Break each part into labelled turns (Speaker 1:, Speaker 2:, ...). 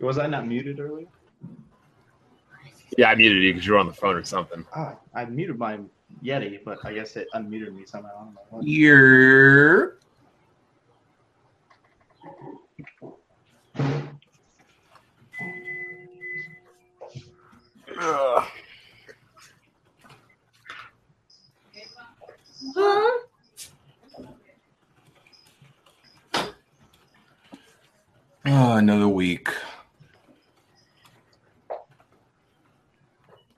Speaker 1: Was I not muted earlier?
Speaker 2: Yeah, I muted you because you were on the phone or something.
Speaker 1: Ah, I muted my Yeti, but I guess it unmuted me somehow. I don't know what.
Speaker 3: You're. Oh, another week.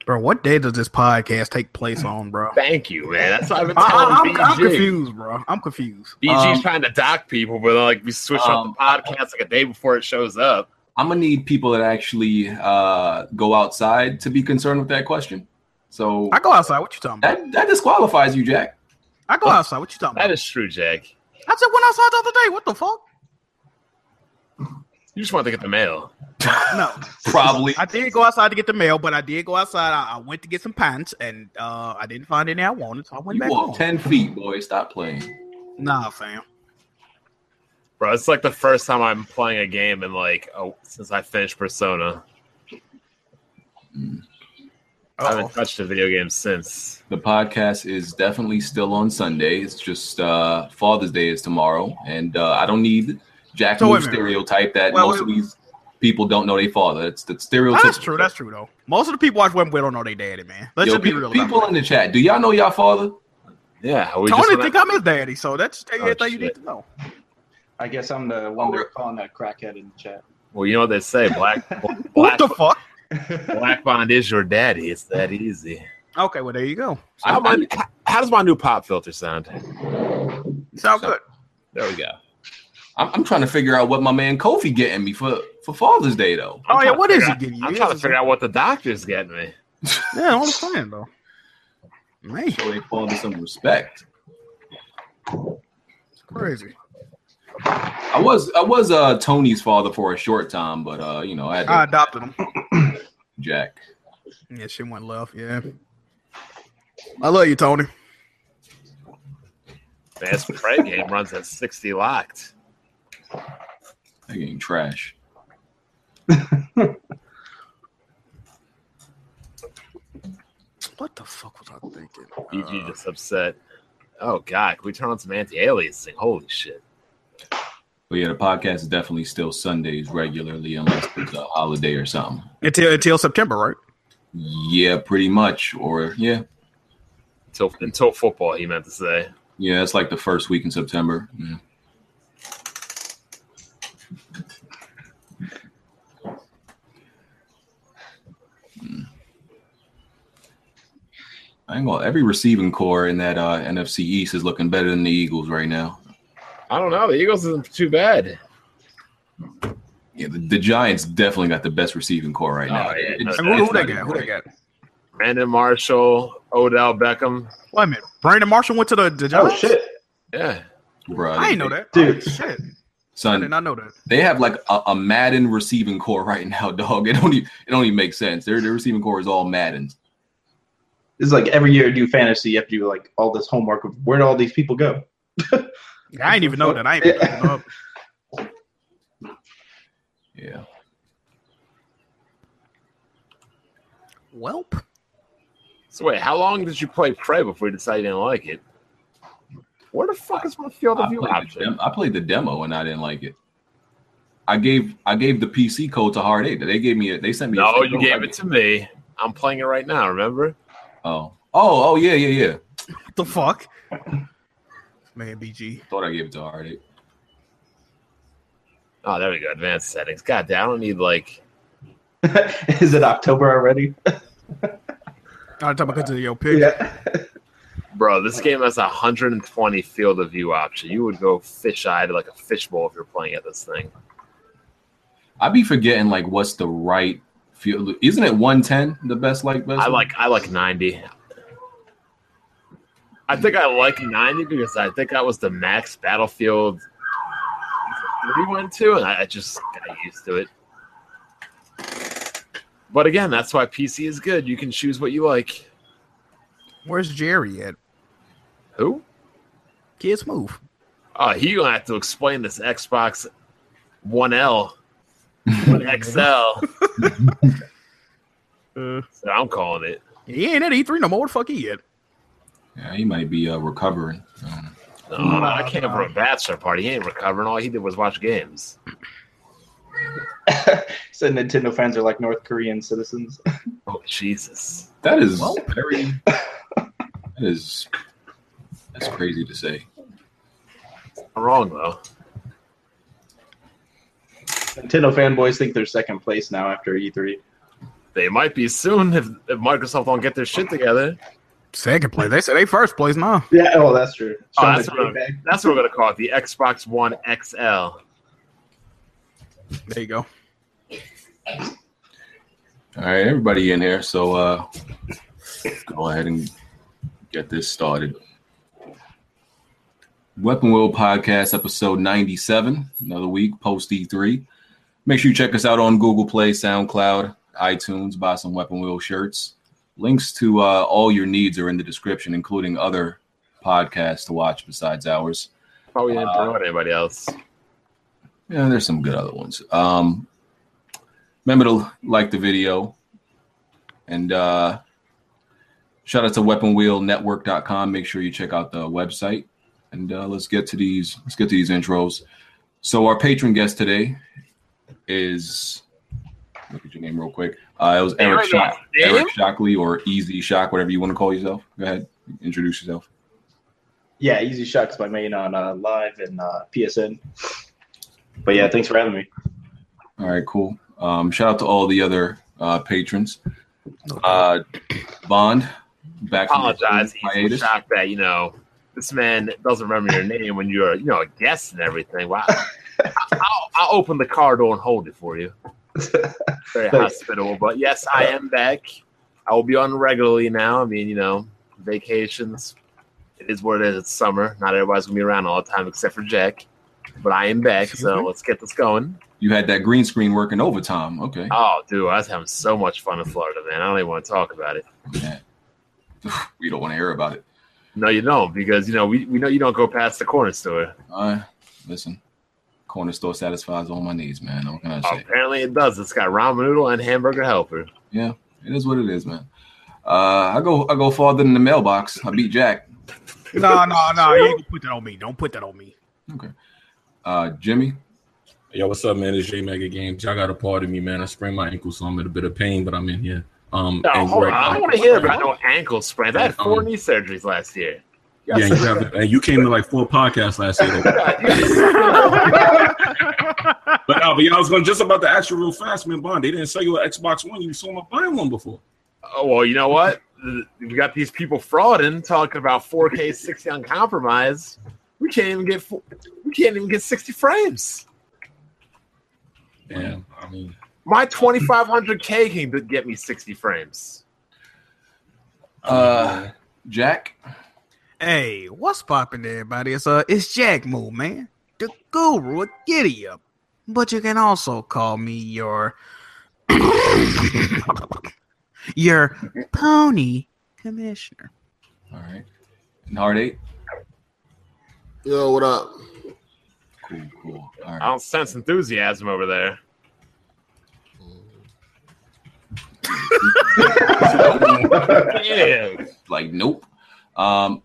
Speaker 4: Bro, what day does this podcast take place on, bro?
Speaker 2: Thank you, man. That's what I've been
Speaker 4: I,
Speaker 2: telling
Speaker 4: am I'm
Speaker 2: BG.
Speaker 4: confused, bro. I'm confused.
Speaker 2: BG's
Speaker 3: Um,
Speaker 2: trying to dock people, but like we switch
Speaker 3: um,
Speaker 2: up the podcast like a day before it shows up.
Speaker 3: I'm gonna need people that actually uh, go outside to be concerned with that question. So
Speaker 4: I go outside. What you talking about?
Speaker 3: that that disqualifies you, Jack.
Speaker 4: I go outside. What you talking
Speaker 2: That
Speaker 4: about?
Speaker 2: is true, Jack.
Speaker 4: I said went outside the other day. What the fuck?
Speaker 2: You just want to get the mail.
Speaker 4: No,
Speaker 3: Probably.
Speaker 4: I did go outside to get the mail, but I did go outside. I, I went to get some pants, and uh, I didn't find any I wanted, so I went
Speaker 3: You
Speaker 4: back home.
Speaker 3: walk ten feet, boy. Stop playing.
Speaker 4: nah, fam.
Speaker 2: Bro, it's like the first time I'm playing a game in like oh since I finished Persona. I
Speaker 4: Uh-oh.
Speaker 2: haven't touched a video game since.
Speaker 3: The podcast is definitely still on Sunday. It's just uh, Father's Day is tomorrow, and uh, I don't need Jack
Speaker 4: So wait a
Speaker 3: Move
Speaker 4: minute.
Speaker 3: stereotype that
Speaker 4: Well,
Speaker 3: most of
Speaker 4: wait-
Speaker 3: these people don't know their father. That's the
Speaker 4: Oh,
Speaker 3: stereotype.
Speaker 4: that's true. That's true though. Most of the people I went with don't know they daddy, man. Let's
Speaker 3: Yo,
Speaker 4: just be
Speaker 3: pe-
Speaker 4: real. about
Speaker 3: people
Speaker 4: it.
Speaker 3: in the chat. Do y'all know y'all father?
Speaker 2: Yeah, we
Speaker 4: Tony
Speaker 2: just
Speaker 4: think
Speaker 2: went
Speaker 4: I'm his daddy, so that's everything you need
Speaker 2: shit.
Speaker 4: to know.
Speaker 1: Oh. I guess I'm the one
Speaker 3: we're-
Speaker 1: they're calling that crackhead in the chat.
Speaker 2: well, you know what they say, black
Speaker 4: What
Speaker 2: black,
Speaker 4: the fuck?
Speaker 2: black Bond is your daddy. It's that easy.
Speaker 4: Okay, well there you go.
Speaker 2: How, my- how does my new pop filter sound?
Speaker 4: Sound good.
Speaker 3: There we go. I'm, I'm trying to figure out what my man Kofi getting me for for Father's Day though.
Speaker 4: Oh yeah, what is he
Speaker 2: out-
Speaker 4: giving you?
Speaker 2: I'm
Speaker 4: He
Speaker 2: trying to
Speaker 4: is-
Speaker 2: figure out what the doctor's getting me.
Speaker 4: Yeah, I understand though. Man,
Speaker 3: So they fall into some respect.
Speaker 4: it's crazy.
Speaker 3: I was I was uh Tony's father for a short time, but uh you know I had to
Speaker 4: I adopted him.
Speaker 3: Jack.
Speaker 4: Yeah, shit went left. Yeah. I love you, Tony.
Speaker 2: Man, this prey game runs at 60 locked.
Speaker 3: That game trash.
Speaker 4: What the fuck was I thinking?
Speaker 2: BG
Speaker 4: Uh,
Speaker 2: just upset. Oh god, can we turn on some anti-aliasing? Holy shit.
Speaker 3: But yeah, the podcast is definitely still Sundays regularly unless it's a holiday or something.
Speaker 4: until until September, right?
Speaker 3: Yeah, pretty much. Or yeah,
Speaker 2: Until until football, he meant to say.
Speaker 3: yeah, that's like the first week in September. Yeah. Mm. I ain't gonna. Every receiving core in that uh, NFC East is looking better than the Eagles right now.
Speaker 2: I don't know. The Eagles isn't too bad.
Speaker 3: Yeah, the, the Giants definitely got the best receiving core right
Speaker 2: Oh,
Speaker 3: now.
Speaker 2: yeah.
Speaker 3: It's-
Speaker 4: Like, who,
Speaker 3: it's not
Speaker 4: who they got?
Speaker 3: even
Speaker 4: Who they
Speaker 3: great.
Speaker 4: got?
Speaker 2: Brandon Marshall, Odell Beckham.
Speaker 4: Wait a minute. Brandon Marshall went to the, the
Speaker 1: oh
Speaker 4: Giants?
Speaker 1: shit,
Speaker 2: Yeah.
Speaker 3: Bruh,
Speaker 4: I
Speaker 3: they-
Speaker 4: didn't know that.
Speaker 1: Dude.
Speaker 4: Oh, shit. I did
Speaker 3: Son,
Speaker 4: not know that.
Speaker 3: they have like a, a Madden receiving core right now, dog. It don't even, it don't even make sense. Their, their receiving core is all Maddens.
Speaker 1: this is like every year you do fantasy, you have to do like all this homework of where do all these people go?
Speaker 4: I didn't even know that. I ain't even
Speaker 1: Yeah.
Speaker 4: looking up.
Speaker 3: Yeah.
Speaker 4: Welp.
Speaker 2: So wait, how long did you play Prey before you decided you didn't like it? Where the fuck is my field
Speaker 3: I
Speaker 2: of view
Speaker 3: played, the
Speaker 2: option?
Speaker 3: dem- I played the demo and I didn't like it. I gave I gave the PC code to Hard Eight. They gave me a, they sent me. a
Speaker 2: No,
Speaker 3: free
Speaker 2: you
Speaker 3: code.
Speaker 2: gave it to me. I'm playing it right now, remember?
Speaker 3: Oh oh oh yeah yeah yeah.
Speaker 4: What the fuck? Man, BG.
Speaker 3: Thought I gave it to Hard Eight.
Speaker 2: Oh, there we go. Advanced settings. God damn, I don't need like
Speaker 1: is it October already?
Speaker 4: I'm talking about 'cause of your pick.
Speaker 1: Yeah.
Speaker 2: Bro, this game has 120 field of view option. You would go fish eyed like a fishbowl if you're playing at this thing.
Speaker 3: I be forgetting like what's the right field. Isn't it one ten the best like best?
Speaker 2: I
Speaker 3: one?
Speaker 2: like I like 90. I think I like 90 because I think that was the max battlefield we went to, and I I just got used to it. But again, that's why PC is good. You can choose what you like.
Speaker 4: Where's Jerry at?
Speaker 2: Who?
Speaker 4: Kids move.
Speaker 2: Oh, he gonna have to explain this Xbox One L With XL.
Speaker 4: Uh,
Speaker 2: So I'm calling it.
Speaker 4: he ain't at E3 no more. What the fuck he at?
Speaker 3: Yeah, he might be uh, recovering. Um,
Speaker 2: No,
Speaker 1: Nah,
Speaker 2: Oh, I can't for a bachelor party. He ain't recovering. All he did was watch games.
Speaker 1: Said Nintendo fans are like North Korean citizens.
Speaker 2: Oh Jesus!
Speaker 3: that is
Speaker 4: Well.
Speaker 3: very. That is. That's crazy to say.
Speaker 2: I'm wrong though.
Speaker 1: Nintendo fanboys think they're second place now after E E3.
Speaker 2: They might be soon if, if Microsoft don't get their shit together.
Speaker 4: Second place. They said they first place now.
Speaker 1: Yeah, oh, that's true.
Speaker 2: Oh,
Speaker 1: Sean
Speaker 2: that's
Speaker 1: McVay
Speaker 2: what
Speaker 1: back.
Speaker 2: That's what we're gonna call it. The Xbox One XL.
Speaker 4: There you go.
Speaker 3: All right, everybody in here. So uh, go ahead and get this started. Weapon Will Podcast, episode 97, another week post E3. Make sure you check us out on Google Play, SoundCloud, iTunes. Buy some Weapon Will shirts. Links to uh, all your needs are in the description, including other podcasts to watch besides ours.
Speaker 2: Probably didn't promote anybody else.
Speaker 3: Yeah, there's some good other ones. Um, remember to like the video and uh, shout out to weaponwheelnetwork.com. Make sure you check out the website and uh, let's get to these. Let's get to these intros. So our patron guest today is look at your name real quick. Uh, it was Eric Shock, Eric Shockley or Easy Shock, whatever you want to call yourself. Go ahead, introduce yourself.
Speaker 1: Yeah, Easy Shock's my main on uh, live and uh, PSN. But yeah, thanks for having me.
Speaker 3: All right, cool. Um, shout out to all the other uh, patrons. Uh, Bond, back from
Speaker 2: apologize. He's
Speaker 3: my hiatus.
Speaker 2: shocked that you know this man doesn't remember your name when you're you know a guest and everything. Wow. I, I'll, I'll open the car door and hold it for you. Very
Speaker 1: Thanks.
Speaker 2: hospitable, but yes, I am back. I will be on regularly now. I mean, you know, vacations. It is what it is. It's summer. Not everybody's gonna be around all the time except for Jack. But I am back, so let's get this going.
Speaker 3: You had that green screen working overtime. Okay.
Speaker 2: Oh, dude, I was having so much fun in Florida, man. I don't even want to talk about it.
Speaker 3: Yeah. we don't want to hear about it.
Speaker 2: No, you don't, because you know we, we know you don't go past the corner store.
Speaker 3: Uh, listen, corner store satisfies all my needs, man. What can I say?
Speaker 2: apparently, it does. It's got ramen noodle and hamburger helper.
Speaker 3: It is what it is, man. Uh, I go, I go farther than the mailbox. I beat Jack.
Speaker 4: No, no, no. You ain't gonna put that on me. Don't put that on me.
Speaker 3: Uh, Jimmy.
Speaker 5: Yo, what's up, man? It's J Mega Games. Y'all got a part of me, man. I sprained my ankle, so I'm in a bit of pain, but I'm in here. Um,
Speaker 2: No,
Speaker 5: and
Speaker 2: hold on.
Speaker 5: Greg-
Speaker 2: I don't want to hear about no ankle sprains. I had four
Speaker 5: Um,
Speaker 2: knee surgeries last year.
Speaker 5: Yeah, you, have, and you came to like four podcasts last year, though. but no, but yeah, I was going just about to ask you real fast, man. Bond, they didn't sell you an Xbox One. You saw my buying one before.
Speaker 2: oh well, you know what? We got these people frauding, talking about 4K 60 on compromise. We can't even get four, we can't even get 60 frames.
Speaker 5: Yeah, I mean,
Speaker 2: My 2500K can get me 60 frames.
Speaker 3: Uh, Jack.
Speaker 4: Hey, what's poppin', everybody? It's uh, it's Jack Moo, man, the guru of giddy up. But you can also call me your your pony commissioner.
Speaker 3: All right. And Hard Eight.
Speaker 6: Yo, what up?
Speaker 3: Cool, cool. All
Speaker 2: I
Speaker 3: right.
Speaker 2: don't sense enthusiasm over there. Yeah.
Speaker 3: like nope um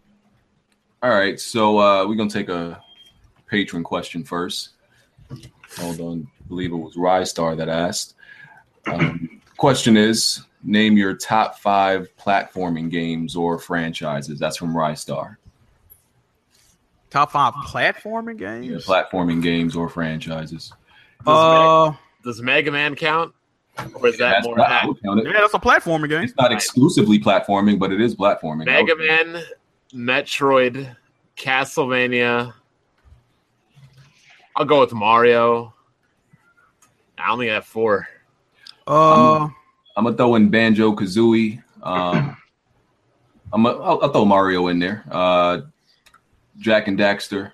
Speaker 3: all right so uh we're gonna take a patron question first hold on I believe it was Rystar that asked um, question is name your top five platforming games or franchises that's from Rystar
Speaker 4: Top five platforming
Speaker 3: Yeah,
Speaker 4: games.
Speaker 3: platforming games or franchises
Speaker 4: uh,
Speaker 2: Does Mega Man count? Or is that
Speaker 3: That's-
Speaker 2: more
Speaker 3: I
Speaker 2: act?
Speaker 3: would count
Speaker 4: yeah,
Speaker 3: it.
Speaker 4: that's a platforming game.
Speaker 3: it's not exclusively platforming but it is platforming I
Speaker 2: Mega
Speaker 3: would-
Speaker 2: Man, Metroid, Castlevania? I'll go with Mario. I only have four.
Speaker 4: Uh,
Speaker 3: I'm gonna throw in Banjo Kazooie. Um, I'm a, I'll, I'll throw Mario in there. Uh, Jack and Daxter.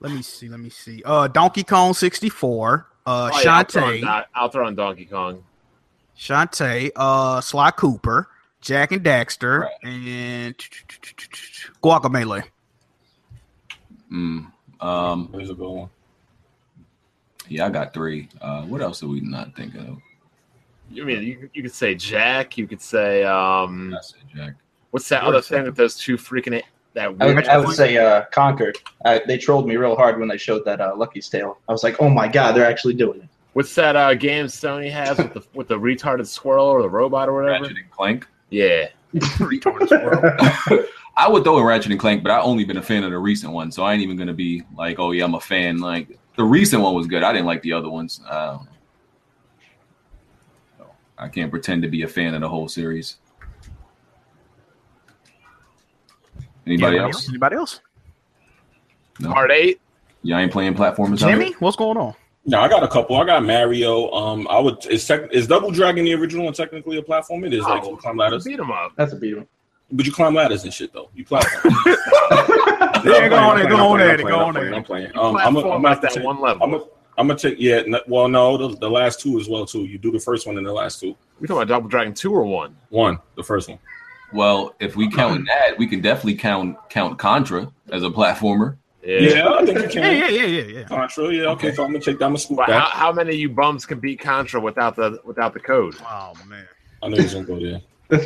Speaker 4: let me see, let me see. Uh, Donkey Kong sixty four. Uh,
Speaker 2: Oh, yeah, I'll throw
Speaker 4: Shantae.
Speaker 2: on Don- I'll throw on Donkey Kong.
Speaker 4: Shantae, uh, Sly Cooper, Jack and Daxter,
Speaker 3: Right.
Speaker 4: and Guacamole.
Speaker 3: Mm. Um,
Speaker 5: there's a good one.
Speaker 3: Yeah, I got three. Uh, what else are we not thinking of?
Speaker 2: You mean you, you could say Jack? You could say um,
Speaker 3: I said Jack.
Speaker 2: what's that other thing that those two freaking that
Speaker 1: I
Speaker 2: weird
Speaker 1: would, I would say uh, Conquered. I, they trolled me real hard when they showed that uh, Lucky's Tale. I was like, oh my god, they're actually doing it.
Speaker 2: what's that uh, game Sony has with the with the retarded squirrel or the robot or whatever?
Speaker 3: Ratchet and Clank.
Speaker 2: Yeah,
Speaker 4: Retarded squirrel.
Speaker 3: I would throw in Ratchet and Clank, but I only been a fan of the recent one, so I ain't even gonna be like, oh yeah, I'm a fan. Like the recent one was good. I didn't like the other ones. Uh, I can't pretend to be a fan of the whole series. Anybody else?
Speaker 4: Anybody else?
Speaker 3: No.
Speaker 2: part eight.
Speaker 3: Y'all ain't playing platformers. out
Speaker 4: Jimmy,
Speaker 3: here?
Speaker 4: what's going on?
Speaker 5: No, I got a couple. I got Mario. Um, I would is tech, is Double Dragon the original one technically a platform? It is like
Speaker 2: Oh.
Speaker 5: you climb ladders,
Speaker 2: Beat 'em up.
Speaker 1: That's a beat 'em.
Speaker 5: but you climb ladders and shit though. You platform.
Speaker 4: Yeah, go on it, go on it, go on
Speaker 5: I'm
Speaker 4: it.
Speaker 5: playing.
Speaker 2: Um,
Speaker 5: Um, I'm a, I'm
Speaker 2: at
Speaker 5: about to
Speaker 2: that
Speaker 5: take,
Speaker 2: one level.
Speaker 5: I'm a, I'm gonna take. Yeah. n- Well, no, the, the last two as well too. You do the first one and the last two.
Speaker 2: we talking about Double Dragon two or one?
Speaker 5: One, the first one.
Speaker 3: Well, if we count that, we can definitely count count Contra as a platformer.
Speaker 2: Yeah.
Speaker 5: Yeah, I think you can.
Speaker 4: Yeah, yeah, yeah, yeah, yeah.
Speaker 5: Contra. Yeah. Okay.
Speaker 3: Okay.
Speaker 5: So I'm gonna take. I'm gonna scoop
Speaker 2: Wow, how,
Speaker 5: that.
Speaker 2: how many of you bums can beat Contra without the without the code?
Speaker 4: Oh man.
Speaker 5: I know he's gonna go there.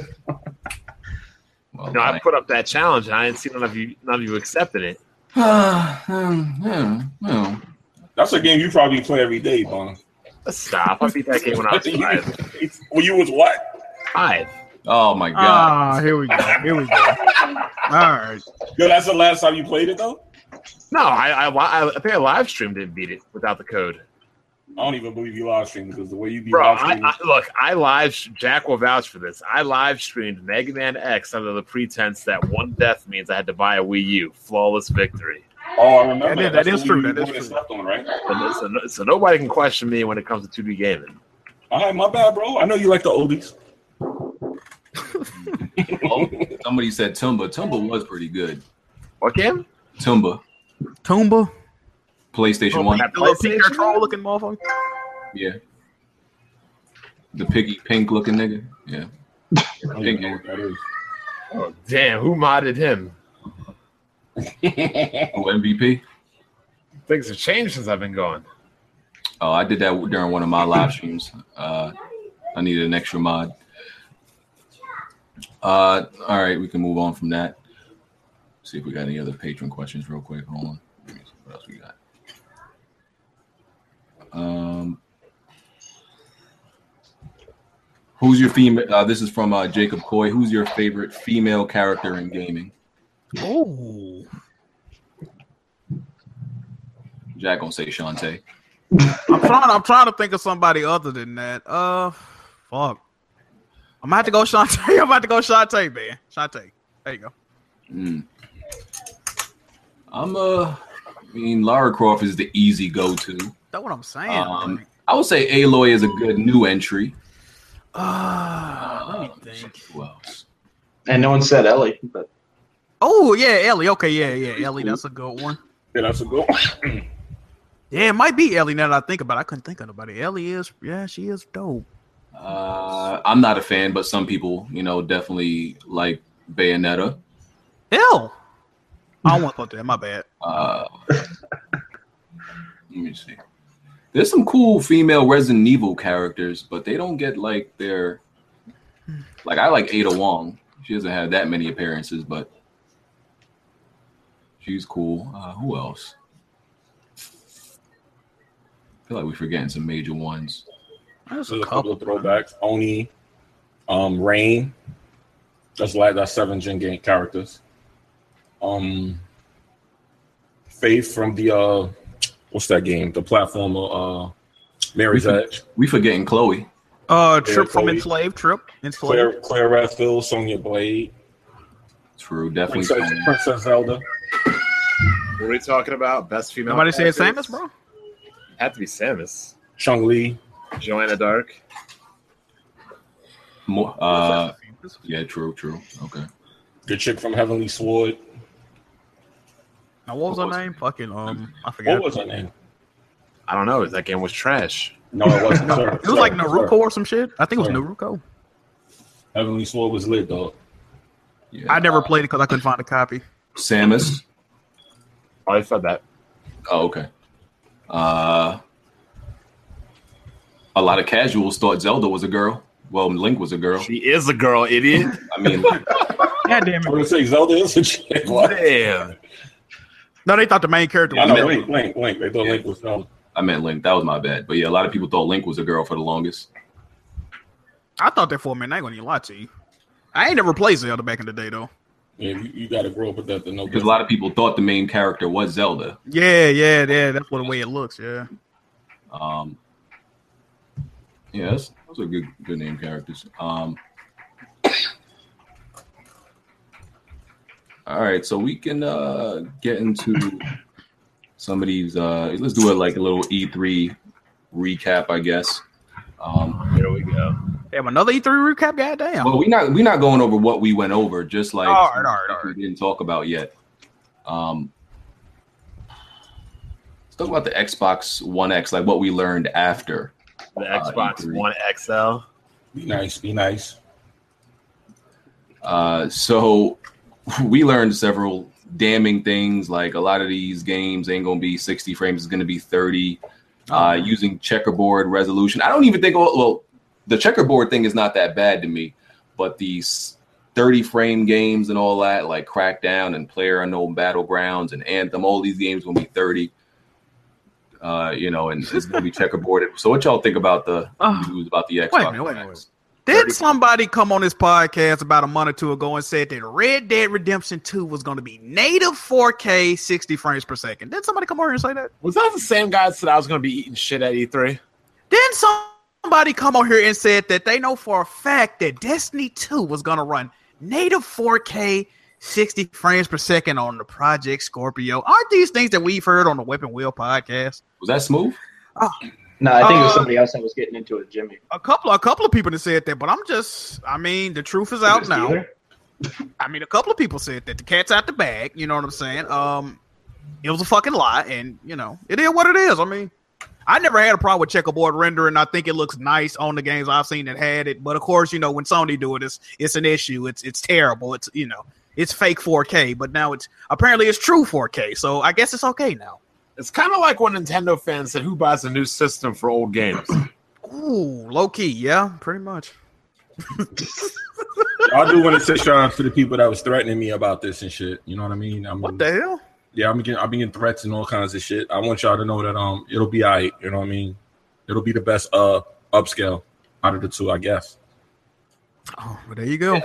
Speaker 3: Well,
Speaker 2: No, I
Speaker 3: like-
Speaker 2: put up that challenge and I didn't see none of you none of you accepting it.
Speaker 3: Hmm, hmm, hmm.
Speaker 5: That's a game you probably play every day, Bon.
Speaker 2: Stop. I beat that game when I was five.
Speaker 5: When you was what?
Speaker 2: Five.
Speaker 3: Oh my
Speaker 2: Uh,
Speaker 3: god!
Speaker 4: Ah, here we go. Here we go. All right.
Speaker 5: Yo, that's the last time you played it though.
Speaker 2: No, I I, li- I, I think I live streamed and beat it without the code.
Speaker 5: I don't even believe you live stream because the way you be
Speaker 2: Bro,
Speaker 5: live
Speaker 2: I,
Speaker 5: streaming.
Speaker 2: I, look, I live. Jack will vouch for this. I live streamed Mega Man X under the pretense that one death means I had to buy a Wii U. Flawless victory.
Speaker 5: oh, I remember.
Speaker 4: That is-
Speaker 5: That's
Speaker 4: that is
Speaker 5: what we
Speaker 4: true, that
Speaker 5: be
Speaker 4: is
Speaker 5: doing and
Speaker 4: true.
Speaker 5: slept on, right?
Speaker 2: So, so, no- so nobody can question me when it comes to 2D gaming.
Speaker 5: All right, my bad, bro. I know you like the oldies.
Speaker 3: Oh, somebody said Tumba. Tumba was pretty good.
Speaker 2: What game?
Speaker 3: Tumba,
Speaker 4: Tomba.
Speaker 3: PlayStation
Speaker 2: Oh,
Speaker 3: One.
Speaker 2: that
Speaker 4: The little pink
Speaker 2: PlayStation?
Speaker 4: control looking motherfucker.
Speaker 3: Yeah. The piggy pink looking nigga. Yeah.
Speaker 5: I don't even know what that is.
Speaker 2: Oh, damn, who modded him?
Speaker 3: Oh, MVP.
Speaker 2: Things have changed since I've been gone.
Speaker 3: Oh, I did that during one of my live streams. Uh, I needed an extra mod. Uh, all right, we can move on from that. See if we got any other patron questions real quick. Hold on. Let me see What else we got? Um, who's your female? Uh, this is from uh, Jacob Coy. Who's your favorite female character in gaming?
Speaker 4: Oh.
Speaker 3: Jack gonna say Shantae.
Speaker 4: I'm trying I'm trying to think of somebody other than that. Uh fuck. I'm about to go Shantae. I'm about to go Shantae, man. Shantae. There you go.
Speaker 3: Mm. I'm uh, I mean Lara Croft is the easy go-to.
Speaker 4: That's what I'm saying.
Speaker 3: Um, I would say Aloy is a good new entry.
Speaker 4: uh, let me think.
Speaker 3: Who else?
Speaker 1: And no one said Ellie, but
Speaker 4: Oh yeah, Ellie. Okay, yeah, yeah, Ellie. That's a good one.
Speaker 5: Yeah, that's a good one.
Speaker 4: Yeah, it might be Ellie now that I think about. it. I couldn't think of nobody. Ellie is, yeah, she is dope.
Speaker 3: Uh, I'm not a fan, but some people, you know, definitely like Bayonetta.
Speaker 4: Hell, I don't want to put that. My bad.
Speaker 3: Uh, let me see. There's some cool female Resident Evil characters, but they don't get like their like I like Ada Wong. She doesn't have that many appearances, but she's cool. Uh, who else? I feel like we're forgetting some major ones.
Speaker 4: There's
Speaker 5: There's a couple of throwbacks. Oni, um, Rain. That's like that's seven gen game characters. Um, Faith from the uh, what's that game? The platformer, uh, Mary's
Speaker 4: Mm-hmm.
Speaker 5: Edge.
Speaker 3: We forgetting Chloe.
Speaker 4: Uh, trip from
Speaker 5: Chloe.
Speaker 4: enslaved. Trip enslaved.
Speaker 5: Claire, Claire Redfield, Sonya Blade,
Speaker 3: True, definitely.
Speaker 5: Princess,
Speaker 3: Tony.
Speaker 5: Princess Zelda.
Speaker 2: What are we talking about? Best female.
Speaker 4: Nobody said
Speaker 2: characters?
Speaker 4: Samus, bro.
Speaker 2: Had to be Samus.
Speaker 5: Chung Lee.
Speaker 2: Joanna Dark.
Speaker 3: Mo- uh, yeah, true, true. Okay.
Speaker 5: The chick from Heavenly Sword.
Speaker 4: now, what was
Speaker 3: what
Speaker 4: her
Speaker 3: was
Speaker 4: name? Fucking um, I forgot.
Speaker 5: What was her name?
Speaker 2: I don't know. That game was trash.
Speaker 5: No, it wasn't. her.
Speaker 4: It was like Naruto
Speaker 5: Sorry.
Speaker 4: or some shit. I think it was
Speaker 5: Sorry.
Speaker 4: Naruto.
Speaker 5: Heavenly Sword was lit, dog.
Speaker 3: Yeah.
Speaker 4: I never played it because I couldn't find a copy.
Speaker 3: Samus.
Speaker 2: Oh, I said that.
Speaker 3: Oh, okay. Uh, a lot of casuals thought Zelda was a girl. Well, Link was a girl.
Speaker 2: She is a girl, idiot.
Speaker 3: I mean,
Speaker 4: God damn
Speaker 5: I
Speaker 4: it.
Speaker 5: was gonna say Zelda is a chick. What?
Speaker 2: Damn.
Speaker 4: No, they thought the main character
Speaker 5: Yeah,
Speaker 4: was
Speaker 5: no,
Speaker 4: Zelda.
Speaker 5: Link, Link, Link. They thought
Speaker 3: Yeah.
Speaker 5: Link was Zelda.
Speaker 3: I meant Link. That was my bad. But yeah, a lot of people thought Link was a girl for the longest.
Speaker 4: I thought that for a minute. I ain't gonna even lie to you. I ain't never played Zelda back in the day though.
Speaker 5: Yeah, you, you got to grow up with that to know.
Speaker 3: Because a lot of people thought the main character was Zelda.
Speaker 4: Yeah, yeah, yeah. That's what the way it looks. Yeah.
Speaker 3: Um, yeah, that's, those are good good name characters. Um, all right, so we can uh, get into some of these. Uh, let's do it like a little E3 recap, I guess. Um,
Speaker 2: Here we go.
Speaker 4: Damn, another E3 recap. God damn.
Speaker 3: well, we're not we're not going over what we went over, just like
Speaker 4: All right, all right, all
Speaker 3: we didn't talk about yet. Um, let's talk about the Xbox One X, like what we learned after.
Speaker 2: The
Speaker 3: Uh,
Speaker 2: Xbox
Speaker 3: E3.
Speaker 2: One XL.
Speaker 5: Be nice. Be nice.
Speaker 3: Uh, so we learned several damning things. Like a lot of these games ain't gonna be 60 frames; it's gonna be 30. Uh,
Speaker 4: Oh.
Speaker 3: using checkerboard resolution. I don't even think. Well, the checkerboard thing is not that bad to me, but these 30 frame games and all that, like Crackdown and Player Unknown Battlegrounds and Anthem, all these games gonna be 30. Uh, you know, and it's gonna be checkerboarded. So, what y'all think about the
Speaker 4: Oh.
Speaker 3: news about the Xbox?
Speaker 4: Wait a minute, wait
Speaker 3: One
Speaker 4: a minute.
Speaker 3: X?
Speaker 4: Did somebody come on this podcast about a month or two ago and said that Red Dead Redemption 2 was going to be native 4K 60 frames per second? Did somebody come over here and say that?
Speaker 2: Was that the same guy that said I was going to be eating shit at E E3?
Speaker 4: Didn't somebody come on here and said that they know for a fact that Destiny 2 was going to run native 4K 60 frames per second on the Project Scorpio? Aren't these things that we've heard on the Weapon Wheel podcast?
Speaker 3: Was that smooth?
Speaker 1: No, I think it
Speaker 4: Uh,
Speaker 1: was somebody else that was getting into it, Jimmy.
Speaker 4: A couple, a couple of people that said that, but I'm just, I mean, the truth is out
Speaker 1: Is it
Speaker 4: now.
Speaker 1: either?
Speaker 4: I mean, a couple of people said that the cat's out the bag. You know what I'm saying? Um, it was a fucking lie, and you know it is what it is. I mean, I never had a problem with checkerboard rendering. I think it looks nice on the games I've seen that had it. But of course, you know when Sony do it, it's it's an issue. It's it's terrible. It's you know it's fake 4K, but now it's apparently it's true 4K. So I guess it's okay now.
Speaker 2: It's kind of like when Nintendo fans said, "Who buys a new system for old games?"
Speaker 4: Ooh, low key, yeah, pretty much.
Speaker 5: I do want to say shout out to the people that was threatening me about this and shit. You know what I mean? I'm,
Speaker 4: What the hell?
Speaker 5: Yeah, I'm getting, I've been getting threats and all kinds of shit. I want y'all to know that um, it'll be all right. You know what I mean? It'll be the best uh upscale out of the two, I guess.
Speaker 4: Oh, well, there you go.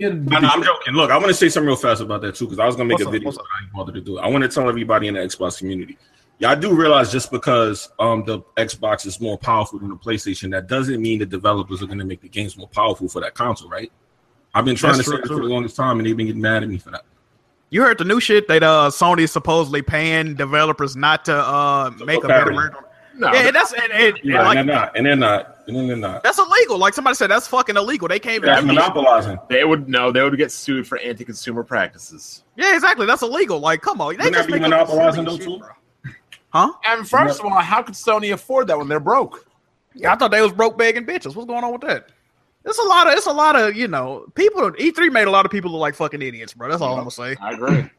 Speaker 5: No, no, I'm joking. Look, I want to say something real fast about that too, because I was gonna make
Speaker 4: What's
Speaker 5: a
Speaker 4: up?
Speaker 5: video,
Speaker 4: What's
Speaker 5: but I didn't bother to do it. I want to tell everybody in the Xbox community. Y'all do realize just because um the Xbox is more powerful than the PlayStation, that doesn't mean the developers are gonna make the games more powerful for that console, right? I've been trying
Speaker 4: That's
Speaker 5: to say
Speaker 4: true,
Speaker 5: this
Speaker 4: too.
Speaker 5: for the longest time, and they've been getting mad at me for that.
Speaker 4: You heard the new shit that uh Sony supposedly paying developers not to uh make a better
Speaker 5: parody.
Speaker 4: version.
Speaker 2: No,
Speaker 4: Yeah, and that's and, and, and
Speaker 5: Yeah,
Speaker 4: like,
Speaker 5: and they're not, and they're not, and then they're not.
Speaker 4: that's illegal. Like somebody said, that's fucking illegal. They can't even.
Speaker 5: That's
Speaker 4: do that.
Speaker 5: monopolizing.
Speaker 2: they would no, they would get sued for anti-consumer practices.
Speaker 4: Yeah, exactly. That's illegal. Like, come on, they
Speaker 5: Wouldn't
Speaker 4: just
Speaker 5: that be
Speaker 4: make up some
Speaker 5: monopolizing
Speaker 4: silly
Speaker 5: though,
Speaker 4: shit,
Speaker 5: too?
Speaker 4: bro. Huh?
Speaker 2: And first of all, how could Sony afford that when they're broke?
Speaker 4: Yeah, I thought they was broke begging bitches. What's going on with that? It's a lot of it's a lot of you know people. E three made a lot of people look like fucking idiots, bro. That's all I'm gonna say.
Speaker 2: I agree.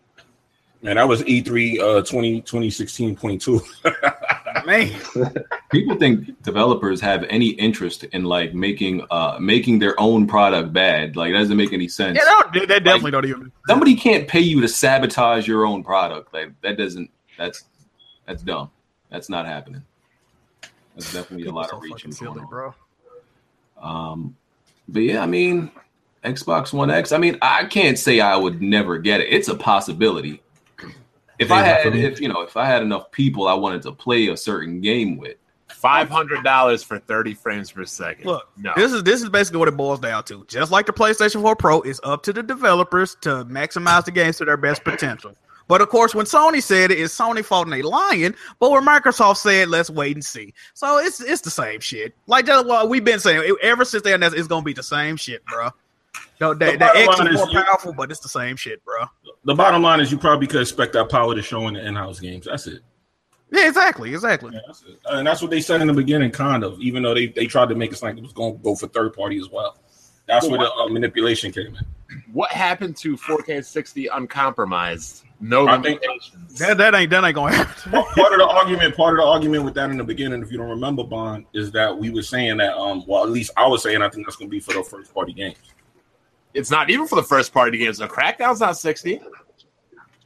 Speaker 5: Man, that was E3 uh 20, 2016.2.
Speaker 4: Man,
Speaker 3: people think developers have any interest in like making uh making their own product bad like that doesn't make any sense
Speaker 4: yeah, that, that definitely don't even.
Speaker 3: somebody can't pay you to sabotage your own product like that doesn't that's that's dumb that's not happening that's definitely a
Speaker 4: People
Speaker 3: lot
Speaker 4: so
Speaker 3: of reaching
Speaker 4: fucking
Speaker 3: going
Speaker 4: silly,
Speaker 3: on.
Speaker 4: bro.
Speaker 3: um but yeah i mean xbox one x i mean i can't say i would never get it it's a possibility if i had if you know if i had enough people i wanted to play a certain game with
Speaker 2: Five hundred dollars for thirty frames per second.
Speaker 4: Look,
Speaker 2: no,
Speaker 4: This is this is basically what it boils down to. Just like the PlayStation 4 Pro, it's up to the developers to maximize the games to their best potential. But of course, when Sony said it, it's Sony fault and they lying. But when Microsoft said, "Let's wait and see," so it's it's the same shit. Like that's what we've been saying It- ever since they announced, it's gonna be the same shit, bro. No, that, that
Speaker 5: bottom
Speaker 4: X
Speaker 5: line
Speaker 4: is
Speaker 5: is
Speaker 4: more
Speaker 5: you-
Speaker 4: powerful, but it's the same shit, bro.
Speaker 5: the bottom line is you probably could expect that power to show in the in-house games. That's it.
Speaker 4: Yeah, exactly, exactly.
Speaker 5: Yeah, that's it. And that's what they said in the beginning, kind of, even though they, they tried to make it sound like it was going to go for third party as well. That's where the uh, manipulation came in.
Speaker 2: what happened to 4K 60 uncompromised? No
Speaker 5: I think-
Speaker 2: limitations.
Speaker 4: That, that ain't that ain't gonna happen.
Speaker 5: Well, part of the argument, part of the argument with that in the beginning, if you don't remember, Bond, is that we were saying that, um, well, at least I was saying, I think that's going to be for the first party games.
Speaker 2: it's not even for the first party games. The crackdown's not 60.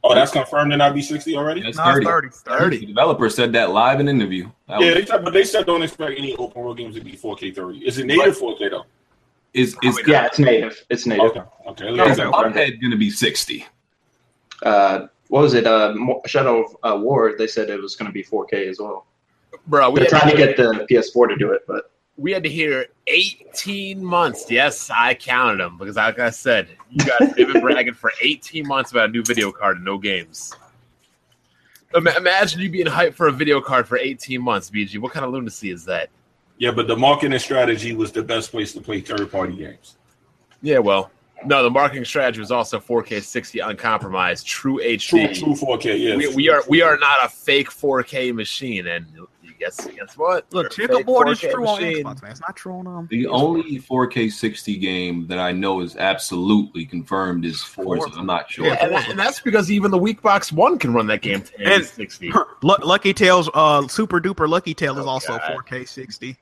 Speaker 5: Oh, that's confirmed in IB60 already?
Speaker 3: That's
Speaker 4: Nah,
Speaker 3: 30.
Speaker 4: it's 30.
Speaker 3: The developer said that live in an interview. That
Speaker 5: Yeah,
Speaker 3: was-
Speaker 5: they said, but they said don't expect any open world games to be 4K 30. Is it native 4K though?
Speaker 3: is is,
Speaker 1: Yeah, it's native. It's native.
Speaker 5: Okay, okay.
Speaker 4: No,
Speaker 3: is
Speaker 5: okay.
Speaker 3: Cuphead going to be 60?
Speaker 1: Uh, what was it? Uh, Mo- Shadow of uh, War. They said it was going to be 4K as well.
Speaker 4: Oh,
Speaker 2: Bro, we
Speaker 1: They're
Speaker 2: had,
Speaker 1: trying to get the PS4 to do it, but
Speaker 2: we had to hear 18 months. Yes, I counted them because, like I said, you guys have been bragging for 18 months about a new video card and no games. Ima- Imagine you being hyped for a video card for 18 months, BG. What kind of lunacy is that?
Speaker 5: Yeah, but the marketing strategy was the best place to play third party games.
Speaker 2: Yeah, well, no, the marketing strategy was also 4K 60 uncompromised, true
Speaker 5: True,
Speaker 2: HD.
Speaker 5: true 4K. Yeah,
Speaker 2: We, we are we are not a fake 4K machine, and you guess guess what?
Speaker 4: Look,
Speaker 2: We're a fake
Speaker 4: checkerboard is
Speaker 2: 4K
Speaker 4: true
Speaker 2: machine.
Speaker 4: on Xbox, man. It's not true on um.
Speaker 3: The only 4K 60 game that I know is absolutely confirmed is Forza. I'm not sure.
Speaker 2: Yeah, and, that- and that's because even the weak box one can run that game to
Speaker 4: And-
Speaker 2: 60.
Speaker 4: Lu- Lucky Tales, uh, Super Duper Lucky Tail is
Speaker 2: Oh,
Speaker 4: also
Speaker 2: God.
Speaker 4: 4K 60.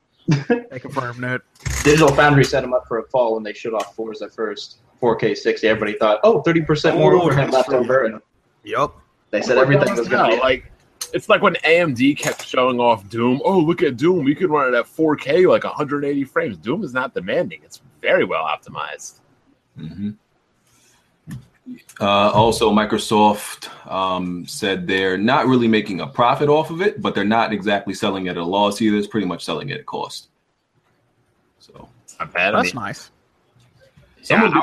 Speaker 4: they confirmed that.
Speaker 1: Digital Foundry set them up for a fall when they shut off Forza first. 4K 60. Everybody thought, oh, 30% more
Speaker 5: Oh,
Speaker 1: overhead left
Speaker 5: that's
Speaker 1: over. And
Speaker 4: Yep.
Speaker 1: they said everything was going to
Speaker 2: No,
Speaker 1: be.
Speaker 2: like it's like when AMD kept showing off Doom. Oh, look at Doom. We can run it at 4K, like 180 frames. Doom is not demanding. It's very well optimized.
Speaker 3: hmm Uh, also, Microsoft um, said they're not really making a profit off of it, but they're not exactly selling it at a loss either. It's pretty much selling it at cost. So,
Speaker 2: It's not bad. I
Speaker 4: That's
Speaker 2: mean,
Speaker 4: nice.
Speaker 2: yeah,
Speaker 3: someone-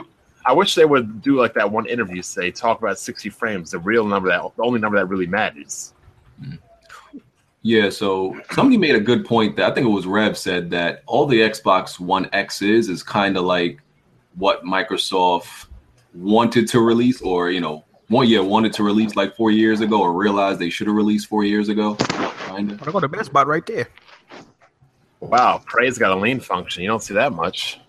Speaker 2: I, I wish they would do like that one interview. Say talk about 60 frames, the real number that the only number that really matters.
Speaker 3: yeah. So somebody made a good point that I think it was Rev said that all the Xbox One X is is kind of like what Microsoft wanted to release, or you know, one yeah wanted to release like four years ago, or realized they should have released four years ago. Kind of.
Speaker 4: I got the best spot right there.
Speaker 2: Wow, Prey's got a lean function. You don't see that much.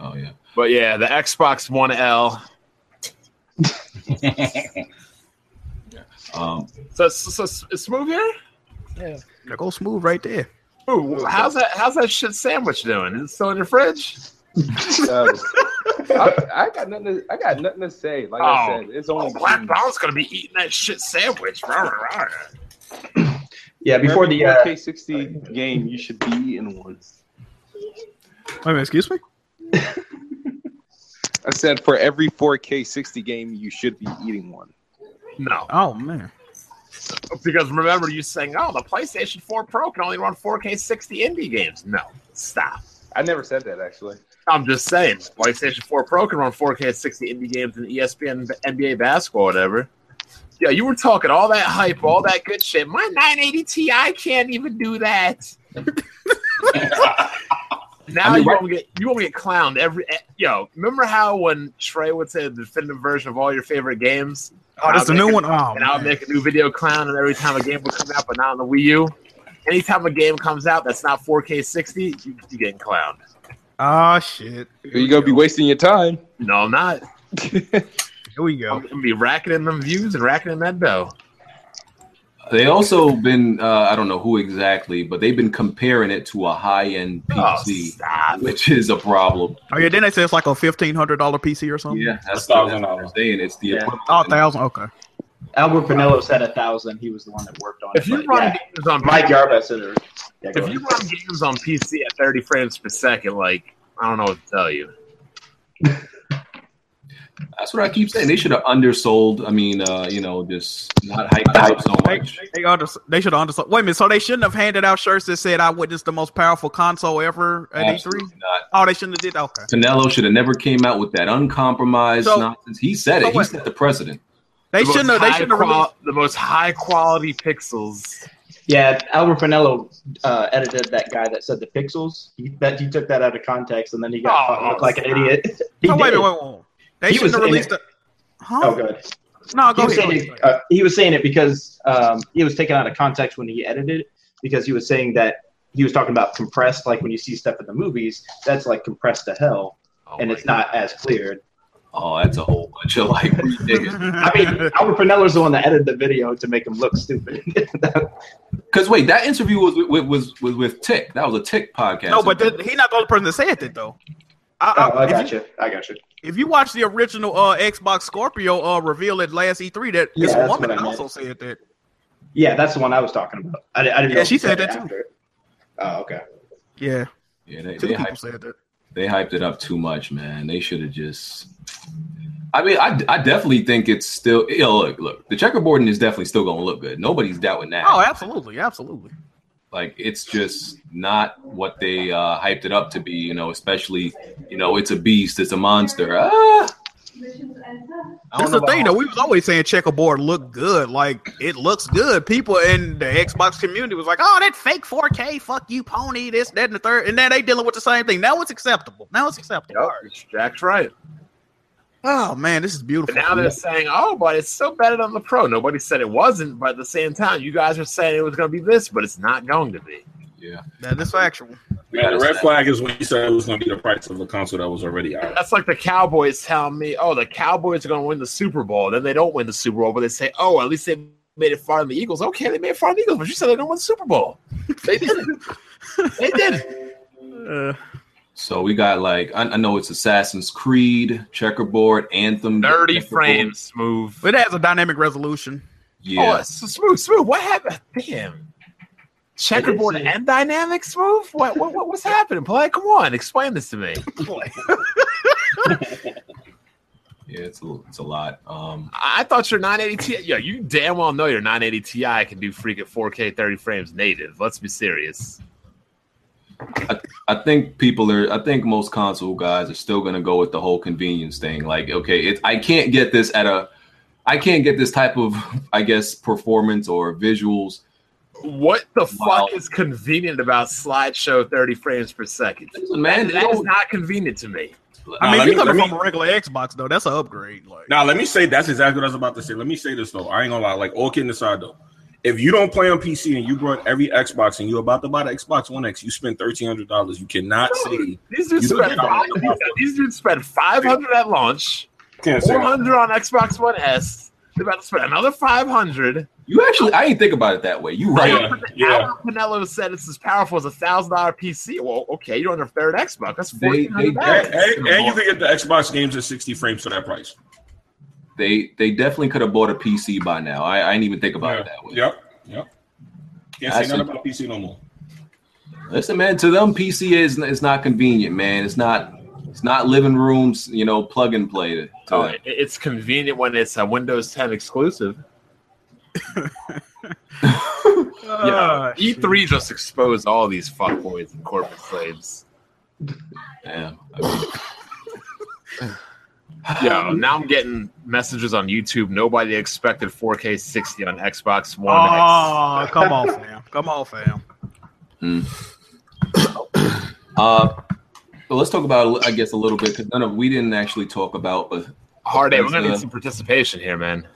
Speaker 3: Oh yeah.
Speaker 2: But yeah, the Xbox One L.
Speaker 3: Um,
Speaker 2: So, so, so it's smooth here.
Speaker 4: Now go smooth right there.
Speaker 2: Ooh, how's that? How's that shit sandwich doing? Is it still in your fridge?
Speaker 7: No. Uh, I, I got nothing. To, I got nothing to say. Like I
Speaker 2: Oh.
Speaker 7: said, it's only
Speaker 2: Black Ball's gonna be eating that shit sandwich. Rah, rah, rah.
Speaker 1: Yeah, before the. Uh,
Speaker 7: K sixty game, you should be eating one.
Speaker 4: Wait a minute, excuse me?
Speaker 7: I said for every four K sixty game, you should be eating one.
Speaker 2: No,
Speaker 4: Oh, man.
Speaker 2: because remember you saying, "Oh, the PlayStation 4 Pro can only run 4K 60 indie games." No, stop.
Speaker 7: I never said that actually.
Speaker 2: I'm just saying, PlayStation 4 Pro can run 4K 60 indie games and E ESPN NBA basketball, whatever. Yeah, you were talking all that hype, all that good shit. My 980 Ti can't even do that. now
Speaker 3: I mean,
Speaker 2: you
Speaker 3: right-
Speaker 2: won't get you won't get clowned every. eh, Yo, remember how when Trey would say the definitive version of all your favorite games,
Speaker 4: Oh, that's the
Speaker 2: I'll
Speaker 4: new
Speaker 2: make
Speaker 4: one? Oh,
Speaker 2: and I'll
Speaker 4: man.
Speaker 2: make a new video clown, and every time a game would come out, but not on the Wii U. Anytime a game comes out that's not 4K 60, you, you're getting clowned.
Speaker 4: Oh, shit. Here
Speaker 7: You're gonna be wasting your time.
Speaker 2: No, I'm not.
Speaker 4: Here we go.
Speaker 2: I'm gonna be racking in them views and racking in that dough.
Speaker 3: They also been uh, I don't know who exactly, but they've been comparing it to a high end
Speaker 2: Oh,
Speaker 3: PC,
Speaker 2: stop.
Speaker 3: which is a problem.
Speaker 4: Oh, yeah, then they say it's like a $1,500 PC or something.
Speaker 3: Yeah, that's the
Speaker 5: $1,000.
Speaker 3: that's what I'm saying. It's the
Speaker 1: Yeah.
Speaker 3: equivalent.
Speaker 4: Oh, thousand. Okay.
Speaker 1: uh, Albert Pinello said a 1,000. He was the one that worked on
Speaker 2: If
Speaker 1: it.
Speaker 2: you
Speaker 1: but
Speaker 2: run
Speaker 1: yeah.
Speaker 2: games on
Speaker 1: Mike Yarbrough said it. Yeah, go
Speaker 2: if you
Speaker 1: ahead.
Speaker 2: run games on PC at 30 frames per second, like I don't know what to tell you.
Speaker 3: That's what I keep saying. They should have undersold. I mean, uh, you know, just not hyped it up so
Speaker 4: They,
Speaker 3: much.
Speaker 4: they, under, they should have understood. Wait a minute. So they shouldn't have handed out shirts that said, I witnessed the most powerful console ever at
Speaker 3: Absolutely
Speaker 4: E3?
Speaker 3: not.
Speaker 4: Oh, they shouldn't have did Okay.
Speaker 3: Pinello should have never came out with that uncompromised
Speaker 4: So-
Speaker 3: nonsense. He said
Speaker 4: so
Speaker 3: it. He
Speaker 4: what-
Speaker 3: set the precedent.
Speaker 4: They
Speaker 2: The most
Speaker 4: shouldn't have. They shouldn't have
Speaker 2: high qual-
Speaker 4: released.
Speaker 2: the most high quality pixels.
Speaker 1: Yeah, Albert Pinello uh, edited that guy that said the pixels. He, that, he took that out of context and then he got
Speaker 2: Oh,
Speaker 1: caught looked like an
Speaker 2: stop.
Speaker 1: idiot. he
Speaker 4: No, wait a
Speaker 1: did.
Speaker 4: minute. Wait, wait, wait. They
Speaker 1: He was
Speaker 4: shouldn't have
Speaker 1: in
Speaker 4: released
Speaker 1: it.
Speaker 4: it. Huh?
Speaker 1: Oh, good.
Speaker 4: No,
Speaker 1: he
Speaker 4: go
Speaker 1: was,
Speaker 4: ahead.
Speaker 1: saying
Speaker 4: go
Speaker 1: it,
Speaker 4: ahead.
Speaker 1: uh, he was saying it because um, it was taken out of context when he edited it because he was saying that he was talking about compressed like when you see stuff in the movies that's like compressed to hell
Speaker 2: Oh
Speaker 1: and
Speaker 2: my
Speaker 1: it's not as cleared
Speaker 3: Oh, that's a whole bunch of like ridiculous.
Speaker 1: I mean, Albert Pinello's the one that edited the video to make him look stupid. oh,
Speaker 3: Because wait, that interview was with was was with Tick. That was a Tick podcast.
Speaker 4: no, but th- he's not the only person that said that though. I,
Speaker 1: oh, I
Speaker 4: if
Speaker 1: got
Speaker 4: you.
Speaker 1: you. I got you.
Speaker 4: If you watch the original uh, Xbox Scorpio uh, reveal at last E3, that
Speaker 1: Yeah,
Speaker 4: this
Speaker 1: that's
Speaker 4: woman
Speaker 1: what I meant.
Speaker 4: also said that.
Speaker 1: Yeah, that's the one I was talking about. I, di- I didn't.
Speaker 4: Yeah,
Speaker 1: know if
Speaker 4: she
Speaker 1: you
Speaker 4: said that
Speaker 1: it
Speaker 4: too.
Speaker 1: after. Oh, okay.
Speaker 4: Yeah,
Speaker 3: yeah, they,
Speaker 4: two
Speaker 3: they
Speaker 4: people
Speaker 3: hyped,
Speaker 4: said that.
Speaker 3: they hyped it up too much, man. They should have just. I mean, I, I definitely think it's still. You know, look, look, the checkerboarding is definitely still gonna look good. Nobody's doubting that.
Speaker 4: Oh, absolutely, absolutely.
Speaker 3: like it's just not what they uh, hyped it up to be you know especially you know it's a beast it's a monster ah! I
Speaker 4: That's
Speaker 3: don't
Speaker 4: the
Speaker 3: know
Speaker 4: thing,
Speaker 3: about-
Speaker 4: though. We was always saying checkerboard look good. Like it looks good. People in the Xbox community was like, "Oh, that fake 4K, fuck you, pony." This, that, and the third, and now they dealing with the same thing. Now it's acceptable. Now it's acceptable.
Speaker 2: Yup, Jack's right.
Speaker 4: Oh man, this is
Speaker 2: But
Speaker 4: beautiful.
Speaker 2: now they're saying, "Oh, but it's still better than the Pro." Nobody said it wasn't, but at the same time, you guys are saying it was going to be this, but it's not going to be.
Speaker 3: yeah
Speaker 4: That is factual.
Speaker 5: Yeah, the red flag is when you said it was going to be the price of a console that was already out.
Speaker 2: That's like the Cowboys telling me, "Oh, the Cowboys are going to win the Super Bowl." Then they don't win the Super Bowl, but they say, "Oh, at least they made it far in the Eagles." Okay, they made it far in the Eagles, but you said they don't win the Super Bowl. They did. it. they did. it.
Speaker 4: Uh,
Speaker 3: so we got like I, I know it's assassin's creed checkerboard anthem
Speaker 2: Thirty
Speaker 3: Checkerboard.
Speaker 2: frames, smooth.
Speaker 4: it has a dynamic resolution.
Speaker 2: Oh,
Speaker 3: yeah
Speaker 2: it's so smooth, smooth. What happened? Damn. Checkerboard
Speaker 1: It is, yeah.
Speaker 2: and dynamic smooth. What, what, what what's happening? Play, come on, explain this to me.
Speaker 3: yeah it's a, it's a lot um
Speaker 2: I I thought your 980 Ti. Yeah, you damn well know your 980 Ti can do freaking 4K 30 frames native. Let's be serious.
Speaker 3: I think people are. I think most console guys are still going to go with the whole convenience thing. Like, okay, it, I can't get this at a, I can't get this type of, I guess, performance or visuals.
Speaker 2: What the
Speaker 3: Wow.
Speaker 2: fuck is convenient about slideshow 30 frames per second?
Speaker 3: Listen,
Speaker 2: Man,
Speaker 3: Man,
Speaker 2: that is
Speaker 3: yo,
Speaker 2: not convenient to me.
Speaker 4: I
Speaker 5: Nah,
Speaker 4: mean,
Speaker 5: let
Speaker 4: if you
Speaker 5: me-
Speaker 4: coming
Speaker 5: let
Speaker 4: from
Speaker 5: me-
Speaker 4: a regular Xbox though, that's an upgrade. Like,
Speaker 5: Now, let me say that's exactly what I was about to say. Let me say this though. I ain't gonna lie. Like all kidding aside though, if you don't play on PC and you brought every Xbox and you about to buy the Xbox One X, you spend thirteen hundred dollars. You cannot say
Speaker 2: These dudes
Speaker 5: You
Speaker 2: spent
Speaker 5: don't
Speaker 2: five,
Speaker 5: know.
Speaker 2: these dudes spent 500 at launch,
Speaker 5: can't say
Speaker 2: 400 on Xbox One S. They're about to spend another 500.
Speaker 3: you actually, I ain't think about it that way. You right.
Speaker 5: yeah, yeah.
Speaker 2: Albert Pinello said it's as powerful as a thousand dollar PC. Well, okay, you're on their third Xbox. That's
Speaker 3: They- they-
Speaker 2: fourteen hundred
Speaker 5: And,
Speaker 2: dollars.
Speaker 5: and- and you can get the Xbox games at sixty frames for that price.
Speaker 3: They they definitely could have bought a PC by now. I, I didn't even think about it that way.
Speaker 5: Yep, yep. Can't
Speaker 3: I
Speaker 5: say nothing
Speaker 3: see.
Speaker 5: about PC no more.
Speaker 3: Listen, man, to them PC is it's not convenient, man. It's not it's not living rooms, you know, plug and play. To, to
Speaker 2: Oh,
Speaker 3: them.
Speaker 2: it- it's convenient when it's a Windows 10 exclusive.
Speaker 4: uh,
Speaker 2: E3 E just exposed all these fuckboys and corporate slaves.
Speaker 3: Yeah. I mean,
Speaker 2: Yo, Um, now I'm getting messages on YouTube. Nobody expected 4K 60 on Xbox One
Speaker 4: oh, come on, fam. Come on, fam.
Speaker 3: Uh, but let's talk about, I guess, a little bit because none of we didn't actually talk about, but
Speaker 2: X. Hard day. We're
Speaker 3: That's,
Speaker 2: gonna
Speaker 3: uh,
Speaker 2: need some participation here, man.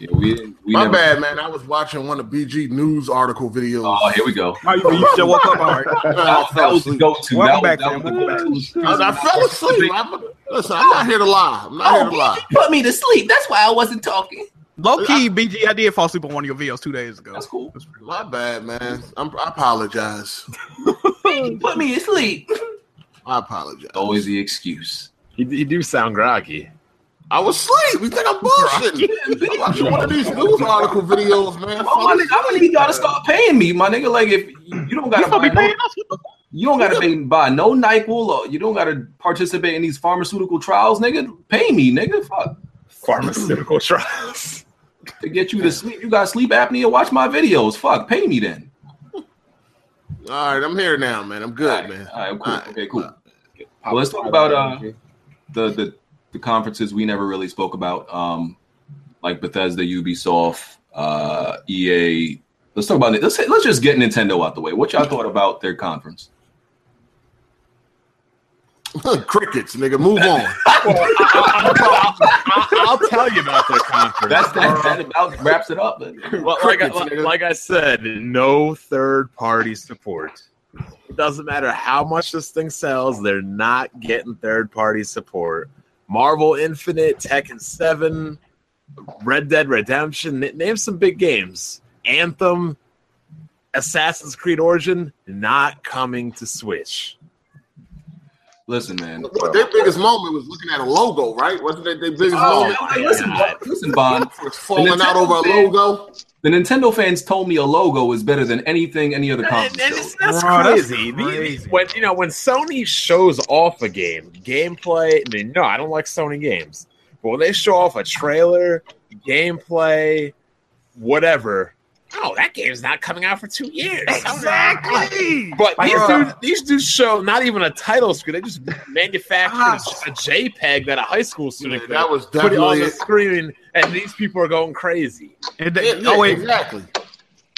Speaker 3: yeah, we didn't. We
Speaker 6: My
Speaker 3: never-
Speaker 6: bad, man. I was watching one of BG news article videos.
Speaker 3: Oh, here we go.
Speaker 4: How you, you still woke up? All right.
Speaker 6: And I
Speaker 3: That,
Speaker 6: fell
Speaker 3: was the
Speaker 6: asleep.
Speaker 3: go-to.
Speaker 4: Welcome
Speaker 3: that,
Speaker 4: back,
Speaker 3: was-
Speaker 4: man.
Speaker 3: that
Speaker 4: Welcome
Speaker 3: was Oh, the
Speaker 6: And I fell asleep. I'm, listen, I'm not here to lie. I'm not here to lie.
Speaker 3: put me to sleep. That's why I wasn't talking.
Speaker 4: Low key, BG, I did fall asleep on one of your videos two days ago.
Speaker 3: That's cool.
Speaker 6: My bad, man. I'm, I apologize.
Speaker 3: Put me to sleep.
Speaker 6: I apologize.
Speaker 3: Always the excuse.
Speaker 2: You, you do sound groggy.
Speaker 6: I was asleep. You think I'm bullshitting? I'm watching one of these news article videos, man.
Speaker 3: Oh, my nigga,
Speaker 6: Fuck.
Speaker 3: I'm gonna need y'all to start paying me, my nigga. Like, if you don't gotta buy, no, you don't gotta pay, buy no NyQuil, or you don't gotta participate in these pharmaceutical trials, nigga. Pay me, nigga. Fuck.
Speaker 2: Pharmaceutical trials.
Speaker 3: to get you to sleep. You got sleep apnea. Watch my videos. Fuck, pay me then.
Speaker 6: All right, I'm here now, man. I'm good, man.
Speaker 3: All right, cool.
Speaker 6: All right.
Speaker 3: Okay, cool. Well, let's talk about uh, the, the the conferences we never really spoke about, um, like Bethesda, Ubisoft, uh, EA. Let's talk about it. Let's let's just get Nintendo out the way. What y'all thought about their conference?
Speaker 6: Crickets, nigga. Move on.
Speaker 2: I, I'll tell you about their conference.
Speaker 3: That's that, that about wraps it up.
Speaker 2: Well, like, I,
Speaker 6: Crickets, nigga.
Speaker 2: like I said, no third party support. It doesn't matter how much this thing sells, they're not getting third party support. Marvel Infinite, Tekken 7, Red Dead Redemption. N- Name some big games. Anthem, Assassin's Creed Origin, not coming to Switch.
Speaker 3: Listen, man.
Speaker 6: What, their biggest moment was looking at a logo, right? Wasn't that their biggest
Speaker 3: Oh,
Speaker 6: moment?
Speaker 3: hey, listen, Bond, listen, Bond.
Speaker 6: Was falling out
Speaker 3: Nintendo
Speaker 6: over a
Speaker 3: thing.
Speaker 6: logo.
Speaker 3: The Nintendo fans told me a logo is better than anything any other
Speaker 2: And- and
Speaker 3: conference. showed.
Speaker 2: it's- that's
Speaker 4: Bro, that's
Speaker 2: crazy. The-
Speaker 4: crazy.
Speaker 2: When you know when Sony shows off a game, gameplay. I mean, no, I don't like Sony games. But when they show off a trailer, gameplay, whatever. Oh, that game's not coming out for two years.
Speaker 4: Exactly.
Speaker 2: But these
Speaker 4: Bruh.
Speaker 2: dudes, these dudes show not even a title screen. They just manufactured a JPEG that a high school
Speaker 6: Yeah,
Speaker 2: student could
Speaker 6: that was
Speaker 2: put it on
Speaker 6: definitely
Speaker 2: the screen, and these people are going crazy.
Speaker 4: And
Speaker 6: Yeah,
Speaker 4: they,
Speaker 6: yeah,
Speaker 4: oh wait,
Speaker 6: exactly.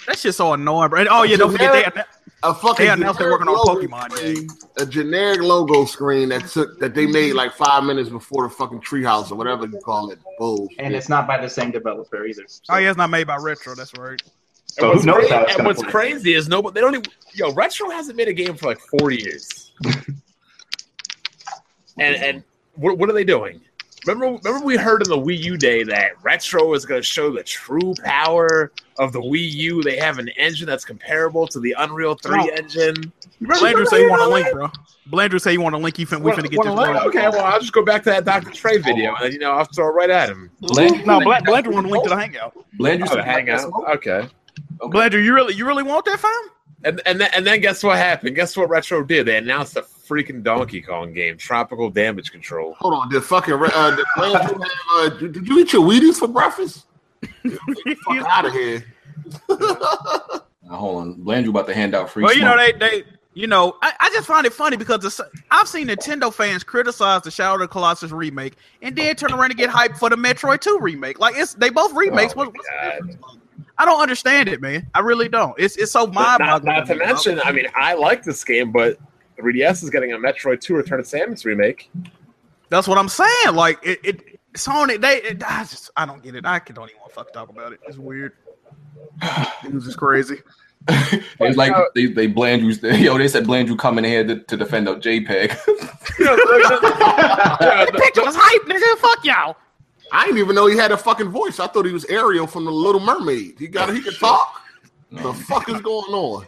Speaker 4: that shit's so annoying, bro. And, oh yeah, don't forget they,
Speaker 6: A fucking
Speaker 4: they announced they're
Speaker 6: generic
Speaker 4: working on
Speaker 6: logo
Speaker 4: Pokemon
Speaker 6: screen-
Speaker 4: game.
Speaker 6: A generic logo screen that took that they made like five minutes before the fucking treehouse or whatever you call it. Bullshit.
Speaker 1: And it's not by the same developer either. So,
Speaker 4: Oh yeah, it's not made by Retro. That's right.
Speaker 1: so
Speaker 2: and what's,
Speaker 1: who knows
Speaker 2: crazy,
Speaker 1: how it's
Speaker 2: and
Speaker 1: gonna
Speaker 2: what's
Speaker 1: play.
Speaker 2: crazy is nobody they don't even yo retro hasn't made a game for like four years and and what, what are they doing remember remember we heard in the wii u day that retro was going to show the true power of the wii u they have an engine that's comparable to the unreal 3
Speaker 4: Oh.
Speaker 2: engine
Speaker 4: Blandrew say you want a link, bro. Blandrew say you want a link. He fin- we
Speaker 2: Wanna-
Speaker 4: finna get this.
Speaker 2: wanna learn?
Speaker 4: rolling.
Speaker 2: okay well i'll just go back to that dr trey video and you know i'll throw it right at him
Speaker 3: Blandrew-
Speaker 4: No, Bla- Blandrew want a link to the hangout.
Speaker 3: Blandrew
Speaker 2: oh,
Speaker 3: said-
Speaker 2: hang out okay
Speaker 4: Blandrew, you really, you really want that fam?
Speaker 2: And and then, and then guess what happened? Guess what Retro did? They announced a freaking Donkey Kong game, Tropical Damage Control.
Speaker 6: Hold on, did fucking re- uh, did, Blandrew have, uh, did, did you eat your Wheaties for breakfast? Fuck out of here.
Speaker 3: Now, hold on. Blandrew about to hand out free
Speaker 4: Well, you know
Speaker 3: smoke.
Speaker 4: they they you know I, I just find it funny because it's, I've seen Nintendo fans criticize the Shadow of the Colossus remake and then turn around and get hyped for the Metroid Two remake. Like it's they both remakes.
Speaker 2: Oh, my
Speaker 4: What- what's
Speaker 2: God.
Speaker 4: the difference? Like, I don't understand it, man. I really don't. It's it's so mind
Speaker 2: Not, not,
Speaker 4: boggling.
Speaker 2: to mention, I mean, I like this game, but 3DS is getting a Metroid 2 Return of Samus remake.
Speaker 4: that's what I'm saying. Like it, it Sony they it, I just I don't get it. I can- don't even want to fuck talk about it. It's weird. This is crazy.
Speaker 3: It's like they, they Blandrew's yo, they said Blandrew coming here to, to defend a JPEG.
Speaker 2: You know, the- the-
Speaker 4: The picture was hype, nigga. Fuck y'all.
Speaker 6: I didn't even know he had a fucking voice. I thought he was Ariel from the Little Mermaid. He got he could talk. The fuck is going on?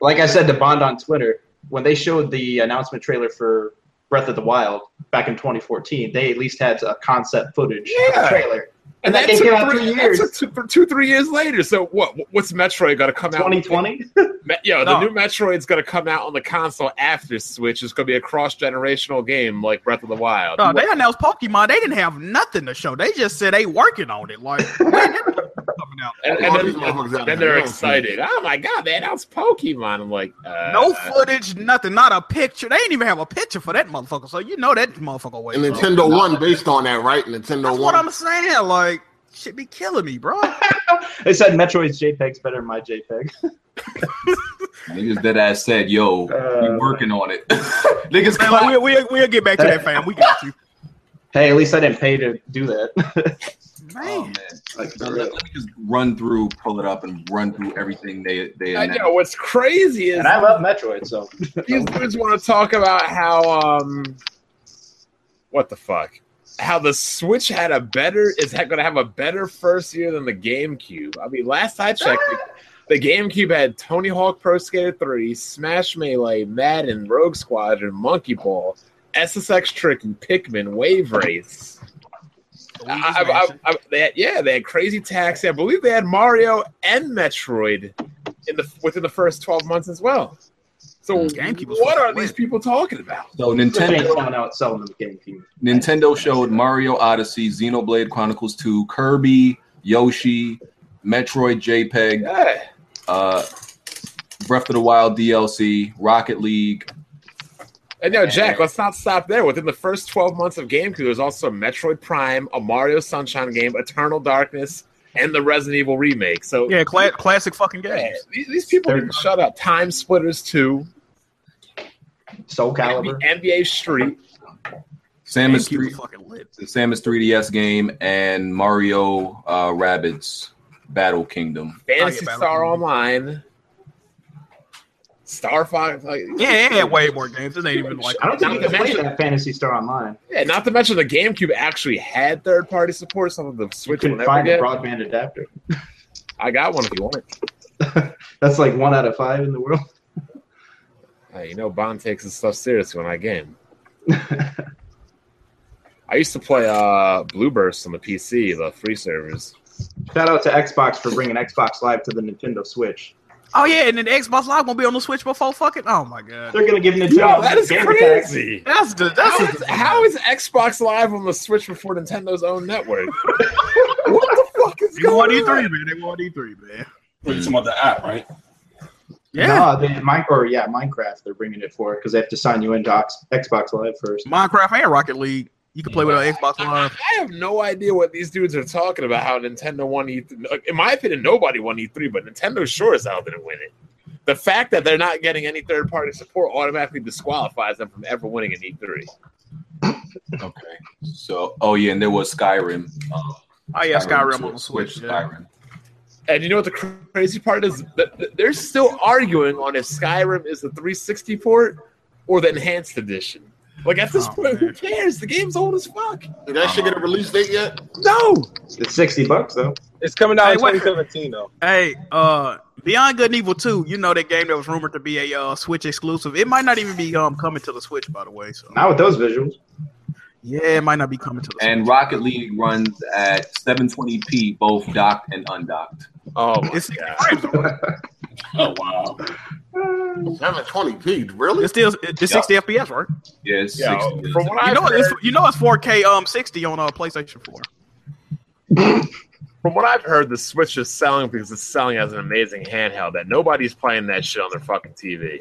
Speaker 1: Like I said to Bond on Twitter, when they showed the announcement trailer for Breath of the Wild back in 2014, they at least had a concept footage of
Speaker 2: Yeah.
Speaker 1: the trailer. And
Speaker 2: and that
Speaker 1: that
Speaker 2: took
Speaker 1: came out
Speaker 2: three
Speaker 1: three
Speaker 2: years.
Speaker 1: years.
Speaker 2: two, three years later. So what? What's Metroid going to come out?
Speaker 1: 2020?
Speaker 2: Me- Yo, the
Speaker 4: No.
Speaker 2: new Metroid's going to come out on the console after Switch. It's going to be a cross generational game like Breath of the Wild.
Speaker 4: No, they announced Pokemon. They didn't have nothing to show. They just said they working on it. Like, when that coming out?
Speaker 2: and, and
Speaker 6: All
Speaker 2: then,
Speaker 6: these motherfuckers out
Speaker 2: then
Speaker 6: here.
Speaker 2: they're excited. Oh my god, they announced Pokemon. I'm like, uh,
Speaker 4: no footage, nothing, not a picture. They didn't even have a picture for that motherfucker. So you know that motherfucker way.
Speaker 6: And Nintendo One based on that, right? Nintendo
Speaker 4: That's
Speaker 6: One.
Speaker 4: what I'm saying. Like, shit be killing me, bro.
Speaker 1: they said Metroid's JPEG's better than my JPEG.
Speaker 3: They just dead ass said, yo, we
Speaker 1: Uh.
Speaker 3: working on it. Niggas
Speaker 4: Man,
Speaker 3: clap.
Speaker 4: like, we, we, we'll get back to that, fam. We got you.
Speaker 1: Hey, at least I didn't pay to do that.
Speaker 2: Um,
Speaker 3: Oh,
Speaker 4: Man.
Speaker 3: man. Like, let, let me just run through, pull it up, and run through everything they they
Speaker 2: I
Speaker 3: announced.
Speaker 2: know what's crazy is
Speaker 1: and I love Metroid, so.
Speaker 2: these dudes want to talk about how um, what the fuck? How the Switch had a better is going to have a better first year than the GameCube. I mean, last I checked, the, the GameCube had Tony Hawk Pro Skater 3, Smash Melee, Madden, Rogue Squadron, Monkey Ball, SSX Trick, and Pikmin Wave Race. I, I, I, I, they had, yeah, they had Crazy Taxi. I believe they had Mario and Metroid in the within the first twelve months as well. So
Speaker 4: GameCube was
Speaker 2: what are
Speaker 4: fucking
Speaker 2: these
Speaker 4: lit.
Speaker 2: people talking about?
Speaker 3: So
Speaker 1: Nintendo
Speaker 3: Nintendo
Speaker 1: someone out selling the GameCube.
Speaker 3: Nintendo showed Mario Odyssey, Xenoblade Chronicles 2, Kirby, Yoshi, Metroid JPEG,
Speaker 2: Yeah.
Speaker 3: uh, Breath of the Wild DLC, Rocket League.
Speaker 2: And now, Jack, let's not stop there. Within the first twelve months of GameCube, there's also Metroid Prime, a Mario Sunshine game, Eternal Darkness, and the Resident Evil remake. So
Speaker 4: Yeah, cla- classic fucking
Speaker 2: yeah,
Speaker 4: games.
Speaker 2: these, these people need to shut up. Time Splitters two,
Speaker 1: Soul Calibur.
Speaker 2: NBA Street.
Speaker 3: Samus
Speaker 4: GameCube was
Speaker 3: 3,
Speaker 4: fucking lit.
Speaker 3: the Samus 3DS game and Mario uh, Rabbids Battle Kingdom.
Speaker 2: Fantasy
Speaker 4: Battle
Speaker 2: Star
Speaker 4: Kingdom.
Speaker 2: Online, Star Fox. Like,
Speaker 4: Yeah, it had way more games. It ain't even like
Speaker 1: I don't think you
Speaker 2: Not
Speaker 1: can
Speaker 2: to
Speaker 1: play
Speaker 2: mention-
Speaker 1: that Fantasy Star Online.
Speaker 2: yeah, not to mention the GameCube actually had third party support. Some of the
Speaker 1: You
Speaker 2: Switch will
Speaker 1: can
Speaker 2: never
Speaker 1: find a
Speaker 2: get.
Speaker 1: broadband adapter.
Speaker 2: I got one if you want it.
Speaker 1: That's like one out of five in the world.
Speaker 2: Hey, Uh, you know, Bond takes his stuff seriously when I game. I used to play uh, Blue Burst on the PC, the free servers.
Speaker 1: Shout out to Xbox for bringing Xbox Live to the Nintendo Switch.
Speaker 4: Oh yeah, and then the Xbox Live won't be on the Switch before fucking. Oh my god,
Speaker 1: They're gonna give Nintendo game attacks.
Speaker 4: that's the that's
Speaker 2: How
Speaker 4: the-
Speaker 2: is, how is Xbox Live on the Switch before Nintendo's own network? what the fuck is
Speaker 4: They want
Speaker 2: going
Speaker 4: E3,
Speaker 2: on?
Speaker 4: man. They want E3, man.
Speaker 5: Put some other app, right?
Speaker 4: Yeah,
Speaker 1: No, they, Mine, or yeah, Minecraft. They're bringing it for because they have to sign you into Ox- Xbox Live first.
Speaker 4: Minecraft and Rocket League. You can play with an Xbox
Speaker 2: I,
Speaker 4: Live.
Speaker 2: I have no idea what these dudes are talking about. How Nintendo won E3. Like, In my opinion, nobody won E3, but Nintendo sure as hell didn't win it. The fact that they're not getting any third party support automatically disqualifies them from ever winning an E E3.
Speaker 3: Okay. So, oh yeah, and there was Skyrim. Um,
Speaker 4: Oh yeah, Skyrim on the
Speaker 3: Sw-
Speaker 4: Switch. yeah.
Speaker 3: Skyrim.
Speaker 2: And you know what the cr- crazy part is? Th- th- They're still arguing on if Skyrim is the 360 port or the enhanced edition. Like at this
Speaker 4: Oh,
Speaker 2: point, who
Speaker 4: man.
Speaker 2: cares? The game's old as fuck.
Speaker 6: Did that shit get a release date yet?
Speaker 2: No,
Speaker 1: It's sixty bucks though.
Speaker 7: It's coming out
Speaker 4: Hey,
Speaker 7: in
Speaker 4: wait.
Speaker 7: 2017 though.
Speaker 4: Hey, uh, Beyond Good and Evil Two. You know that game that was rumored to be a uh, Switch exclusive. It might not even be um coming to the Switch, by the way. So
Speaker 1: Not with those visuals.
Speaker 4: yeah, it might not be coming to the.
Speaker 3: And Rocket League runs at 720p, both docked and undocked.
Speaker 2: Oh, my
Speaker 4: Switch.
Speaker 2: God.
Speaker 4: it's
Speaker 5: Oh wow.
Speaker 6: 720p, really?
Speaker 4: it's still it's 60 FPS, right?
Speaker 3: Yeah, it's
Speaker 2: Yo,
Speaker 3: 60.
Speaker 2: from what
Speaker 4: You
Speaker 2: I've
Speaker 4: know
Speaker 2: heard,
Speaker 4: it's you know it's 4K um 60 on uh, PlayStation 4.
Speaker 2: from what I've heard, the Switch is selling because it's selling as an amazing handheld that nobody's playing that shit on their fucking TV.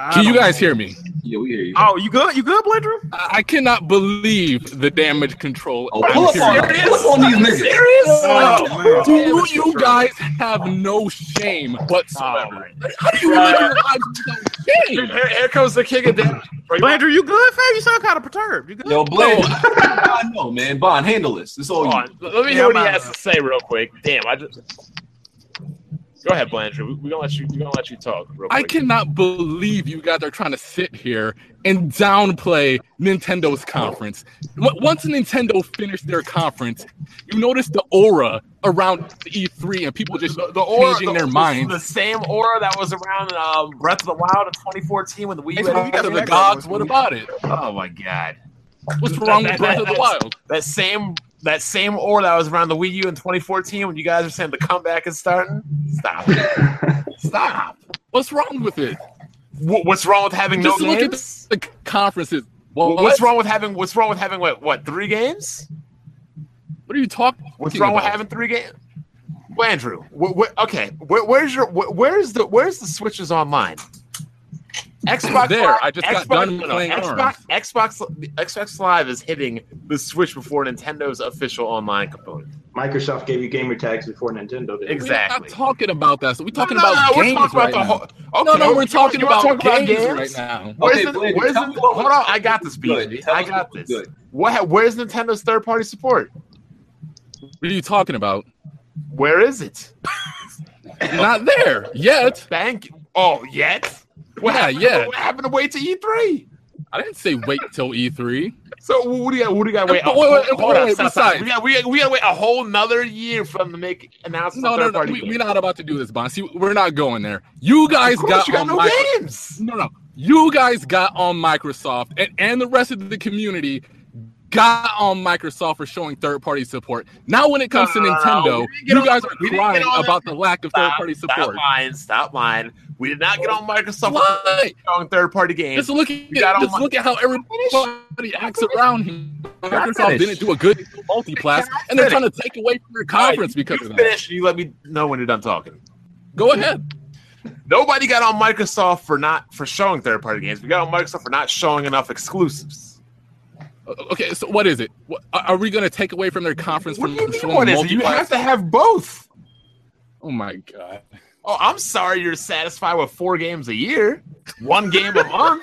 Speaker 4: I
Speaker 8: Can you
Speaker 4: don't-
Speaker 8: guys hear me?
Speaker 3: yeah, we hear you.
Speaker 4: Oh, you good? You good, Blender?
Speaker 8: I I cannot believe the damage control.
Speaker 3: Oh,
Speaker 8: I'm
Speaker 3: pull up
Speaker 8: hearing.
Speaker 3: on- pull up on these niggas.
Speaker 4: Oh,
Speaker 8: Do you, you guys have no shame
Speaker 2: Oh,
Speaker 8: whatsoever?
Speaker 2: my-
Speaker 8: How do you live your lives without
Speaker 2: here,
Speaker 8: shame?
Speaker 2: here- here comes the king of damage.
Speaker 4: Blender, you good, fam? You sound kind of perturbed. You good?
Speaker 3: Yo, Blade. I know, man. Bond, handle this. It's all
Speaker 2: Hold
Speaker 3: you.
Speaker 2: on. Let me
Speaker 4: Yeah,
Speaker 2: hear what he
Speaker 4: man.
Speaker 2: has to say real quick. Damn, I just go ahead, Blandry. We're gonna let you. We're gonna let you talk. Real quick.
Speaker 8: I cannot believe you guys are trying to sit here and downplay Nintendo's conference. W- Once Nintendo finished their conference, you notice the aura around E3 and people just
Speaker 2: The aura- the-
Speaker 8: changing their
Speaker 2: the-
Speaker 8: minds.
Speaker 2: The same aura that was around um, Breath of the Wild in 2014 when the Wii
Speaker 8: It's
Speaker 2: U.
Speaker 8: Breath of the
Speaker 4: that
Speaker 8: Gods.
Speaker 4: going
Speaker 8: What
Speaker 4: on.
Speaker 8: about it?
Speaker 2: Oh my god!
Speaker 8: What's wrong with Breath of the Wild?
Speaker 2: That same that same aura that was around the Wii U in 2014 when you guys were saying the comeback is starting. Stop! Stop!
Speaker 8: What's wrong with it?
Speaker 2: Wh- What's wrong with having
Speaker 8: Just
Speaker 2: no
Speaker 8: look at
Speaker 2: games?
Speaker 8: the, the conferences. Well,
Speaker 2: What's wrong with having? What's wrong with having what? What three games?
Speaker 8: What are you talking?
Speaker 2: What's wrong with
Speaker 8: about?
Speaker 2: having three games? Well, Andrew, wh- wh- okay, wh- where's your wh- where's the where's the switches online? Xbox
Speaker 8: There,
Speaker 2: Live,
Speaker 8: I just got
Speaker 2: Xbox-
Speaker 8: done
Speaker 2: no,
Speaker 8: playing
Speaker 2: Xbox,
Speaker 8: ARMS.
Speaker 2: Xbox, the Xbox Live is hitting the Switch before Nintendo's official online component.
Speaker 1: Microsoft gave you gamer tags before Nintendo did.
Speaker 2: Exactly.
Speaker 8: We're not talking about that. So we're talking
Speaker 2: No, no,
Speaker 8: about
Speaker 2: no, we're
Speaker 8: games
Speaker 2: talking
Speaker 8: right
Speaker 2: about the
Speaker 8: now.
Speaker 2: whole- Okay,
Speaker 8: no, no,
Speaker 2: you
Speaker 8: we're
Speaker 2: want-
Speaker 8: talking
Speaker 2: you want
Speaker 8: about,
Speaker 2: to talk about
Speaker 8: games,
Speaker 2: games?
Speaker 8: right now.
Speaker 2: Where's
Speaker 3: Okay,
Speaker 2: the,
Speaker 3: Blade,
Speaker 2: where's
Speaker 3: tell
Speaker 2: the,
Speaker 3: me what
Speaker 2: hold
Speaker 3: was
Speaker 2: on, I got this,
Speaker 3: good.
Speaker 2: BG.
Speaker 3: Tell
Speaker 2: I
Speaker 3: us
Speaker 2: got
Speaker 3: what was
Speaker 2: this.
Speaker 3: good.
Speaker 2: What? Where's Nintendo's third party support?
Speaker 8: What are you talking about?
Speaker 2: Where is it?
Speaker 8: Not there yet.
Speaker 2: Thank you. Oh, yet? What
Speaker 8: Yeah,
Speaker 2: happened
Speaker 8: yet.
Speaker 2: To, what happened to wait to E E3?
Speaker 8: I didn't say wait till E E3.
Speaker 2: So what do you what do you got? Wait, a
Speaker 8: But wait, wait,
Speaker 2: whole-
Speaker 8: wait,
Speaker 2: hold on,
Speaker 8: wait,
Speaker 2: stop, stop.
Speaker 8: besides-
Speaker 2: We got we got, we got to wait a whole nother year from the make announcement.
Speaker 8: No, no, no.
Speaker 2: third-party
Speaker 8: We,
Speaker 2: game.
Speaker 8: we're not about to do this, Bon. See, we're not going there. You guys
Speaker 2: Of course,
Speaker 8: got
Speaker 2: you got
Speaker 8: on
Speaker 2: no
Speaker 8: my.
Speaker 2: games.
Speaker 8: No, no. You guys got on Microsoft and, and the rest of the community got on Microsoft for showing third party support. Now, when it comes
Speaker 2: No, no,
Speaker 8: to
Speaker 2: no, no.
Speaker 8: Nintendo,
Speaker 2: We didn't get
Speaker 8: you
Speaker 2: on-
Speaker 8: guys are
Speaker 2: we didn't get
Speaker 8: crying
Speaker 2: on
Speaker 8: about the lack of third
Speaker 2: Stop,
Speaker 8: party
Speaker 2: stop
Speaker 8: support.
Speaker 2: lying, stop lying. We did not get on Microsoft
Speaker 8: Why?
Speaker 2: on third party games.
Speaker 8: Just look at
Speaker 2: You got on
Speaker 8: just
Speaker 2: my-
Speaker 8: look at how everybody acts around him. Microsoft
Speaker 2: finish?
Speaker 8: didn't do a good multiplass,
Speaker 2: Can I
Speaker 8: and they're
Speaker 2: finish?
Speaker 8: trying to take away from your conference
Speaker 2: You
Speaker 8: because of that.
Speaker 2: finish and you let me know when you're done talking.
Speaker 8: Go ahead.
Speaker 2: Nobody got on Microsoft for not for showing third party games. We got on Microsoft for not showing enough exclusives.
Speaker 8: O- Okay, so what is it? What, are are we going to take away from their conference
Speaker 2: What
Speaker 8: from
Speaker 2: do you mean?
Speaker 8: showing
Speaker 2: What is it? You have
Speaker 8: multiplass?
Speaker 2: to have both.
Speaker 8: Oh my god!
Speaker 2: Oh, I'm sorry you're satisfied with four games a year, one game a month.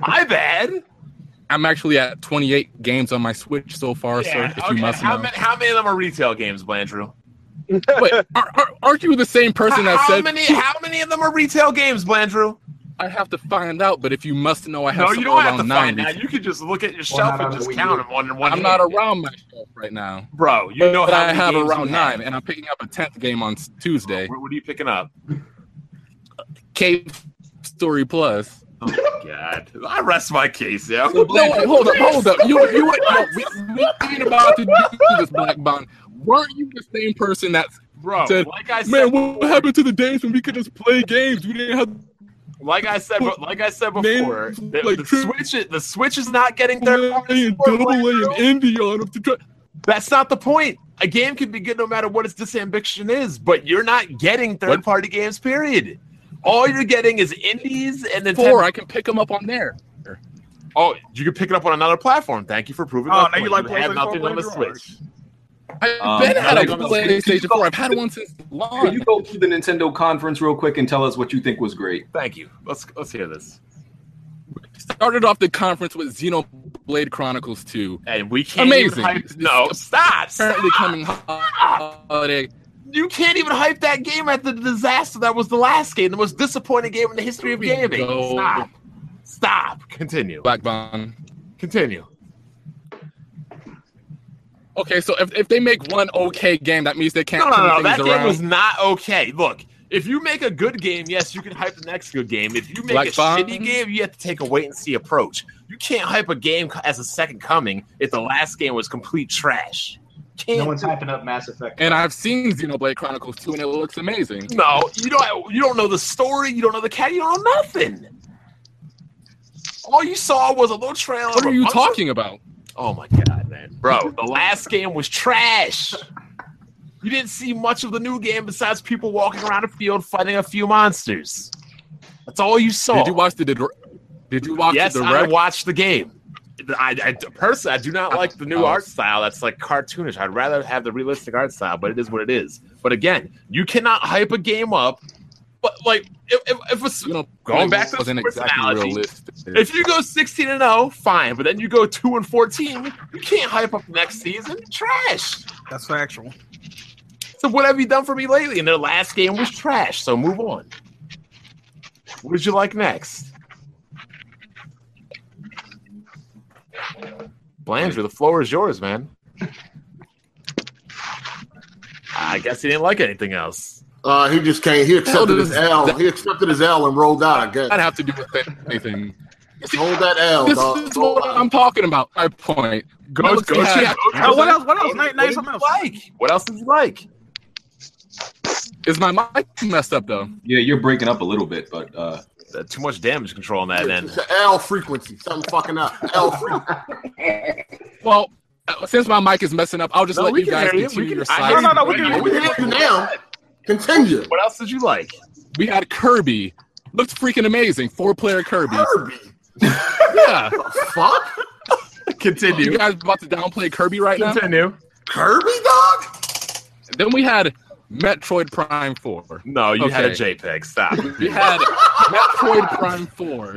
Speaker 2: My bad.
Speaker 8: I'm actually at 28 games on my Switch so far, sir. If
Speaker 2: okay,
Speaker 8: you must
Speaker 2: how,
Speaker 8: know.
Speaker 2: many, how many of them are retail games, Blandrew?
Speaker 8: But are, are, aren't you the same person that
Speaker 2: how
Speaker 8: said
Speaker 2: many? How many of them are retail games, Blandrew?
Speaker 8: I have to find out? But if you must know, I have
Speaker 2: No,
Speaker 8: somewhere
Speaker 2: you don't have to
Speaker 8: around
Speaker 2: find
Speaker 8: 90.
Speaker 2: out. You could just look at your shelf
Speaker 1: not on
Speaker 2: and just
Speaker 1: the Wii
Speaker 2: count
Speaker 1: U.
Speaker 2: them one in one.
Speaker 8: I'm not
Speaker 2: hand.
Speaker 8: around my shelf right now.
Speaker 2: bro. You
Speaker 8: but
Speaker 2: know how
Speaker 8: I
Speaker 2: many
Speaker 8: have
Speaker 2: games
Speaker 8: around
Speaker 2: you have.
Speaker 8: nine, and I'm picking up a tenth game on s- Tuesday.
Speaker 2: What, what are you picking up?
Speaker 8: Cave Story Plus.
Speaker 2: God, I rest my case. Yeah,
Speaker 8: No, wait, hold up, hold up. You, you, were- no, we, we ain't about to do this, Black Bond. Weren't you the same person that
Speaker 2: bro.
Speaker 8: Said,
Speaker 2: like I said,
Speaker 8: man? What happened to the days when we could just play games? We didn't have
Speaker 2: Like I said, but like I said
Speaker 8: Man,
Speaker 2: before, the,
Speaker 8: like,
Speaker 2: the
Speaker 8: tri-
Speaker 2: switch, is- the switch is not getting third
Speaker 8: double A
Speaker 2: party
Speaker 8: and
Speaker 2: support,
Speaker 8: double A
Speaker 2: Blandrew.
Speaker 8: and indie on them to try.
Speaker 2: That's not the point. A game could be good no matter what its disambition is, but you're not getting third party games. Period. All you're getting is indies and then
Speaker 8: Four, I can pick them up on there.
Speaker 2: Oh, you can pick it up on another platform. Thank you for proving.
Speaker 4: Oh,
Speaker 2: my
Speaker 4: now
Speaker 2: point.
Speaker 4: you like
Speaker 2: have
Speaker 4: PlayStation
Speaker 2: nothing
Speaker 4: four
Speaker 2: on the
Speaker 4: players?
Speaker 2: Switch.
Speaker 8: I've
Speaker 3: Um,
Speaker 8: been had a
Speaker 3: like on the Switch,
Speaker 8: PlayStation Four. I've had one since
Speaker 3: Could you
Speaker 8: launch.
Speaker 3: go through the Nintendo conference real quick and tell us what you think was great?
Speaker 2: Thank you. Let's let's hear this.
Speaker 8: Started off the conference with Xenoblade Chronicles Two.
Speaker 2: And we can't
Speaker 8: Amazing.
Speaker 2: even hype. No, stop.
Speaker 8: Apparently
Speaker 2: stop.
Speaker 8: coming holiday.
Speaker 2: You can't even hype that game at the disaster that was the last game, the most disappointing game in the history of
Speaker 8: Here we
Speaker 2: gaming.
Speaker 8: go.
Speaker 2: Stop. Stop. Continue.
Speaker 8: Black Bond.
Speaker 2: Continue.
Speaker 8: Okay, so if, if they make one okay game, that means they can't
Speaker 2: No, no, no.
Speaker 8: turn
Speaker 2: That
Speaker 8: things
Speaker 2: game
Speaker 8: around.
Speaker 2: was not okay. Look, if you make a good game, yes, you can hype the next good game. If you make
Speaker 8: Black
Speaker 2: a
Speaker 8: Bond?
Speaker 2: shitty game, you have to take a wait and see approach. You can't hype a game co- as a second coming if the last game was complete trash. Can't.
Speaker 1: No
Speaker 2: No,
Speaker 1: one's hyping up Mass Effect.
Speaker 8: and I've seen Xenoblade Chronicles 2 and it looks amazing.
Speaker 2: you don't. You don't know the story. You don't know the cat. You don't know nothing. All you saw was a little trailer.
Speaker 8: What
Speaker 2: of
Speaker 8: are
Speaker 2: a
Speaker 8: you
Speaker 2: bunch of-
Speaker 8: talking about?
Speaker 2: Oh my god, man, bro! The last game was trash. You didn't see much of the new game besides people walking around a field fighting a few monsters. That's all you saw.
Speaker 8: Did you watch the dir- Did you watch
Speaker 2: yes,
Speaker 8: the
Speaker 2: I
Speaker 8: direct?
Speaker 2: watched the game. I, I personally, I do not like the new
Speaker 8: Oh.
Speaker 2: art style. That's like cartoonish. I'd rather have the realistic art style, but it is what it is. But again, you cannot hype a game up. But like, if, if, if a, s-
Speaker 8: you know,
Speaker 2: Going back to the
Speaker 8: wasn't
Speaker 2: sports
Speaker 8: exactly
Speaker 2: analogy.
Speaker 8: realistic.
Speaker 2: if you go 16 and 0, fine. But then you go 2 and 14, you can't hype up next season. Trash.
Speaker 4: That's factual.
Speaker 2: So what have you done for me lately? And their last game was trash. So move on. What did you like next? Blandrew, the floor is yours, man. I guess he didn't like anything else.
Speaker 6: Uh, he just came. He accepted his L. He accepted his L and rolled out. I
Speaker 8: I'd
Speaker 6: guess.
Speaker 8: have to do with anything.
Speaker 6: Hold that L,
Speaker 8: This
Speaker 6: dog.
Speaker 8: is what I'm talking about. My point.
Speaker 2: Go,
Speaker 8: Let's
Speaker 2: go,
Speaker 8: see how-
Speaker 2: yeah.
Speaker 4: Now, what else? What else? Name, name something else.
Speaker 2: like? What else did you like?
Speaker 8: Is my mic messed up though?
Speaker 3: Yeah, you're breaking up a little bit, but uh,
Speaker 2: Uh, Too much damage control on that
Speaker 6: It's
Speaker 2: end.
Speaker 6: the L frequency. Something fucking up. L frequency.
Speaker 8: Well, uh, since my mic is messing up, I'll just
Speaker 2: No,
Speaker 8: let
Speaker 2: we
Speaker 8: you
Speaker 2: can
Speaker 8: guys
Speaker 2: hear you. We
Speaker 8: continue
Speaker 2: can-
Speaker 8: your
Speaker 2: I-
Speaker 8: side.
Speaker 4: No, no, no. We can.
Speaker 6: We hear you now. Continue.
Speaker 2: What else did you like?
Speaker 8: We had Kirby. Looked freaking amazing. Four player Kirby.
Speaker 6: Kirby.
Speaker 8: yeah.
Speaker 6: The fuck?
Speaker 8: You
Speaker 2: Continue.
Speaker 8: guys about to downplay Kirby right now?
Speaker 2: Continue.
Speaker 6: Kirby, dog?
Speaker 8: Then we had Metroid Prime 4.
Speaker 2: No, you had a
Speaker 8: Okay.
Speaker 2: JPEG. Stop.
Speaker 8: We had Metroid Prime 4.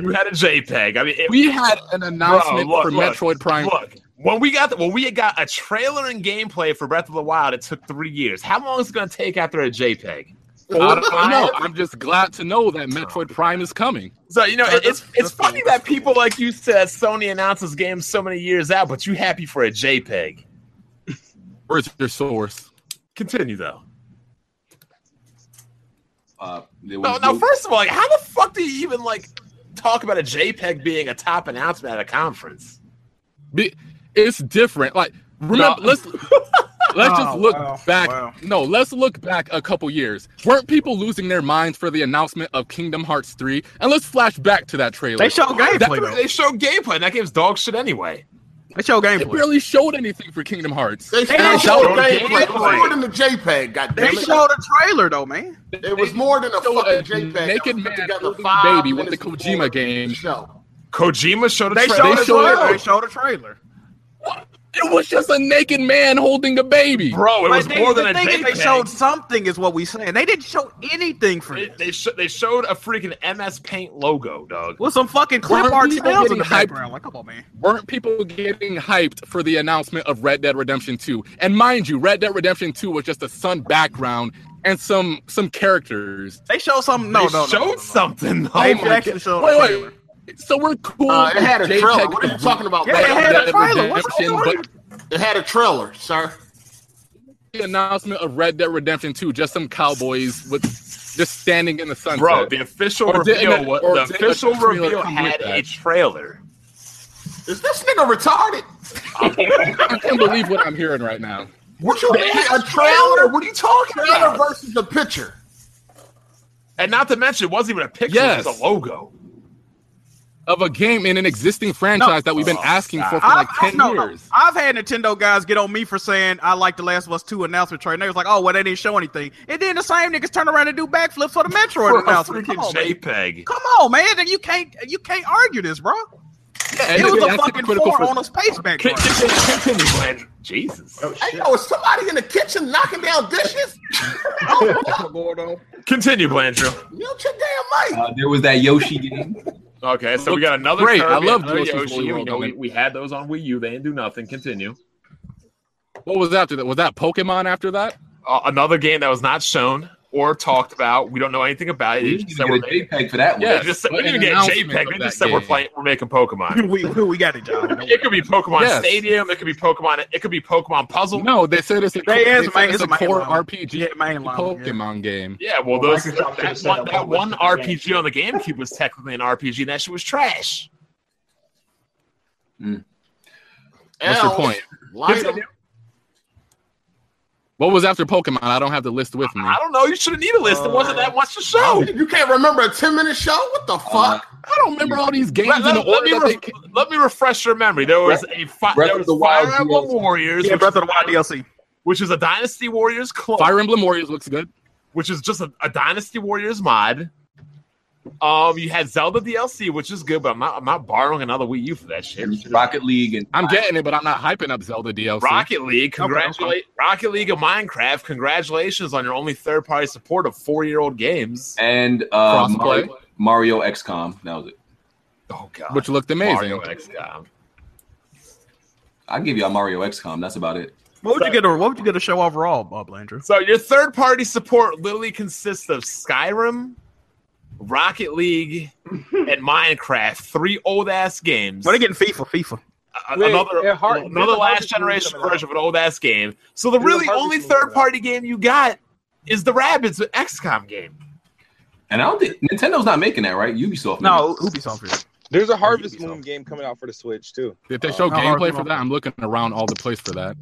Speaker 2: You had a JPEG. I mean, it,
Speaker 8: We had an announcement
Speaker 2: look,
Speaker 8: for
Speaker 2: look,
Speaker 8: Metroid Prime.
Speaker 2: Look, when we got the, when we got a trailer and gameplay for Breath of the Wild, it took three years. How long is it going to take after a JPEG?
Speaker 8: I don't know. I'm just glad to know that Metroid Prime is coming.
Speaker 2: So you know,
Speaker 4: No,
Speaker 2: it, it's
Speaker 4: that's-
Speaker 2: it's
Speaker 4: that's
Speaker 2: funny that people like you said Sony announces games so many years out, but you happy for a JPEG.
Speaker 8: Where's your source?
Speaker 2: Continue though.
Speaker 3: uh, there
Speaker 2: No,
Speaker 3: was
Speaker 2: now first of all, like, how the fuck do you even like talk about a JPEG being a top announcement at a conference?
Speaker 8: Be- it's different. Like, remember,
Speaker 2: No.
Speaker 8: let's let's just
Speaker 4: Oh,
Speaker 8: look
Speaker 4: wow,
Speaker 8: back.
Speaker 4: wow.
Speaker 8: No, let's look back a couple years. Weren't people losing their minds for the announcement of Kingdom Hearts 3? And let's flash back to that trailer.
Speaker 4: They show
Speaker 8: That's
Speaker 4: gameplay though.
Speaker 2: They showed gameplay. and That game's dog shit anyway.
Speaker 4: They show
Speaker 8: They
Speaker 4: gameplay.
Speaker 8: barely showed anything for Kingdom Hearts.
Speaker 6: They
Speaker 4: They
Speaker 6: showed
Speaker 4: showed
Speaker 6: gameplay. It was
Speaker 2: gameplay.
Speaker 6: more than the JPEG. God
Speaker 4: They
Speaker 6: damn it.
Speaker 4: showed a trailer though, man.
Speaker 6: It was more than a
Speaker 8: Show a
Speaker 6: fucking JPEG. that
Speaker 8: naked
Speaker 6: was put
Speaker 8: man
Speaker 6: together
Speaker 8: holding
Speaker 6: five
Speaker 8: baby with the
Speaker 6: minutes
Speaker 8: Kojima
Speaker 6: before
Speaker 8: game.
Speaker 6: the Show.
Speaker 2: Kojima showed a
Speaker 4: They
Speaker 2: trailer.
Speaker 4: showed
Speaker 8: They
Speaker 4: a
Speaker 8: showed-
Speaker 4: trailer. They showed a trailer.
Speaker 8: What? It was just a naked man holding a baby.
Speaker 2: Bro, it was
Speaker 4: they,
Speaker 2: more
Speaker 4: the
Speaker 2: than a
Speaker 4: thing is
Speaker 2: JPEG.
Speaker 4: they showed something is what we saying. They didn't show anything for
Speaker 2: They,
Speaker 4: this.
Speaker 2: they, sho- they showed a freaking MS Paint logo, dog.
Speaker 4: With some fucking clip
Speaker 8: Weren't
Speaker 4: art
Speaker 8: people
Speaker 4: sales in
Speaker 8: getting
Speaker 4: the
Speaker 8: hyped?
Speaker 4: background. Like, come on, man.
Speaker 8: Weren't people getting hyped for the announcement of Red Dead Redemption 2? And mind you, Red Dead Redemption 2 was just a sun background and some some characters.
Speaker 4: They showed something. No,
Speaker 2: they
Speaker 4: no, no, no,
Speaker 2: showed
Speaker 4: no, no.
Speaker 2: something. Oh
Speaker 4: They
Speaker 2: my
Speaker 4: actually showed.
Speaker 8: Wait,
Speaker 4: a
Speaker 8: wait.
Speaker 4: trailer.
Speaker 8: So we're cool.
Speaker 6: Uh, it had a
Speaker 8: with JPEG
Speaker 6: trailer. What are you
Speaker 8: of
Speaker 6: talking about?
Speaker 4: Yeah,
Speaker 8: Red
Speaker 4: it had a
Speaker 8: Dead
Speaker 4: trailer. What's the
Speaker 8: Redemption,
Speaker 4: story?
Speaker 8: but
Speaker 6: It had a trailer, sir.
Speaker 8: the announcement of Red Dead Redemption 2, just some cowboys with just standing in the sun.
Speaker 2: Bro, the official
Speaker 8: Or didn't
Speaker 2: reveal.
Speaker 8: it-
Speaker 2: wa-
Speaker 8: or
Speaker 2: the
Speaker 8: didn't
Speaker 2: official
Speaker 8: the trailer
Speaker 2: reveal
Speaker 8: come
Speaker 2: had
Speaker 8: with
Speaker 2: a
Speaker 8: that?
Speaker 2: trailer.
Speaker 6: Is this nigga retarded?
Speaker 8: I can't believe what I'm hearing right now.
Speaker 6: What you mean a trailer? What are you talking about? Versus the picture.
Speaker 2: And not to mention, it wasn't even a picture. It was
Speaker 8: Yes.
Speaker 2: a logo.
Speaker 8: Of a game in an existing franchise that we've been
Speaker 2: Oh,
Speaker 8: asking for for
Speaker 4: I've,
Speaker 8: like 10
Speaker 4: no, no.
Speaker 8: years.
Speaker 4: I've had Nintendo guys get on me for saying I like The Last of Us 2 announcement trailer. And they was like, oh, well, they didn't show anything. And then the same niggas turn around and do backflips for the Metroid
Speaker 2: For a
Speaker 4: announcement.
Speaker 2: freaking
Speaker 4: Come on, man.
Speaker 2: JPEG.
Speaker 4: Come on, man. You can't, you can't argue this, bro.
Speaker 8: And
Speaker 4: it was a
Speaker 8: that's
Speaker 4: fucking
Speaker 8: critical
Speaker 4: four
Speaker 8: for-
Speaker 4: on Oh. a space
Speaker 2: Con-
Speaker 4: background.
Speaker 2: con- Continue, Blandrew. Jesus.
Speaker 1: Oh,
Speaker 6: Hey, yo, is somebody in the kitchen knocking down dishes?
Speaker 2: Continue, Blandrew.
Speaker 6: Mute your damn mic.
Speaker 3: Uh, there was that Yoshi game.
Speaker 2: Okay, so we got another.
Speaker 8: Great,
Speaker 2: Kirby,
Speaker 8: I love
Speaker 2: another
Speaker 8: Yoshi's Woolly
Speaker 2: Yoshi. We,
Speaker 8: World
Speaker 2: know we,
Speaker 8: Gun.
Speaker 2: we had those on Wii U. They didn't do nothing. Continue.
Speaker 8: What was after that? Was that Pokemon after that?
Speaker 2: Uh, another game that was not shown or talked about. We don't know anything about it.
Speaker 3: We
Speaker 2: They
Speaker 3: didn't
Speaker 2: just
Speaker 3: even
Speaker 2: said we're
Speaker 3: get a
Speaker 2: making.
Speaker 3: JPEG for that one.
Speaker 2: They
Speaker 8: Yeah.
Speaker 2: just said, we
Speaker 8: but
Speaker 2: didn't even
Speaker 8: an
Speaker 2: get
Speaker 8: announcement
Speaker 2: JPEG. They just
Speaker 8: of that
Speaker 2: said we're
Speaker 8: game.
Speaker 2: playing. We're making Pokemon.
Speaker 4: we, we got it, y'all.
Speaker 2: It could be Pokemon
Speaker 8: Yes.
Speaker 2: Stadium. It could be Pokemon. It could be Pokemon Puzzle.
Speaker 8: No, Oh. they said it's a,
Speaker 4: They is,
Speaker 8: said
Speaker 4: man,
Speaker 8: it's
Speaker 4: it's
Speaker 8: a
Speaker 4: a main
Speaker 8: core
Speaker 4: line.
Speaker 8: RPG
Speaker 4: Yeah, mainline,
Speaker 8: Pokemon game.
Speaker 2: Yeah, well,
Speaker 1: Well,
Speaker 2: those
Speaker 1: Microsoft could've
Speaker 2: that,
Speaker 1: said
Speaker 2: one,
Speaker 1: that
Speaker 2: that
Speaker 1: one
Speaker 2: one
Speaker 1: was the game.
Speaker 2: RPG on the GameCube was technically an RPG, and that shit was trash.
Speaker 8: What's your point?
Speaker 6: Light 'em.
Speaker 8: What was after Pokemon? I don't have the list with me.
Speaker 2: I don't know. You shouldn't need a list. There wasn't
Speaker 1: Uh,
Speaker 2: that much to show.
Speaker 6: You can't remember a 10 minute show? What the fuck?
Speaker 8: I don't remember all these games
Speaker 2: Let,
Speaker 8: in the
Speaker 2: let- let
Speaker 8: order
Speaker 2: me
Speaker 8: that they
Speaker 2: ref- let me refresh your memory. There was a fi-
Speaker 3: Breath
Speaker 2: there
Speaker 3: of
Speaker 2: was
Speaker 3: the Wild
Speaker 2: Fire Emblem
Speaker 3: DLC.
Speaker 2: Warriors,
Speaker 4: Yeah,
Speaker 2: which,
Speaker 4: Breath of the Wild DLC.
Speaker 2: which is a Dynasty Warriors clone,
Speaker 8: Fire Emblem Warriors looks good.
Speaker 2: which is just a, a Dynasty Warriors mod. Um, you had Zelda DLC, which is good, but I'm not I'm not borrowing another Wii U for that shit.
Speaker 3: Rocket League and
Speaker 8: I'm getting it, but I'm not hyping up Zelda DLC.
Speaker 2: Rocket League,
Speaker 4: Okay, okay.
Speaker 2: congratulate Rocket League and Minecraft. Congratulations on your only third party support of four year old games.
Speaker 3: and uh,
Speaker 8: Crossplay.
Speaker 3: Mario, Mario XCOM. That was it.
Speaker 2: Oh god,
Speaker 8: which looked amazing.
Speaker 2: Mario XCOM.
Speaker 3: I can give y'all Mario XCOM. That's about it.
Speaker 4: What would you get? A, what would you get a show overall, Bob Landry?
Speaker 2: So your third party support literally consists of Skyrim, Rocket League, and Minecraft. Three old ass games.
Speaker 4: Well, they're getting FIFA. FIFA.
Speaker 2: A-
Speaker 5: Wait,
Speaker 2: another
Speaker 5: and Har- there's
Speaker 2: another
Speaker 5: a
Speaker 2: last
Speaker 5: Harvest Moon
Speaker 2: generation
Speaker 5: coming out.
Speaker 2: version of an old ass game. So the
Speaker 5: There's a
Speaker 2: really
Speaker 5: Harvest
Speaker 2: only
Speaker 5: Moon
Speaker 2: third
Speaker 5: coming out.
Speaker 2: party game you got is the Rabbids XCOM game.
Speaker 3: And I don't think Nintendo's not making that, right? Ubisoft.
Speaker 4: No, Ubisoft. is-
Speaker 5: There's a Harvest
Speaker 2: Ubisoft.
Speaker 5: Moon game coming out for the Switch too.
Speaker 8: Did they show
Speaker 4: How hard
Speaker 8: gameplay
Speaker 4: can
Speaker 8: for
Speaker 4: I-
Speaker 8: that? I'm looking around all the place for that.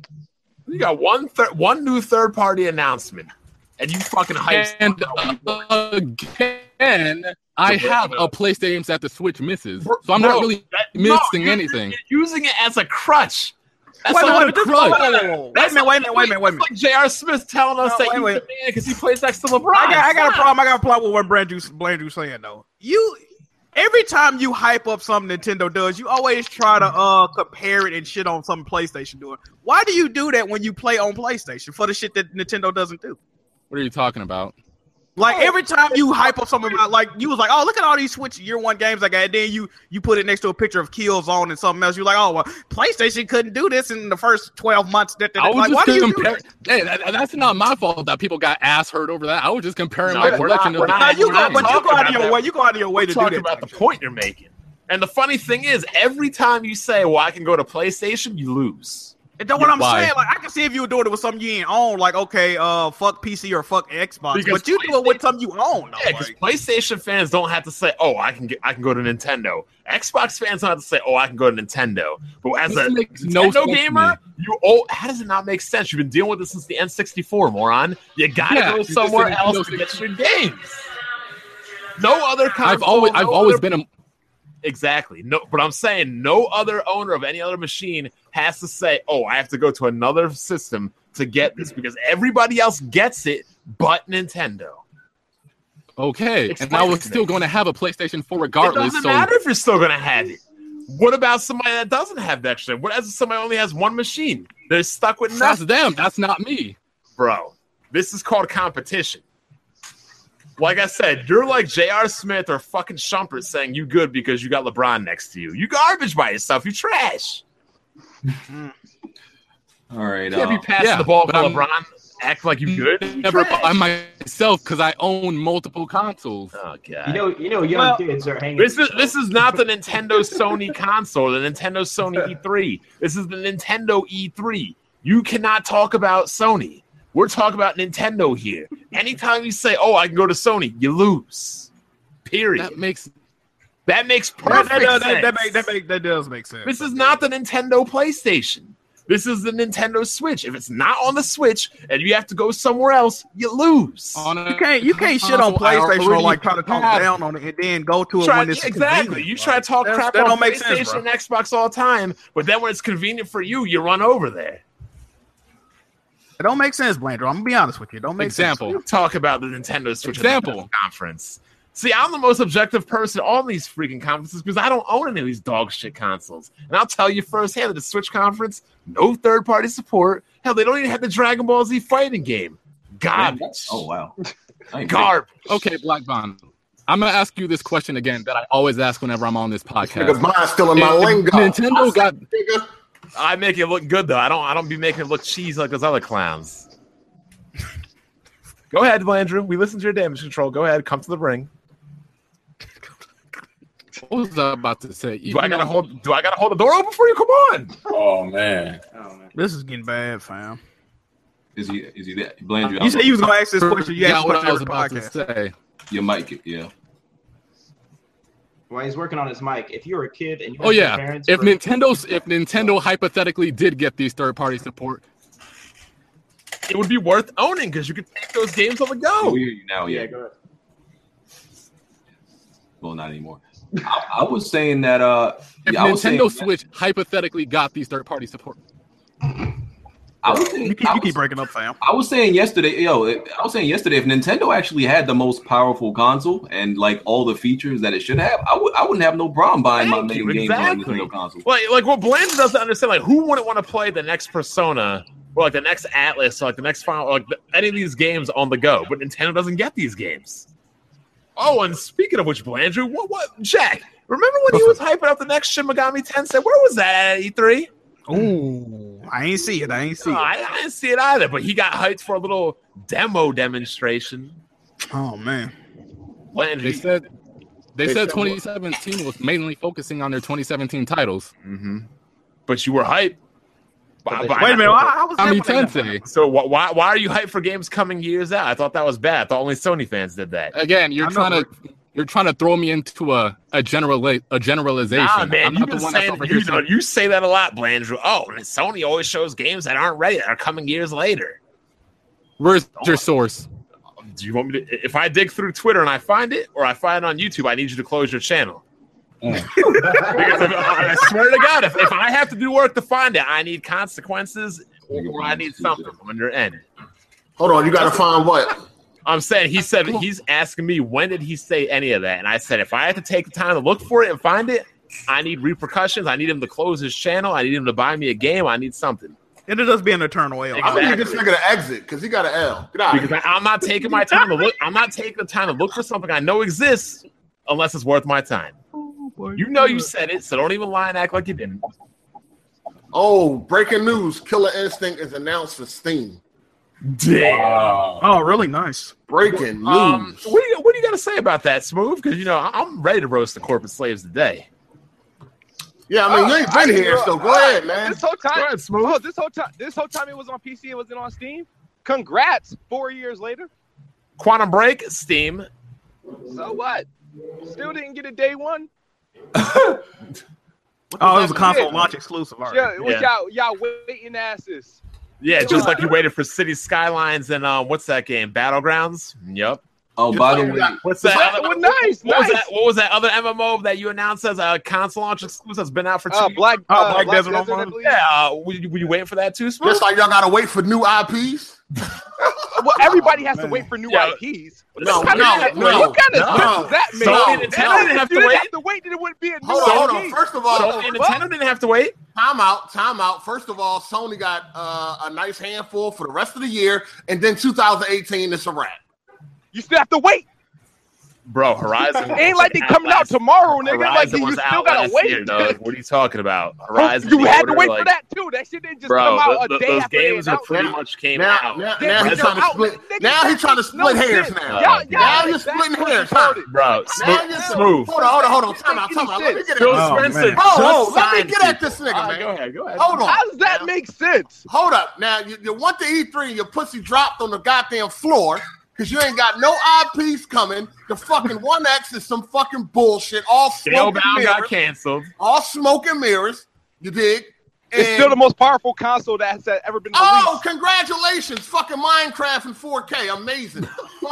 Speaker 2: You got one thir- one new third party announcement, and you fucking hype.
Speaker 8: And uh, again, I have a place games that the Switch misses, so I'm not
Speaker 2: Bro,
Speaker 8: really
Speaker 2: that-
Speaker 8: missing
Speaker 2: you're-
Speaker 8: anything.
Speaker 2: You're using it as a crutch. That's
Speaker 4: Wait a
Speaker 2: not
Speaker 4: minute,
Speaker 2: a
Speaker 4: this-
Speaker 8: crutch.
Speaker 4: wait a minute, wait a minute, wait a minute, wait a minute, wait a minute.
Speaker 2: It's like J.R. Smith telling us
Speaker 4: No,
Speaker 2: that
Speaker 4: wait,
Speaker 2: he's
Speaker 4: wait.
Speaker 2: the man because he plays next to LeBron.
Speaker 4: I got, I got a
Speaker 2: Stop.
Speaker 4: problem. I got a problem with what Brandrew's Brandrew's saying though. You every time you hype up something Nintendo does, you always try to uh compare it and shit on something PlayStation doing. Why do you do that when you play on PlayStation for the shit that Nintendo doesn't do?
Speaker 8: What are you talking about?
Speaker 4: Like every time you hype up something about, like you was like, oh look at all these Switch year one games I got. And then you you put it next to a picture of Killzone and something else. You're like, oh well, PlayStation couldn't do this in the first twelve months. That, that,
Speaker 8: I was
Speaker 4: like, why do you
Speaker 8: just
Speaker 4: do
Speaker 8: comparing.
Speaker 4: that?
Speaker 8: Hey, that, that's not my fault that people got ass hurt over that. I was just comparing
Speaker 2: No,
Speaker 8: my
Speaker 2: we're
Speaker 8: collection
Speaker 2: not- we're
Speaker 8: of
Speaker 2: not-
Speaker 4: No,
Speaker 8: the
Speaker 4: you
Speaker 2: we're
Speaker 4: go,
Speaker 2: not
Speaker 4: but you
Speaker 2: talking
Speaker 4: go out
Speaker 2: about
Speaker 4: of your
Speaker 2: that.
Speaker 4: way. You go out of your way
Speaker 2: We're
Speaker 4: to do
Speaker 2: talking
Speaker 4: that.
Speaker 2: about the point you're making. And the funny thing is, every time you say, "Well, I can go to PlayStation," you lose.
Speaker 4: And that's what I'm
Speaker 8: Why?
Speaker 4: saying. Like I can see if you were doing it with something you ain't own, like okay, uh, fuck PC or fuck Xbox.
Speaker 2: Because
Speaker 4: but you do it with something you own. Though.
Speaker 2: Yeah, because
Speaker 4: like,
Speaker 2: PlayStation fans don't have to say, "Oh, I can get, I can go to Nintendo." Xbox fans don't have to say, "Oh, I can go to Nintendo." But as
Speaker 8: This
Speaker 2: a
Speaker 8: makes no
Speaker 2: Nintendo
Speaker 8: sense to me.
Speaker 2: gamer, you oh, how does it not make sense? You've been dealing with this since the N64, moron. You gotta
Speaker 8: Yeah,
Speaker 2: go
Speaker 8: you just
Speaker 2: somewhere
Speaker 8: said
Speaker 2: else
Speaker 8: Nintendo
Speaker 2: to get your games. No other console.
Speaker 8: I've always, I've
Speaker 2: no
Speaker 8: always
Speaker 2: other-
Speaker 8: been a
Speaker 2: exactly no. But I'm saying no other owner of any other machine has to say, "Oh, I have to go to another system to get this," because everybody else gets it, but Nintendo.
Speaker 8: okay, and
Speaker 2: Explain
Speaker 8: I
Speaker 2: it
Speaker 8: was
Speaker 2: to me.
Speaker 8: still going to have a PlayStation 4
Speaker 2: It
Speaker 8: regardless.
Speaker 2: doesn't
Speaker 8: So
Speaker 2: matter if you're still gonna have it. What about somebody that doesn't have that shit? What if somebody only has one machine? They're stuck with
Speaker 8: That's
Speaker 2: nothing,
Speaker 8: them. That's not me.
Speaker 2: bro. This is called competition. Like I said, you're like J.R. Smith or fucking Shumpert saying you good because you got LeBron next to you. You garbage by yourself. You trash.
Speaker 3: All right.
Speaker 2: You can't
Speaker 3: Uh,
Speaker 2: be passing
Speaker 8: yeah,
Speaker 2: the ball to
Speaker 8: but I'm- Mm,
Speaker 2: LeBron. Act like you good. You
Speaker 8: Never
Speaker 2: trash.
Speaker 8: by myself because I own multiple consoles.
Speaker 2: oh god.
Speaker 1: You know, you know, young
Speaker 4: Well-
Speaker 1: kids are hanging.
Speaker 2: This is this is not the Nintendo Sony console, the Nintendo Sony E3. This is the Nintendo E3. You cannot talk about Sony. We're talking about Nintendo here. Anytime you say, "Oh, I can go to Sony," you lose. Period.
Speaker 8: That
Speaker 2: That,
Speaker 8: makes
Speaker 2: makes
Speaker 4: That,
Speaker 2: perfect
Speaker 4: that,
Speaker 2: sense.
Speaker 4: that, that, make, that, make, that does make sense.
Speaker 2: This is not the Nintendo PlayStation. This is the Nintendo Switch. If it's not on the Switch and you have to go somewhere else, you lose.
Speaker 8: on a
Speaker 4: You can't you can't shit on
Speaker 8: console I
Speaker 4: PlayStation or
Speaker 8: already
Speaker 4: like try to talk
Speaker 8: have.
Speaker 4: down on it and then go to it
Speaker 2: try,
Speaker 4: when it's
Speaker 2: exactly.
Speaker 4: convenient.
Speaker 2: You try to talk
Speaker 4: That's-
Speaker 2: crap
Speaker 4: that
Speaker 2: on
Speaker 4: don't make
Speaker 2: PlayStation
Speaker 4: sense,
Speaker 2: and Xbox all the time, but then when it's convenient for you, you run over there.
Speaker 4: It don't make sense, Blander. I'm gonna be honest with you. It don't make
Speaker 8: Example.
Speaker 2: You talk about the Nintendo Switch at the
Speaker 8: Example.
Speaker 2: conference. See, I'm the most objective person on these freaking conferences because I don't own any of these dog shit consoles. And I'll tell you firsthand at the Switch conference, no third party support. Hell, they don't even have the Dragon Ball Z fighting game. Garbage.
Speaker 3: Oh wow. I ain't
Speaker 2: Garbage.
Speaker 8: okay, Black Bond. I'm gonna ask you this question again that I always ask whenever I'm on this
Speaker 6: Nigga,
Speaker 8: podcast.
Speaker 6: mine's still in my
Speaker 8: If
Speaker 6: lingo.
Speaker 8: Nintendo got
Speaker 6: Nigga,
Speaker 2: I make it look good though. I don't I don't be making it look cheesy like those other clowns. Go ahead, Landrew. We listen to your damage control. Go ahead, come to the ring.
Speaker 8: what was I about to say?
Speaker 2: Do I gotta hold do I gotta hold the door open for you? Come on.
Speaker 5: Oh man,
Speaker 1: Oh, man.
Speaker 4: This is getting bad, fam.
Speaker 3: Is he? Is he that? Bland you.
Speaker 4: You said you was gonna ask this question. You
Speaker 8: Yeah,
Speaker 4: asked
Speaker 8: what
Speaker 4: this
Speaker 8: I was
Speaker 4: question
Speaker 8: about
Speaker 4: every podcast.
Speaker 8: to say.
Speaker 3: your mic. Yeah.
Speaker 1: While he's working on his mic, if you're a kid and you
Speaker 8: Oh
Speaker 1: have your
Speaker 8: yeah,
Speaker 1: parents
Speaker 8: if
Speaker 1: for-
Speaker 8: Nintendo's if Nintendo hypothetically did get these third party support,
Speaker 2: It would be worth owning because you could take those games on the
Speaker 3: Oh,
Speaker 2: go.
Speaker 3: we hear you now. Yeah.
Speaker 1: yeah, go ahead.
Speaker 3: Well, not anymore. I, I was saying that. Uh,
Speaker 8: if
Speaker 3: yeah, I was saying,
Speaker 8: Nintendo Switch hypothetically got these third party support,
Speaker 3: I was saying,
Speaker 4: You keep,
Speaker 3: I
Speaker 4: you
Speaker 3: was-
Speaker 4: keep breaking up, fam.
Speaker 3: I was saying yesterday, yo, I was saying yesterday, if Nintendo actually had the most powerful console and like all the features that it should have, I would I wouldn't have no problem buying
Speaker 2: Thank
Speaker 3: my
Speaker 2: you,
Speaker 3: main games on a
Speaker 2: exactly.
Speaker 3: Nintendo console.
Speaker 2: Like like what Bland doesn't understand, like who wouldn't want to play the next persona or like the next Atlas or like the next final or, like the, any of these games on the go, but Nintendo doesn't get these games. Oh, and speaking of which, Blandrew, what what Jack, remember when he was hyping up the next Shin Megami Tensei? Where was that at E3?
Speaker 4: Ooh, I ain't see it. I ain't see
Speaker 2: Oh,
Speaker 4: it.
Speaker 2: I, I didn't see it either, but he got hyped for a little demo demonstration.
Speaker 4: Oh man,
Speaker 8: they
Speaker 2: Blandrew,
Speaker 8: said they, said 2017 was mainly focusing on their 2017 titles.
Speaker 2: hmm but you were hyped. By- by-
Speaker 4: wait a minute. I, I was
Speaker 8: I mean
Speaker 4: there when they-
Speaker 8: Tensei.
Speaker 2: So wh- why why are you hyped for games coming years out? I thought that was bad. I thought only Sony fans did that.
Speaker 8: Again, you're
Speaker 4: I'm not
Speaker 8: trying to you're trying to throw me into a a general a generalization.
Speaker 2: Nah, man,
Speaker 8: I'm
Speaker 2: you've
Speaker 8: not the
Speaker 2: been
Speaker 8: one that's
Speaker 2: saying
Speaker 8: over here
Speaker 2: you, know,
Speaker 8: saying
Speaker 2: you say that a lot, Blandrew. Oh, and Sony always shows games that aren't ready that are coming years later.
Speaker 8: where's your source.
Speaker 2: Do you want me to? If I dig through Twitter and I find it, or I find it on YouTube, I need you to close your channel. because if, I swear to God, if, if I have to do work to find it, I need consequences, or, or I need something on your end.
Speaker 6: hold on, you gotta find what?
Speaker 2: I'm saying he said he's asking me when did he say any of that, and I said if I had to take the time to look for it and find it, I need repercussions. I need him to close his channel. I need him to buy me a game. I need something
Speaker 4: It'll just be an eternal L.
Speaker 6: I need this nigga to exit because he got an L. Get out of
Speaker 2: because
Speaker 6: here.
Speaker 2: I, I'm not taking my time to look. I'm not taking the time to look for something I know exists unless it's worth my time.
Speaker 4: Oh,
Speaker 2: You know you said it, so don't even lie and act like you didn't.
Speaker 6: Oh, breaking news! Killer Instinct is announced for Steam.
Speaker 2: Damn.
Speaker 5: wow.
Speaker 4: Oh, really nice.
Speaker 6: Breaking
Speaker 2: Um,
Speaker 6: news.
Speaker 2: what do you what do you got to say about that, Smooth? Because you know I- I'm ready to roast the corporate slaves today.
Speaker 6: yeah, I mean you ain't been
Speaker 9: I-
Speaker 6: here, so go ahead, man.
Speaker 9: This whole
Speaker 2: Go
Speaker 9: time,
Speaker 2: ahead, Smooth.
Speaker 9: look, this whole time, this whole time it was on PC. It wasn't on Steam. Congrats! Four years later,
Speaker 2: Quantum Break, Steam.
Speaker 9: so what? Still didn't get a day one.
Speaker 4: Oh, it was a console
Speaker 9: Yeah.
Speaker 4: launch exclusive. All right.
Speaker 9: Yeah, with
Speaker 2: Yeah.
Speaker 9: y'all, y'all waiting asses.
Speaker 2: Yeah, just like you waited for City Skylines and um, what's that game? Battlegrounds. Yep.
Speaker 3: Oh, by the way,
Speaker 2: What's that?
Speaker 9: That-
Speaker 2: other-
Speaker 9: well, nice,
Speaker 2: What was
Speaker 9: nice.
Speaker 2: that? What was that other MMO that you announced as a console launch exclusive? That's been out for two.
Speaker 9: Uh, Black,
Speaker 4: Oh,
Speaker 9: uh,
Speaker 4: Black Desert
Speaker 9: I
Speaker 4: Online?
Speaker 9: believe.
Speaker 2: yeah. Uh, were, you, were you waiting for that too, Smooth?
Speaker 6: Just like y'all gotta wait for new IPs.
Speaker 9: well, everybody has to wait for new IPs.
Speaker 6: No,
Speaker 9: What kind
Speaker 6: no,
Speaker 9: of-
Speaker 6: no,
Speaker 9: what kind of
Speaker 6: no.
Speaker 9: sense does that make?
Speaker 6: Sony
Speaker 9: No.
Speaker 6: and
Speaker 9: If
Speaker 6: Nintendo
Speaker 9: you
Speaker 6: didn't have to
Speaker 9: didn't
Speaker 6: wait.
Speaker 9: have to wait, then it wouldn't be a new
Speaker 6: Hold on, hold on.
Speaker 9: IP.
Speaker 6: First of all,
Speaker 9: Sony and Nintendo
Speaker 2: didn't have to wait.
Speaker 6: Time out, time out. First of all, Sony got uh, a nice handful for the rest of the year, and then 2018 is a wrap.
Speaker 9: You still have to wait.
Speaker 2: Bro, Horizon.
Speaker 9: It ain't like they coming out tomorrow, nigga. Like
Speaker 2: Horizon
Speaker 9: you
Speaker 2: was
Speaker 9: still
Speaker 2: out
Speaker 9: gotta
Speaker 2: last
Speaker 9: wait.
Speaker 2: year, dog. What are you talking about? Horizon.
Speaker 9: you
Speaker 2: the
Speaker 9: had to
Speaker 2: Order,
Speaker 9: wait for
Speaker 2: like-
Speaker 9: that too. That shit didn't just
Speaker 2: Bro,
Speaker 9: come out
Speaker 2: th-
Speaker 9: a
Speaker 2: th-
Speaker 9: day
Speaker 2: those
Speaker 9: after they
Speaker 2: games are
Speaker 9: announced
Speaker 2: pretty
Speaker 9: it.
Speaker 2: much came
Speaker 6: Now,
Speaker 2: out.
Speaker 6: now,
Speaker 9: Yeah,
Speaker 6: now
Speaker 9: but
Speaker 6: he's
Speaker 9: they're
Speaker 6: trying to
Speaker 9: out.
Speaker 6: split.
Speaker 9: Nigga,
Speaker 6: now he's trying to split
Speaker 9: no
Speaker 6: hairs.
Speaker 9: sense.
Speaker 6: Now,
Speaker 9: Y'all- y'all
Speaker 6: now you're
Speaker 9: exactly
Speaker 6: splitting hairs.
Speaker 9: what
Speaker 6: Huh?
Speaker 9: you
Speaker 2: Bro,
Speaker 6: Now
Speaker 2: smooth.
Speaker 6: you're
Speaker 2: smooth.
Speaker 6: Hold on, hold on, hold on. Time out, time out. Let me get it.
Speaker 2: Phil
Speaker 4: Oh, man.
Speaker 2: Spencer.
Speaker 4: Bro,
Speaker 2: just
Speaker 6: Bro, let me
Speaker 2: signed
Speaker 6: get at
Speaker 2: people.
Speaker 6: this nigga,
Speaker 2: All right,
Speaker 6: man.
Speaker 2: Go ahead, go ahead.
Speaker 6: Hold on.
Speaker 9: How does that make sense?
Speaker 6: Hold up. Now you, you want the E3 and your pussy dropped on the goddamn floor because you ain't got no eyepiece coming. The fucking one X is some fucking bullshit. All
Speaker 2: Scale
Speaker 6: smoke and
Speaker 2: bound got
Speaker 6: mirrors.
Speaker 2: canceled.
Speaker 6: All smoke and mirrors. You dig?
Speaker 9: It's still the most powerful console that's uh, ever been released.
Speaker 6: Oh, congratulations! Fucking Minecraft in 4K, amazing.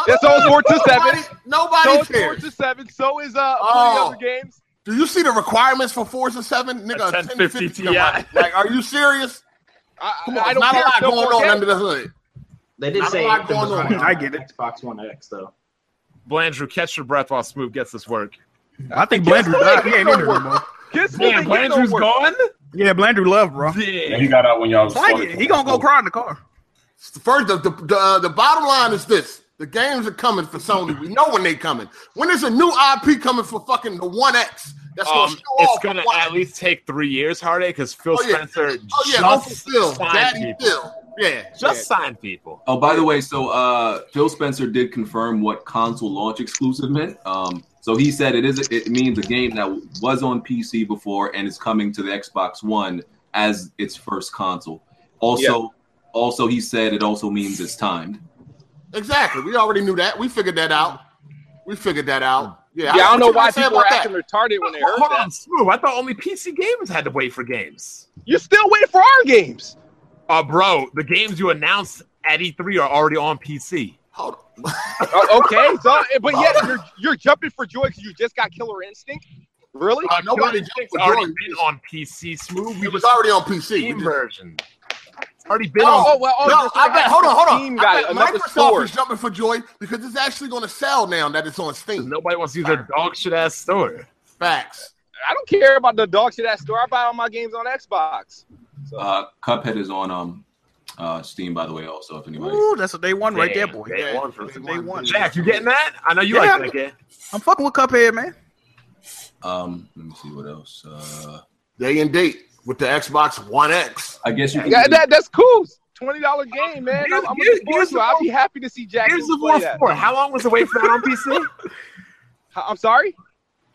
Speaker 9: That's all it's worth to
Speaker 6: Nobody, nobody
Speaker 9: so is
Speaker 6: cares.
Speaker 9: Forza Seven. So is uh
Speaker 6: Oh.
Speaker 9: oh. other games.
Speaker 6: Do you see the requirements for Forza 7?
Speaker 2: A
Speaker 6: Nigga,
Speaker 2: 1050
Speaker 6: 1050
Speaker 2: Ti.
Speaker 6: Like, are you serious?
Speaker 9: I,
Speaker 6: Come
Speaker 9: I-
Speaker 6: on,
Speaker 9: I don't
Speaker 6: not
Speaker 9: care.
Speaker 6: a lot
Speaker 9: No
Speaker 6: going
Speaker 9: more
Speaker 6: on
Speaker 9: games.
Speaker 6: under the hood.
Speaker 1: They did
Speaker 6: Not a
Speaker 1: say
Speaker 6: lot
Speaker 1: it was
Speaker 6: going on.
Speaker 1: running
Speaker 4: I
Speaker 1: on
Speaker 4: get it.
Speaker 1: Xbox One X though.
Speaker 2: Blandrew, catch your breath while Smooth gets this work.
Speaker 4: I think Blandrew died. He ain't in here no more.
Speaker 9: Kiss me.
Speaker 2: Man,
Speaker 9: they get no
Speaker 2: Blandrew's
Speaker 9: work.
Speaker 2: gone?
Speaker 4: Yeah, Blandrew left, bro.
Speaker 2: Um,
Speaker 5: And he got out when y'all.
Speaker 4: Like it. He gonna go cry in the car.
Speaker 6: First, the, the, the, the bottom line is this. The games are coming for Sony. We know when they coming. When is a new IP coming for fucking the One X? That's gonna
Speaker 2: Um,
Speaker 6: show
Speaker 2: it's
Speaker 6: off.
Speaker 2: going to
Speaker 6: why-
Speaker 2: at least take three years, Hardy, because Phil
Speaker 6: Oh, yeah.
Speaker 2: Spencer
Speaker 6: oh yeah, Uncle
Speaker 2: just
Speaker 6: Phil,
Speaker 2: signed
Speaker 6: Daddy
Speaker 2: people.
Speaker 6: Phil. Yeah,
Speaker 2: Just signed people.
Speaker 3: Oh, by the way, so uh, Phil Spencer did confirm what console launch exclusive meant. Um, so he said it is it means a game that was on PC before and is coming to the Xbox One as its first console. Also, also he said it also means it's timed.
Speaker 6: exactly. We already knew that. We figured that out. We figured that out. Yeah,
Speaker 9: Yeah, I don't know
Speaker 6: what you
Speaker 9: why
Speaker 6: gonna say
Speaker 9: people are
Speaker 6: about that?
Speaker 9: acting retarded when they heard
Speaker 2: Hold
Speaker 9: that.
Speaker 2: on, Smooth. I thought only PC gamers had to wait for games.
Speaker 9: You're still waiting for our games.
Speaker 2: Uh, bro, the games you announced at E3 are already on PC.
Speaker 6: Hold on.
Speaker 9: Oh, okay, so but yet
Speaker 6: Oh.
Speaker 9: you're you're jumping for joy because you just got Killer Instinct. Really?
Speaker 6: Uh, nobody
Speaker 2: Killer
Speaker 6: jumped
Speaker 2: Instinct's
Speaker 6: for
Speaker 2: already
Speaker 6: joy.
Speaker 2: been on PC, Smooth. We
Speaker 6: It was
Speaker 2: just
Speaker 6: already on PC.
Speaker 2: Steam
Speaker 6: We just-
Speaker 2: version. It's already been
Speaker 6: Oh,
Speaker 2: on.
Speaker 9: well,
Speaker 6: no, I bet. Hold on, hold on.
Speaker 9: Steam
Speaker 6: I
Speaker 9: got
Speaker 6: bet
Speaker 9: it, another
Speaker 6: Microsoft
Speaker 9: store.
Speaker 6: is jumping for joy because it's actually going to sell now that it's on Steam.
Speaker 2: Nobody wants to use their dog shit ass store.
Speaker 6: Facts.
Speaker 9: I don't care about the dog shit ass store. I buy all my games on Xbox. So
Speaker 3: Uh, Cuphead is on um, uh, Steam, by the way. Also, if anybody.
Speaker 4: Ooh, that's a day one right there,
Speaker 2: Damn,
Speaker 4: boy.
Speaker 2: Day one for
Speaker 4: Day one.
Speaker 2: Jack, you getting that? I know you
Speaker 4: Yeah.
Speaker 2: like that game.
Speaker 4: I'm fucking with Cuphead, man.
Speaker 3: Um, let me see what else. Uh,
Speaker 6: Day and date with the Xbox One X.
Speaker 3: I guess you. Can
Speaker 9: yeah, that, that's cool. Twenty dollar game, man. I'm, I'm
Speaker 2: Gears-
Speaker 9: looking forward
Speaker 2: Gears
Speaker 9: to it. I'll be happy to see Jack.
Speaker 2: Here's the
Speaker 9: play
Speaker 2: War
Speaker 9: that.
Speaker 2: 4. How long was the wait for that on PC?
Speaker 9: I'm sorry.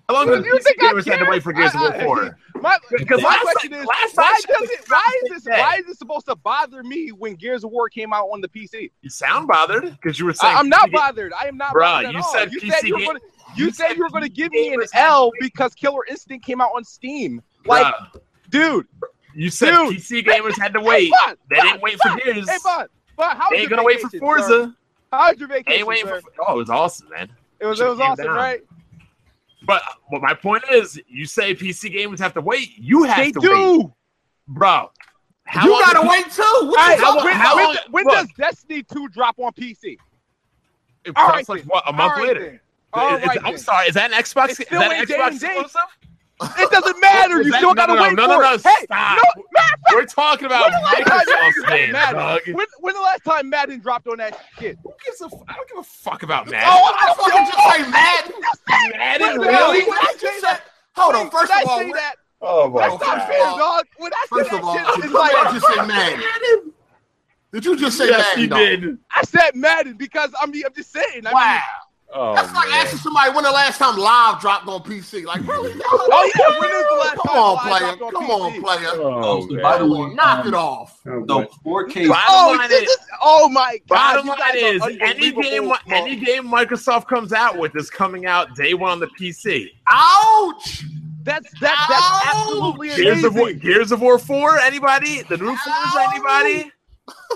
Speaker 2: How long
Speaker 9: Dude,
Speaker 2: did
Speaker 9: you
Speaker 2: PC
Speaker 9: think I
Speaker 2: gamers had to
Speaker 9: care?
Speaker 2: wait for Gears of War
Speaker 9: I- I-
Speaker 2: 4?
Speaker 9: My,
Speaker 2: Because
Speaker 9: my
Speaker 2: last
Speaker 9: question
Speaker 2: night-
Speaker 9: is,
Speaker 2: last
Speaker 9: why
Speaker 2: night-
Speaker 9: does it? Why is this?
Speaker 2: Yeah.
Speaker 9: Why is this supposed to bother me when Gears of War came out on the PC?
Speaker 2: You sound bothered because you were saying
Speaker 9: I, am not
Speaker 2: PC
Speaker 9: bothered. I am not.
Speaker 2: Bruh,
Speaker 9: bothered at
Speaker 2: you
Speaker 9: all.
Speaker 2: said
Speaker 9: you
Speaker 2: PC
Speaker 9: said you were
Speaker 2: ga-
Speaker 9: gonna. You,
Speaker 2: you
Speaker 9: said
Speaker 2: said
Speaker 9: you were gonna give me an
Speaker 2: gamers-
Speaker 9: L because Killer Instinct came out on Steam. Like,
Speaker 2: Bruh,
Speaker 9: dude,
Speaker 2: you said
Speaker 9: dude.
Speaker 2: PC gamers had to wait.
Speaker 9: Hey, bud,
Speaker 2: They didn't wait for
Speaker 9: bud,
Speaker 2: Gears.
Speaker 9: Hey, bud, bud, how was
Speaker 2: They ain't
Speaker 9: your
Speaker 2: gonna wait for
Speaker 9: vacation,
Speaker 2: Forza.
Speaker 9: sir? How's your
Speaker 2: They
Speaker 9: vacation?
Speaker 2: ain't waiting
Speaker 9: sir?
Speaker 2: for. Oh, it was awesome, man.
Speaker 9: It was. It was
Speaker 2: Shit came
Speaker 9: awesome,
Speaker 2: down.
Speaker 9: right?
Speaker 2: But well, my point is, you say PC gamers have to wait. You have
Speaker 9: They
Speaker 2: to
Speaker 9: do.
Speaker 2: wait, bro. How
Speaker 6: you
Speaker 2: long-
Speaker 6: gotta wait too. What
Speaker 9: All
Speaker 6: you
Speaker 9: right,
Speaker 6: talking
Speaker 9: when,
Speaker 6: about?
Speaker 9: when-
Speaker 2: long-
Speaker 9: when
Speaker 2: look.
Speaker 9: does Destiny 2 drop on PC?
Speaker 2: It
Speaker 9: All
Speaker 2: costs
Speaker 9: right
Speaker 2: like
Speaker 9: then.
Speaker 2: what a month
Speaker 9: All right
Speaker 2: later.
Speaker 9: then. All
Speaker 2: It- it's-
Speaker 9: right
Speaker 2: I'm
Speaker 9: then.
Speaker 2: sorry. Is that an Xbox?
Speaker 9: It's
Speaker 2: Is
Speaker 9: still
Speaker 2: that
Speaker 9: in
Speaker 2: an
Speaker 9: day
Speaker 2: Xbox
Speaker 9: and date.
Speaker 2: exclusive?
Speaker 9: It doesn't matter.
Speaker 2: Is
Speaker 9: You
Speaker 2: that-
Speaker 9: still
Speaker 2: no,
Speaker 9: gotta
Speaker 2: no, no,
Speaker 9: wait
Speaker 2: no,
Speaker 9: for
Speaker 2: no, no,
Speaker 9: it. Hey,
Speaker 2: stop.
Speaker 9: no, matter of fact,
Speaker 2: We're talking about
Speaker 9: When the last time
Speaker 2: Microsoft's
Speaker 9: that
Speaker 2: name,
Speaker 9: mattered?
Speaker 2: dog.
Speaker 9: When, when the last time Madden dropped on that shit?
Speaker 2: Who gives a f- I don't give a fuck about
Speaker 6: Oh,
Speaker 2: Madden.
Speaker 6: I don't fucking just say Madden.
Speaker 2: Madden,
Speaker 9: Wait, no,
Speaker 2: really?
Speaker 9: wait.
Speaker 6: When I just said- Hold on.
Speaker 9: Wait,
Speaker 6: First
Speaker 9: did
Speaker 6: of all,
Speaker 9: I say that?
Speaker 2: Oh my
Speaker 6: Oh,
Speaker 9: That's not
Speaker 6: first
Speaker 9: fair,
Speaker 6: of all-
Speaker 9: dog. When I
Speaker 6: first
Speaker 9: said
Speaker 6: of all,
Speaker 9: that shit,
Speaker 6: did
Speaker 9: it's
Speaker 6: you
Speaker 9: like
Speaker 6: just say Madden? Did you just say
Speaker 2: Yes,
Speaker 6: Madden?
Speaker 2: he
Speaker 6: dog?
Speaker 2: did.
Speaker 9: I said Madden because I mean I'm just saying. I
Speaker 6: Wow.
Speaker 9: mean,
Speaker 2: Oh,
Speaker 6: That's like
Speaker 2: man.
Speaker 6: asking somebody when the last time Live dropped on PC. Like, really?
Speaker 9: Oh yeah, when is the last
Speaker 6: Come
Speaker 9: time
Speaker 6: on,
Speaker 9: Live
Speaker 6: player.
Speaker 9: dropped on
Speaker 6: Come
Speaker 9: PC?
Speaker 6: on, player.
Speaker 2: Oh,
Speaker 3: Also,
Speaker 2: man.
Speaker 3: by the way,
Speaker 6: Knock it
Speaker 3: um,
Speaker 6: off.
Speaker 4: Oh,
Speaker 3: so 4K
Speaker 2: Bottom
Speaker 9: Oh,
Speaker 2: line
Speaker 9: this
Speaker 2: is-
Speaker 9: is, oh my god!
Speaker 2: Bottom
Speaker 9: you
Speaker 2: line
Speaker 9: guys
Speaker 2: is,
Speaker 9: are
Speaker 2: any game,
Speaker 9: unbelievable, bro.
Speaker 2: any game Microsoft comes out with is coming out day one on the PC.
Speaker 6: Ouch!
Speaker 9: that's that, that's
Speaker 6: Ow!
Speaker 9: absolutely
Speaker 2: Gears of
Speaker 9: amazing.
Speaker 2: War, Gears of War Four, anybody? The new Forza, anybody?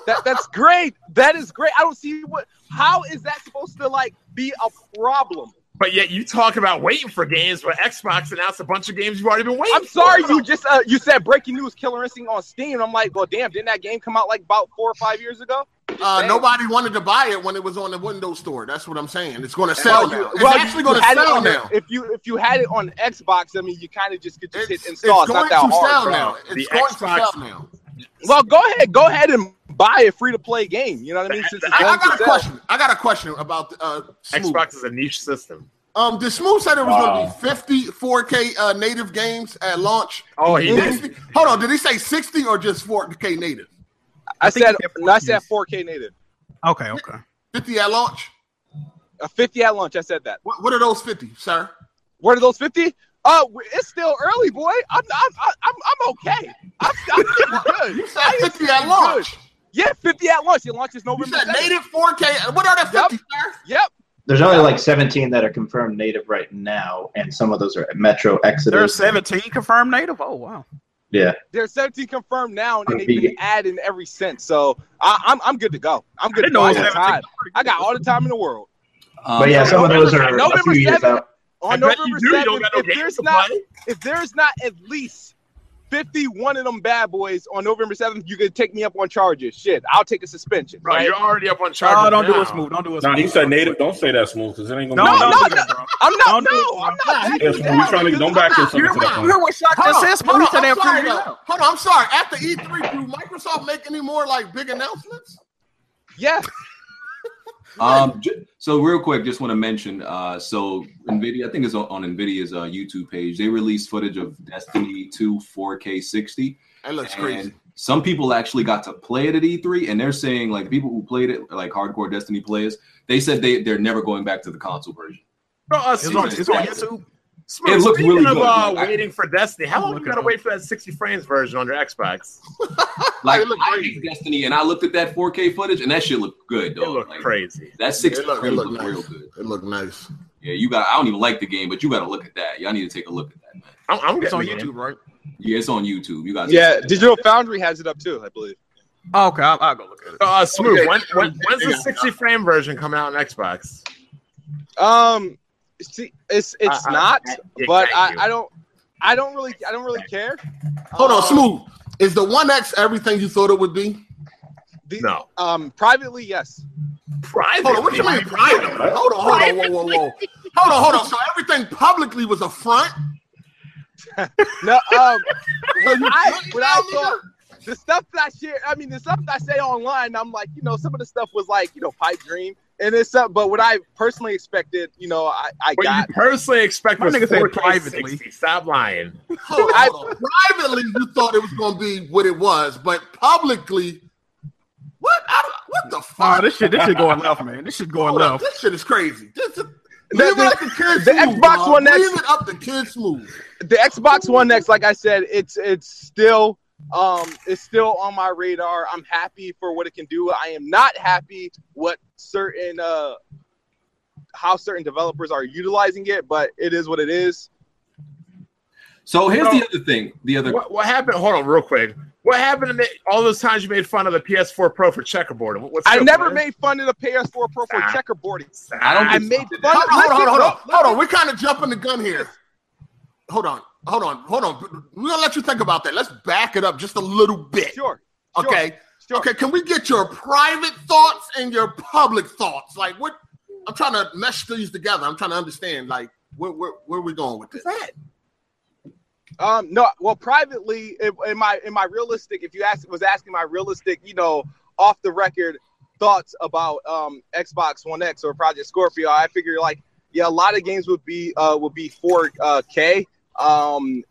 Speaker 9: That that's great. That is great. I don't see what. How is that supposed to like be a problem?
Speaker 2: But yet you talk about waiting for games, but Xbox announced a bunch of games you've already been waiting.
Speaker 9: I'm sorry, you just uh, you said breaking news, Killer Instinct on Steam. I'm like, well, damn, didn't that game come out like about four or five years ago?
Speaker 6: uh, nobody wanted to buy it when it was on the Windows Store. That's what I'm saying. It's going to sell
Speaker 9: Well, you-
Speaker 6: now. It's
Speaker 9: well, you-
Speaker 6: actually
Speaker 9: you
Speaker 6: going to
Speaker 9: had it
Speaker 6: sell
Speaker 9: on the-
Speaker 6: now.
Speaker 9: If you if you had it on Xbox, I mean, you kind of just get your shit
Speaker 6: It's
Speaker 9: installed.
Speaker 6: going
Speaker 9: It's not that
Speaker 6: to
Speaker 9: hard,
Speaker 6: sell
Speaker 9: bro.
Speaker 6: now. It's going to sell now.
Speaker 9: Well, go ahead, go ahead and buy a free to play game. You know what I mean? Since it's
Speaker 6: I, I
Speaker 9: going to
Speaker 6: got a
Speaker 9: sell.
Speaker 6: question. I got a question about uh, Smooth.
Speaker 2: Xbox is a niche system.
Speaker 6: Um, did Smooth said it was
Speaker 2: Wow.
Speaker 6: going to be 50 4K uh, native games at launch?
Speaker 2: Oh, he did.
Speaker 6: 60 Hold on, did he say 60 or just 4K native?
Speaker 9: I said I said 4K native.
Speaker 4: Okay, okay.
Speaker 6: 50 at launch.
Speaker 9: A 50 at launch. I said that.
Speaker 6: What, what are those 50, sir?
Speaker 9: What are those 50? Uh, w- it's still early, boy. I'm I'm I'm, I'm- I'm okay. I'm, I'm getting good.
Speaker 6: You said
Speaker 9: I am
Speaker 6: 50 at
Speaker 9: getting
Speaker 6: launch.
Speaker 9: good. Yeah, 50 at launch. It launches
Speaker 6: You
Speaker 9: November.
Speaker 6: said
Speaker 9: 2nd.
Speaker 6: native 4K. What are the 50, sir?
Speaker 9: Yep.
Speaker 1: There's only like 17 that are confirmed native right now, and some of those are Metro Exodus.
Speaker 4: There's 17 confirmed native. Oh wow.
Speaker 1: Yeah.
Speaker 9: There's 17 confirmed now, and then they've
Speaker 1: Be-
Speaker 9: been adding every since. So I, I'm I'm good to go. I'm good
Speaker 4: I didn't
Speaker 9: to go.
Speaker 4: know
Speaker 9: I
Speaker 4: it was
Speaker 9: got, time. I got all the time in the world.
Speaker 3: um,
Speaker 1: but yeah, some of those are a few
Speaker 9: November
Speaker 1: years
Speaker 9: 7th,
Speaker 1: out.
Speaker 9: on
Speaker 2: I bet you
Speaker 9: November
Speaker 2: do. You don't
Speaker 9: 7th,
Speaker 2: got no
Speaker 9: if
Speaker 2: games
Speaker 9: there's
Speaker 2: to
Speaker 9: not
Speaker 2: play.
Speaker 9: if there's not at least 51 of them bad boys on November 7th, you could take me up on charges. Shit, I'll take a suspension.
Speaker 2: Bro,
Speaker 9: right?
Speaker 2: you're already up on charges.
Speaker 4: Oh, don't do
Speaker 2: now.
Speaker 4: it smooth. Don't do it.
Speaker 5: Nah, he
Speaker 4: smooth.
Speaker 5: said native. Don't say that smooth because it ain't gonna.
Speaker 4: No,
Speaker 5: be
Speaker 4: no,
Speaker 5: native.
Speaker 4: no.
Speaker 9: I'm not.
Speaker 4: Don't do
Speaker 9: no, I'm not.
Speaker 5: Yeah,
Speaker 9: taking
Speaker 5: Smooth,
Speaker 9: it
Speaker 5: you
Speaker 9: down
Speaker 5: trying to
Speaker 9: because
Speaker 5: don't back
Speaker 9: I'm
Speaker 5: yourself
Speaker 9: not-
Speaker 5: into that
Speaker 4: You
Speaker 5: one.
Speaker 4: heard what Shock
Speaker 6: Hold
Speaker 4: just
Speaker 6: on,
Speaker 4: said?
Speaker 6: hold
Speaker 4: Smooth
Speaker 6: on,
Speaker 4: said
Speaker 6: I'm
Speaker 4: that
Speaker 6: sorry,
Speaker 4: free.
Speaker 6: though. Hold on, I'm sorry. After E3, do Microsoft make any more like big announcements?
Speaker 9: Yeah,
Speaker 3: Um, j- so real quick, just want to mention. Uh, so Nvidia, I think it's on, on Nvidia's uh, YouTube page. They released footage of Destiny 2 4K 60,
Speaker 6: That looks
Speaker 3: and
Speaker 6: crazy.
Speaker 3: some people actually got to play it at E3, and they're saying like people who played it, like hardcore Destiny players, they said they they're never going back to the console version.
Speaker 2: Bro, uh,
Speaker 4: It's on,
Speaker 2: Smooth,
Speaker 4: it's on
Speaker 2: Smooth,
Speaker 4: YouTube.
Speaker 2: Smooth,
Speaker 3: It looked
Speaker 2: speaking
Speaker 3: really
Speaker 2: of
Speaker 3: good.
Speaker 2: uh,
Speaker 3: Like, I-
Speaker 2: waiting for Destiny, how long you
Speaker 4: Look it
Speaker 2: gotta
Speaker 4: up.
Speaker 2: wait for that 60 frames version on your Xbox?
Speaker 3: Like
Speaker 6: it looked
Speaker 3: I
Speaker 6: crazy.
Speaker 3: used Destiny, and I looked at that 4K footage, and that shit looked good. Dog.
Speaker 2: It looked
Speaker 3: Like,
Speaker 2: crazy.
Speaker 3: That six
Speaker 6: It looked- it
Speaker 3: frames
Speaker 6: looked
Speaker 3: looked
Speaker 6: nice.
Speaker 3: real good.
Speaker 6: It looked nice.
Speaker 3: Yeah, you got. I don't even like the game, but you got to look at that. Y'all need to take a look at that, man.
Speaker 2: I'm, I'm
Speaker 4: It's
Speaker 2: getting
Speaker 4: on
Speaker 2: there.
Speaker 4: YouTube, right?
Speaker 3: Yeah, it's on YouTube. You guys.
Speaker 9: yeah. Digital Foundry has it up too, I believe.
Speaker 4: Oh, okay, I'll, I'll go look at it.
Speaker 2: Uh, smooth.
Speaker 9: Okay.
Speaker 2: When, when, when's the 60 frame version coming out on Xbox?
Speaker 9: Um, see, it's it's
Speaker 2: I- I-
Speaker 9: not,
Speaker 2: I- yeah,
Speaker 9: but I,
Speaker 2: thank you.
Speaker 9: I don't. I don't really, I don't really care.
Speaker 6: Hold on,
Speaker 9: Um,
Speaker 6: smooth. Is the One X everything you thought it would be?
Speaker 9: the-
Speaker 2: No.
Speaker 9: Um, privately, yes.
Speaker 2: Private.
Speaker 6: Hold on, what you mean private? Hold on, hold on, whoa, whoa, whoa. Hold on, hold on. So everything publicly was a front?
Speaker 9: No, um, when I,
Speaker 6: really
Speaker 9: when I
Speaker 6: down
Speaker 9: saw the stuff that I share, I mean, the stuff that I say online, I'm like, you know, some of the stuff was like, you know, pipe dream and it's up. But what I personally expected, you know, I, I
Speaker 2: What you
Speaker 9: got.
Speaker 2: personally expect
Speaker 4: My
Speaker 2: was
Speaker 4: nigga said
Speaker 2: 4K
Speaker 4: privately.
Speaker 2: 60. Stop lying.
Speaker 6: Hold on, hold on. Privately, you thought it was going to be what it was, but publicly, what? I don't, what the
Speaker 4: Oh,
Speaker 6: fuck?
Speaker 4: this shit, this shit going left, man. This shit going
Speaker 6: Hold up,
Speaker 4: left.
Speaker 6: this shit is crazy. This is,
Speaker 9: The-
Speaker 6: leave
Speaker 9: the-
Speaker 6: it up to kids.
Speaker 9: the
Speaker 6: smooth,
Speaker 9: Xbox
Speaker 6: dog.
Speaker 9: One X-
Speaker 6: Leave it up to kids move.
Speaker 9: The Xbox One X, like I said, it's it's still um it's still on my radar. I'm happy for what it can do. I am not happy what certain uh how certain developers are utilizing it, but it is what it is.
Speaker 3: So here's the other thing. The other
Speaker 2: What, what happened? Hold on, real quick. What happened to the, all those times you made fun of the PS4 Pro for checkerboard? What- What's
Speaker 9: I
Speaker 2: up,
Speaker 9: never
Speaker 2: man?
Speaker 9: made fun of the PS4 Pro for
Speaker 2: Stop.
Speaker 9: checkerboarding.
Speaker 3: I don't.
Speaker 9: I
Speaker 3: think-
Speaker 9: made fun.
Speaker 6: Hold on, hold on, hold on,
Speaker 9: listen,
Speaker 6: hold on. We're kind of jumping the gun here. Hold on, hold on, hold on. We're gonna let you think about that. Let's back it up just a little bit.
Speaker 9: Sure. sure,
Speaker 6: Okay.
Speaker 9: Sure.
Speaker 6: Okay, can we get your private thoughts and your public thoughts? Like, what? I'm trying to mesh these together. I'm trying to understand, like, where where, where we going with this?
Speaker 9: Um. No. Well, privately, in, in my in my realistic, if you ask, was asking my realistic, you know, off the record thoughts about um Xbox One X or Project Scorpio, I figure like yeah, a lot of games would be uh would be 4K um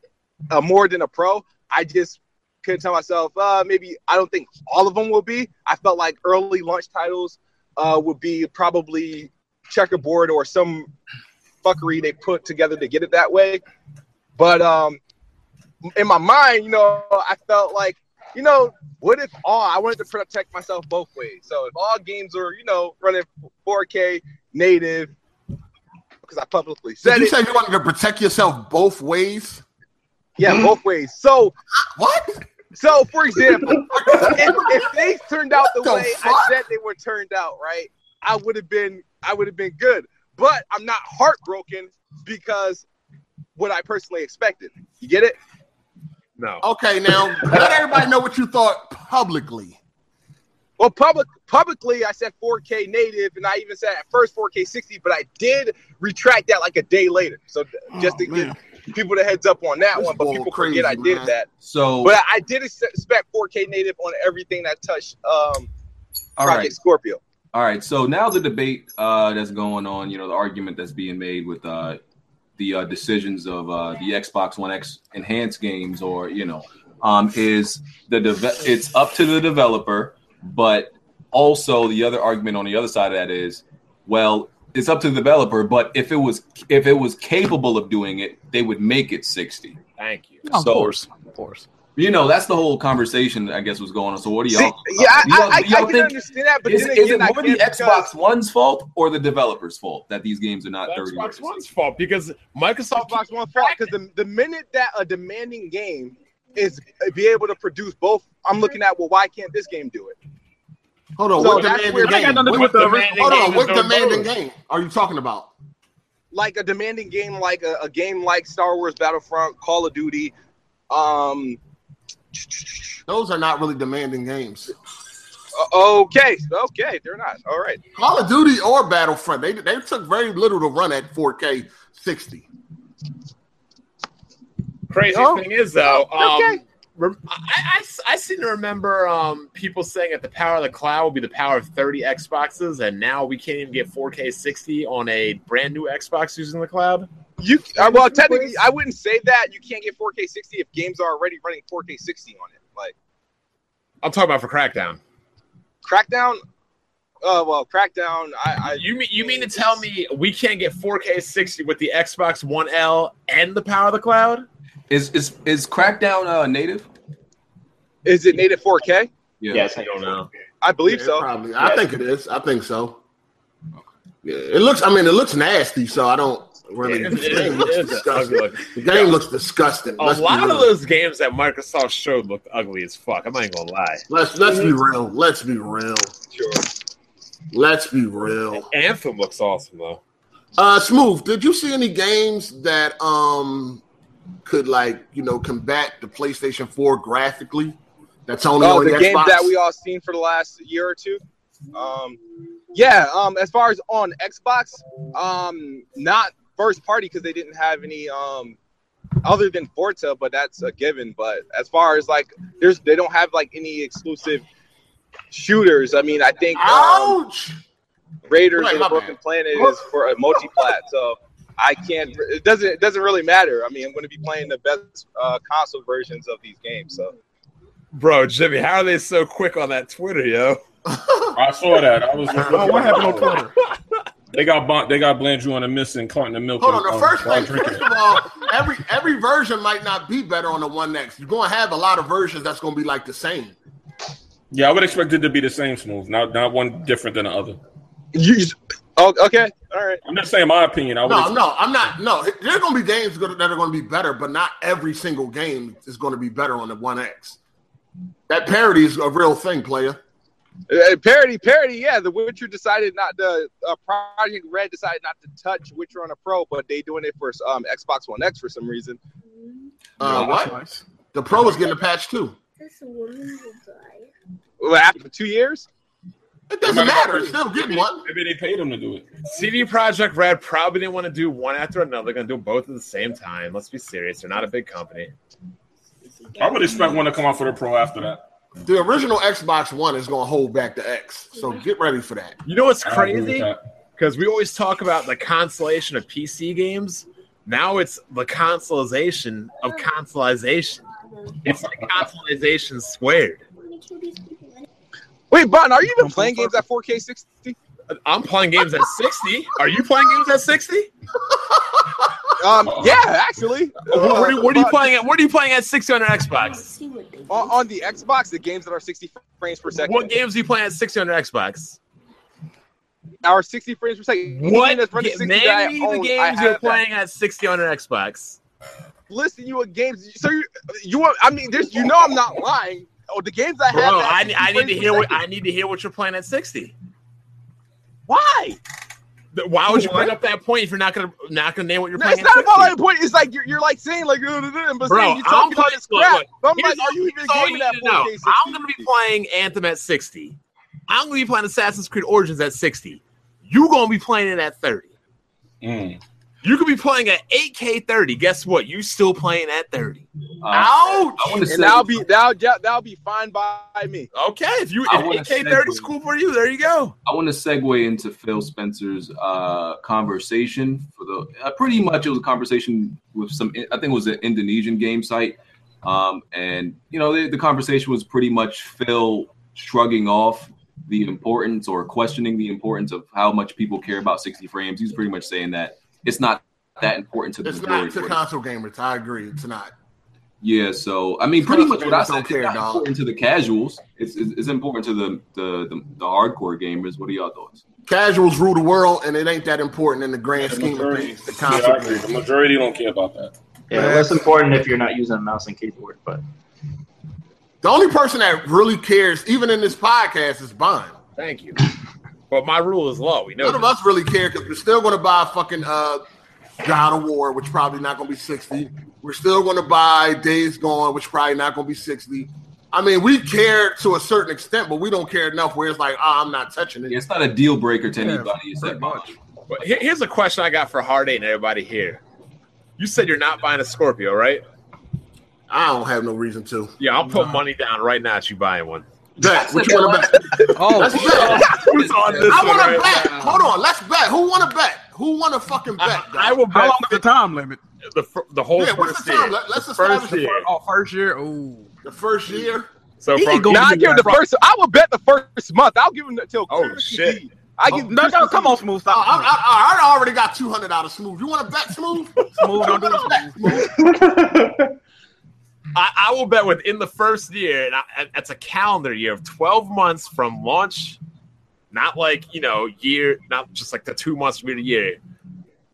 Speaker 9: uh, more than a Pro. I just couldn't tell myself uh maybe I don't think all of them will be. I felt like early launch titles uh would be probably checkerboard or some fuckery they put together to get it that way. But um, in my mind, you know, I felt like, you know, what if all I wanted to protect myself both ways. So if all games are, you know, running 4K native, because I publicly
Speaker 6: Did
Speaker 9: said
Speaker 6: you
Speaker 9: it,
Speaker 6: say you wanted to protect yourself both ways?
Speaker 9: yeah, both ways. So
Speaker 6: What?
Speaker 9: So, for example, if, if things turned out the,
Speaker 6: What the
Speaker 9: way
Speaker 6: fuck?
Speaker 9: I said they were turned out, right? I would have been, I would have been good. But I'm not heartbroken because what I personally expected. You get it?
Speaker 2: No.
Speaker 6: oh. Okay, now let everybody know what you thought publicly.
Speaker 9: Well, public publicly, I said 4K native, and I even said at first 4K 60, but I did retract that like a day later. So th- just to give people the heads up on that one, but people forget I did that.
Speaker 3: So,
Speaker 9: But I, I did ex- expect 4K native on everything that touched um,
Speaker 3: All
Speaker 9: Project
Speaker 3: right.
Speaker 9: Scorpio.
Speaker 3: All right. So now the debate uh, that's going on, you know, the argument that's being made with uh, the uh, decisions of uh, the Xbox One X enhanced games, or you know, um, is the deve- it's up to the developer, but also the other argument on the other side of that is, well, it's up to the developer, but if it was if it was capable of doing it, they would make it sixty.
Speaker 2: Thank you.
Speaker 3: of course,
Speaker 10: of course.
Speaker 3: You know, that's the whole conversation I guess was going on. So what do y'all?
Speaker 9: Yeah, I,
Speaker 3: do y'all-
Speaker 9: I, I,
Speaker 3: do y'all
Speaker 9: I can understand that, but
Speaker 3: is,
Speaker 9: then
Speaker 3: is
Speaker 9: again,
Speaker 3: it
Speaker 9: I
Speaker 3: more the
Speaker 9: can't because-
Speaker 3: Xbox One's fault or the developer's fault that these games are not
Speaker 9: The
Speaker 3: 30
Speaker 9: Xbox
Speaker 3: minutes?
Speaker 2: One's fault because Microsoft
Speaker 9: Xbox One fault because the, the minute that a demanding game is uh, be able to produce both, I'm looking at well, why can't this game do it?
Speaker 6: Hold on,
Speaker 9: So
Speaker 6: what
Speaker 9: that's
Speaker 6: demanding
Speaker 9: where-
Speaker 6: game? What- hold on, what demanding game are you talking about?
Speaker 9: Like a demanding game, like a, a game like Star Wars Battlefront, Call of Duty. Um,
Speaker 6: Those are not really demanding games.
Speaker 9: okay, okay, they're not. All right.
Speaker 6: Call of Duty or Battlefront, they they took very little to run at 4K 60.
Speaker 2: Crazy
Speaker 6: Oh,
Speaker 2: thing is though, um,
Speaker 6: okay.
Speaker 2: rem- I, I, I seem to remember um, people saying that the power of the cloud will be the power of 30 Xboxes, and now we can't even get 4K 60 on a brand new Xbox using the cloud.
Speaker 9: You Uh, well, technically, I wouldn't say that you can't get 4K 60 if games are already running 4K 60 on it. Like
Speaker 2: I'm talking about for Crackdown.
Speaker 9: Crackdown. Uh, well, Crackdown. I, I
Speaker 2: You mean you mean to tell me we can't get 4K 60 with the Xbox One L and the power of the cloud?
Speaker 3: Is is is Crackdown uh, native?
Speaker 9: Is it native 4K?
Speaker 3: Yeah.
Speaker 11: Yes,
Speaker 2: I don't know.
Speaker 9: I believe so.
Speaker 6: Probably. I think it is. I think so. Yeah, it looks. I mean, it looks nasty. So I don't really.
Speaker 2: It is-
Speaker 6: the
Speaker 2: it is-
Speaker 6: game looks
Speaker 2: it is an ugly
Speaker 6: disgusting.
Speaker 2: look.
Speaker 6: The game looks disgusting.
Speaker 2: A
Speaker 6: Let's be
Speaker 2: lot of
Speaker 6: real.
Speaker 2: those games that Microsoft showed looked ugly as fuck. I'm not even gonna lie.
Speaker 6: Let's let's be real. Let's be real.
Speaker 9: Sure.
Speaker 6: Let's be real.
Speaker 2: Anthem looks awesome though.
Speaker 6: Uh, smooth. Did you see any games that um could like you know combat the PlayStation Four graphically? That's only
Speaker 9: Oh,
Speaker 6: on
Speaker 9: the
Speaker 6: the
Speaker 9: games
Speaker 6: Xbox?
Speaker 9: that we all seen for the last year or two. Um, yeah. Um, as far as on Xbox, um, not first party because they didn't have any um other than Forza, but that's a given. But as far as like, there's they don't have like any exclusive shooters. I mean, I think um,
Speaker 6: Ouch!
Speaker 9: Raiders
Speaker 6: Right,
Speaker 9: and the
Speaker 6: my
Speaker 9: Broken Planet is for a multi-plat, so I can't. It doesn't. It doesn't really matter. I mean, I'm going to be playing the best uh, console versions of these games, so.
Speaker 2: Bro, Jimmy, how are they so quick on that Twitter, yo?
Speaker 5: I saw that. I was.
Speaker 10: Oh, what happened on Twitter?
Speaker 5: They got bon- they got Blandrew on the miss and caught in the milk.
Speaker 6: Hold on.
Speaker 5: and,
Speaker 6: The
Speaker 5: um,
Speaker 6: first
Speaker 5: while
Speaker 6: thing,
Speaker 5: drinking.
Speaker 6: first of all, every every version might not be better on the One X. You're gonna have a lot of versions that's gonna be like the same.
Speaker 5: Yeah, I would expect it to be the same smooth, not not one different than the other.
Speaker 9: You, oh, okay, all right.
Speaker 5: I'm just saying my opinion. I would
Speaker 6: No, no, I'm not. No, there's gonna be games that are gonna be better, but not every single game is gonna be better on the One X. That parody is a real thing, player.
Speaker 9: Uh, parody, parody. Yeah, The Witcher decided not to. Uh, Project Red decided not to touch Witcher on a Pro, but they doing it for um, Xbox One X for some reason.
Speaker 6: Uh, what? The Pro is getting a patch too.
Speaker 12: This woman will die.
Speaker 9: Well, After two years,
Speaker 6: It doesn't matter. It's still getting one.
Speaker 5: Maybe they paid him to do it.
Speaker 2: CD Project Red probably didn't want to do one after another. They're gonna do both at the same time. Let's be serious. They're not a big company.
Speaker 5: I would expect one to come out for the pro after that.
Speaker 6: The original Xbox One is gonna hold back the X, so get ready for that.
Speaker 2: You know what's
Speaker 5: I agree with
Speaker 2: crazy?
Speaker 5: that.
Speaker 2: Because we always talk about the consolation of PC games. Now it's the consolation of consolization. It's like consolation squared.
Speaker 12: I'm gonna kill these people.
Speaker 9: wait, Bon, are you even playing games at 4K 60?
Speaker 2: I'm playing games at 60. Are you playing games at 60?
Speaker 9: Um, yeah, actually.
Speaker 2: What, what are, you- what are you
Speaker 9: Uh,
Speaker 2: playing at? What are you playing at 60 on your Xbox?
Speaker 12: See what they do.
Speaker 9: on, on the Xbox? The games that are 60 frames per second.
Speaker 2: What games are you playing at 60 on your Xbox?
Speaker 9: Are 60 frames per second?
Speaker 2: What?
Speaker 9: Game that's running
Speaker 2: ga-
Speaker 9: 60 that I
Speaker 2: Name me the
Speaker 9: own, I
Speaker 2: games
Speaker 9: have
Speaker 2: you're
Speaker 9: that.
Speaker 2: playing at 60 on your Xbox.
Speaker 9: Listen, you a games. So you, you want? I mean, there's. You know, I'm not lying. Oh, the games I
Speaker 2: Bro,
Speaker 9: have. at
Speaker 2: I, I
Speaker 9: 60
Speaker 2: need
Speaker 9: frames
Speaker 2: to
Speaker 9: per
Speaker 2: hear what
Speaker 9: second.
Speaker 2: I need to hear what you're playing at 60.
Speaker 9: Why?
Speaker 2: Th- Why would you
Speaker 9: What?
Speaker 2: bring up that point if you're not gonna not gonna name what you're
Speaker 9: No,
Speaker 2: playing?
Speaker 9: it's
Speaker 2: at
Speaker 9: not
Speaker 2: 60?
Speaker 9: about that point. It's like you're, you're like saying like, "Ugh, ugh, ugh," but
Speaker 2: Bro,
Speaker 9: saying
Speaker 2: I'm
Speaker 9: you're talking about
Speaker 2: playing-
Speaker 9: this crap.
Speaker 2: look, look,
Speaker 9: but I'm
Speaker 2: Here's
Speaker 9: like, are
Speaker 2: all-
Speaker 9: you even
Speaker 2: here's all
Speaker 9: gaming
Speaker 2: you
Speaker 9: that
Speaker 2: need to know.
Speaker 9: 4K?
Speaker 2: I'm gonna be playing Anthem at 60. I'm gonna be playing Assassin's Creed Origins at 60. You gonna be playing it at 30.
Speaker 5: Mm.
Speaker 2: You could be playing at 8K 30. Guess what? You still playing at 30.
Speaker 9: Ouch!
Speaker 2: I wanna
Speaker 9: and
Speaker 2: say-
Speaker 9: that'll be that'll ju- that'll be fine by me.
Speaker 2: Okay, if you
Speaker 3: I wanna
Speaker 2: 8K30 is
Speaker 3: segue-
Speaker 2: cool for you, there you go.
Speaker 3: I want to segue into Phil Spencer's uh, conversation for the uh, pretty much it was a conversation with some I think it was an Indonesian game site, um, and you know the, the conversation was pretty much Phil shrugging off the importance or questioning the importance of how much people care about 60 frames. He's pretty much saying that it's not that important to the
Speaker 6: It's
Speaker 3: majority.
Speaker 6: not to console gamers. I agree. It's not.
Speaker 3: Yeah, so I mean, pretty much what I
Speaker 6: Don't
Speaker 3: said.
Speaker 6: care,
Speaker 3: It's not
Speaker 6: dog.
Speaker 3: important to the casuals. It's, it's, it's important to the the, the the hardcore gamers. What are y'all thoughts?
Speaker 6: Casuals rule the world, and it ain't that important in the grand scheme of
Speaker 5: majority-
Speaker 6: things. The
Speaker 5: Yeah,
Speaker 6: console
Speaker 5: I agree. The majority don't care about that.
Speaker 1: Yeah, less important if you're not using a mouse and keyboard, but
Speaker 6: The only person that really cares, even in this podcast, is Bond.
Speaker 2: Thank you. But my rule is law. We know.
Speaker 6: None of us really care because we're still going to buy fucking uh, God of War, which probably not going to be sixty. We're still going to buy Days Gone, which probably not going to be sixty. I mean, we care to a certain extent, but we don't care enough where it's like, ah, I'm not touching it.
Speaker 3: It's not a deal breaker to anybody. It's that much.
Speaker 2: But here- here's a question I got for Hard Eight and everybody here. You said you're not buying a Scorpio, right?
Speaker 6: I don't have no reason to.
Speaker 2: Yeah, I'll put money down right now that you buying one.
Speaker 6: Bet. Which one to bet?
Speaker 2: Oh,
Speaker 6: Let's bet.
Speaker 2: who's on this
Speaker 6: I
Speaker 2: one
Speaker 6: want to
Speaker 2: right
Speaker 6: bet. Hold on. Let's bet. Who want to bet? Who want to fucking bet?
Speaker 2: I will bet. How long is the
Speaker 4: time limit?
Speaker 2: The, fir- the whole
Speaker 6: Yeah, what's
Speaker 2: first
Speaker 6: the time?
Speaker 2: year.
Speaker 6: Let- let's
Speaker 2: the
Speaker 6: establish
Speaker 2: first
Speaker 6: the
Speaker 2: year.
Speaker 6: first-
Speaker 4: Oh, first year. Ooh.
Speaker 6: The first year.
Speaker 2: So
Speaker 9: He
Speaker 2: from-
Speaker 9: can go. Nah, I give him the first. I will bet the first month. I'll give him until. Oh
Speaker 2: shit!
Speaker 9: I
Speaker 2: Oh,
Speaker 9: give.
Speaker 4: No, no, come on, smooth.
Speaker 6: I,
Speaker 4: Stop.
Speaker 6: I, I- I already got two hundred out of Smooth. You want to bet Smooth?
Speaker 4: Smooth, don't do it.
Speaker 2: I, I will bet within the first year, and I, and that's a calendar year of 12 months from launch, not like, you know, year, not just like the two months from year to year.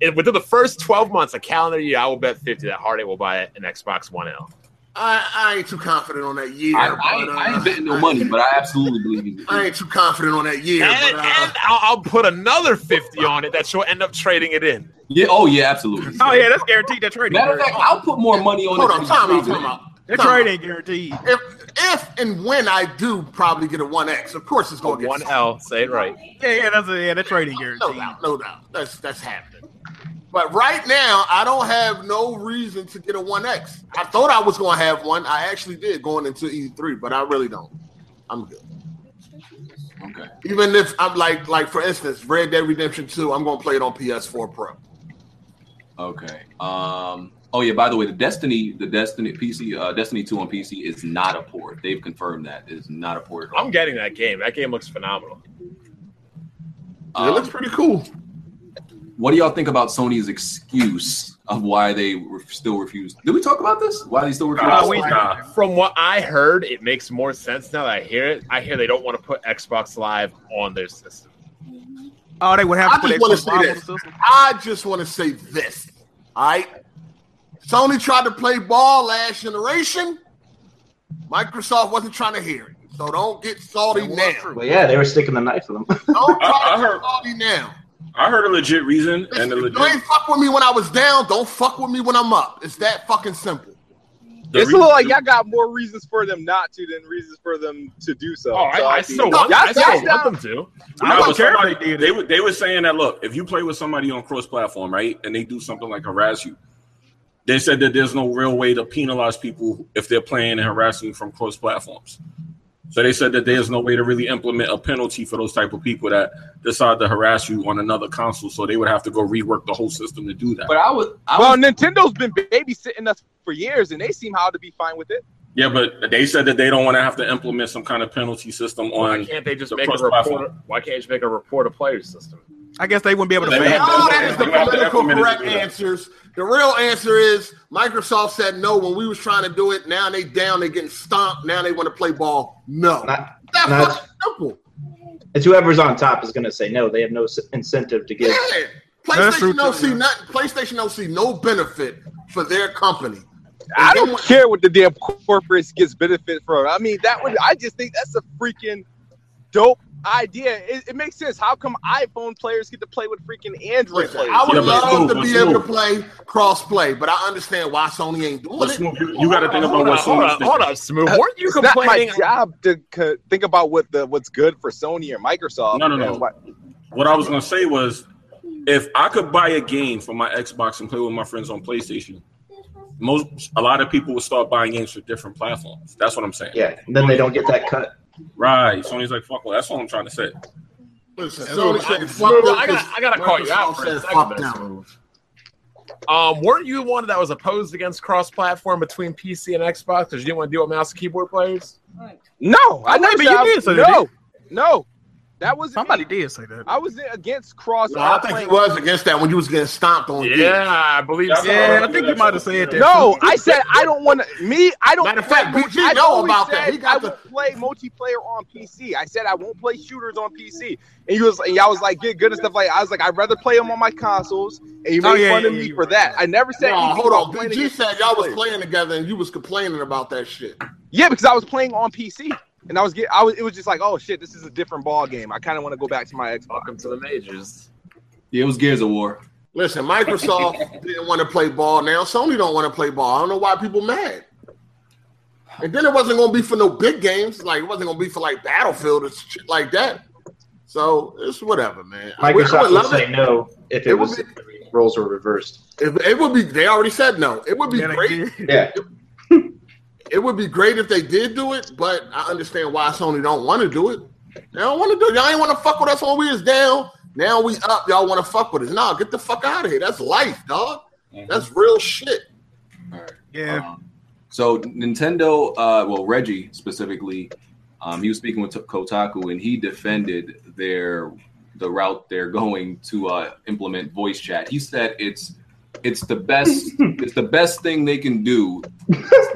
Speaker 2: If within the first 12 months, a calendar year, I will bet 50 that Harding will buy an Xbox One L.
Speaker 6: I, I ain't too confident on that year.
Speaker 2: I- I-
Speaker 6: but, uh,
Speaker 3: I ain't betting no money, but I absolutely believe in
Speaker 6: I ain't too confident on that year.
Speaker 2: and,
Speaker 6: but, uh,
Speaker 2: and I'll, I'll put another 50 on it that she'll end up trading it in.
Speaker 3: Yeah. Oh yeah. Absolutely.
Speaker 4: Oh yeah, that's guaranteed. That trade. ain't
Speaker 3: Matter of fact,
Speaker 4: guaranteed.
Speaker 3: I'll put more money on
Speaker 6: Hold
Speaker 3: it.
Speaker 6: on,
Speaker 3: than
Speaker 6: time out,
Speaker 3: Steven.
Speaker 6: time out.
Speaker 4: That
Speaker 6: time
Speaker 4: trade
Speaker 6: out.
Speaker 4: ain't guaranteed.
Speaker 6: If if and when I do probably get a one X, of course it's going to get
Speaker 2: One L, say it right.
Speaker 4: Yeah, yeah, that's a, yeah, that trade ain't guaranteed.
Speaker 6: No doubt, no doubt. That's that's happening. But right now, I don't have no reason to get a one X. I thought I was going to have one. I actually did going into E three, but I really don't. I'm good.
Speaker 3: Okay.
Speaker 6: Even if I'm like like for instance, Red Dead Redemption two, I'm going to play it on PS four Pro.
Speaker 3: Okay. Um. Oh yeah. By the way, the Destiny, the Destiny PC, uh, Destiny Two on PC is not a port. They've confirmed that it is not a port. at all.
Speaker 2: I'm getting that game. That game looks phenomenal.
Speaker 3: Um,
Speaker 6: it looks pretty cool.
Speaker 3: What do y'all think about Sony's excuse of why they re- still refuse? Did we talk about this? Why they still refuse?
Speaker 6: Uh,
Speaker 2: Nah, we- From what I heard, it makes more sense now that I hear it. I hear they don't want to put Xbox Live on their system.
Speaker 4: Oh, they would have
Speaker 6: I
Speaker 4: to put Xbox Live
Speaker 6: just want to say
Speaker 4: on the
Speaker 6: this.
Speaker 4: system.
Speaker 6: I just want to say this. All right. Sony tried to play ball last generation. Microsoft wasn't trying to hear it. So don't get salty now.
Speaker 1: but yeah, they were sticking the knife in them.
Speaker 6: Don't try
Speaker 5: I
Speaker 6: to
Speaker 5: heard-
Speaker 6: get salty now.
Speaker 5: I heard a legit reason and a
Speaker 6: If you
Speaker 5: legit.
Speaker 6: ain't fuck with me when I was down. Don't fuck with me when I'm up. It's that fucking simple.
Speaker 5: the
Speaker 9: It's
Speaker 5: reason-
Speaker 9: look like y'all got more reasons for them not to than reasons for them to do so.
Speaker 2: Oh, I,
Speaker 9: So,
Speaker 2: I
Speaker 9: mean,
Speaker 2: still
Speaker 9: y'all-
Speaker 2: want, I still
Speaker 9: y'all
Speaker 2: want
Speaker 9: sound-
Speaker 2: them to.
Speaker 5: No,
Speaker 4: I don't
Speaker 5: but
Speaker 4: care if
Speaker 5: somebody-
Speaker 4: they did
Speaker 5: They were, they were saying that look, if you play with somebody on cross platform, right, and they do something like harass you, they said that there's no real way to penalize people if they're playing and harassing from cross platforms. So they said that there's no way to really implement a penalty for those type of people that decide to harass you on another console. So they would have to go rework the whole system to do that.
Speaker 3: But I would. I
Speaker 9: well,
Speaker 3: would
Speaker 9: Nintendo's been babysitting us for years, and they seem how to be fine with it.
Speaker 5: yeah, but they said that they don't want to have to implement some kind of penalty system
Speaker 2: Why
Speaker 5: on.
Speaker 2: can't they just
Speaker 5: the
Speaker 2: make a
Speaker 5: cross-platform.
Speaker 2: report? Why can't you just make a report a player system?
Speaker 4: I guess they wouldn't be able to.
Speaker 5: They
Speaker 4: ban
Speaker 5: have to-
Speaker 4: them.
Speaker 6: All that is the
Speaker 5: You have to
Speaker 6: political
Speaker 5: implement it to
Speaker 6: correct
Speaker 5: do that.
Speaker 6: answers. The real answer is Microsoft said no when we was trying to do it. Now they down. They getting stomped. Now they want to play ball. No.
Speaker 1: Not-
Speaker 6: That's
Speaker 1: not-
Speaker 6: fucking simple.
Speaker 1: It's whoever's on top is going to say no. They have no s- incentive to give.
Speaker 6: Yeah.
Speaker 4: That's true,
Speaker 6: PlayStation don't
Speaker 4: too,
Speaker 6: see
Speaker 4: man.
Speaker 6: nothing. PlayStation don't see no benefit for their company.
Speaker 9: I
Speaker 6: And they
Speaker 9: don't
Speaker 6: want-
Speaker 9: care what the damn corporates gets benefit from. I mean, that would I just think that's a freaking dope idea. It, it makes sense. How come iPhone players get to play with freaking Android
Speaker 6: Listen,
Speaker 9: players?
Speaker 6: I would
Speaker 5: Yeah, but
Speaker 6: love
Speaker 5: Snoop,
Speaker 6: to
Speaker 5: but
Speaker 6: be able to
Speaker 5: Snoop.
Speaker 6: play cross play, but I understand why Sony ain't doing
Speaker 5: But
Speaker 6: it.
Speaker 5: Snoop, you, you got to think about
Speaker 2: Hold
Speaker 5: what
Speaker 2: up, hold
Speaker 5: Sony's
Speaker 2: up,
Speaker 5: thinking.
Speaker 2: hold up, Smooth. Weren't you
Speaker 9: it's
Speaker 2: complaining?
Speaker 9: not my job to co- think about what the what's good for Sony or Microsoft.
Speaker 5: No, no, no.
Speaker 9: And what-
Speaker 5: What I was gonna say was, if I could buy a game for my Xbox and play with my friends on PlayStation, most a lot of people would start buying games for different platforms. That's what I'm saying.
Speaker 1: Yeah, and then they don't get that cut.
Speaker 5: Right. Sony's like, fuck. Well, that's what I'm trying to say.
Speaker 6: Listen,
Speaker 2: Smooth,
Speaker 6: Sony said,
Speaker 2: I-
Speaker 6: fuck
Speaker 2: Smooth,
Speaker 6: them,
Speaker 2: I gotta-
Speaker 6: 'cause
Speaker 2: I gotta call you out
Speaker 6: Microsoft
Speaker 2: for a
Speaker 6: said,
Speaker 2: second
Speaker 6: fuck
Speaker 2: there,
Speaker 6: them.
Speaker 2: Smooth. Um, weren't you one that was opposed against cross-platform between PC and Xbox because you didn't want to deal with mouse and keyboard players?
Speaker 9: no, I
Speaker 4: Oh, wait,
Speaker 9: never
Speaker 4: but you
Speaker 9: said I-
Speaker 4: did say that,
Speaker 9: no, no, that was
Speaker 4: Somebody did say that.
Speaker 9: I was against cross.
Speaker 6: No, I think he was against that when you was getting stomped on.
Speaker 2: Yeah, I believe
Speaker 5: Yeah,
Speaker 2: so.
Speaker 4: Yeah, I think you might have said that.
Speaker 9: No, I said I don't want to. Me, I don't.
Speaker 2: Matter of
Speaker 9: play
Speaker 6: fact,
Speaker 9: multi-
Speaker 6: BG
Speaker 9: I
Speaker 6: know
Speaker 9: always
Speaker 6: about that.
Speaker 9: said
Speaker 6: He got
Speaker 9: I
Speaker 6: the-
Speaker 9: won't play multiplayer on PC. I said I won't play shooters on PC, and you was and y'all was like, get good and stuff like. I was like, I'd rather play them on my consoles, and you made
Speaker 4: Oh, yeah,
Speaker 9: fun of
Speaker 4: yeah,
Speaker 9: me
Speaker 4: you
Speaker 9: for
Speaker 4: right.
Speaker 9: that. I never said.
Speaker 6: Nah,
Speaker 9: anything
Speaker 6: hold
Speaker 9: about
Speaker 6: on.
Speaker 9: playing
Speaker 6: BG
Speaker 9: against
Speaker 6: said y'all was
Speaker 9: players.
Speaker 6: playing together and you was complaining about that shit.
Speaker 9: Yeah, because I was playing on PC, and I was get. I was. It was just like, oh shit, this is a different ball game. I kind of want to go back to my Xbox.
Speaker 2: Welcome to the majors.
Speaker 3: Yeah, it was Gears of War.
Speaker 6: Listen, Microsoft didn't want to play ball. Now Sony don't want to play ball. I don't know why people mad. And then it wasn't going to be for no big games. Like it wasn't going to be for like Battlefield or shit like that. So it's whatever, man. I would- I
Speaker 1: Microsoft
Speaker 6: would
Speaker 1: would
Speaker 6: love
Speaker 1: say
Speaker 6: it.
Speaker 1: no if
Speaker 6: It
Speaker 1: it
Speaker 6: would
Speaker 1: was
Speaker 6: be-
Speaker 1: if the roles were reversed.
Speaker 6: If, it would be. They already said no. It would be
Speaker 4: Yeah, they
Speaker 6: great.
Speaker 4: did.
Speaker 1: Yeah,
Speaker 6: It would be great if they did do it, but I understand why Sony don't want to do it. They don't want to do it. Y'all ain't want to fuck with us when we was down. Now we up. Y'all want to fuck with us? Nah, get the fuck out of here. That's life, dog. That's real shit.
Speaker 4: Yeah.
Speaker 3: Um, so Nintendo, uh, well, Reggie specifically, um, he was speaking with Kotaku, and he defended their the route they're going to uh, implement voice chat. He said it's it's the best it's the best thing they can do.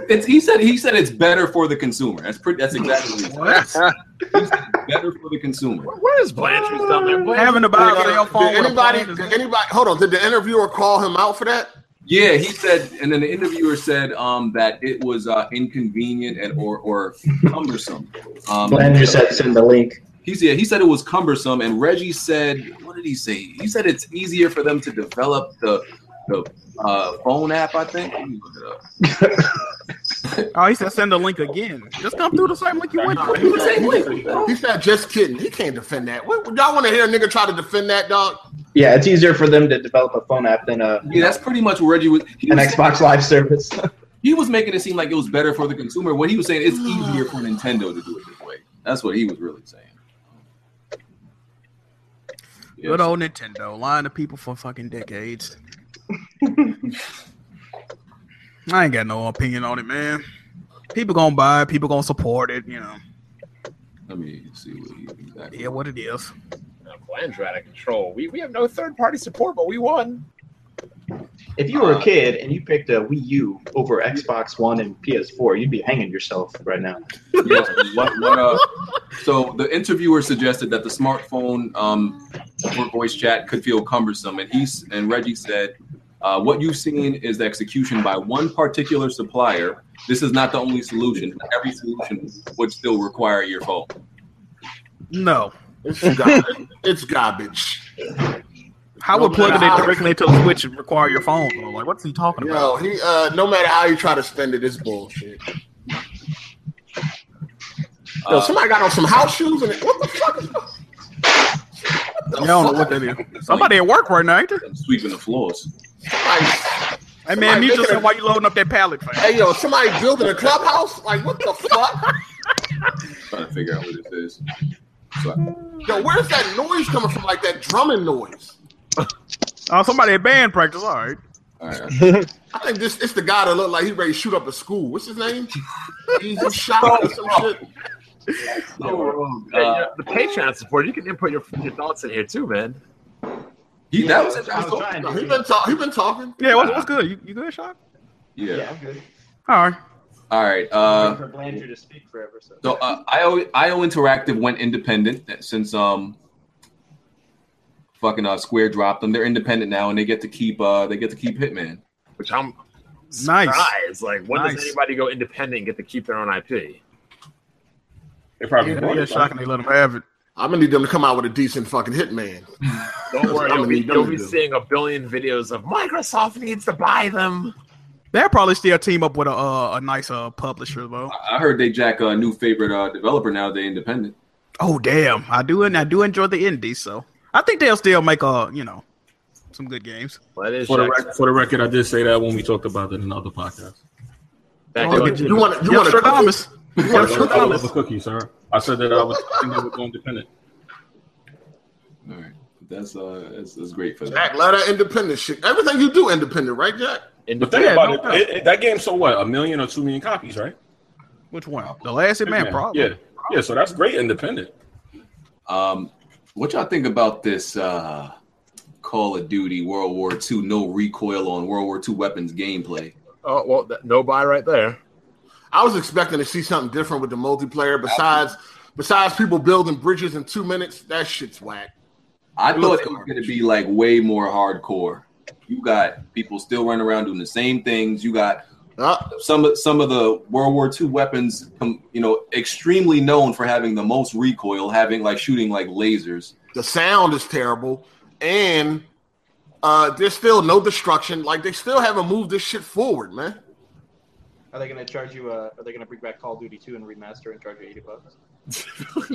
Speaker 3: It's he said he said it's better for the consumer. That's pretty. That's exactly what he said. Better for the consumer.
Speaker 2: Where is Blanchard's down there? Blanchard?
Speaker 4: Having a
Speaker 6: Did,
Speaker 4: bio phone.
Speaker 6: did
Speaker 4: with a
Speaker 6: anybody?
Speaker 4: plan is-
Speaker 6: Did anybody? Hold on. Did the interviewer call him out for that?
Speaker 3: Yeah, he said, and then the interviewer said um, that it was uh, inconvenient and or or cumbersome. Um,
Speaker 1: Blanchard said send the link.
Speaker 3: He said he said it was cumbersome, and Reggie said, "What did he say? He said it's easier for them to develop the the uh, phone app. I think. Let me look it up.
Speaker 4: Oh, he said send the link again. Just come through the same link you went
Speaker 5: Nah,
Speaker 4: through.
Speaker 5: he said- he said-
Speaker 6: He said, "Just kidding. He can't defend that." What, y'all want to hear a nigga try to defend that, dog?
Speaker 1: Yeah, it's easier for them to develop a phone app than a
Speaker 3: Yeah, that's pretty much what Reggie was. He
Speaker 1: an
Speaker 3: was,
Speaker 1: Xbox Live service.
Speaker 3: he was making it seem like it was better for the consumer. What he was saying, it's easier for Nintendo to do it this way. That's what he was really saying. Yeah,
Speaker 4: Good old Nintendo, lying to people for fucking decades. I ain't got no opinion on it, man. People gonna buy it, people gonna support it, you know.
Speaker 3: let me see what he exactly.
Speaker 4: Yeah, what it is.
Speaker 2: Blanchard out of control. We, we have no third party support, but we won.
Speaker 1: If you were a kid and you picked a Wii U over Xbox One and PS4, you'd be hanging yourself right now.
Speaker 3: Yeah, what, what, uh, so the interviewer suggested that the smartphone um, for voice chat could feel cumbersome, and he s- and Reggie said, uh, "What you've seen is the execution by one particular supplier. This is not the only solution. Every solution would still require your phone."
Speaker 4: No.
Speaker 6: It's, gar- it's garbage.
Speaker 4: How would plugging it directly into the switch and require your phone? though? Like, what's he talking about?
Speaker 6: Yo, he. Uh, no matter how you try to spend it, it's bullshit. Yo,
Speaker 3: Uh,
Speaker 6: somebody got on some house shoes and what the fuck? Is what the
Speaker 4: I don't know what
Speaker 6: fuck?
Speaker 4: that is. Somebody at work right now, ain't there?
Speaker 3: I'm sweeping the floors.
Speaker 6: Like,
Speaker 4: Hey man,
Speaker 6: Somebody
Speaker 4: mute yourself
Speaker 6: making
Speaker 4: while you loading up that pallet, fam.
Speaker 6: hey, yo, somebody building a clubhouse? Like, what the fuck?
Speaker 3: Trying to figure out what this is. So,
Speaker 6: Yo, where's that noise coming from? Like that drumming noise.
Speaker 4: Oh, somebody at band practice. All right.
Speaker 3: all right.
Speaker 6: I think this it's the guy that looked like he ready to shoot up a school. What's his name? Easy shot or
Speaker 1: Oh,
Speaker 6: some shit.
Speaker 2: Hey, yeah, the Patreon support, you can input your, your thoughts in here too, man.
Speaker 3: He, that was,
Speaker 1: I was trying
Speaker 6: No, he
Speaker 1: to.
Speaker 6: been talk, he been talking.
Speaker 4: Yeah, what's, what's good? You, you good, Sean?
Speaker 1: Yeah,
Speaker 3: yeah.
Speaker 1: I'm good.
Speaker 4: All right.
Speaker 3: All right. Uh,
Speaker 1: for Blanchard to speak forever. So.
Speaker 3: So uh, IO IO Interactive went independent since um fucking uh, Square dropped them. They're independent now, and they get to keep uh they get to keep Hitman.
Speaker 2: Which I'm
Speaker 4: Nice.
Speaker 2: surprised. Like, when
Speaker 4: Nice.
Speaker 2: does anybody go independent and get to keep their own IP?
Speaker 5: They probably
Speaker 4: Yeah,
Speaker 5: bought
Speaker 4: yeah
Speaker 5: it.
Speaker 4: Shock, and they let him have it.
Speaker 6: I'm gonna need them to come out with a decent fucking hitman.
Speaker 2: Don't worry, you'll
Speaker 6: I'm gonna
Speaker 2: be,
Speaker 6: need them
Speaker 2: you'll
Speaker 6: to
Speaker 2: be
Speaker 6: do.
Speaker 2: seeing a billion videos of Microsoft needs to buy them.
Speaker 4: They'll probably still team up with a uh, a nice uh, publisher though.
Speaker 3: I heard they jack a new favorite uh, developer now. They independent.
Speaker 4: Oh damn, I do and I do enjoy the indies, so I think they'll still make a you know some good games.
Speaker 5: For the, rec- for the record, I did say that when we talked about it in another podcast.
Speaker 4: That Oh, goes- you- you wanna- you Yeah, wanna sure, cook Thomas. it? You
Speaker 5: I
Speaker 4: wanna
Speaker 5: said
Speaker 4: cook
Speaker 5: I
Speaker 4: it?
Speaker 5: love a cookie, sir. I said that I was thinking of going independent.
Speaker 3: All right, that's uh, that's, that's great for that.
Speaker 6: Jack, let that independent shit. Everything you do, independent, right, Jack?
Speaker 5: But think about it, it, it- That game sold what? A million or two million copies, right?
Speaker 4: Which one? The Last Man, probably.
Speaker 5: Yeah, yeah. So that's great, independent.
Speaker 3: Um, what y'all think about this uh, Call of Duty World War II no recoil on World War II weapons gameplay?
Speaker 2: Oh well, that, no buy right there.
Speaker 6: I was expecting to see something different with the multiplayer. Besides, besides people building bridges in two minutes, that shit's whack.
Speaker 3: I
Speaker 6: It
Speaker 3: thought
Speaker 6: looks
Speaker 3: it was going to be like way more hardcore. You got people still running around doing the same things. You got
Speaker 6: Uh,
Speaker 3: some of some of the World War II weapons, um, you know, extremely known for having the most recoil, having like shooting like lasers.
Speaker 6: The sound is terrible, and uh, there's still no destruction. Like they still haven't moved this shit forward, man.
Speaker 1: Are they going to charge you? Uh, are they going to bring back Call of Duty 2 and remaster and charge you 80 bucks?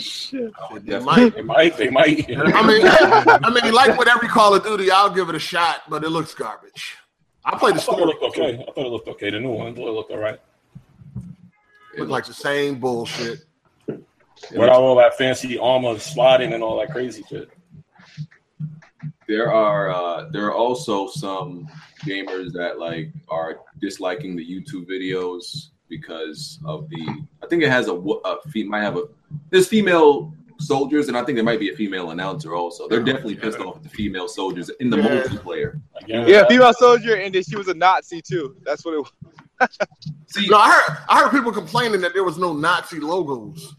Speaker 6: Shit. They
Speaker 1: definitely-
Speaker 6: might.
Speaker 5: They might. They might.
Speaker 6: I mean, I mean, like with every Call of Duty, I'll give it a shot, but it looks garbage. I played the
Speaker 5: I thought
Speaker 6: story.
Speaker 5: it looked okay. I thought it looked okay. The new one I thought it looked all right.
Speaker 6: Looked like the same bullshit.
Speaker 5: Without all that fancy armor sliding and all that crazy shit.
Speaker 3: There are uh, there are also some gamers that like are disliking the YouTube videos because of the. I think it has a, wo- a fe- might have a there's female soldiers and I think there might be a female announcer also. They're definitely pissed off at the female soldiers in the
Speaker 13: Yeah.
Speaker 3: multiplayer.
Speaker 13: Yeah, female soldier, and then she was a Nazi too. That's what it was.
Speaker 6: no, I heard I heard people complaining that there was no Nazi logos.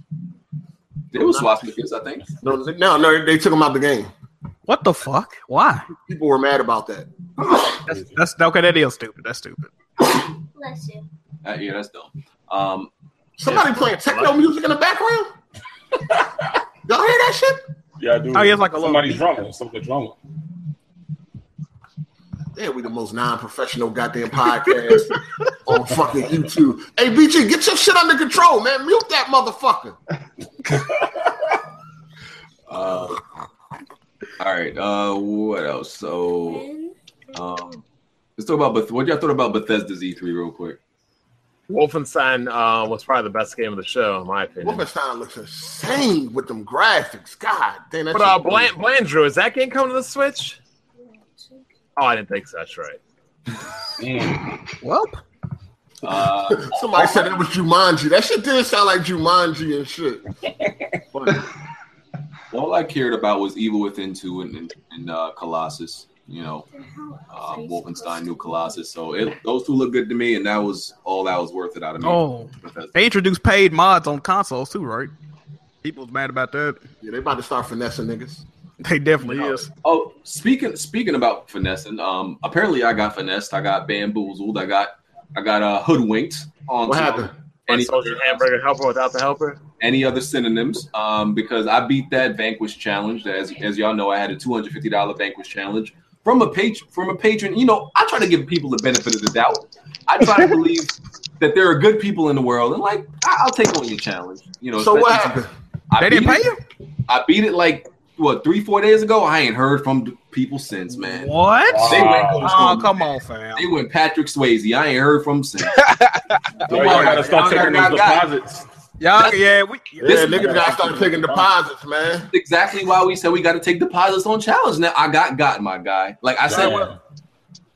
Speaker 3: There was swastikas, I think.
Speaker 6: No, no, no, they took them out the game.
Speaker 4: What the fuck? Why?
Speaker 6: People were mad about that.
Speaker 4: That's, that's okay. That is stupid. That's stupid.
Speaker 14: Bless you.
Speaker 3: Uh, yeah, that's dumb. Um,
Speaker 6: Somebody playing techno music in the background. Y'all hear that shit?
Speaker 5: Yeah, I do.
Speaker 6: Oh, yeah, it's like a little-
Speaker 5: somebody's drama. Somebody's drama.
Speaker 6: Yeah, we the most non-professional goddamn podcast on fucking YouTube. Hey, BG, get your shit under control, man. Mute that motherfucker.
Speaker 3: uh, all right. Uh, what else? So, um, let's talk about Beth- what y'all thought about Bethesda's E3 real quick.
Speaker 2: Wolfenstein uh, was probably the best game of the show, in my opinion.
Speaker 6: Wolfenstein looks insane with them graphics. God damn, that's
Speaker 2: But uh,
Speaker 6: just-
Speaker 2: Bland, Blandrew, is that game coming to the Switch? Oh, I didn't think so. That's right.
Speaker 5: Mm.
Speaker 4: Well,
Speaker 3: Uh,
Speaker 6: Somebody said it was Jumanji. That shit did sound like Jumanji and shit.
Speaker 3: All I cared about was Evil Within 2 and, and, and uh, Colossus, you know, uh, Wolfenstein, New Colossus. So it, those two look good to me, and that was all that was worth it out of me.
Speaker 4: Oh,
Speaker 3: Bethesda.
Speaker 4: they introduced paid mods on consoles too, right? People was mad about that.
Speaker 6: Yeah, they about to start finessing niggas.
Speaker 4: They definitely is.
Speaker 3: Oh, speaking speaking about finessing, um, apparently I got finessed. I got bamboozled. I got I got uh, hoodwinked. On
Speaker 6: What
Speaker 3: to
Speaker 6: happened?
Speaker 3: Any,
Speaker 2: Soldier, hamburger, helper without the helper.
Speaker 3: any other synonyms? Um, because I beat that Vanquish challenge. As as y'all know, I had a two hundred fifty dollar Vanquish challenge from a page from a patron. You know, I try to give people the benefit of the doubt. I try to believe that there are good people in the world, and like I, I'll take on your challenge. You know.
Speaker 6: So what
Speaker 3: especially-
Speaker 6: happened?
Speaker 3: I
Speaker 4: They didn't
Speaker 3: beat
Speaker 4: pay
Speaker 3: it- I beat it like what three, four days ago. I ain't heard from d- people since, man.
Speaker 4: What?
Speaker 3: They went,
Speaker 4: Oh, come on, fam.
Speaker 3: they went Patrick Swayze. I ain't heard from since.
Speaker 5: Y'all gotta start taking those deposits.
Speaker 4: Y'all, yeah, we,
Speaker 6: Yeah, niggas gotta start taking deposits, man.
Speaker 3: That's exactly why we said we got to take deposits on challenge. Now I got got my guy. Like I said,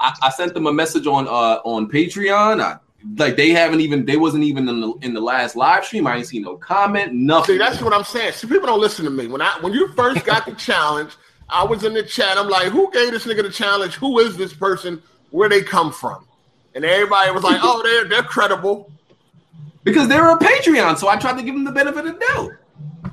Speaker 3: I, I sent them a message on uh on Patreon. I, like they haven't even they wasn't even in the in the last live stream. I ain't seen no comment, nothing.
Speaker 6: See, that's what I'm saying. See, people don't listen to me. When I when you first got the challenge, I was in the chat. I'm like, who gave this nigga the challenge? Who is this person? Where they come from? And everybody was like, oh, they're they're credible.
Speaker 3: because they were a Patreon, so I tried to give them the benefit of the doubt.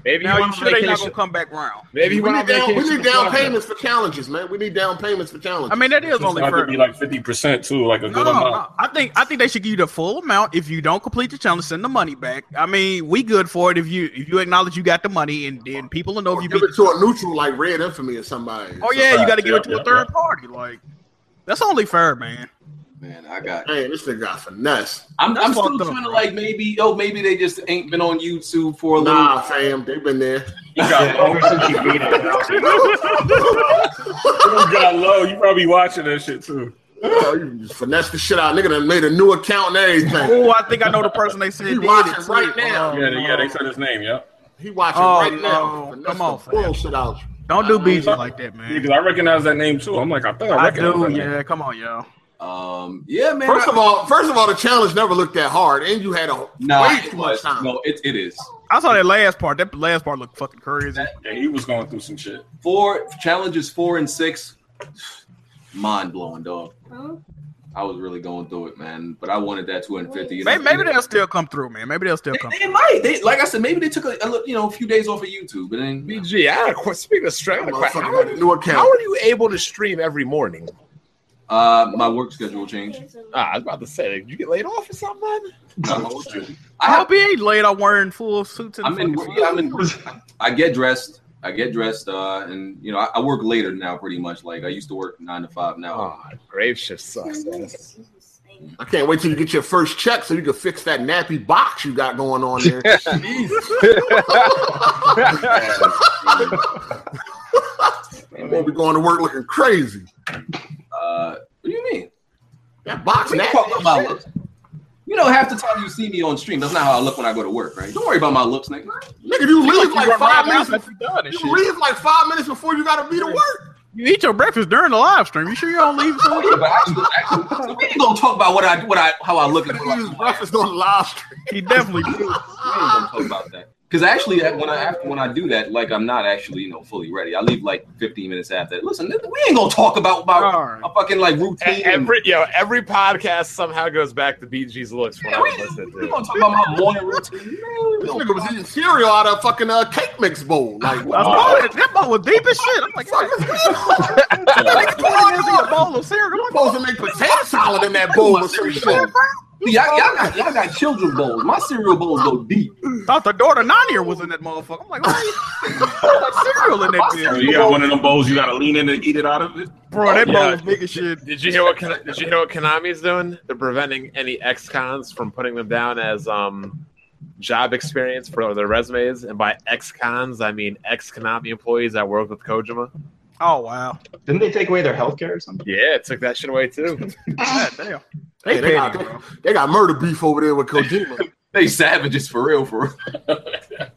Speaker 2: Maybe
Speaker 4: now
Speaker 2: he
Speaker 4: you
Speaker 2: went on
Speaker 4: sure they not
Speaker 2: vacation.
Speaker 4: gonna come back round?
Speaker 2: Maybe he
Speaker 6: we
Speaker 2: went
Speaker 6: need
Speaker 2: on
Speaker 6: down, we
Speaker 2: vacation.
Speaker 6: need down payments for challenges, man. We need down payments for challenges.
Speaker 4: I mean, that is
Speaker 6: It's
Speaker 4: only
Speaker 6: not
Speaker 4: fair.
Speaker 6: gonna be
Speaker 5: like fifty percent too, like a
Speaker 4: No,
Speaker 5: good amount.
Speaker 4: no, I think I think they should give you the full amount. If you don't complete the challenge, send the money back. I mean, we good for it if you if you acknowledge you got the money, and then people will know if you
Speaker 6: Give
Speaker 4: beat
Speaker 6: it to a neutral like Red Infamy or somebody.
Speaker 4: Oh yeah, you got to give it to
Speaker 6: Yep,
Speaker 4: a third
Speaker 6: yep,
Speaker 4: party. Like that's only fair, man.
Speaker 3: Man, I got.
Speaker 6: yep. Hey, this nigga got finesse.
Speaker 3: I'm,
Speaker 6: That's
Speaker 3: I'm still
Speaker 6: fucked up,
Speaker 3: trying to like maybe oh maybe they just ain't been on YouTube for a little.
Speaker 6: Nah, fam, they've been there.
Speaker 3: You
Speaker 5: got
Speaker 3: over
Speaker 5: since you beat you got low. You probably watching that shit too.
Speaker 6: Oh, you just finesse the shit out. Nigga done made a new account and everything.
Speaker 4: Oh, I think I know the person they said.
Speaker 6: He
Speaker 4: did
Speaker 6: watching
Speaker 4: it, too.
Speaker 6: right now.
Speaker 4: Oh,
Speaker 5: Yeah, they- yeah, they said his name. Yeah,
Speaker 6: He watching
Speaker 4: Oh,
Speaker 6: right now.
Speaker 4: no.
Speaker 6: Finesse
Speaker 4: Come on,
Speaker 6: the bullshit out.
Speaker 4: Don't do BG like that, man.
Speaker 5: because I recognize that name too. I'm like, I thought I
Speaker 4: I
Speaker 5: recognized
Speaker 4: do,
Speaker 5: that name.
Speaker 4: yeah. Come on, yo.
Speaker 3: Um, yeah, man.
Speaker 6: First
Speaker 3: I-
Speaker 6: of all, first of all, the challenge never looked that hard, and you had a
Speaker 3: nah,
Speaker 6: way
Speaker 3: it
Speaker 6: too much
Speaker 3: was.
Speaker 6: time.
Speaker 3: No, it, it is.
Speaker 4: I saw that last part. That last part looked fucking crazy.
Speaker 5: Yeah, he was going through some shit.
Speaker 3: Four challenges, four and six. Mind blowing, dog. I was really going through it, man. But I wanted that 250. you know?
Speaker 4: Maybe, maybe they'll still come through, man. Maybe they'll still come.
Speaker 3: They might. They like I said, maybe they took a, a li- you know a few days off of YouTube, and then
Speaker 2: BG, I had a question. Speaking of stream, I had a question.
Speaker 6: Motherfucker
Speaker 2: How,
Speaker 6: got a new account.
Speaker 2: how are you able to stream every morning?
Speaker 3: uh, my work schedule changed.
Speaker 2: Ah, I was about to say, like, you get laid off or something? man?
Speaker 4: I hope he ain't Oh, laid out wearing full suits. And
Speaker 3: I'm in.
Speaker 4: fucking-
Speaker 3: yeah, I'm in. I get dressed. I get dressed, uh, and you know I, I work later now, pretty much. Like I used to work nine to five now.
Speaker 2: Ah, grave shift sucks. man.
Speaker 6: I can't wait till you get your first check so you can fix that nappy box you got going on there. You won't be going to work looking crazy.
Speaker 3: Uh, what do you mean?
Speaker 6: That box
Speaker 3: What are you
Speaker 6: nappy.
Speaker 3: talking about my looks? You know, half the time you see me on stream, that's not how I look when I go to work, right? Don't worry about my looks, nigga.
Speaker 6: Nigga, you leave like
Speaker 4: run
Speaker 6: five
Speaker 4: around the
Speaker 6: minutes.
Speaker 4: house after you're done and
Speaker 6: You
Speaker 4: shit.
Speaker 6: leave like five minutes before you gotta be to work.
Speaker 4: You eat your breakfast during the live stream. You sure you don't leave?
Speaker 3: Oh, yeah, but actually, actually, so we ain't gonna talk about what I what I how I look and what I-
Speaker 6: You use breakfast on the live stream.
Speaker 4: He definitely do.
Speaker 3: we ain't gonna talk about that. Because actually, that- when I after, when I do that, like I'm not actually you know fully ready. I leave like 15 minutes after. that. Listen, th- we ain't gonna talk about about
Speaker 4: All right.
Speaker 3: a fucking like routine.
Speaker 2: E-
Speaker 3: and-
Speaker 2: Every yo, every podcast somehow goes back to BG's looks when
Speaker 3: Yeah,
Speaker 2: I was
Speaker 3: we,
Speaker 2: listening
Speaker 3: we
Speaker 2: to.
Speaker 3: gonna talk about my morning routine. Man, we
Speaker 6: This
Speaker 3: don't-
Speaker 6: nigga was eating cereal out of a fucking uh, cake mix bowl. Like,
Speaker 4: I
Speaker 6: what
Speaker 5: Oh,
Speaker 4: saw that. That bowl was deep as shit. I'm like,
Speaker 6: the fuck is this?
Speaker 4: nigga, twenty minutes in a bowl of cereal. I'm like,
Speaker 6: supposed to make potato salad in that bowl or some shit.
Speaker 3: See, y'all, y'all got y'all got children bowls. My cereal bowls go deep.
Speaker 4: thought the daughter Nania was in that motherfucker. I'm like, what? like cereal in that
Speaker 5: So
Speaker 4: bitch,
Speaker 5: you got one of them bowls. You got to lean in and eat it out of it.
Speaker 4: bro. That bowl
Speaker 2: Yeah.
Speaker 4: was big as shit.
Speaker 2: Did you hear what Kon- Did you hear what Konami's doing? They're preventing any ex-cons from putting them down as um job experience for their resumes, and by ex-cons I mean ex-Konami employees that work with Kojima.
Speaker 4: Oh wow.
Speaker 1: Didn't they take away their health care or something?
Speaker 2: Yeah, it took that shit away too.
Speaker 4: God damn.
Speaker 6: Hey, they, got, they, they got murder beef over there with Kojima.
Speaker 3: They savages for real, for real.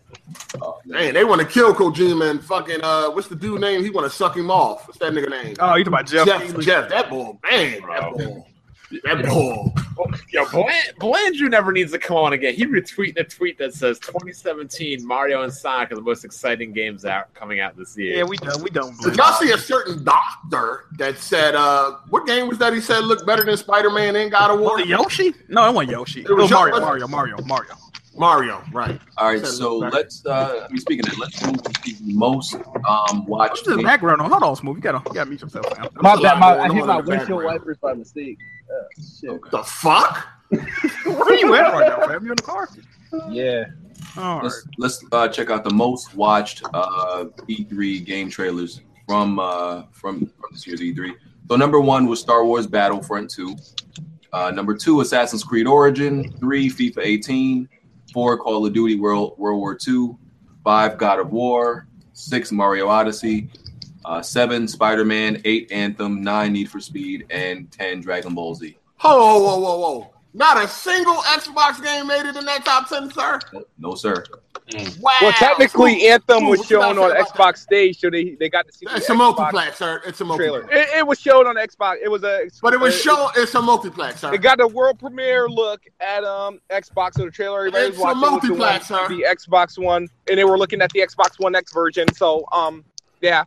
Speaker 6: Man, they want to kill Kojima and fucking uh, what's the dude name? He want to suck him off. What's that nigga name?
Speaker 4: Oh, you talking about Jeff?
Speaker 6: Jeff. Jeff. That boy, man. That boy. That boy.
Speaker 2: Yo, Bland, Blandrew never needs to come on again. He retweeted a tweet that says 2017 Mario and Sonic are the most exciting games out coming out this year.
Speaker 4: Yeah, we done. We done.
Speaker 6: Did y'all see a certain doctor that said, uh, what game was that? He said looked better than Spider Man and God of War.
Speaker 4: Was it Yoshi? No, it wasn't Yoshi. It
Speaker 6: It was
Speaker 4: was Mario.
Speaker 6: Yoshi.
Speaker 4: Mario. Mario. Mario.
Speaker 6: Mario, right?
Speaker 3: All right, so let's. Uh, I mean, speaking of that, let's move to the most um,
Speaker 4: What's
Speaker 3: watched.
Speaker 4: the
Speaker 3: game.
Speaker 4: background on? Hold on, smooth. You gotta, you gotta mute yourself. Man.
Speaker 6: My bad, my- I hit my windshield
Speaker 9: wipers by mistake. shit.
Speaker 6: The fuck?
Speaker 4: Where are you at right now, fam? You in the car?
Speaker 9: Yeah.
Speaker 4: All right.
Speaker 3: Let's let's uh, check out the most watched uh, E3 game trailers from uh, from from this year's E3. So number one was Star Wars Battlefront 2. Uh, number two, Assassin's Creed Origin. Three, FIFA 18. Four, Call of Duty World World War II. Five, God of War. Six, Mario Odyssey. Uh, seven, Spider Man. Eight, Anthem. Nine, Need for Speed. And ten, Dragon Ball Z.
Speaker 6: Whoa, whoa, whoa, whoa. Not a single Xbox game made it in that top 10, sir.
Speaker 3: No, sir.
Speaker 6: Wow.
Speaker 9: Well, technically, Anthem
Speaker 6: Ooh,
Speaker 9: was
Speaker 6: what you
Speaker 9: shown
Speaker 6: gotta
Speaker 9: on
Speaker 6: say about
Speaker 9: Xbox stage, so they they got to see the
Speaker 6: It's a
Speaker 9: Xbox
Speaker 6: multiplex, sir. It's a
Speaker 9: trailer.
Speaker 6: multiplex.
Speaker 9: It, it was shown on Xbox. It was a
Speaker 6: But it was
Speaker 9: uh,
Speaker 6: shown, it's a multiplex, sir.
Speaker 9: It got the world premiere look at um Xbox so the trailer. Everybody
Speaker 6: It's a
Speaker 9: was watching with the, one,
Speaker 6: multiplex, huh?
Speaker 9: the Xbox One, and they were looking at the Xbox One X version. So um, yeah,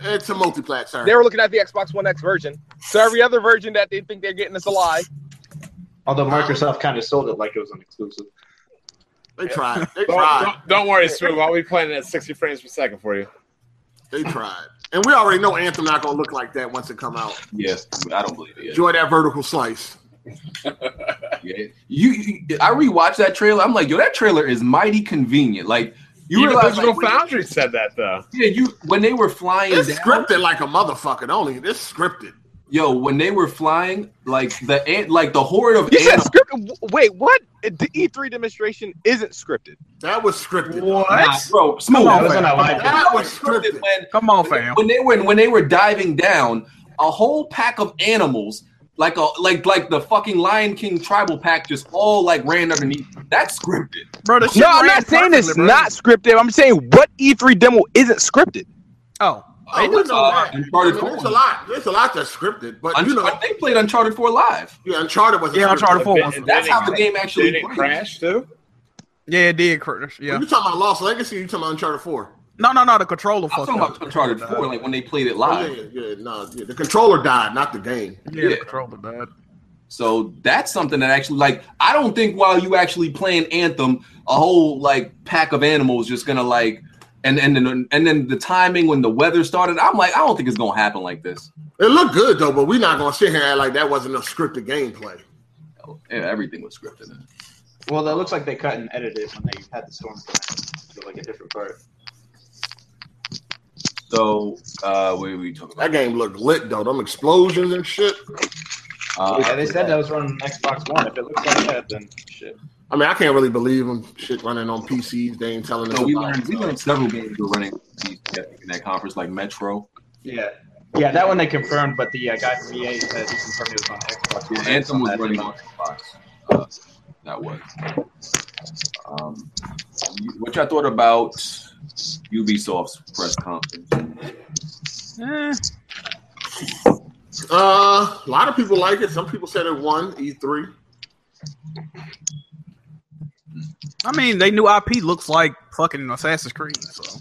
Speaker 6: It's a multiplex, sir.
Speaker 9: they were looking at the Xbox One X version. So every other version that they think they're getting is a lie.
Speaker 1: Uh, Although Microsoft kind of sold it like it was an exclusive.
Speaker 6: They tried. They
Speaker 15: Don't-
Speaker 6: tried.
Speaker 15: Don't, don't worry, Smooth. I'll be playing it at 60 frames per second for you.
Speaker 6: They tried. And we already know Anthem not gonna look like that once it come out.
Speaker 3: Yes, I don't believe it.
Speaker 6: Enjoy that vertical slice.
Speaker 3: Yeah. You, you- I rewatched that trailer. I'm like, yo, that trailer is mighty convenient. Like, you
Speaker 15: Even
Speaker 3: realize,
Speaker 15: Digital
Speaker 3: like, when-
Speaker 15: Foundry said that though.
Speaker 3: yeah, you when they were flying,
Speaker 6: It's scripted like a motherfucker. Only it's scripted.
Speaker 3: Yo, when they were flying, like the ant, like the horde of
Speaker 13: You said
Speaker 3: animals.
Speaker 13: script. w- Wait, what? The
Speaker 9: E
Speaker 13: E3 demonstration isn't scripted.
Speaker 6: That was scripted.
Speaker 4: What?
Speaker 3: Nah, bro, smooth. That
Speaker 4: Come on,
Speaker 3: was
Speaker 4: fam.
Speaker 3: live.
Speaker 6: That was scripted.
Speaker 3: When-
Speaker 4: Come on, fam.
Speaker 3: when they were when they were diving down, a whole pack of animals, like a like like the fucking Lion King tribal pack, just all like ran underneath. That's scripted.
Speaker 4: Bro, the shit
Speaker 13: No, I'm
Speaker 4: ran
Speaker 13: not saying it's
Speaker 4: perfectly, bro.
Speaker 13: not scripted. I'm saying what E3 demo isn't scripted.
Speaker 4: Oh,
Speaker 6: Oh, we know
Speaker 3: Uncharted
Speaker 6: that. I mean,
Speaker 3: Uncharted
Speaker 6: there's a
Speaker 3: four.
Speaker 6: lot. There's a lot that's scripted, but you know,
Speaker 3: Unch- they played Uncharted Four live.
Speaker 6: yeah, Uncharted was.
Speaker 4: Yeah, Uncharted Four.
Speaker 15: Didn't-
Speaker 4: That's
Speaker 3: That's
Speaker 15: didn't-
Speaker 3: how the game
Speaker 15: didn't
Speaker 3: actually
Speaker 15: it
Speaker 3: plays.
Speaker 15: crash too.
Speaker 4: yeah, it did crash.
Speaker 6: Yeah.
Speaker 4: Yeah.
Speaker 6: You talking about Lost Legacy? Or you talking about Uncharted Four?
Speaker 4: No, no, no. The controller
Speaker 3: I'm
Speaker 4: fucked
Speaker 3: talking
Speaker 4: up.
Speaker 3: about Uncharted Four, like when they played it
Speaker 6: Oh,
Speaker 3: live.
Speaker 6: yeah, yeah, no, yeah. The controller died, not the game.
Speaker 4: Yeah,
Speaker 3: yeah.
Speaker 4: the controller died.
Speaker 3: So that's something that actually, like, I don't think while you actually playing Anthem, a whole like pack of animals just gonna like, and and then and then the timing when the weather started, I'm like, I don't think it's gonna happen like this.
Speaker 6: It looked good though, but we're not gonna sit here and act like that wasn't a scripted gameplay.
Speaker 3: Yeah, everything was scripted.
Speaker 1: Well, that looks like they cut and edited when they had the storm plan, so like a different part.
Speaker 3: So uh, what are we talking
Speaker 6: That
Speaker 3: about?
Speaker 6: game looked lit though. Them explosions and shit.
Speaker 3: Uh,
Speaker 1: yeah, they said that was running Xbox One. If it looks like that, then shit.
Speaker 6: I mean, I can't really believe them shit running on PCs. They ain't telling us.
Speaker 3: So we
Speaker 6: about
Speaker 3: learned
Speaker 6: it.
Speaker 3: we learned several games were running in that conference, like Metro.
Speaker 1: Yeah. Yeah, that one they confirmed, but the uh, guy from EA said he confirmed it was on Xbox
Speaker 3: Yeah,
Speaker 1: One.
Speaker 3: Anthem was
Speaker 1: That's
Speaker 3: running
Speaker 1: about-
Speaker 3: on Xbox. Uh, that was. Um, you- what y'all thought about Ubisoft's press conference?
Speaker 4: Eh,
Speaker 6: Uh, a lot of people like it. Some people said it won E E3.
Speaker 4: I mean, they new IP looks like fucking Assassin's Creed. So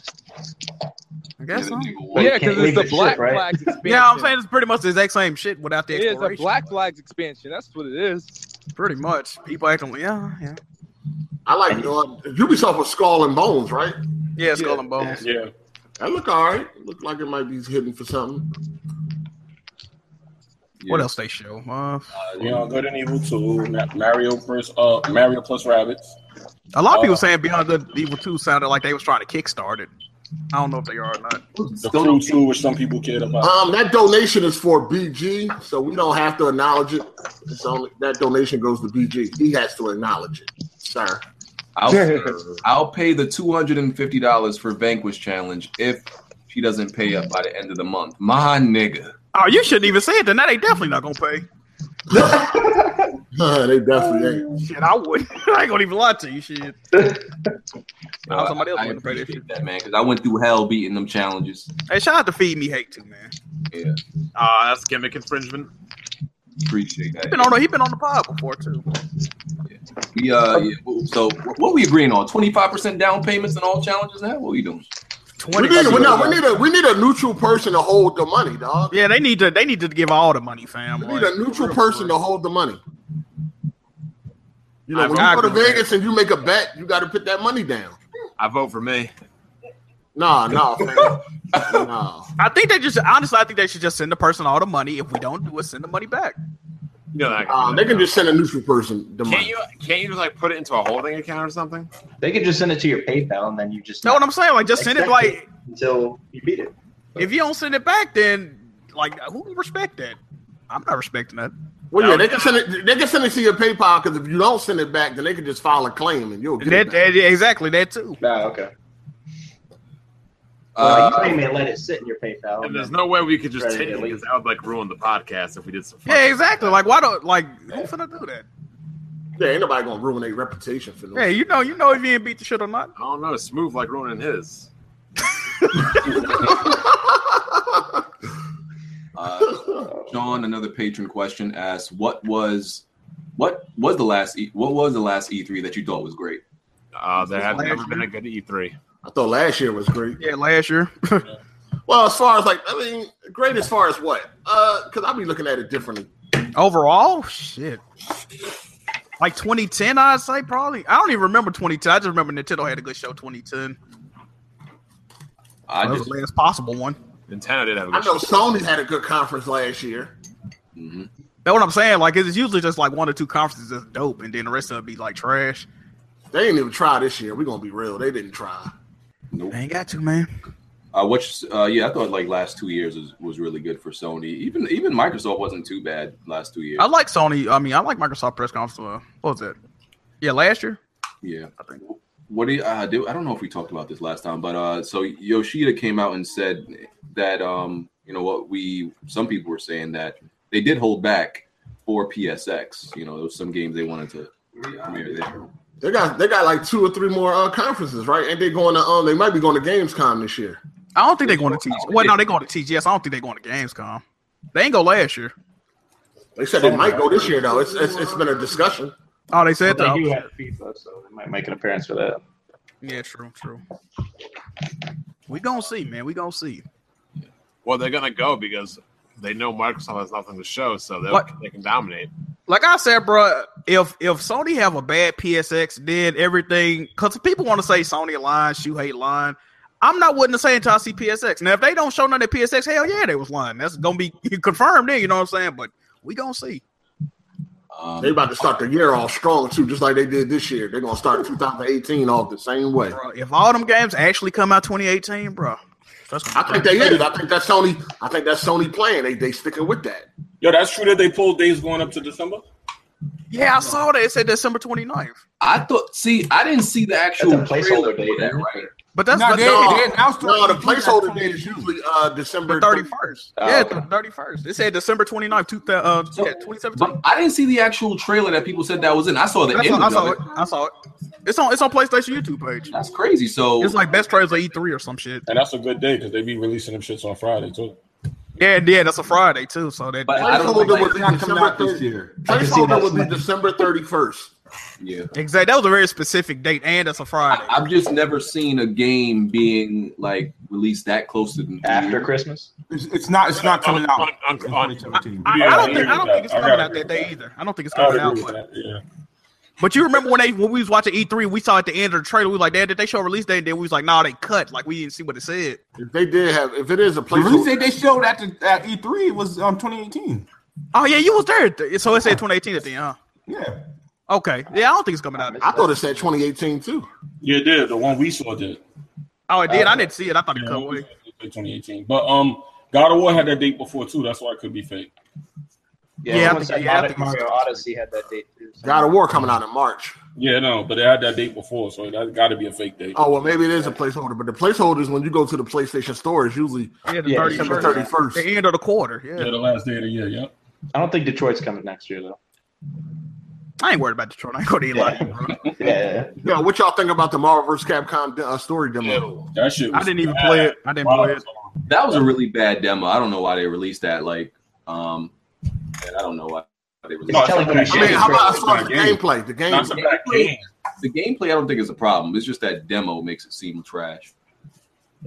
Speaker 4: I guess. so.
Speaker 3: Yeah, they-
Speaker 4: Yeah,
Speaker 1: But you can't
Speaker 3: well, yeah,
Speaker 1: Yeah, 'cause
Speaker 13: because it's
Speaker 1: it's leave the
Speaker 13: the
Speaker 1: the ship,
Speaker 13: Black
Speaker 1: Black
Speaker 13: Flags
Speaker 1: right? Flags
Speaker 13: expansion.
Speaker 4: I'm saying it's pretty much the exact same shit without the
Speaker 13: it is a
Speaker 4: exploration.
Speaker 13: Black Flags expansion. That's what it is.
Speaker 4: Pretty much. People acting. Yeah, yeah.
Speaker 6: I like uh, Ubisoft with Skull and Bones, right?
Speaker 4: Yeah, Skull and Bones.
Speaker 5: Yeah.
Speaker 6: That look all right. Look like it might be hidden for something.
Speaker 4: What else they show? Uh,
Speaker 5: You know, Good and Evil 2, Ma- Mario plus uh Mario plus Rabbits.
Speaker 4: a lot of people
Speaker 5: Uh,
Speaker 4: saying Beyond Good and Evil Two sounded like they was trying to kickstart it. I don't know if they are or not.
Speaker 5: The Crew 2, which some people cared about.
Speaker 6: Um, that donation is for BG, so we don't have to acknowledge it. It's only that donation goes to BG. He has to acknowledge it, sir.
Speaker 3: I'll, I'll pay the two hundred and fifty dollars for Vanquish challenge if she doesn't pay up by the end of the month. My nigga,
Speaker 4: Oh, you shouldn't even say it. Then that they definitely not gonna pay.
Speaker 6: they definitely ain't.
Speaker 4: Shit, I would. I ain't gonna even lie to you. Shit.
Speaker 3: No,
Speaker 4: Oh, somebody else
Speaker 3: Uh, I, I
Speaker 4: wanted to pay that
Speaker 3: appreciate that man because I went through hell beating them challenges.
Speaker 4: Hey, shout out to Feed Me Hate too, man.
Speaker 3: Yeah,
Speaker 15: Ah, that's gimmick infringement.
Speaker 3: appreciate
Speaker 4: He
Speaker 3: that.
Speaker 4: been on. the- He been on the pod before too.
Speaker 3: We uh, yeah, so what we agreeing on? Twenty five percent down payments in all challenges now? What we doing?
Speaker 6: We
Speaker 4: Twenty.
Speaker 6: need, we, no, we need a we need a neutral person to hold the money, dog.
Speaker 4: yeah, they need to. They need to give all the money, fam.
Speaker 6: We need
Speaker 4: Like,
Speaker 6: a neutral person to hold the money. You know,
Speaker 4: I-
Speaker 6: when
Speaker 4: I
Speaker 6: you go to
Speaker 4: agree with
Speaker 6: Vegas and you make a bet, you got to put that money down.
Speaker 2: I vote for me.
Speaker 6: Nah, nah, fam. nah.
Speaker 4: I think they just honestly. I think they should just send the person all the money. If we don't do it, send the money back.
Speaker 15: You know, like,
Speaker 6: Uh, they can just send a neutral person the
Speaker 15: can't
Speaker 6: money.
Speaker 15: you can't you like put it into a holding account or something?
Speaker 1: They could just send it to your PayPal, and then you just
Speaker 4: Know what I'm saying? Like, just send it.
Speaker 1: Exactly.
Speaker 4: Like,
Speaker 1: until you beat it.
Speaker 4: if you don't send it back, then like, who will respect that? I'm not respecting that.
Speaker 6: Well, yeah, they can send it. They can send it to your PayPal because if you don't send it back, then they can just file a claim and you'll get
Speaker 4: that,
Speaker 6: it. Back.
Speaker 4: that- exactly that too.
Speaker 1: Ah, okay. Uh,
Speaker 3: Uh,
Speaker 1: Well, you may let it sit in your PayPal.
Speaker 15: And
Speaker 1: and
Speaker 15: there's
Speaker 1: then-
Speaker 15: no way we could just
Speaker 1: Right,
Speaker 15: take it
Speaker 1: yeah, like-
Speaker 15: because that would like ruin the podcast if we did some.
Speaker 4: Yeah, exactly. Like, why don't like who's gonna do that?
Speaker 6: Yeah, ain't nobody gonna ruin their reputation for them.
Speaker 4: Yeah, you know, you know if you ain't beat the shit or not.
Speaker 15: I don't know. Smooth like ruining his.
Speaker 3: uh, John, another patron question asks, "What was, what was the last, e, what was the last E3 that you thought was great?"
Speaker 15: Uh, there have
Speaker 4: Last
Speaker 15: never been a good E E3.
Speaker 6: I thought last year was great.
Speaker 4: Yeah, last year.
Speaker 6: Well, as far as like, I mean, great as far as what? Uh, because I'll be looking at it differently.
Speaker 4: Overall, shit. Like 2010, I'd say probably. I don't even remember 2010. I just remember Nintendo had a good show 2010.
Speaker 3: I
Speaker 4: that was
Speaker 3: just-
Speaker 4: the last possible one.
Speaker 15: Nintendo did have a
Speaker 6: I
Speaker 15: good
Speaker 6: know
Speaker 15: show.
Speaker 6: Sony had a good conference last year.
Speaker 4: That's what I'm saying. Like it's usually just like one or two conferences that's dope, and then the rest of it be like trash.
Speaker 6: They didn't even try this year. We're gonna be real. They didn't try.
Speaker 3: Nope.
Speaker 4: Ain't got to, man.
Speaker 3: Uh, which, uh, yeah, I thought like last two years was, was really good for Sony. Even even Microsoft wasn't too bad last two years.
Speaker 4: I like Sony. I mean, I like Microsoft press conference. Uh, what was that? Yeah, last year.
Speaker 3: Yeah. What do you uh, do? I don't know if we talked about this last time, but uh, so Yoshida came out and said that um, you know what we some people were saying that they did hold back for PSX. You know, there was some games they wanted to premiere there.
Speaker 6: They got they got like two or three more uh, conferences, right? And they going to um they might be going to Gamescom this year.
Speaker 4: I don't think they're going to TGS. Well, no, they're going to TGS. I don't think they're going to Gamescom. They ain't go last year.
Speaker 6: They said they might go this year though. It's it's, it's been a discussion.
Speaker 4: Oh, they said
Speaker 1: But
Speaker 4: that.
Speaker 1: they do have FIFA, so they might make an appearance for that.
Speaker 4: Yeah, true, true. We gonna see, man. We gonna see.
Speaker 15: Well, they're gonna go because they know Microsoft has nothing to show, so they
Speaker 4: What?
Speaker 15: they can dominate.
Speaker 4: Like I said, bro, if if Sony have a bad PSX, then everything because people want to say Sony lying, Shoe hate lying. I'm not willing to say until I see PSX. Now, if they don't show none at PSX, hell yeah, they was lying. That's gonna be confirmed. Then you know what I'm saying. But we gonna see.
Speaker 3: Um,
Speaker 6: They about to start the year off strong too, just like they did this year. They're gonna start 2018 off the same way.
Speaker 4: Bro, if all them games actually come out 2018, bro, that's
Speaker 6: I think they is. I think that's Sony. I think that's Sony playing. They they sticking with that.
Speaker 5: Yo, that's true that they pulled days going up to December.
Speaker 4: yeah, I saw that. It said December 29th,
Speaker 3: I thought. See, I didn't see the actual
Speaker 1: That's a placeholder
Speaker 3: trailer
Speaker 1: date,
Speaker 3: for that, right?
Speaker 4: but that's
Speaker 6: No,
Speaker 4: the,
Speaker 6: they- they
Speaker 4: announced
Speaker 6: No, the placeholder date is usually uh December
Speaker 4: 31st.
Speaker 6: 31st.
Speaker 1: Oh,
Speaker 4: yeah,
Speaker 1: okay.
Speaker 4: the 31st. It said December 29th, two, thou- uh,
Speaker 3: So-
Speaker 4: yeah, 2017.
Speaker 3: But I didn't see the actual trailer that people said that was in. I saw the
Speaker 4: I
Speaker 3: image
Speaker 4: saw, I saw
Speaker 3: of
Speaker 4: it.
Speaker 3: it.
Speaker 4: I saw it. It's on. It's on PlayStation YouTube page.
Speaker 3: That's crazy. So
Speaker 4: It's like best trailers of E3 or some shit.
Speaker 5: And that's a good day because they be releasing them shits on Friday too.
Speaker 4: Yeah, yeah. That's a Friday too. So that.
Speaker 3: But I don't
Speaker 6: Placeholder
Speaker 3: think
Speaker 6: would
Speaker 7: It's
Speaker 6: be
Speaker 7: not coming
Speaker 6: December
Speaker 7: out this
Speaker 6: 30th.
Speaker 7: year.
Speaker 1: I can see
Speaker 6: Placeholder
Speaker 1: that.
Speaker 6: would be December 31st.
Speaker 3: yeah.
Speaker 4: Exactly. That was a very specific date, and that's a Friday.
Speaker 3: I, I've just never seen a game being like released that close to the
Speaker 1: After
Speaker 3: year.
Speaker 1: Christmas?
Speaker 7: It's, it's not. It's not coming out.
Speaker 15: On- on-
Speaker 7: in
Speaker 15: on-
Speaker 7: 2017.
Speaker 4: I,
Speaker 5: Yeah,
Speaker 4: I
Speaker 5: I
Speaker 4: don't think. I don't
Speaker 5: agree
Speaker 4: think
Speaker 5: with
Speaker 4: it's
Speaker 5: that.
Speaker 4: coming
Speaker 5: I
Speaker 4: out that
Speaker 5: agree
Speaker 4: day
Speaker 5: with
Speaker 4: either. I don't think it's
Speaker 5: I would
Speaker 4: coming out.
Speaker 5: agree with
Speaker 4: But,
Speaker 5: that. Yeah.
Speaker 4: but you remember when they when we was watching E3, we saw at the end of the trailer, we was like, "Dad, did they show a release date?" And then we was like, "Nah, they cut." Like we didn't see what it said.
Speaker 6: If they did have, if it is a
Speaker 7: The release date
Speaker 6: placeholder,
Speaker 7: they showed at, the, at E3 was um 2018.
Speaker 4: Oh yeah, you was there. at the- So it said 2018 at the end. Huh?
Speaker 7: Yeah.
Speaker 4: Okay. Yeah, I don't think it's coming out.
Speaker 6: I thought it said 2018 too.
Speaker 5: Yeah, it did. The one we saw did.
Speaker 4: Oh, it did. I didn't see it. I thought it
Speaker 5: Yeah,
Speaker 4: cut
Speaker 5: we
Speaker 4: away.
Speaker 5: saw it did 2018. But um, God of War had that date before too. That's why it could be fake.
Speaker 1: Yeah,
Speaker 4: Yeah, I
Speaker 1: someone
Speaker 4: think-
Speaker 1: said
Speaker 4: yeah, I
Speaker 1: Mario-
Speaker 4: think it's-
Speaker 1: Mario Odyssey had that date too. so-
Speaker 6: God of War coming out in March.
Speaker 5: Yeah, no, but they had that date before, so that got to be a fake date.
Speaker 6: Oh well, maybe it is a placeholder, but the placeholder is when you go to the PlayStation store. It's usually
Speaker 4: Yeah, the
Speaker 1: Yeah,
Speaker 4: 31st.
Speaker 6: December
Speaker 1: sure.
Speaker 6: 31st.
Speaker 4: The end of the quarter.
Speaker 5: Yeah,
Speaker 4: Yeah.
Speaker 5: the last day of the year. Yep.
Speaker 1: I don't think Detroit's coming next year though.
Speaker 4: I ain't worried about Detroit. I ain't going to Eli. bro.
Speaker 1: Yeah,
Speaker 6: Yeah, what y'all think about the Marvel vs. Capcom uh, story demo?
Speaker 3: Ew.
Speaker 5: That shit.
Speaker 4: I
Speaker 5: Was
Speaker 4: didn't even play it. I didn't play it.
Speaker 3: That was a really bad demo. I don't know why they released that. Like, um, and I don't know why they released
Speaker 1: it's
Speaker 5: No,
Speaker 3: that.
Speaker 1: telling
Speaker 5: I
Speaker 1: you
Speaker 5: mean,
Speaker 6: I mean,
Speaker 1: shit.
Speaker 6: how about as
Speaker 5: It's
Speaker 6: far
Speaker 5: not
Speaker 6: as
Speaker 5: a
Speaker 6: the
Speaker 5: game.
Speaker 6: gameplay? The game.
Speaker 5: Not some bad game.
Speaker 3: The gameplay, I don't think is a problem. It's just that demo makes it seem trash.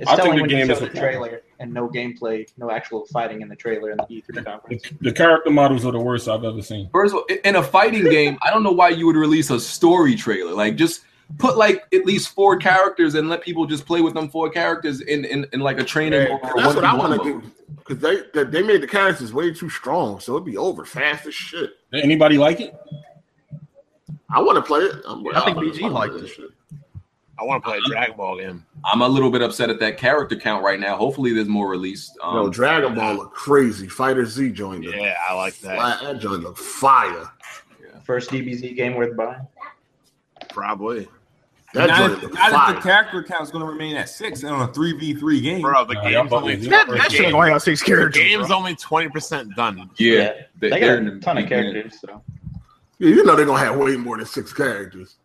Speaker 1: It's
Speaker 5: I think
Speaker 1: telling
Speaker 5: the
Speaker 1: when you
Speaker 5: game
Speaker 1: show
Speaker 5: is a
Speaker 1: the trailer and no gameplay, no actual fighting in the trailer in the E3
Speaker 5: The,
Speaker 1: conference.
Speaker 5: the character models are the worst I've ever seen.
Speaker 3: First of all, in a fighting game, I don't know why you would release a story trailer. Like, just put like at least four characters and let people just play with them four characters in in, in like a training.
Speaker 6: Yeah,
Speaker 3: or a
Speaker 6: 'cause that's what I
Speaker 3: 1v1
Speaker 6: want to
Speaker 3: mode.
Speaker 6: do because they, they they made the characters way too strong, so it'd be over fast as shit.
Speaker 5: Did anybody like it?
Speaker 6: I want to play it. I'm,
Speaker 4: I think
Speaker 6: I'm-
Speaker 4: BG
Speaker 6: I'm-
Speaker 4: liked it.
Speaker 15: I want to play a Dragon Ball game.
Speaker 3: I'm a little bit upset at that character count right now. Hopefully, there's more released. Um,
Speaker 6: Yo, Dragon Ball look crazy. Fighter Z joined them.
Speaker 15: Yeah, I like that.
Speaker 6: Fly- That joint look fire.
Speaker 1: First DBZ game worth buying.
Speaker 15: Probably,
Speaker 6: That
Speaker 7: Now
Speaker 6: joint
Speaker 7: if-
Speaker 6: look
Speaker 7: now that the
Speaker 6: fire.
Speaker 7: character count is going to remain at six on a three v three game.
Speaker 15: bro. The
Speaker 5: Nah, Uh, y'all
Speaker 15: game's
Speaker 5: fucking
Speaker 15: only
Speaker 5: idiots.
Speaker 4: That, that shit ain't going to have six
Speaker 15: the
Speaker 4: characters.
Speaker 15: game's
Speaker 4: bro.
Speaker 15: only twenty percent done.
Speaker 3: yeah,
Speaker 1: Yeah.
Speaker 3: they-
Speaker 1: They
Speaker 3: they're
Speaker 1: got
Speaker 3: in
Speaker 1: a
Speaker 3: the
Speaker 1: ton of
Speaker 3: beginning.
Speaker 1: characters, so
Speaker 6: Yeah, you know they're gonna have way more than six characters.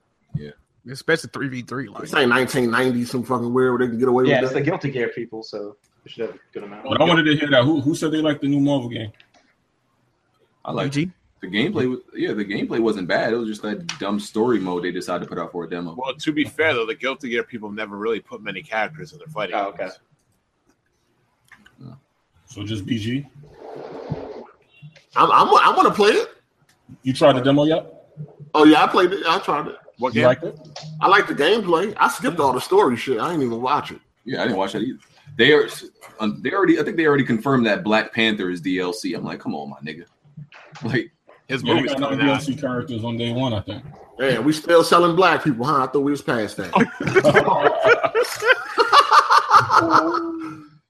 Speaker 4: Especially 3v3. Like.
Speaker 6: This ain't 1990 some fucking weird where they can get away
Speaker 1: yeah,
Speaker 6: with
Speaker 1: it's
Speaker 6: that.
Speaker 1: the Guilty Gear people, so they should have a good amount.
Speaker 5: But I wanted to hear that. Who who said they liked the new Marvel game?
Speaker 3: I like
Speaker 4: BG?
Speaker 3: the gameplay. Was, yeah, the gameplay wasn't bad. It was just that dumb story mode they decided to put out for a demo.
Speaker 15: Well, to be fair though, the Guilty Gear people never really put many characters in their fighting.
Speaker 1: Oh, okay.
Speaker 15: games.
Speaker 5: So just BG.
Speaker 6: I'm, I'm, I want to play it.
Speaker 5: You tried the demo yet?
Speaker 6: Oh yeah, I played it. I tried it.
Speaker 15: What
Speaker 3: You game? liked
Speaker 6: it? I like the gameplay. I skipped all the story shit. I didn't even watch it.
Speaker 3: Yeah, I didn't watch that either. They are um, they already I think they already confirmed that Black Panther is DLC. I'm like, come on, my nigga. Like his
Speaker 5: Yeah, they
Speaker 3: movie's
Speaker 5: got no
Speaker 3: coming out.
Speaker 5: DLC characters on day one, I think.
Speaker 6: Yeah, we still selling black people, huh? I thought we was past that.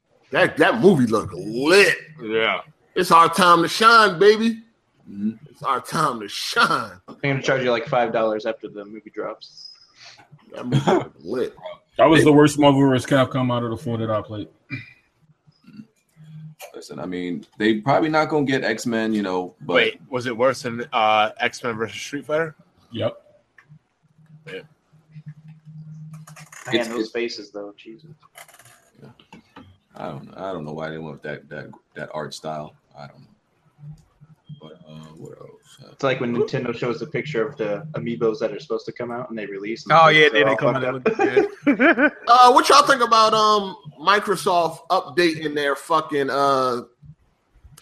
Speaker 6: that that movie looked lit.
Speaker 15: Yeah.
Speaker 6: It's our time to shine, baby. It's our time to shine.
Speaker 1: I'm gonna charge you like five dollars after the movie drops.
Speaker 6: That movie looked lit.
Speaker 5: That was the worst Marvel vs. Capcom out of the four that I played.
Speaker 3: Listen, I mean, they probably not gonna get X Men, you know. But
Speaker 15: Wait, was it worse than uh, X Men versus Street Fighter?
Speaker 5: Yep.
Speaker 1: Man,
Speaker 3: It's-
Speaker 1: those faces though, Jesus.
Speaker 3: I don't know. I don't know why they went with that that that art style. I don't know. But uh, what else? Uh,
Speaker 1: It's like when Nintendo shows a picture of the amiibos that are supposed to come out and they release. and
Speaker 4: Oh
Speaker 1: the
Speaker 4: yeah,
Speaker 1: pictures
Speaker 4: they
Speaker 1: are
Speaker 4: didn't
Speaker 1: all
Speaker 4: come
Speaker 1: fucked
Speaker 4: out.
Speaker 1: up.
Speaker 6: Uh, what y'all think about um Microsoft updating their fucking uh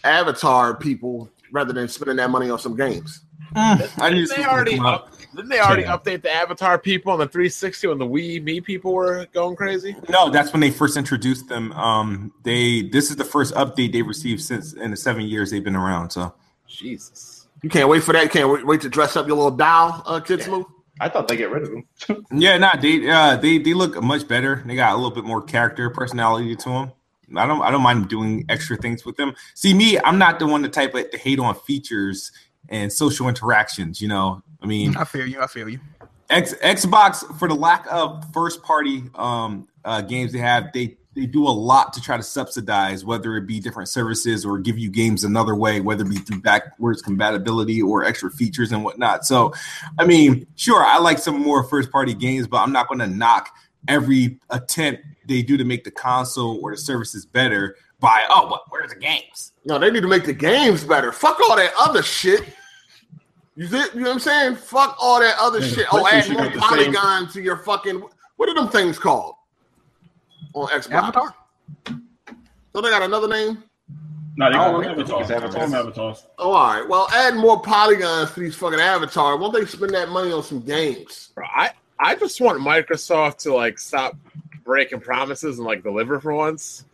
Speaker 6: avatar people rather than spending that money on some games?
Speaker 3: I
Speaker 15: Didn't they already up, didn't they already
Speaker 9: Yeah.
Speaker 15: update the Avatar people on the 360 when the Wii Me people were going crazy?
Speaker 9: No, that's when they first introduced them. Um, they this is the first update they've received since in the seven years they've been around. So
Speaker 15: Jesus.
Speaker 6: You can't wait for that. You can't wait, wait to dress up your little doll, uh, kids move.
Speaker 1: I thought they get rid of them.
Speaker 9: yeah, nah, they uh, they they look much better. They got a little bit more character, personality to them. I don't I don't mind doing extra things with them. See me, I'm not the one to type of to hate on features and social interactions. You know, I mean,
Speaker 4: I feel you. I feel you.
Speaker 9: X, Xbox for the lack of first party um, uh, games they have, they they do a lot to try to subsidize whether it be different services or give you games another way, whether it be through backwards compatibility or extra features and whatnot. So, I mean, sure, I like some more first party games, but I'm not going to knock every attempt they do to make the console or the services better by oh, what where's the games?
Speaker 6: No, they need to make the games better. Fuck all that other shit. You, see, you know what I'm saying? Fuck all that other
Speaker 5: Yeah,
Speaker 6: shit. Oh, add
Speaker 5: PlayStation
Speaker 6: more
Speaker 5: got the same-
Speaker 6: polygon to your fucking. What are them things called on Xbox?
Speaker 4: Avatar.
Speaker 6: So they got another name.
Speaker 5: No, they
Speaker 6: I
Speaker 5: call
Speaker 6: don't
Speaker 5: them
Speaker 6: think
Speaker 5: avatars.
Speaker 6: it's
Speaker 5: They call them avatars.
Speaker 6: Oh, all right. Well, add more polygons to these fucking avatar. Won't they spend that money on some games?
Speaker 15: Bro, I, I just want Microsoft to like stop breaking promises and like deliver for once.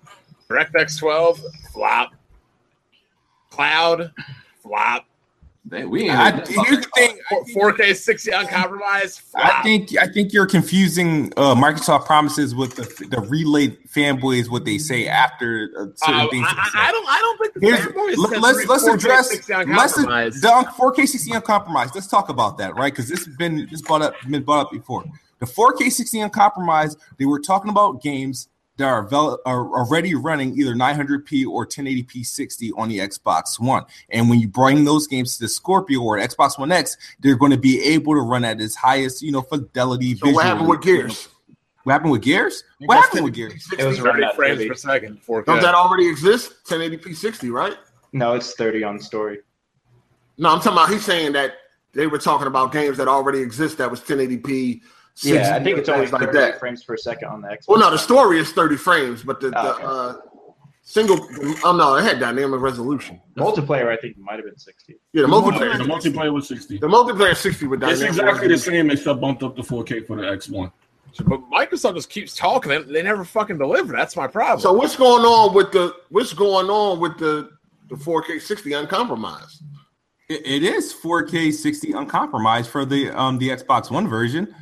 Speaker 15: DirectX 12 flop. Cloud flop.
Speaker 3: They, we ain't
Speaker 9: I,
Speaker 3: heard nothing
Speaker 9: here's the thing.
Speaker 15: Four- 4K 60 uncompromised
Speaker 9: I
Speaker 15: flop.
Speaker 9: think I think you're confusing uh, Microsoft promises with the the relay fanboys what they say after uh, certain
Speaker 15: Uh,
Speaker 9: things.
Speaker 15: Mm-hmm. I, I, I don't. I don't think the
Speaker 9: Here's-
Speaker 15: fanboys
Speaker 9: let-
Speaker 15: said
Speaker 9: let's
Speaker 15: three-
Speaker 9: let's
Speaker 15: 4K
Speaker 9: address
Speaker 15: 60
Speaker 9: let's
Speaker 15: uncompromised.
Speaker 9: the 4K 60 uncompromised. Let's talk about that, right? Because this has been this brought up been brought up before. The 4K 60 uncompromised. They were talking about games that are, vel- are already running either 900p or 1080p 60 on the Xbox One. And when you bring those games to the Scorpio or Xbox One X, they're going to be able to run at its highest, you know, fidelity.
Speaker 6: So what happened with
Speaker 9: visually.
Speaker 6: Gears?
Speaker 9: What happened with Gears? What happened with Gears?
Speaker 1: It was
Speaker 15: 30
Speaker 1: around
Speaker 15: frames
Speaker 1: thirty.
Speaker 15: per second. 4K.
Speaker 6: Don't that already exist? 1080p 60, right?
Speaker 1: No, it's thirty on story.
Speaker 6: No, I'm talking about. He's saying that they were talking about games that already exist that was 1080p. 60,
Speaker 1: Yeah, I think it's only
Speaker 6: things
Speaker 1: thirty
Speaker 6: like that.
Speaker 1: frames per second on the Xbox.
Speaker 6: Well, no, the story is 30 frames, but the, the
Speaker 1: Oh, okay.
Speaker 6: uh, single. Oh no, it had dynamic resolution.
Speaker 1: multiplayer, I think, might have been sixty.
Speaker 6: Yeah, the
Speaker 5: The
Speaker 6: multiplayer.
Speaker 5: multiplayer was 60.
Speaker 6: The multiplayer is 60 with
Speaker 5: It's
Speaker 6: dynamic.
Speaker 5: exactly the
Speaker 6: resolution.
Speaker 5: same except bumped up to 4K for the X1.
Speaker 15: But Microsoft just keeps talking. They, they never fucking deliver. That's my problem.
Speaker 6: So what's going on with the what's going on with the the 4K 60 uncompromised?
Speaker 9: It, it is 4K 60 uncompromised for the um the Xbox One version.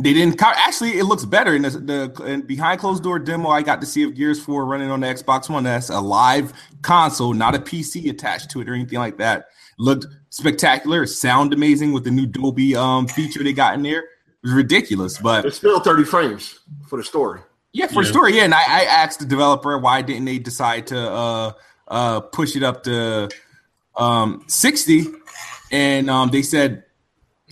Speaker 9: They didn't co- actually. It looks better in the, the in behind closed door demo. I got to see of Gears Four running on the Xbox One S, a live console, not a PC attached to it or anything like that. Looked spectacular. Sound amazing with the new Dolby um feature they got in there. It was ridiculous, but
Speaker 6: It's still 30 frames for the story.
Speaker 9: yeah, for the
Speaker 5: Yeah.
Speaker 9: story, yeah. And I, I asked the developer why didn't they decide to uh, uh, push it up to um, sixty, and um, they said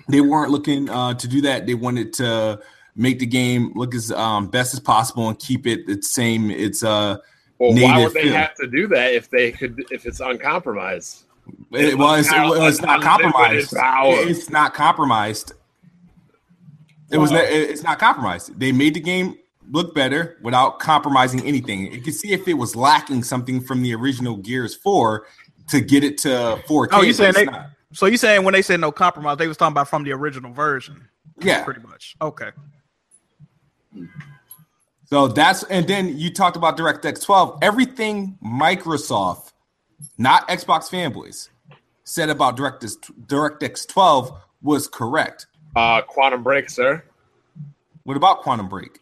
Speaker 9: they weren't looking uh, to do that. They wanted to make the game look as um, best as possible and keep it the same. It's uh,
Speaker 15: well, why would
Speaker 9: native
Speaker 15: they
Speaker 9: feel.
Speaker 15: have to do that if they could? If it's uncompromised,
Speaker 9: it was it was not compromised. It's not compromised. It was it- it's not compromised. They made the game look better without compromising anything. You can see if it was lacking something from the original Gears 4 to get it to 4K.
Speaker 4: Oh, you
Speaker 9: but
Speaker 4: saying
Speaker 9: it's
Speaker 4: they
Speaker 9: not.
Speaker 4: So you saying when they said no compromise, they was talking about from the original version?
Speaker 9: Yeah.
Speaker 4: pretty much. Okay.
Speaker 9: So that's and then you talked about DirectX 12. Everything Microsoft, not Xbox fanboys, said about DirectX DirectX 12 was correct.
Speaker 15: Uh, Quantum Break, sir.
Speaker 9: What about Quantum Break?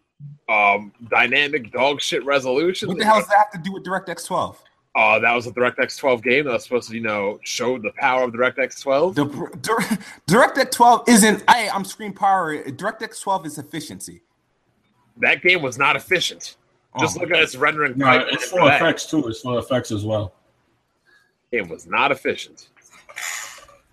Speaker 15: Um, dynamic dog shit resolution.
Speaker 9: What the hell does that have to do with DirectX 12?
Speaker 15: Uh, that was a DirectX 12 game that was supposed to, you know, show the power of DirectX 12.
Speaker 9: The, DirectX 12 isn't. I, I'm screen power. DirectX 12 is efficiency.
Speaker 15: that game was not efficient. Just
Speaker 5: Oh.
Speaker 15: look at its rendering.
Speaker 5: No,
Speaker 15: pipeline
Speaker 5: it's
Speaker 15: for
Speaker 5: for
Speaker 15: that.
Speaker 5: effects too. It's for effects as well.
Speaker 15: It was not efficient.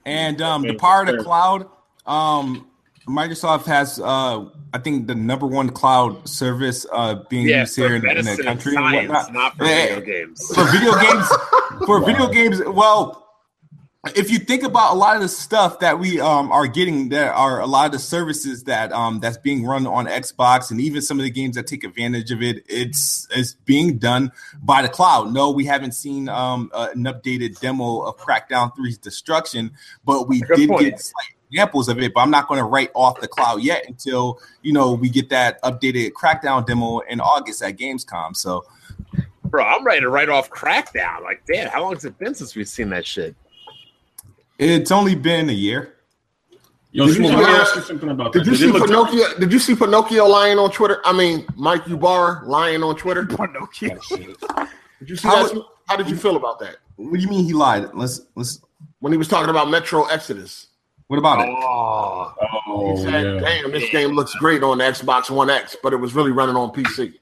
Speaker 9: And um, the power of the cloud, um, Microsoft has, uh, I think, the number one cloud service uh, being
Speaker 15: Yeah,
Speaker 9: used here
Speaker 15: for
Speaker 9: in, in the
Speaker 15: medicine and
Speaker 9: country and
Speaker 15: science,
Speaker 9: whatnot.
Speaker 15: not for
Speaker 9: Eh,
Speaker 15: video games.
Speaker 9: For video games, for video games, well, if you think about a lot of the stuff that we um, are getting, there are a lot of the services that um, that's being run on Xbox, and even some of the games that take advantage of it. It's it's being done by the cloud. No, we haven't seen um, uh, an updated demo of Crackdown 3's destruction, but we did
Speaker 15: point.
Speaker 9: get slight examples of it. But I'm not going to write off the cloud yet until you know we get that updated Crackdown demo in August at Gamescom. So.
Speaker 15: Bro, I'm ready to write off Crackdown. Like, damn, how long has it been since we've seen that shit?
Speaker 9: It's only been a year.
Speaker 5: Yo,
Speaker 9: Did you
Speaker 5: Smoke, let
Speaker 9: see
Speaker 5: me
Speaker 9: that?
Speaker 5: ask you something about
Speaker 9: Did
Speaker 5: that.
Speaker 9: you
Speaker 5: Did
Speaker 9: see
Speaker 5: it look-
Speaker 6: Pinocchio, did you see Pinocchio lying on Twitter? I mean, Mike Ubarra lying on Twitter.
Speaker 4: Pinocchio.
Speaker 6: Did you see
Speaker 9: How-
Speaker 6: that? How did you feel about that?
Speaker 9: What do you mean he lied? Let's let's.
Speaker 6: When he was talking about Metro Exodus,
Speaker 9: what about it?
Speaker 15: Oh,
Speaker 6: he said, "Damn, this game looks great on the Xbox One X, but it was really running on PC."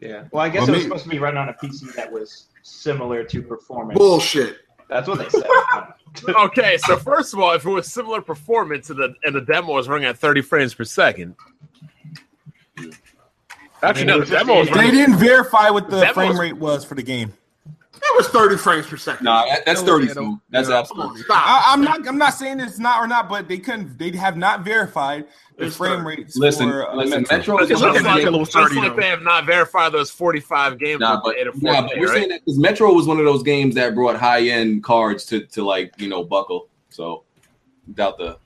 Speaker 1: Yeah. Well, I guess it was
Speaker 6: Well, me-
Speaker 1: supposed to be running on a PC that was similar to performance.
Speaker 6: Bullshit.
Speaker 1: That's what they said.
Speaker 15: okay, so first of all, if it was similar performance and the, and the demo was running at 30 frames per second. Actually, no, the demo was
Speaker 9: They
Speaker 15: running.
Speaker 9: didn't verify what the
Speaker 15: That
Speaker 9: frame
Speaker 15: was-
Speaker 9: rate was for the game.
Speaker 6: It was thirty frames per second.
Speaker 3: Nah, that- that's thirty. Food. That's absolutely.
Speaker 9: I, I'm not. I'm not saying it's not or not, but they couldn't. They have not verified the
Speaker 6: It's
Speaker 9: frame
Speaker 6: thirty.
Speaker 9: rates.
Speaker 3: Listen,
Speaker 9: for, uh,
Speaker 3: listen, Metro
Speaker 15: But
Speaker 3: is
Speaker 15: it looks
Speaker 3: one of the
Speaker 15: like,
Speaker 3: games.
Speaker 15: just like they have not verified those 45 games
Speaker 3: Nah,
Speaker 15: nah,
Speaker 3: but,
Speaker 15: at a 4K,
Speaker 3: nah, but we're
Speaker 15: right?
Speaker 3: saying that because Metro was one of those games that brought high end cards to to like you know buckle. So doubt the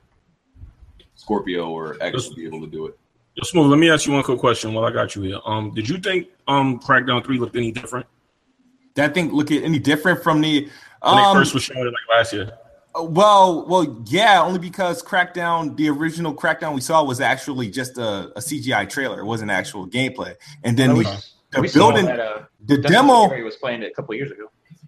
Speaker 3: Scorpio or X would be able to do it.
Speaker 5: Yo, Smooth, let me ask you one quick question while I got you here. Um, did you think um Crackdown Three looked any different
Speaker 9: that thing look at any different from the
Speaker 5: when
Speaker 9: um,
Speaker 5: they first was showing it like last year?
Speaker 9: Uh, Well, well, yeah, only because Crackdown, the original Crackdown we saw was actually just a, a CGI trailer. It wasn't actual gameplay. And then
Speaker 1: Well,
Speaker 9: the,
Speaker 1: we-
Speaker 9: the
Speaker 1: we saw
Speaker 9: building,
Speaker 1: that, uh,
Speaker 9: the
Speaker 1: Dustin
Speaker 9: demo,
Speaker 1: Gary was playing it a couple years ago.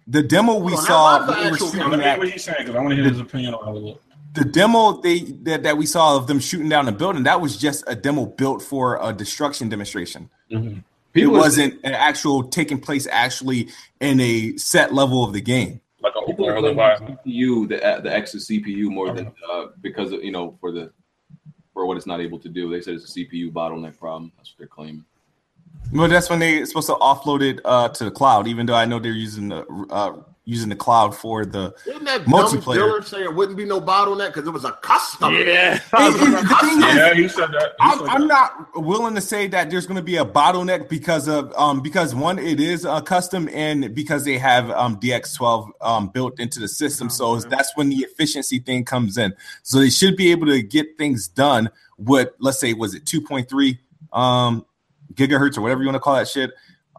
Speaker 9: the demo
Speaker 6: Hold
Speaker 9: we
Speaker 6: on, how
Speaker 9: saw,
Speaker 6: about the
Speaker 9: we were
Speaker 6: actual-
Speaker 9: shooting
Speaker 5: Let me hear
Speaker 9: at-
Speaker 5: what he's saying because I want to hear his opinion on how it looked.
Speaker 9: the demo they that, that we saw of them shooting down the building. That was just a demo built for a destruction demonstration.
Speaker 3: People
Speaker 9: it
Speaker 3: are-
Speaker 9: wasn't an actual taking place actually in a set level of the game.
Speaker 5: Like a
Speaker 3: People are
Speaker 5: world
Speaker 3: blaming
Speaker 5: environment.
Speaker 3: CPU, the the X is CPU more than uh, because of, you know for the for what it's not able to do. They said it's a CPU bottleneck problem. That's what they're claiming.
Speaker 9: Well, that's when they're supposed to offload it uh, to the cloud. Even though I know they're using the uh, using the cloud for the
Speaker 6: Didn't that dumb
Speaker 9: Multiplayer.
Speaker 6: dealer say it wouldn't be no bottleneck because it was a custom?
Speaker 15: Yeah.
Speaker 9: the thing is-
Speaker 5: Yeah, he said that. He
Speaker 9: I'm,
Speaker 5: said that.
Speaker 9: I'm not willing to say that there's going to be a bottleneck because of um because one it is a custom and because they have um DX12 um built into the system so that's when the efficiency thing comes in so they should be able to get things done with let's say was it 2.3 um gigahertz or whatever you want to call that shit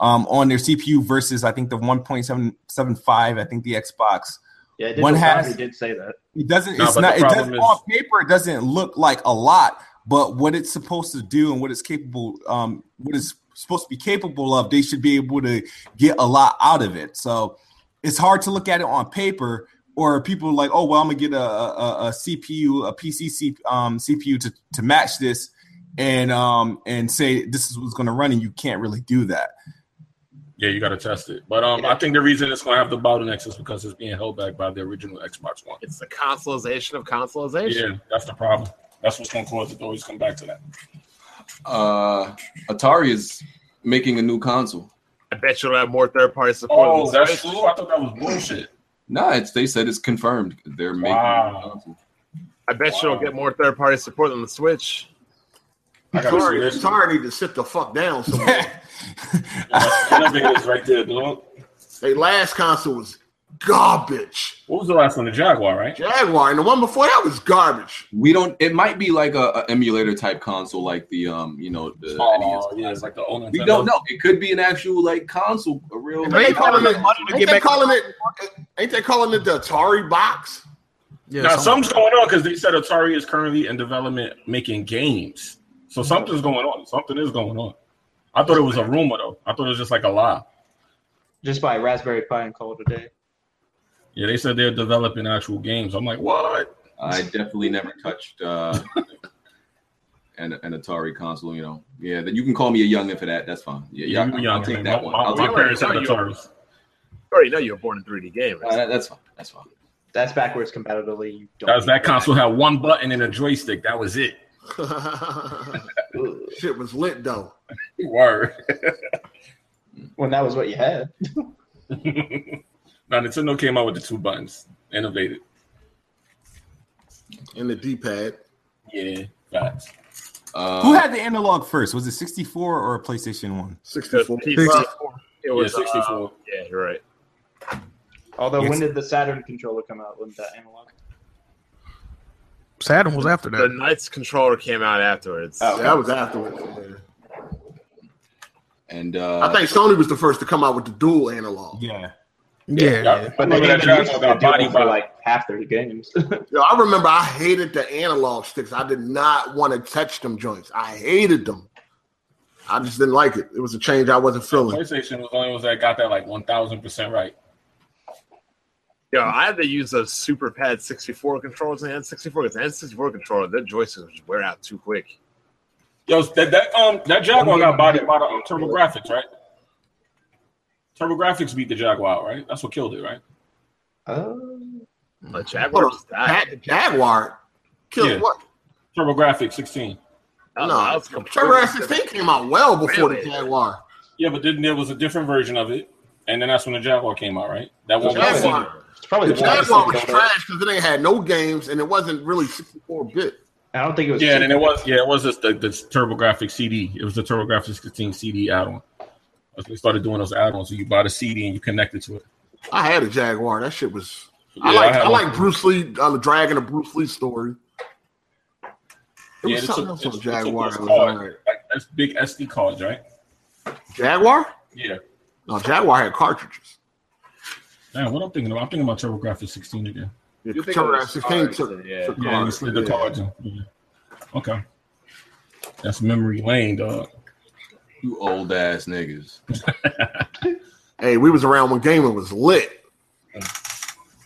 Speaker 9: um on their CPU versus I think the 1.775 I think the Xbox
Speaker 1: Yeah,
Speaker 9: One
Speaker 1: one
Speaker 9: has-
Speaker 1: has did say that.
Speaker 9: it doesn't.
Speaker 5: Nah,
Speaker 9: it's
Speaker 5: but
Speaker 9: not.
Speaker 5: the
Speaker 9: It
Speaker 5: problem
Speaker 9: doesn't.
Speaker 5: is-
Speaker 9: on paper, it doesn't look like a lot, but what it's supposed to do and what it's capable, um, what it's supposed to be capable of, they should be able to get a lot out of it. So it's hard to look at it on paper. Or people are like, oh well, I'm gonna get a, a, a CPU, a PC C, um, CPU to, to match this, and um, and say this is what's gonna run, and you can't really do that.
Speaker 5: Yeah, you got to test it. But um, I think the reason it's going to have the bottlenecks is because it's being held back by the original Xbox One.
Speaker 15: It's the consolization of consolization.
Speaker 5: Yeah, that's the problem. That's what's going to cause it to always come back to that.
Speaker 3: Uh, Atari is making a new console.
Speaker 15: I bet you'll have more third party support.
Speaker 5: Oh,
Speaker 15: than
Speaker 5: that's
Speaker 15: Switch.
Speaker 5: true. I thought that was bullshit.
Speaker 3: Nah, it's they said it's confirmed. They're making a new
Speaker 5: Wow.
Speaker 3: console.
Speaker 15: I bet you'll get more third party support than the Switch.
Speaker 5: I got
Speaker 6: Sorry,
Speaker 5: serious. That
Speaker 6: Atari need to sit the fuck down somewhere.
Speaker 5: nigga is right there, dog.
Speaker 6: They last console was garbage.
Speaker 5: What was the last one? The Jaguar, right?
Speaker 6: Jaguar, and the one before that was garbage.
Speaker 3: We don't. It might be like a, a emulator type console, like the um, you know, the
Speaker 5: Oh, yeah, it's like the old
Speaker 3: We
Speaker 5: Nintendo.
Speaker 3: don't know. It could be an actual like console, a real.
Speaker 6: Ain't they calling it?
Speaker 4: to
Speaker 6: Ain't
Speaker 4: get
Speaker 6: they
Speaker 4: back-
Speaker 6: calling it? Ain't they calling it the Atari box?
Speaker 4: Yeah,
Speaker 5: now
Speaker 6: something-
Speaker 5: something's going on because they said Atari is currently in development making games. So
Speaker 3: Mm-hmm.
Speaker 5: something's going on. Something is going on. I thought it was a rumor though. I thought it was just like a lie.
Speaker 1: Just buy Raspberry Pi and call it a day.
Speaker 5: Yeah, they said they're developing actual games. I'm like, what?
Speaker 3: I definitely never touched uh, an, an Atari console. You know, yeah. Then you can call me a young for that. That's fine. Yeah,
Speaker 5: Yeah,
Speaker 3: yeah.
Speaker 5: you
Speaker 3: I'll,
Speaker 5: young,
Speaker 3: I'll take
Speaker 5: man.
Speaker 3: that
Speaker 5: My-
Speaker 3: one.
Speaker 5: my-
Speaker 3: I'll
Speaker 5: my
Speaker 3: take
Speaker 5: parents
Speaker 3: that
Speaker 5: had
Speaker 3: one.
Speaker 5: Ataris.
Speaker 15: You already know you were born in 3D gamers.
Speaker 3: Uh, that- that's fine. That's fine.
Speaker 1: That's backwards compatibility. You don't
Speaker 5: Guys,
Speaker 1: need
Speaker 5: that console had one button and a joystick. That was it.
Speaker 6: Shit was lit though.
Speaker 5: Word.
Speaker 1: when that was what you had.
Speaker 5: Now Nintendo came out with the two buttons. Innovated.
Speaker 6: And the D pad.
Speaker 5: Yeah. Facts.
Speaker 3: Uh,
Speaker 9: Who had the analog first? Was it 64 or a PlayStation 1?
Speaker 6: 64.
Speaker 15: It
Speaker 5: was,
Speaker 15: was
Speaker 5: yeah, 64.
Speaker 15: uh, yeah, you're right.
Speaker 1: Although,
Speaker 9: Yes.
Speaker 1: when did the Saturn controller come out? Wasn't that analog?
Speaker 4: Saturn was after
Speaker 15: The
Speaker 4: that.
Speaker 15: Knights controller came out afterwards.
Speaker 3: Oh.
Speaker 6: Yeah, that was afterwards.
Speaker 3: And uh,
Speaker 6: I think Sony was the first to come out with the dual analog.
Speaker 9: Yeah.
Speaker 4: Yeah,
Speaker 5: yeah.
Speaker 1: But they
Speaker 5: Remember that
Speaker 1: even
Speaker 5: Dragon
Speaker 1: used
Speaker 5: Ball
Speaker 1: to
Speaker 5: got
Speaker 1: do
Speaker 5: body
Speaker 1: it for
Speaker 5: by-
Speaker 1: like half their games.
Speaker 6: Yo, I remember I hated the analog sticks. I did not want to touch them joints. I hated them. I just didn't like it. It was a change I wasn't feeling.
Speaker 5: PlayStation was the only ones that got that like one thousand percent right.
Speaker 15: Yo, I had to use those Super Pad 64 controllers and the N64 because the N64 controller, their joysticks just wear out too quick.
Speaker 5: Yo, that, that um that Jaguar got bodied by the um, Turbo Graphics, right? Turbo Graphics beat the Jaguar, out, right? That's what killed it, right?
Speaker 1: Oh.
Speaker 3: Mm.
Speaker 15: A Jaguar
Speaker 6: Hold
Speaker 15: just
Speaker 6: on.
Speaker 15: died.
Speaker 6: Jag- Jaguar killed
Speaker 5: Yeah.
Speaker 6: what?
Speaker 5: Turbo Graphics 16.
Speaker 15: That was-
Speaker 6: no.
Speaker 15: that was completely
Speaker 6: Turbo 16 came out well before
Speaker 15: Really?
Speaker 6: the Jaguar.
Speaker 5: Yeah, but then there was a different version of it, and then that's when the Jaguar came out, right? That
Speaker 1: The
Speaker 5: one was
Speaker 6: Jaguar.
Speaker 5: silver.
Speaker 1: It's probably
Speaker 6: The
Speaker 1: the
Speaker 6: Jaguar was
Speaker 1: Jaguar.
Speaker 6: trash because it ain't had no games and it wasn't really 64 bit.
Speaker 1: I don't think it was.
Speaker 5: Yeah, and then it was yeah, it was just the, the Turbo Graphics CD. It was the Turbo Graphics 16 CD add-on. That's when They started doing those add-ons, so you buy the CD and you connect it to it.
Speaker 6: I had a Jaguar. That shit was. I
Speaker 5: Yeah,
Speaker 6: like
Speaker 5: had
Speaker 6: I,
Speaker 5: one.
Speaker 6: like Bruce Lee, uh, the Dragon of Bruce Lee story. It
Speaker 5: Yeah,
Speaker 6: was
Speaker 5: they
Speaker 6: something
Speaker 5: took-
Speaker 6: else
Speaker 5: they
Speaker 6: on
Speaker 5: took
Speaker 6: Jaguar.
Speaker 5: those
Speaker 6: that was
Speaker 5: cards,
Speaker 6: alright.
Speaker 5: like, that's big SD cards, right?
Speaker 6: Jaguar?
Speaker 5: Yeah.
Speaker 6: No, Jaguar had cartridges.
Speaker 5: Damn, what I'm thinking about? I'm thinking about Turbo Graphics 16 again.
Speaker 6: Yeah,
Speaker 15: You think
Speaker 6: Turner
Speaker 15: it was
Speaker 6: at 16
Speaker 15: cards,
Speaker 6: took,
Speaker 15: yeah.
Speaker 6: took
Speaker 5: Yeah, we
Speaker 6: cards.
Speaker 5: slid the cards in. Yeah. Okay. That's memory lane, dog.
Speaker 3: you old ass niggas.
Speaker 6: Hey, we was around when gaming was lit.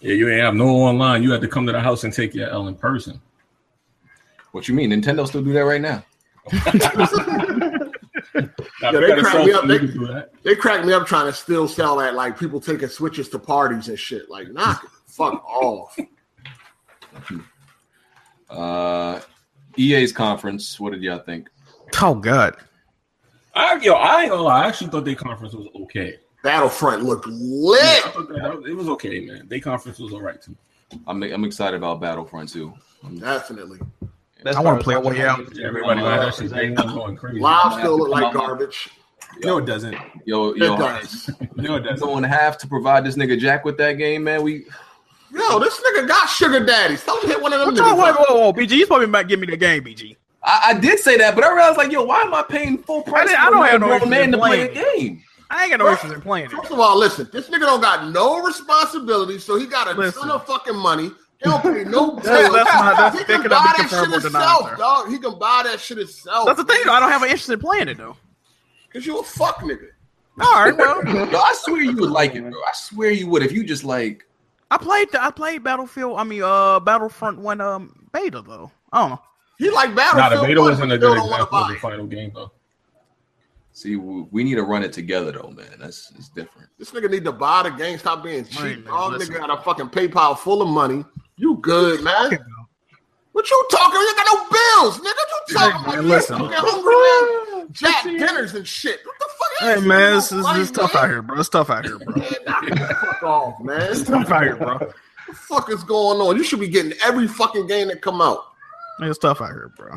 Speaker 5: Yeah, you ain't have no online. You had to come to the house and take your L in person.
Speaker 3: What you mean? Nintendo still do that right now?
Speaker 5: Now, if
Speaker 6: Yeah,
Speaker 5: you
Speaker 6: they
Speaker 5: got a
Speaker 6: cracked
Speaker 5: cell
Speaker 6: me up.
Speaker 5: phone, you
Speaker 6: They-
Speaker 5: can do that.
Speaker 6: They cracked me up trying to still sell that like people taking switches to parties and shit. Like, knock it, fuck off.
Speaker 3: Uh, EA's conference. What did y'all think?
Speaker 4: Oh God,
Speaker 5: I, yo, I ain't gonna lie. I actually thought their conference was okay.
Speaker 6: Battlefront looked
Speaker 5: Yeah,
Speaker 6: lit.
Speaker 5: I thought that- that was- it was okay, man. Their conference was all right, too.
Speaker 3: I'm I'm excited about Battlefront too.
Speaker 6: Definitely.
Speaker 1: That's
Speaker 4: I
Speaker 1: probably
Speaker 4: wanna play
Speaker 1: what
Speaker 4: Way
Speaker 1: I
Speaker 4: Out.
Speaker 1: used to
Speaker 5: Everybody
Speaker 1: remember.
Speaker 5: got that shit. They was going crazy.
Speaker 6: Live still looked like garbage.
Speaker 9: No, it doesn't.
Speaker 3: Yo,
Speaker 6: It
Speaker 3: yo,
Speaker 6: does.
Speaker 9: No, it
Speaker 3: you
Speaker 9: doesn't.
Speaker 3: don't have to provide this nigga Jack with that game, man. We
Speaker 6: Yo, this nigga got sugar daddies. Tell him to hit one of them.
Speaker 4: What's wrong?
Speaker 6: niggas
Speaker 4: Whoa,
Speaker 6: up.
Speaker 4: whoa, whoa, BG! You supposed to be about to give me the game, BG.
Speaker 3: I, I did say that, but I realized like, yo, why am I paying full price?
Speaker 4: didn't- I
Speaker 3: for
Speaker 4: don't
Speaker 3: a
Speaker 4: have no
Speaker 3: grown
Speaker 4: interest
Speaker 3: man
Speaker 4: in
Speaker 3: to play a
Speaker 4: playing
Speaker 3: game.
Speaker 4: I ain't got no interest in playing it.
Speaker 6: First of all, listen, this nigga don't got no responsibility, so he got a
Speaker 4: Listen.
Speaker 6: ton of fucking money. He don't pay no
Speaker 4: That's-
Speaker 6: bills.
Speaker 4: that's not- that's
Speaker 6: He can
Speaker 4: thinking of
Speaker 6: buy
Speaker 4: the
Speaker 6: that shit
Speaker 4: confirmable
Speaker 6: himself,
Speaker 4: denier.
Speaker 6: dog. He can buy that shit himself.
Speaker 4: That's the thing. Though. I don't have an interest in playing it though.
Speaker 6: Cause you a fuck nigga.
Speaker 4: All right, well,
Speaker 3: Yo, I swear you would like it, bro. I swear you would if you just like.
Speaker 4: I played. The, I played Battlefield. I mean, uh, Battlefront one um beta though. I don't know.
Speaker 6: He like
Speaker 5: Nah,
Speaker 6: Battlefield.
Speaker 5: the beta
Speaker 6: 1,
Speaker 5: wasn't
Speaker 6: he
Speaker 5: a good
Speaker 6: still don't wanna
Speaker 5: example of
Speaker 6: buy
Speaker 5: the
Speaker 6: it.
Speaker 5: final game, though.
Speaker 3: See, we we need to run it together though, man. That's it's different.
Speaker 6: This nigga need to buy the game. Stop being cheap.
Speaker 4: Right, man,
Speaker 6: dog.
Speaker 4: listen.
Speaker 6: Nigga got a fucking PayPal full of money. You good, man? What you talking? You got no bills, nigga. What you
Speaker 4: Hey,
Speaker 6: talking
Speaker 4: man,
Speaker 6: about?
Speaker 4: listen.
Speaker 6: You fucking hungry man? Jack dinners and shit. What the fuck?
Speaker 4: Hey
Speaker 6: is
Speaker 4: man,
Speaker 6: this?
Speaker 4: this is
Speaker 6: Like,
Speaker 4: this tough out here, bro. It's tough out here, bro.
Speaker 6: man, knock the fuck off, man.
Speaker 4: It's tough out here, bro.
Speaker 6: What the fuck is going on? You should be getting every fucking game that come out.
Speaker 4: It's tough out here, bro.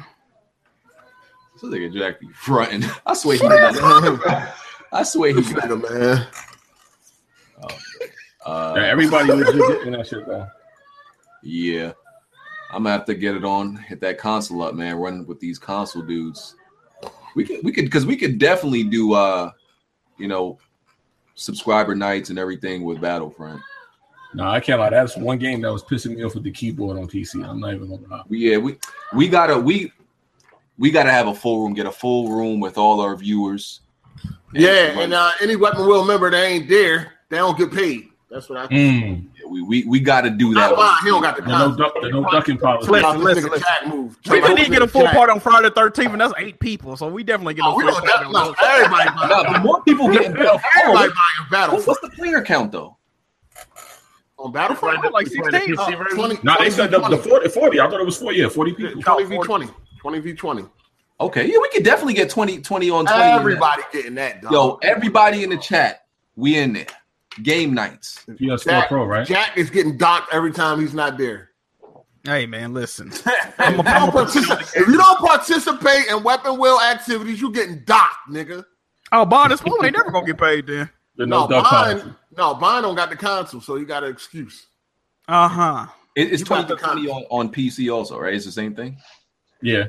Speaker 3: This nigga Jack be fronting. I swear he got. I swear he
Speaker 6: This
Speaker 3: got.
Speaker 6: nigga, man.
Speaker 3: Uh,
Speaker 5: Yeah, everybody legit getting that shit though.
Speaker 3: Yeah. I'm gonna have to get it on, hit that console up, man. Run with these console dudes. We could we could cause we could definitely do uh you know subscriber nights and everything with Battlefront.
Speaker 5: No, I can't lie. That's one game that was pissing me off with the keyboard on PC. I'm not even gonna lie.
Speaker 3: We- Yeah, we we gotta we we gotta have a full room, get a full room with all our viewers.
Speaker 6: Yeah, and uh, any Weapon Will member that ain't there, they don't get paid. That's what I think.
Speaker 3: Yeah, we, we we gotta do
Speaker 6: Not
Speaker 3: that.
Speaker 6: lying, he don't got the
Speaker 3: There's no
Speaker 6: console.
Speaker 3: duck- there's no ducking policy.
Speaker 6: Listen,
Speaker 3: This
Speaker 6: listen,
Speaker 3: nigga Jack
Speaker 6: move.
Speaker 4: We didn't even get a full party on Friday the 13th, and that's eight people, so Oh, we definitely get a
Speaker 6: Oh, we
Speaker 4: full
Speaker 6: don't
Speaker 4: party.
Speaker 6: def- no, everybody buy-
Speaker 3: No, but more people getting Battlefront.
Speaker 6: Everybody buying Battlefront.
Speaker 3: What's the player count though?
Speaker 6: On Battlefront, like
Speaker 5: It's like the
Speaker 6: 16, uh,
Speaker 5: PC version?
Speaker 6: 20,
Speaker 5: No, they said the, the 40, 40. I thought it was 40. Yeah, 40 people.
Speaker 6: 20 v 20. 20 v 20.
Speaker 3: Okay, yeah, we could definitely get 20, 20 on 20. in that.
Speaker 6: Everybody getting that, dog.
Speaker 3: Yo, everybody in the chat, we in there. Game nights.
Speaker 5: Yeah,
Speaker 6: Jack, Jack is getting docked every time he's not there.
Speaker 4: Hey, man, listen.
Speaker 6: If you, don't partici- if you don't participate in Weapon Will activities, you're getting docked, nigga.
Speaker 4: Oh, Bond, this woman ain't never going to get paid then.
Speaker 6: No, Bond, no, Bond don't got the console, so you got an excuse.
Speaker 4: Uh huh.
Speaker 3: It- it's
Speaker 6: You got
Speaker 3: 20 to 20 on, on PC also, right? It's the same thing?
Speaker 5: Yeah.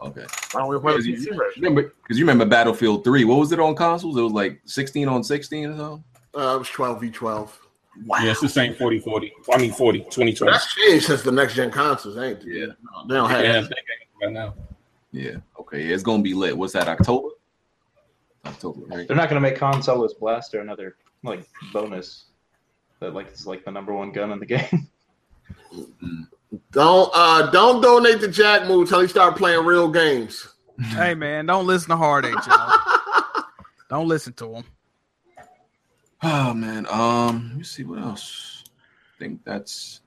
Speaker 3: Okay.
Speaker 2: Why don't we play
Speaker 3: Because
Speaker 2: the PC version?
Speaker 3: you remember Battlefield 3. What was it on consoles? It was like 16 on 16 or something?
Speaker 6: Uh, it was 12 v 12.
Speaker 5: Yeah, it's the same 40 40. I mean 40, 20 20.
Speaker 6: That's changed since the next gen consoles, ain't it?
Speaker 3: Yeah.
Speaker 6: No, they don't have
Speaker 5: Yeah,
Speaker 6: that.
Speaker 5: they got it right now.
Speaker 3: Yeah. Okay. Yeah, it's going to be lit. What's that, October? October, right?
Speaker 1: They're not going to make Han Solo's blaster another like bonus that like is like the number one gun in the game.
Speaker 6: Don't uh don't donate to Jack Move till he start playing real games.
Speaker 4: Hey, man, don't listen to Heartache, y'all. don't listen to him.
Speaker 3: Oh, man. Um, Let me see what else. I think that's.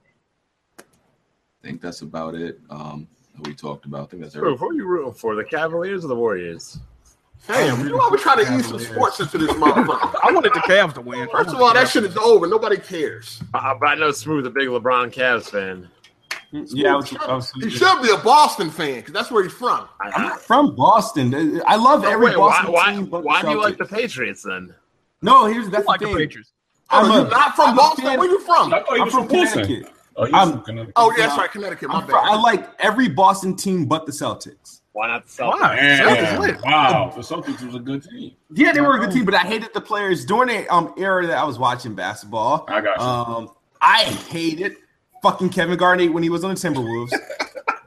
Speaker 3: I think that's about it. Um, that we talked about. I think that's
Speaker 2: Bro,
Speaker 3: everything.
Speaker 2: who are you rooting for? The Cavaliers or the Warriors?
Speaker 6: Damn, you always try to eat some sports into this motherfucker.
Speaker 4: I wanted the Cavs to win.
Speaker 6: First of all, that shit is over. Nobody cares.
Speaker 2: Uh, but I know Smooth, a big LeBron Cavs fan.
Speaker 9: Yeah, I was- I was-
Speaker 6: He should be a Boston fan because that's where he's from.
Speaker 9: I'm not from Boston. I love
Speaker 2: So
Speaker 9: every
Speaker 2: wait, why,
Speaker 9: Boston
Speaker 2: why,
Speaker 9: team. But
Speaker 2: why
Speaker 9: the
Speaker 2: do you like
Speaker 9: Celtics.
Speaker 2: the Patriots then?
Speaker 9: No, here's that's
Speaker 4: like
Speaker 9: the
Speaker 4: the
Speaker 9: thing.
Speaker 4: Patriots.
Speaker 6: Oh,
Speaker 9: I'm
Speaker 6: you
Speaker 9: a-
Speaker 6: not from
Speaker 9: I'm a
Speaker 6: Boston?
Speaker 9: fan-
Speaker 6: Where you from?
Speaker 5: I thought he
Speaker 9: I'm
Speaker 5: was
Speaker 9: from
Speaker 5: from Boston.
Speaker 9: Connecticut.
Speaker 5: Oh, he's
Speaker 9: I'm-
Speaker 5: from Connecticut.
Speaker 6: Oh yeah, that's right, Connecticut. My
Speaker 9: I'm from- I
Speaker 6: bad.
Speaker 9: like every Boston team but the Celtics.
Speaker 2: Why not the Celtics?
Speaker 4: Why? Celtics
Speaker 5: Yeah.
Speaker 4: lit.
Speaker 5: Wow. The Celtics was a good team.
Speaker 9: Yeah, they were a good team, but I hated the players during the um, era that I was watching basketball.
Speaker 5: I got you.
Speaker 9: Um, I hated fucking Kevin Garnett when he was on the Timberwolves,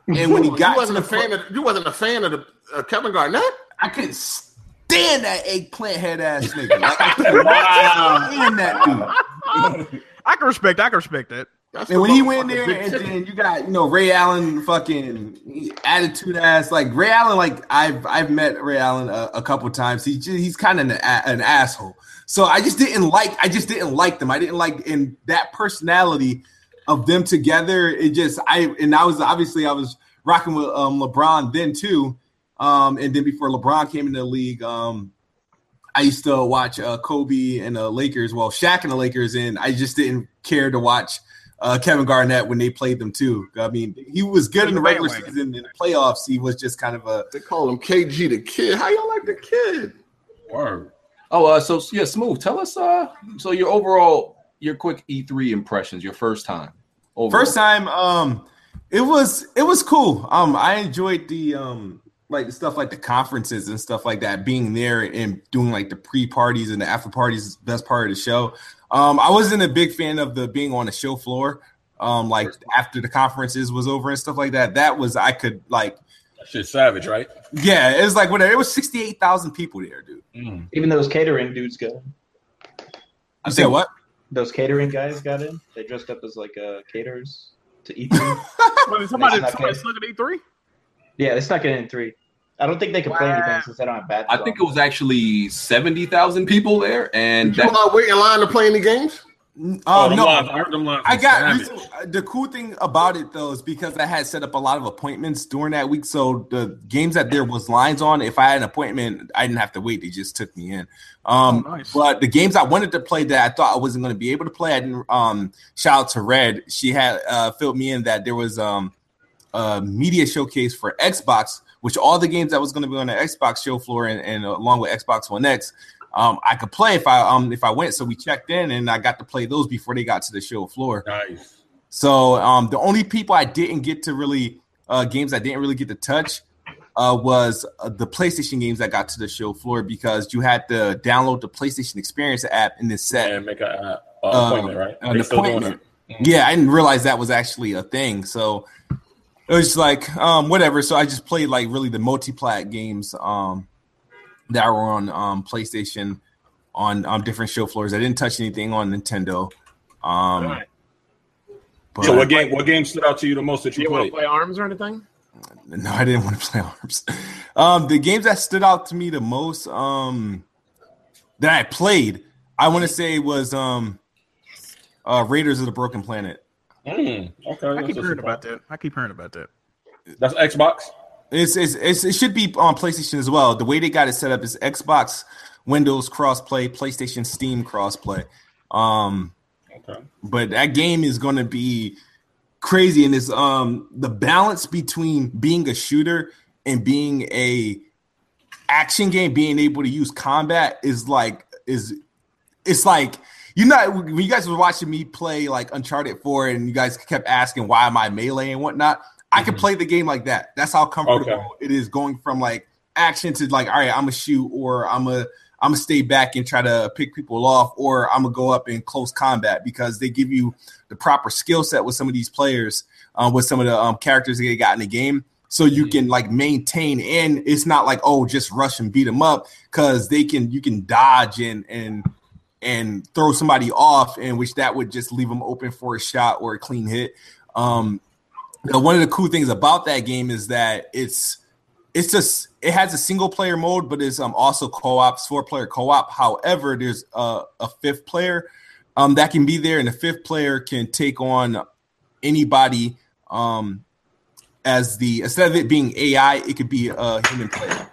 Speaker 9: and when he got
Speaker 6: you wasn't
Speaker 9: to
Speaker 6: a
Speaker 9: the
Speaker 6: fan of you wasn't a fan of the uh, Kevin Garnett.
Speaker 9: I couldn't stand that eggplant head ass nigga. Like, I couldn't stand that dude.
Speaker 4: I can respect I can respect that.
Speaker 6: That's
Speaker 9: And
Speaker 6: the
Speaker 9: when he went
Speaker 6: motherfucking
Speaker 9: there,
Speaker 6: big
Speaker 9: and
Speaker 6: ticket.
Speaker 9: then you got you know Ray Allen fucking attitude ass. Like Ray Allen, like I've I've met Ray Allen a, a couple times. He ju- he's kind of an, a- an asshole. So I just didn't like I just didn't like them. I didn't like in that personality of them together. It just I and I was obviously I was rocking with um, LeBron then too. Um, and then before LeBron came into the league, um, I used to watch uh, Kobe and the Lakers, well, Shaq and the Lakers, and I just didn't care to watch uh, Kevin Garnett when they played them too. I mean, he was good in the regular
Speaker 4: Bandwagon.
Speaker 9: season. In the playoffs, he was just kind of a
Speaker 6: They call him KG the kid. How y'all like the kid?
Speaker 5: Word.
Speaker 3: Oh, uh, so yeah, smooth. Tell us, uh, so your overall, your quick E3 impressions, your first time. Overall.
Speaker 9: First time, um, it was it was cool. Um, I enjoyed the um like the stuff like the conferences and stuff like that, being there and doing like the pre parties and the after parties is the best part of the show. Um, I wasn't a big fan of the being on the show floor. Um, like after the conferences was over and stuff like that. That was I could like
Speaker 5: That shit's savage, right?
Speaker 9: yeah, it was like whatever. It was sixty eight thousand people there, dude.
Speaker 5: Mm.
Speaker 1: Even those catering dudes go.
Speaker 9: You said what?
Speaker 1: Those catering guys got in. They dressed up as like uh, caterers to eat. Them.
Speaker 4: Wait, somebody
Speaker 1: That's not
Speaker 4: somebody
Speaker 1: fair.
Speaker 4: snuck at E3?
Speaker 1: yeah, they snuck it in three. I don't think they can play anything since they don't have bad.
Speaker 3: I think it was actually seventy thousand people there, and
Speaker 6: You
Speaker 3: that,
Speaker 6: all wait in line to play any games?
Speaker 9: Um,
Speaker 5: Oh, them
Speaker 9: no,
Speaker 5: lines- I heard them lines.
Speaker 9: I
Speaker 5: was
Speaker 9: got
Speaker 5: savage.
Speaker 9: recent, the cool thing about it though is because I had set up a lot of appointments during that week, so the games that there was lines on, if I had an appointment, I didn't have to wait; they just took me in. Um,
Speaker 4: Oh, nice.
Speaker 9: But the games I wanted to play that I thought I wasn't going to be able to play, I didn't. Um, shout out to Red; she had uh, filled me in that there was um, a media showcase for Xbox, which all the games that was going to be on the Xbox show floor and, and along with Xbox One X um, I could play if I um if I went. So we checked in and I got to play those before they got to the show floor.
Speaker 5: Nice.
Speaker 9: So um, the only people I didn't get to really uh, games I didn't really get to touch uh, was uh, the PlayStation games that got to the show floor because you had to download the PlayStation Experience app and then set
Speaker 5: and make an
Speaker 9: uh,
Speaker 5: appointment, right?
Speaker 9: an
Speaker 5: Are you still doing
Speaker 9: appointment. Yeah, I didn't realize that was actually a thing. So it was just like um, whatever. So I just played like really the multi-plat games um, that were on um, PlayStation on um, different show floors. I didn't touch anything on Nintendo. Um, but-
Speaker 5: so what game? What game stood out to you the most that
Speaker 2: Do
Speaker 5: you
Speaker 2: you want to
Speaker 5: played?
Speaker 2: play arms or anything?
Speaker 9: No, I didn't want to play arms. Um, the games that stood out to me the most um, that I played, I want to say was um, uh, Raiders of the Broken Planet.
Speaker 5: Mm, okay,
Speaker 4: I keep
Speaker 5: that's a
Speaker 4: hearing
Speaker 5: surprise.
Speaker 4: about that. I keep hearing about that.
Speaker 5: That's Xbox.
Speaker 9: It's, it's, it's it should be on PlayStation as well. The way they got it set up is Xbox, Windows crossplay, PlayStation, Steam crossplay. Um,
Speaker 5: okay.
Speaker 9: But that game is going to be crazy, and it's um the balance between being a shooter and being a action game, being able to use combat is like is it's like you know when you guys were watching me play like Uncharted Four, and you guys kept asking why am I melee and whatnot. I could play the game like that. That's how comfortable
Speaker 5: Okay.
Speaker 9: it is going from like action to like all right, I'm gonna shoot or I'm a I'm gonna stay back and try to pick people off or I'm gonna go up in close combat because they give you the proper skill set with some of these players uh, with some of the um, characters that they got in the game. So you can like maintain, and it's not like oh, just rush and beat them up because they can you can dodge and and and throw somebody off, and which that would just leave them open for a shot or a clean hit. Um, now, one of the cool things about that game is that it's it's just it has a single player mode, but it's um also co-ops, four player co-op. However, there's a, a fifth player um that can be there, and the fifth player can take on anybody um as the instead of it being AI, it could be a human player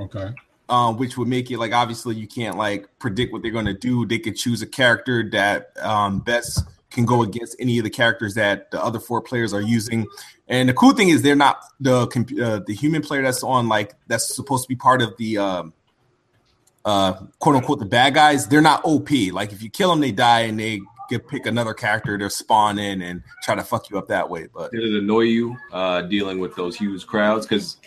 Speaker 5: Okay.
Speaker 9: um, which would make it like obviously you can't like predict what they're going to do. They could choose a character that um, best can go against any of the characters that the other four players are using. And the cool thing is they're not the comp- uh, the human player that's on like that's supposed to be part of the um, uh, quote unquote the bad guys. They're not OP. Like if you kill them, they die and they get pick another character to spawn in and try to fuck you up that way. But
Speaker 3: Did it annoy you uh, dealing with those huge crowds? Because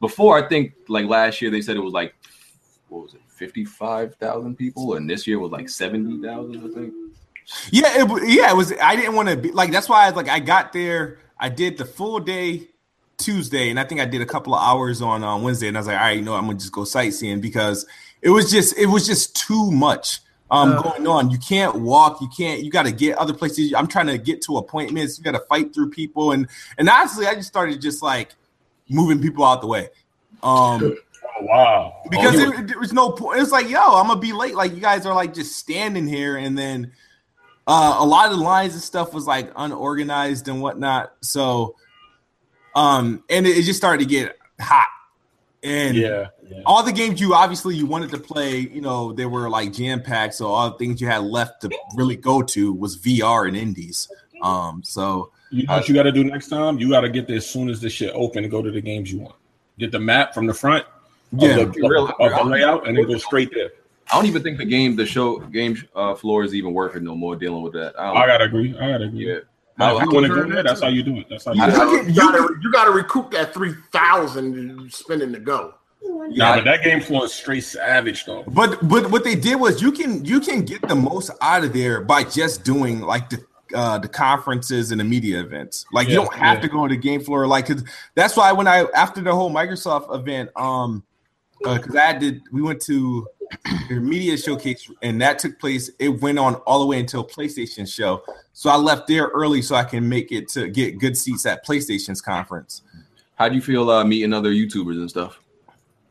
Speaker 3: before, I think like last year they said it was like what was it, fifty five thousand people, and this year was like seventy thousand. I think.
Speaker 9: Yeah, it, wa- yeah, it was. I didn't want to be like. That's why, like, I got there. I did the full day Tuesday, and I think I did a couple of hours on uh, Wednesday. And I was like, all right, you know, what, I'm gonna just go sightseeing because it was just it was just too much um,
Speaker 5: Uh.
Speaker 9: going on. You can't walk. You can't. You got to get other places. I'm trying to get to appointments. You got to fight through people, and and honestly, I just started just like moving people out the way. Um,
Speaker 5: wow!
Speaker 9: Because
Speaker 5: Oh,
Speaker 9: it- there was no point. It's like, yo, I'm gonna be late. Like you guys are like just standing here, and then uh, a lot of the lines and stuff was like unorganized and whatnot. So, um, and it, it just started to get hot. And
Speaker 5: Yeah,
Speaker 9: all the games you obviously you wanted to play, you know, they were like jam packed. So all the things you had left to really go to was VR and indies. Um, so
Speaker 5: You know what you got to do next time? You got to get there as soon as this shit open and go to the games you want. Get the map from the front, of
Speaker 3: Yeah.
Speaker 5: the- of the layout, and then go straight there.
Speaker 3: I don't even think the game, the show game uh, floor is even working no more. Dealing with that, I, don't,
Speaker 5: I gotta agree. I gotta agree.
Speaker 3: Yeah, I-
Speaker 5: Now, if you
Speaker 3: I-
Speaker 5: want to go there, that's how you do it. That's how you.
Speaker 3: I-
Speaker 5: do
Speaker 3: I
Speaker 5: it.
Speaker 3: get-
Speaker 6: You gotta, you gotta recoup that three thousand you spending to go.
Speaker 5: Yeah, but that game floor is straight savage though.
Speaker 9: But but what they did was you can you can get the most out of there by just doing like the uh, the conferences and the media events. Like you
Speaker 5: Yeah,
Speaker 9: don't have
Speaker 5: yeah.
Speaker 9: to go to the game floor. Like 'cause that's why when I after the whole Microsoft event, um, because I did we went to their media showcase and that took place. It went on all the way until PlayStation show. So I left there early so I can make it to get good seats at PlayStation's conference.
Speaker 3: how do you feel uh, meeting other YouTubers and stuff?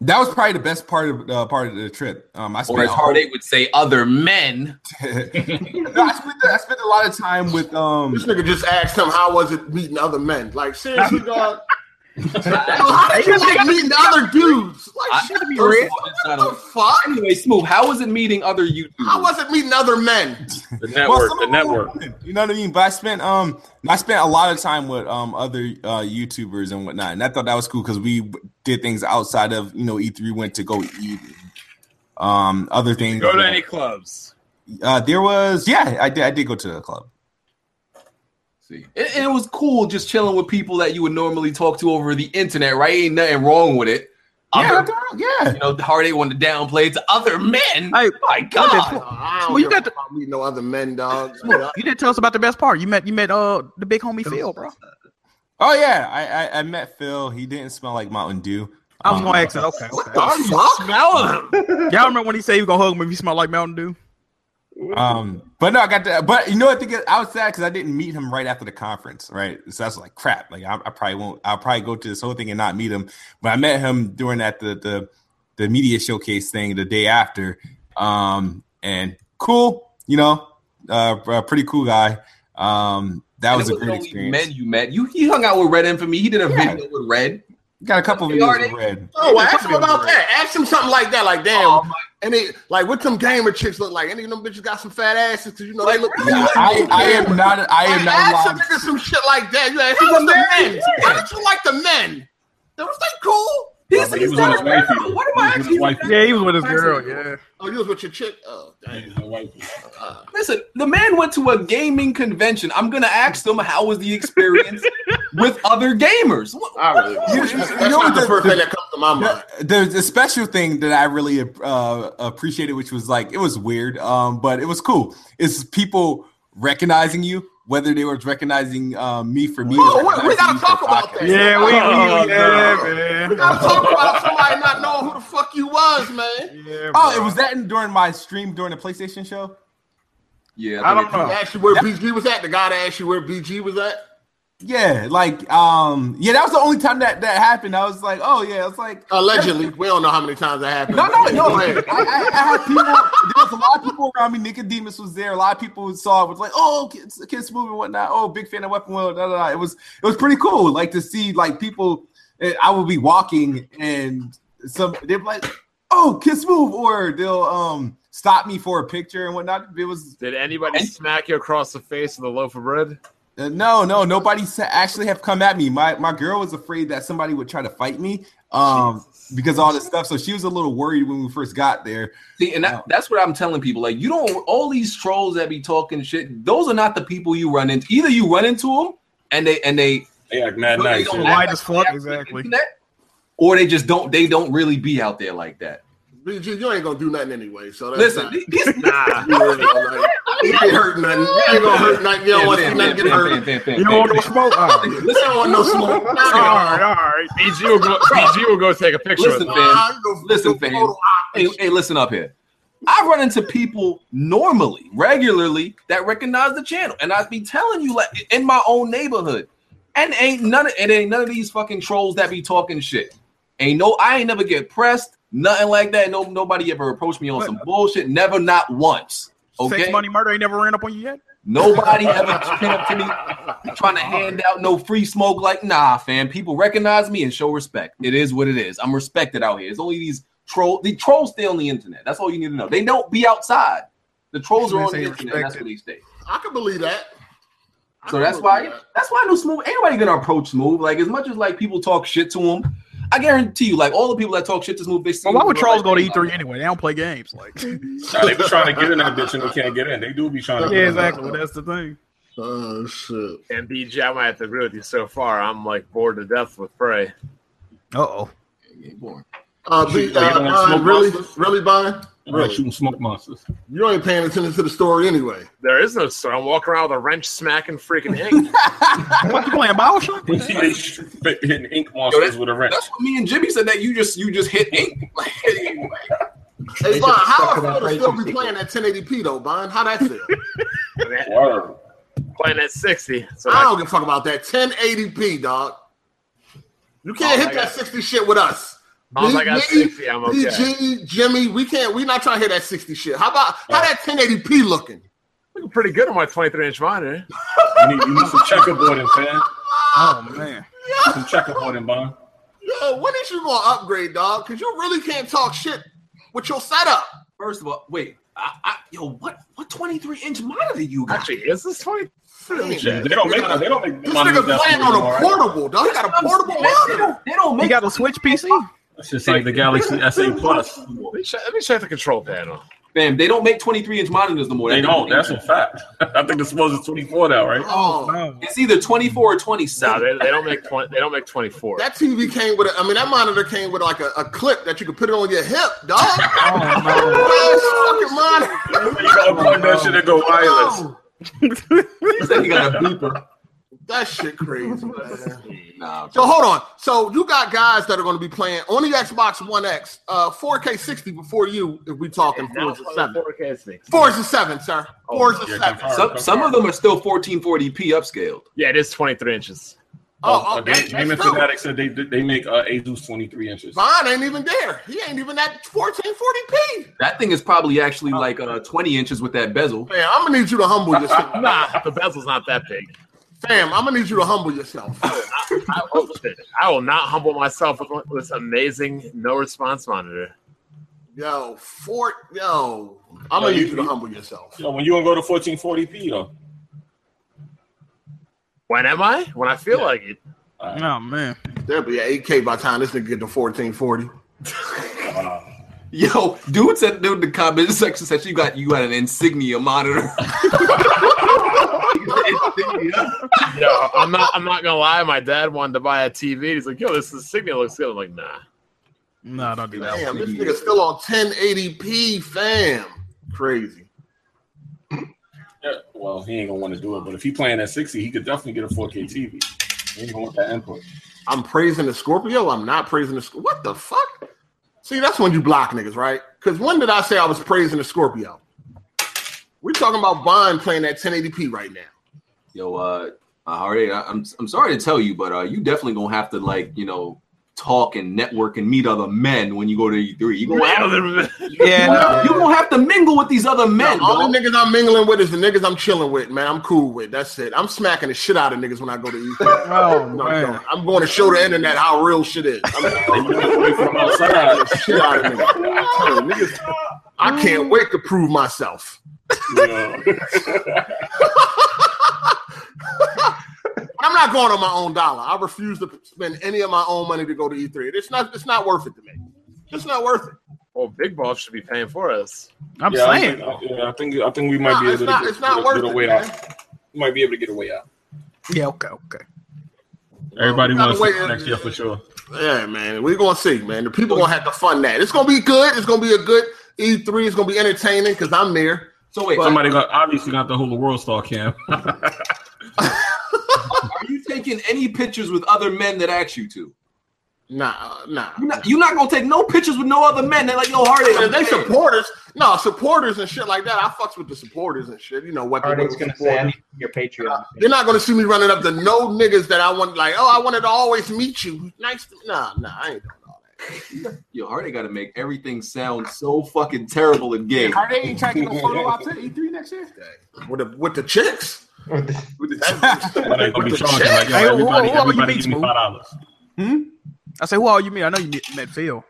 Speaker 9: That was probably the best part of uh, part of the trip. Um, I spent
Speaker 3: Or as
Speaker 9: a whole-
Speaker 3: Hardate would say, other men.
Speaker 9: No, I spent I spent a lot of time with um.
Speaker 6: This nigga just asked him how was it meeting other men. Like seriously, dog. how did you like meeting other dudes? Like
Speaker 3: I-
Speaker 6: shit,
Speaker 3: first of all,
Speaker 6: man.
Speaker 3: it's not
Speaker 6: What
Speaker 3: a-
Speaker 6: the fuck?
Speaker 3: Anyway, Smooth, how was it meeting other YouTubers?
Speaker 6: How was it meeting other men?
Speaker 3: The
Speaker 9: Well, some of them were women, You know what I mean? But I spent um I spent a lot of time with um other uh YouTubers and E whatnot, and I thought that was cool because we w- did things outside of you know E3. Went to go eat, um, other things.
Speaker 8: Go to any clubs.
Speaker 9: Uh, there was, yeah, I did. I did go to a club.
Speaker 3: And, and it was cool just chilling with people that you would normally talk to over the internet, right? Ain't nothing wrong with it.
Speaker 9: Yeah,
Speaker 3: yeah. You know, Hardy wanted to downplay it to other men. Oh my God.
Speaker 4: Well, you got the,
Speaker 6: meet no other men, dog.
Speaker 4: you didn't tell us about the best part. You met you met uh the big homie Phil, bro.
Speaker 9: Oh yeah, I, I I met Phil. He didn't smell like Mountain Dew.
Speaker 4: I was gonna ask that. Okay, what
Speaker 9: the fuck?
Speaker 4: Y'all remember when he said he was gonna hug him if he smelled like Mountain Dew?
Speaker 9: Um, but no, I got that. But you know, I think is, I was sad because I didn't meet him right after the conference, right? So that's like crap. Like I, I probably won't. I'll probably go to this whole thing and not meet him. But I met him during that the the the media showcase thing the day after. Um, and cool, you know, uh, a pretty cool guy. Um, that
Speaker 3: And
Speaker 9: was
Speaker 3: it
Speaker 9: a
Speaker 3: wasn't
Speaker 9: great
Speaker 3: only
Speaker 9: experience.
Speaker 3: Men you met. You he hung out with Red Infamy. He did a
Speaker 9: Yeah.
Speaker 3: video with Red.
Speaker 9: Got a couple
Speaker 3: Hey,
Speaker 9: videos
Speaker 3: Artie.
Speaker 9: of red.
Speaker 6: Oh, ask him about that. Ask him something like that. Like, damn, any like what them gamer chicks look like? Any of them bitches got some fat asses? Cause you know they look.
Speaker 9: Yeah, I, I am not. I am not.
Speaker 6: ask some
Speaker 9: allowed-
Speaker 6: niggas some shit like that. You ask
Speaker 9: How
Speaker 6: him
Speaker 9: was
Speaker 6: what the
Speaker 9: that?
Speaker 6: men. How did you like the men? That was they cool.
Speaker 3: He's,
Speaker 5: he was with his wifey.
Speaker 3: What
Speaker 5: am I actually?
Speaker 4: Yeah, he was with his girl. Yeah.
Speaker 6: Oh, you was with your chick. Oh, damn.
Speaker 3: Listen, the man went to a gaming convention. I'm gonna ask them how was the experience with other gamers. What,
Speaker 6: You-
Speaker 9: you-
Speaker 6: That's
Speaker 9: you know
Speaker 6: not the
Speaker 9: the-
Speaker 6: first thing that comes to my mind.
Speaker 9: There's a special thing that I really uh, appreciated, which was like it was weird, um, but it was cool. Is people recognizing you, whether they were recognizing uh, me for me.
Speaker 6: Oh, we, we gotta talk about that.
Speaker 4: Oh, man.
Speaker 6: We gotta talk about somebody not knowing who the fuck you was, man.
Speaker 9: Oh, it was that in- during my stream during the PlayStation show.
Speaker 3: Yeah,
Speaker 9: I don't know.
Speaker 6: Ask you where BG was at. The guy that asked you where BG was at.
Speaker 9: Yeah, like um, yeah, that was the only time that that happened. I was like, oh yeah, it's like
Speaker 6: Allegedly, we don't know how many times that happened.
Speaker 9: No, no, no.
Speaker 6: Go
Speaker 9: I,
Speaker 6: ahead.
Speaker 9: I, I had people. There was a lot of people around me. Nicodemus was there. A lot of people who saw it was like, "Oh, kids, kids movie, and whatnot." Oh, big fan of Weapon Will. Da, da, da. It was it was pretty cool. Like to see like people. eh, I would be walking and some they're like, "Oh, kiss move," or they'll um stop me for a picture and whatnot. It was
Speaker 15: Did anybody smack you across the face with a loaf of bread?
Speaker 9: uh, no, no, nobody sa- actually have come at me. My my girl was afraid that somebody would try to fight me. Um. Because of all this stuff, so she was a little worried when we first got there.
Speaker 3: See, and that, that's what I'm telling people. Like, you don't all these trolls that be talking shit. Those are not the people you run into. Either you run into them and they and they
Speaker 5: they act mad
Speaker 4: nice, yeah. White as fuck, exactly.
Speaker 3: or they just don't. They don't really be out there like that.
Speaker 6: BG, you ain't gonna do nothing anyway. So that's
Speaker 3: Listen,
Speaker 6: not-
Speaker 3: th- these- nah.
Speaker 6: You ain't gonna like- you ain't hurt nothing. You ain't gonna hurt nothing. You don't
Speaker 3: Yeah,
Speaker 6: want
Speaker 3: fam,
Speaker 6: it. Nothing
Speaker 3: fam,
Speaker 6: get
Speaker 3: fam,
Speaker 6: hurt.
Speaker 3: fam, fam, fam,
Speaker 6: You
Speaker 3: fam,
Speaker 6: don't want no
Speaker 3: fam.
Speaker 6: smoke.
Speaker 4: Uh,
Speaker 6: Oh, you don't want no smoke. Nah,
Speaker 15: All right, all right. BG will go. BG will go take a picture.
Speaker 3: Listen,
Speaker 15: with them.
Speaker 3: fam. Listen, fam. Hey, hey, listen up here. I run into people normally, regularly that recognize the channel, and I be telling you, like in my own neighborhood, and ain't none of it ain't none of these fucking trolls that be talking shit. Ain't no, I ain't never get pressed, nothing like that. No, nobody ever approached me on some bullshit. Never, not once.
Speaker 4: Sex
Speaker 3: Okay,
Speaker 4: money murder ain't never ran up on you yet.
Speaker 3: nobody ever came up to me trying to hand out no free smoke. Like, nah, fam. People recognize me and show respect. It is what it is. I'm respected out here. It's only these troll. The trolls stay on the internet. That's all you need to know. They don't be outside. The trolls are on the internet. and That's where they stay.
Speaker 6: I can believe that.
Speaker 3: So that's why that's why no smooth ain't nobody gonna approach smooth. Like as much as like people talk shit to him, I guarantee you, like all the people that talk shit to smooth, they see.
Speaker 4: Well, why would
Speaker 3: him,
Speaker 4: trolls
Speaker 3: like,
Speaker 4: go to E
Speaker 3: they
Speaker 4: E3
Speaker 3: like,
Speaker 4: anyway? They don't play games. Like,
Speaker 5: Nah, they be trying to get in that bitch and they can't get in. They do be trying to.
Speaker 4: yeah,
Speaker 5: get
Speaker 4: exactly.
Speaker 5: In.
Speaker 4: Well, That's the thing.
Speaker 6: Oh shit.
Speaker 15: And BG, I might have to agree with you so far. I'm like bored to death with Prey.
Speaker 4: Uh oh.
Speaker 6: Uh, B,
Speaker 5: They don't
Speaker 6: uh,
Speaker 5: smoke
Speaker 6: Bond, really,
Speaker 5: monsters?
Speaker 6: really, Bond.
Speaker 5: Really,
Speaker 6: Really,
Speaker 5: shooting smoke monsters.
Speaker 6: you ain't paying attention to the story anyway.
Speaker 15: There is no story. I'm walking around with a wrench smacking freaking ink.
Speaker 4: What you playing Bioshock?
Speaker 5: We see they sh- hitting ink monsters with a wrench.
Speaker 3: That's what me and Jimmy said that you just you just hit ink. Like,
Speaker 6: Hey,
Speaker 1: They
Speaker 6: Bond,
Speaker 1: just
Speaker 6: how I
Speaker 1: stuck to that
Speaker 6: feel to
Speaker 1: phrase
Speaker 6: still
Speaker 1: from
Speaker 6: be playing at 1080p though, Bond? How that feel?
Speaker 5: Word.
Speaker 15: Playing at 60. So
Speaker 6: I
Speaker 15: like,
Speaker 6: don't give a fuck about that 1080p, dog. You can't
Speaker 15: Oh,
Speaker 6: hit
Speaker 15: I got-
Speaker 6: that 60 shit with us.
Speaker 15: Oh, I got
Speaker 6: Me,
Speaker 15: 60, I'm okay.
Speaker 6: BG, Jimmy, we can't. We not trying to hit that 60 shit. How about how that 1080p looking?
Speaker 15: looking pretty good on my 23 inch monitor.
Speaker 5: You need, you need some checkerboarding, fam.
Speaker 4: Oh man.
Speaker 5: Some checkerboarding, Bond.
Speaker 6: Yo, when is you gonna upgrade, dog? Because you really can't talk shit with your setup.
Speaker 3: First of all, wait, I, I, yo, what what 23 inch monitor you got?
Speaker 15: Actually, is this 20? Let me
Speaker 5: They
Speaker 15: check.
Speaker 5: don't make. They don't make.
Speaker 6: This
Speaker 5: money
Speaker 6: nigga
Speaker 5: that
Speaker 6: playing
Speaker 5: small,
Speaker 6: on a
Speaker 5: right?
Speaker 6: portable, dog. He got a portable
Speaker 3: They
Speaker 6: monitor.
Speaker 3: don't, they don't
Speaker 4: You
Speaker 3: make
Speaker 4: got a Switch PC?
Speaker 5: That's just like the Galaxy S8 Plus.
Speaker 2: Let me check, let me check the control panel.
Speaker 3: Bam, they don't make 23 inch monitors no more.
Speaker 5: They don't. That's a fact. I think the supposed is 24 now, right?
Speaker 6: Oh,
Speaker 3: it's either 24 or 27.
Speaker 2: No, they, they don't make 20, They don't make 24.
Speaker 6: That TV came with. A, I mean, that monitor came with like a, a clip that you could put it on your hip, dog. fucking monitor.
Speaker 5: You gotta plug
Speaker 6: oh.
Speaker 5: that shit and go wireless.
Speaker 3: He said he got a beeper.
Speaker 6: That shit crazy. man.
Speaker 3: Nah,
Speaker 6: So hold on. So you got guys that are going to be playing on the Xbox One X, uh, 4K 60 before you. If we talking Forza Seven,
Speaker 2: 4K 6.
Speaker 6: Forza Seven, sir. Forza Seven.
Speaker 3: some, some of them are still 1440p upscaled.
Speaker 2: Yeah, it is 23 inches.
Speaker 6: Oh,
Speaker 5: Uh,
Speaker 6: oh,
Speaker 5: they,
Speaker 6: that-
Speaker 5: Game and
Speaker 6: that's true.
Speaker 5: Fanatic said they they make uh, Asus 23 inches.
Speaker 6: Vaughn ain't even there. He ain't even at 1440p.
Speaker 3: That thing is probably actually
Speaker 5: Oh.
Speaker 3: like uh, 20 inches with that bezel.
Speaker 6: Man, I'm gonna need you to humble yourself.
Speaker 2: Nah, the bezel's not that big.
Speaker 6: Fam, I'm gonna need you to humble yourself.
Speaker 2: I, oh, shit. I will not humble myself with with this amazing no response monitor.
Speaker 6: Yo, fort yo. I'm
Speaker 5: Yo,
Speaker 6: gonna
Speaker 5: you-
Speaker 6: need you to
Speaker 5: you-
Speaker 6: humble yourself.
Speaker 5: Yo, when you gonna go to 1440p though?
Speaker 2: When am I? When I feel like it.
Speaker 4: Oh man.
Speaker 6: There'll be an 8K by the time this nigga get to 1440.
Speaker 3: Yo, dude said dude in the comment section said you got you got an insignia monitor.
Speaker 2: Yo, I'm not. I'm not gonna lie. My dad wanted to buy a TV. He's like, "Yo, this insignia looks good." I'm like, "Nah."
Speaker 4: No, don't do that.
Speaker 6: Damn, this nigga still on 1080p, fam. Crazy.
Speaker 5: Yeah, well, he ain't gonna want to do it, but if he playing at 60, he could definitely get a 4K TV. He ain't gonna want that input.
Speaker 6: I'm praising the Scorpio. I'm not praising the Sc- what the fuck? See, that's when you block niggas, right? Because when did I say I was praising the Scorpio? We're talking about Bond playing at 1080p right now.
Speaker 3: Yo, uh, Hardy, I- I'm I'm sorry to tell you, but uh, you definitely gonna have to like you know talk and network and meet other men when you go to E3. You gonna have,
Speaker 4: Yeah, no.
Speaker 3: you gonna have to mingle with these other men.
Speaker 6: Man, all
Speaker 3: dog.
Speaker 6: the niggas I'm mingling with is the niggas I'm chilling with, man. I'm cool with. That's it. I'm smacking the shit out of niggas when I go to E E3.
Speaker 4: Oh
Speaker 6: No, I'm,
Speaker 4: man.
Speaker 6: not. I'm going to show the internet how real shit is. I'm
Speaker 5: From outside,
Speaker 6: the shit out of niggas. I'm telling you, niggas. I can't wait to prove myself.
Speaker 5: you know.
Speaker 6: But I'm not going on my own dollar. I refuse to spend any of my own money to go to E3. It's not. It's not worth it to me. It's not worth it.
Speaker 2: Well, Big Boss should be paying for us.
Speaker 4: I'm
Speaker 5: yeah, I
Speaker 4: saying.
Speaker 5: think, yeah, I think I think we might be able
Speaker 6: Nah, it's
Speaker 5: to
Speaker 6: not-
Speaker 5: get,
Speaker 6: it's not
Speaker 5: get,
Speaker 6: worth
Speaker 5: a
Speaker 6: it,
Speaker 5: way
Speaker 6: man.
Speaker 5: out. We might be able to get a way out.
Speaker 4: Yeah, okay, okay.
Speaker 5: Everybody
Speaker 6: we gotta
Speaker 5: wants to
Speaker 6: wait-
Speaker 5: next year for sure.
Speaker 6: Yeah, man. We're gonna see, man. The people gonna have to fund that. It's gonna be good. It's gonna be a good E3. It's gonna be entertaining because I'm there.
Speaker 3: So wait,
Speaker 5: Somebody got obviously got the whole world star camp.
Speaker 3: are you taking any pictures with other men that ask you to?
Speaker 6: Nah, nah.
Speaker 3: You're not, you're not gonna take no pictures with no other men. They're like, yo, Hardy, I'm
Speaker 6: And if they
Speaker 3: paying.
Speaker 6: supporters, no supporters and shit like that. I fucks with the supporters and shit. You know what?
Speaker 1: Hardy's
Speaker 6: they
Speaker 1: gonna say I need your Patreon.
Speaker 6: They're not gonna see me running up to no niggas that I want. Like, oh, I wanted to always meet you. Nice. To, nah, nah. I ain't doing all that.
Speaker 3: Yo, Hardy got to make everything sound so fucking terrible and gay.
Speaker 9: Cardi ain't trying to get a photo op to E3 next year.
Speaker 6: With the with the chicks.
Speaker 5: Somebody gonna be charging
Speaker 6: Hey,
Speaker 5: like,
Speaker 4: who-
Speaker 5: yo, everybody,
Speaker 4: who are you
Speaker 5: everybody,
Speaker 4: meeting,
Speaker 5: give me
Speaker 4: Smooth?
Speaker 5: five dollars.
Speaker 4: I say, who are you meet? I know you met, met Phil.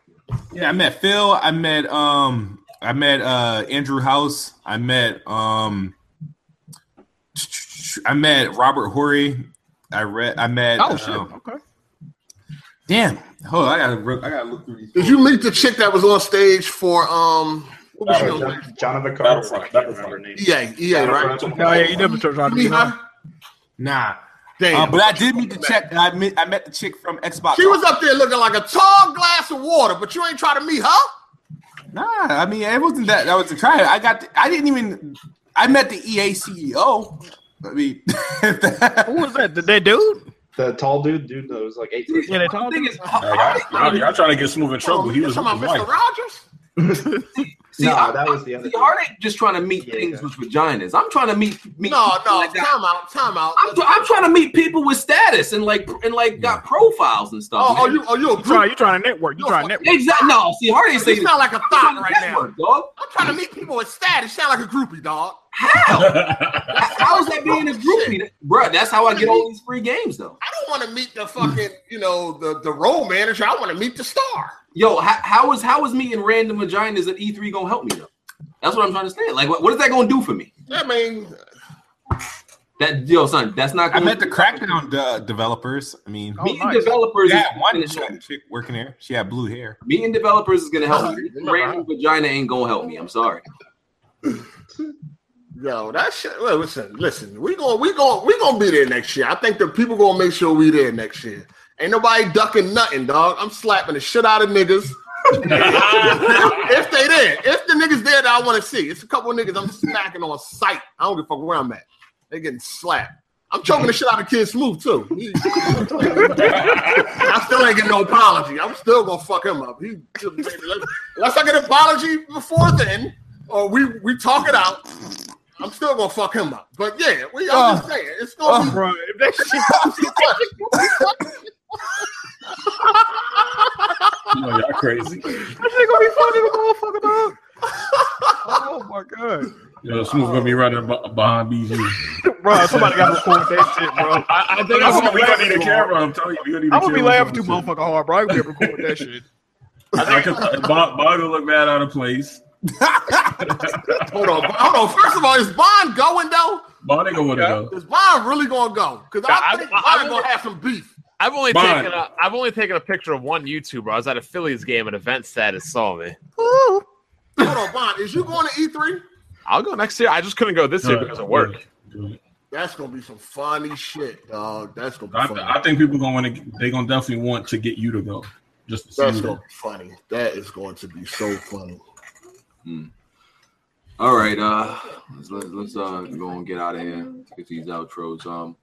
Speaker 9: Yeah, I met Phil. I met um I met uh Andrew House. I met um I met Robert Horry. I read I met
Speaker 4: Oh shit.
Speaker 9: um,
Speaker 4: Okay.
Speaker 9: damn. Hold on, I gotta re- I gotta look through these.
Speaker 6: Did you meet the chick that was on stage for um? What was she on? E
Speaker 1: John, John of the Cards. I
Speaker 5: Battlefront,
Speaker 1: can't remember her name.
Speaker 6: EA, EA, right?
Speaker 1: Battlefront.
Speaker 4: No, yeah, you never tried
Speaker 6: You
Speaker 4: to
Speaker 6: meet
Speaker 4: get
Speaker 6: her?
Speaker 9: Nah. Uh,
Speaker 6: Damn.
Speaker 4: Um,
Speaker 9: but I did meet the check I met I met the chick from Xbox.
Speaker 6: she was up there looking like a tall glass of water, but you ain't try to meet her.
Speaker 9: Nah, I mean it wasn't that that was a try. I got the, I didn't even I met the E EA CEO. I mean
Speaker 4: Who was that? Did that dude?
Speaker 1: The tall dude, dude that was like eight. foot.
Speaker 4: Yeah, they told
Speaker 3: thing
Speaker 4: him.
Speaker 3: is,
Speaker 5: Now, y'all, y'all, y'all trying to get Smooth in trouble.
Speaker 6: Oh,
Speaker 5: He was
Speaker 6: you're
Speaker 5: with his
Speaker 6: talking about Mr.
Speaker 5: wife.
Speaker 6: Rogers.
Speaker 3: see,
Speaker 1: no,
Speaker 3: I-
Speaker 1: that was the other.
Speaker 3: see, Hardy just trying to meet
Speaker 1: Yeah,
Speaker 3: things
Speaker 1: yeah.
Speaker 3: with vaginas. I'm trying to meet meet.
Speaker 6: No,
Speaker 3: people
Speaker 6: no,
Speaker 3: like that.
Speaker 6: time out, time out.
Speaker 3: I'm, try- I'm trying to meet people with status and like and like got profiles and stuff.
Speaker 6: Oh, oh,
Speaker 3: man.
Speaker 6: you, oh, you a
Speaker 4: You trying,
Speaker 6: group?
Speaker 4: you trying to network. You
Speaker 6: No,
Speaker 4: trying to
Speaker 6: fuck
Speaker 4: network.
Speaker 3: exactly. No, see, Hardy
Speaker 6: You
Speaker 3: saying
Speaker 6: sound like a thought right now.
Speaker 3: network, dog.
Speaker 6: I'm trying to meet people with status. Sound like a groupie, dog.
Speaker 3: How? how is that being a
Speaker 6: Oh,
Speaker 3: groupie, Bruh, That's how I get all these free games though.
Speaker 6: I don't want to meet the fucking, you know, the the role manager. I want to meet the star.
Speaker 3: Yo, how, how is how is meeting random vaginas at E E3 gonna help me though? That's what I'm trying to say. Like, what, what is that gonna do for me?
Speaker 6: I mean,
Speaker 3: That yo son, that's not.
Speaker 9: I meant the crackdown de- developers. I mean,
Speaker 3: Meeting developers
Speaker 9: Yeah,
Speaker 3: is
Speaker 9: one
Speaker 3: gonna
Speaker 9: chick
Speaker 3: help.
Speaker 9: chick working there. She had blue hair.
Speaker 3: Meeting developers is gonna help me. Random vagina ain't gonna help me. I'm sorry.
Speaker 6: Yo, that shit. Well, listen, listen. We going, we going, we going to be there next year. I think the people going to make sure we there next year. Ain't nobody ducking nothing, dog. I'm slapping the shit out of niggas. if they there, if the niggas there that I want to see, it's a couple of niggas I'm smacking on sight. I don't give a fuck where I'm at. They getting slapped. I'm choking the shit out of Kid Smooth too. He- I still ain't getting no apology. I'm still gonna fuck him up. He, unless I get an apology before then, or we we talk it out. I'm still gonna fuck him up. But yeah, we, I'm just saying it's gonna be.
Speaker 5: You know, y'all crazy.
Speaker 4: gonna be funny as a motherfucker, dog. Oh my god,
Speaker 5: Yo, Smooth gonna be running b- behind BG.
Speaker 4: bro! Somebody got to record that shit, bro.
Speaker 5: I, I think I'm gonna be running the camera. I'm telling you, we gonna need a
Speaker 4: I'm gonna be
Speaker 5: camera.
Speaker 4: laughing too motherfucker hard, bro. I ain't gonna be able to record that shit.
Speaker 5: I think Bond, Bond will look mad out of place.
Speaker 6: Hold on, hold on. First of all, is Bond going though?
Speaker 5: Bond ain't gonna wanna go.
Speaker 6: Is Bond really gonna go? Because
Speaker 15: Yeah,
Speaker 6: I
Speaker 15: I-
Speaker 6: think
Speaker 15: I-
Speaker 6: Bond
Speaker 15: I-
Speaker 6: gonna have some beef.
Speaker 15: I've only
Speaker 5: Bond.
Speaker 15: taken a, I've only taken a picture of one YouTuber. I was at a Phillies game and event status saw me.
Speaker 6: Hold on, Bond. Is you going to E E3?
Speaker 15: I'll go next year. I just couldn't go this year because of work.
Speaker 6: That's gonna be some funny shit, dog. That's gonna be
Speaker 5: I,
Speaker 6: funny.
Speaker 5: th- I think people gonna want to. They gonna definitely want to get you to go. Just to see
Speaker 6: That's
Speaker 5: you.
Speaker 6: gonna be funny. That is going to be so funny.
Speaker 3: All right, uh, let's let's, let's uh go and get out of here. Get these outros. Um,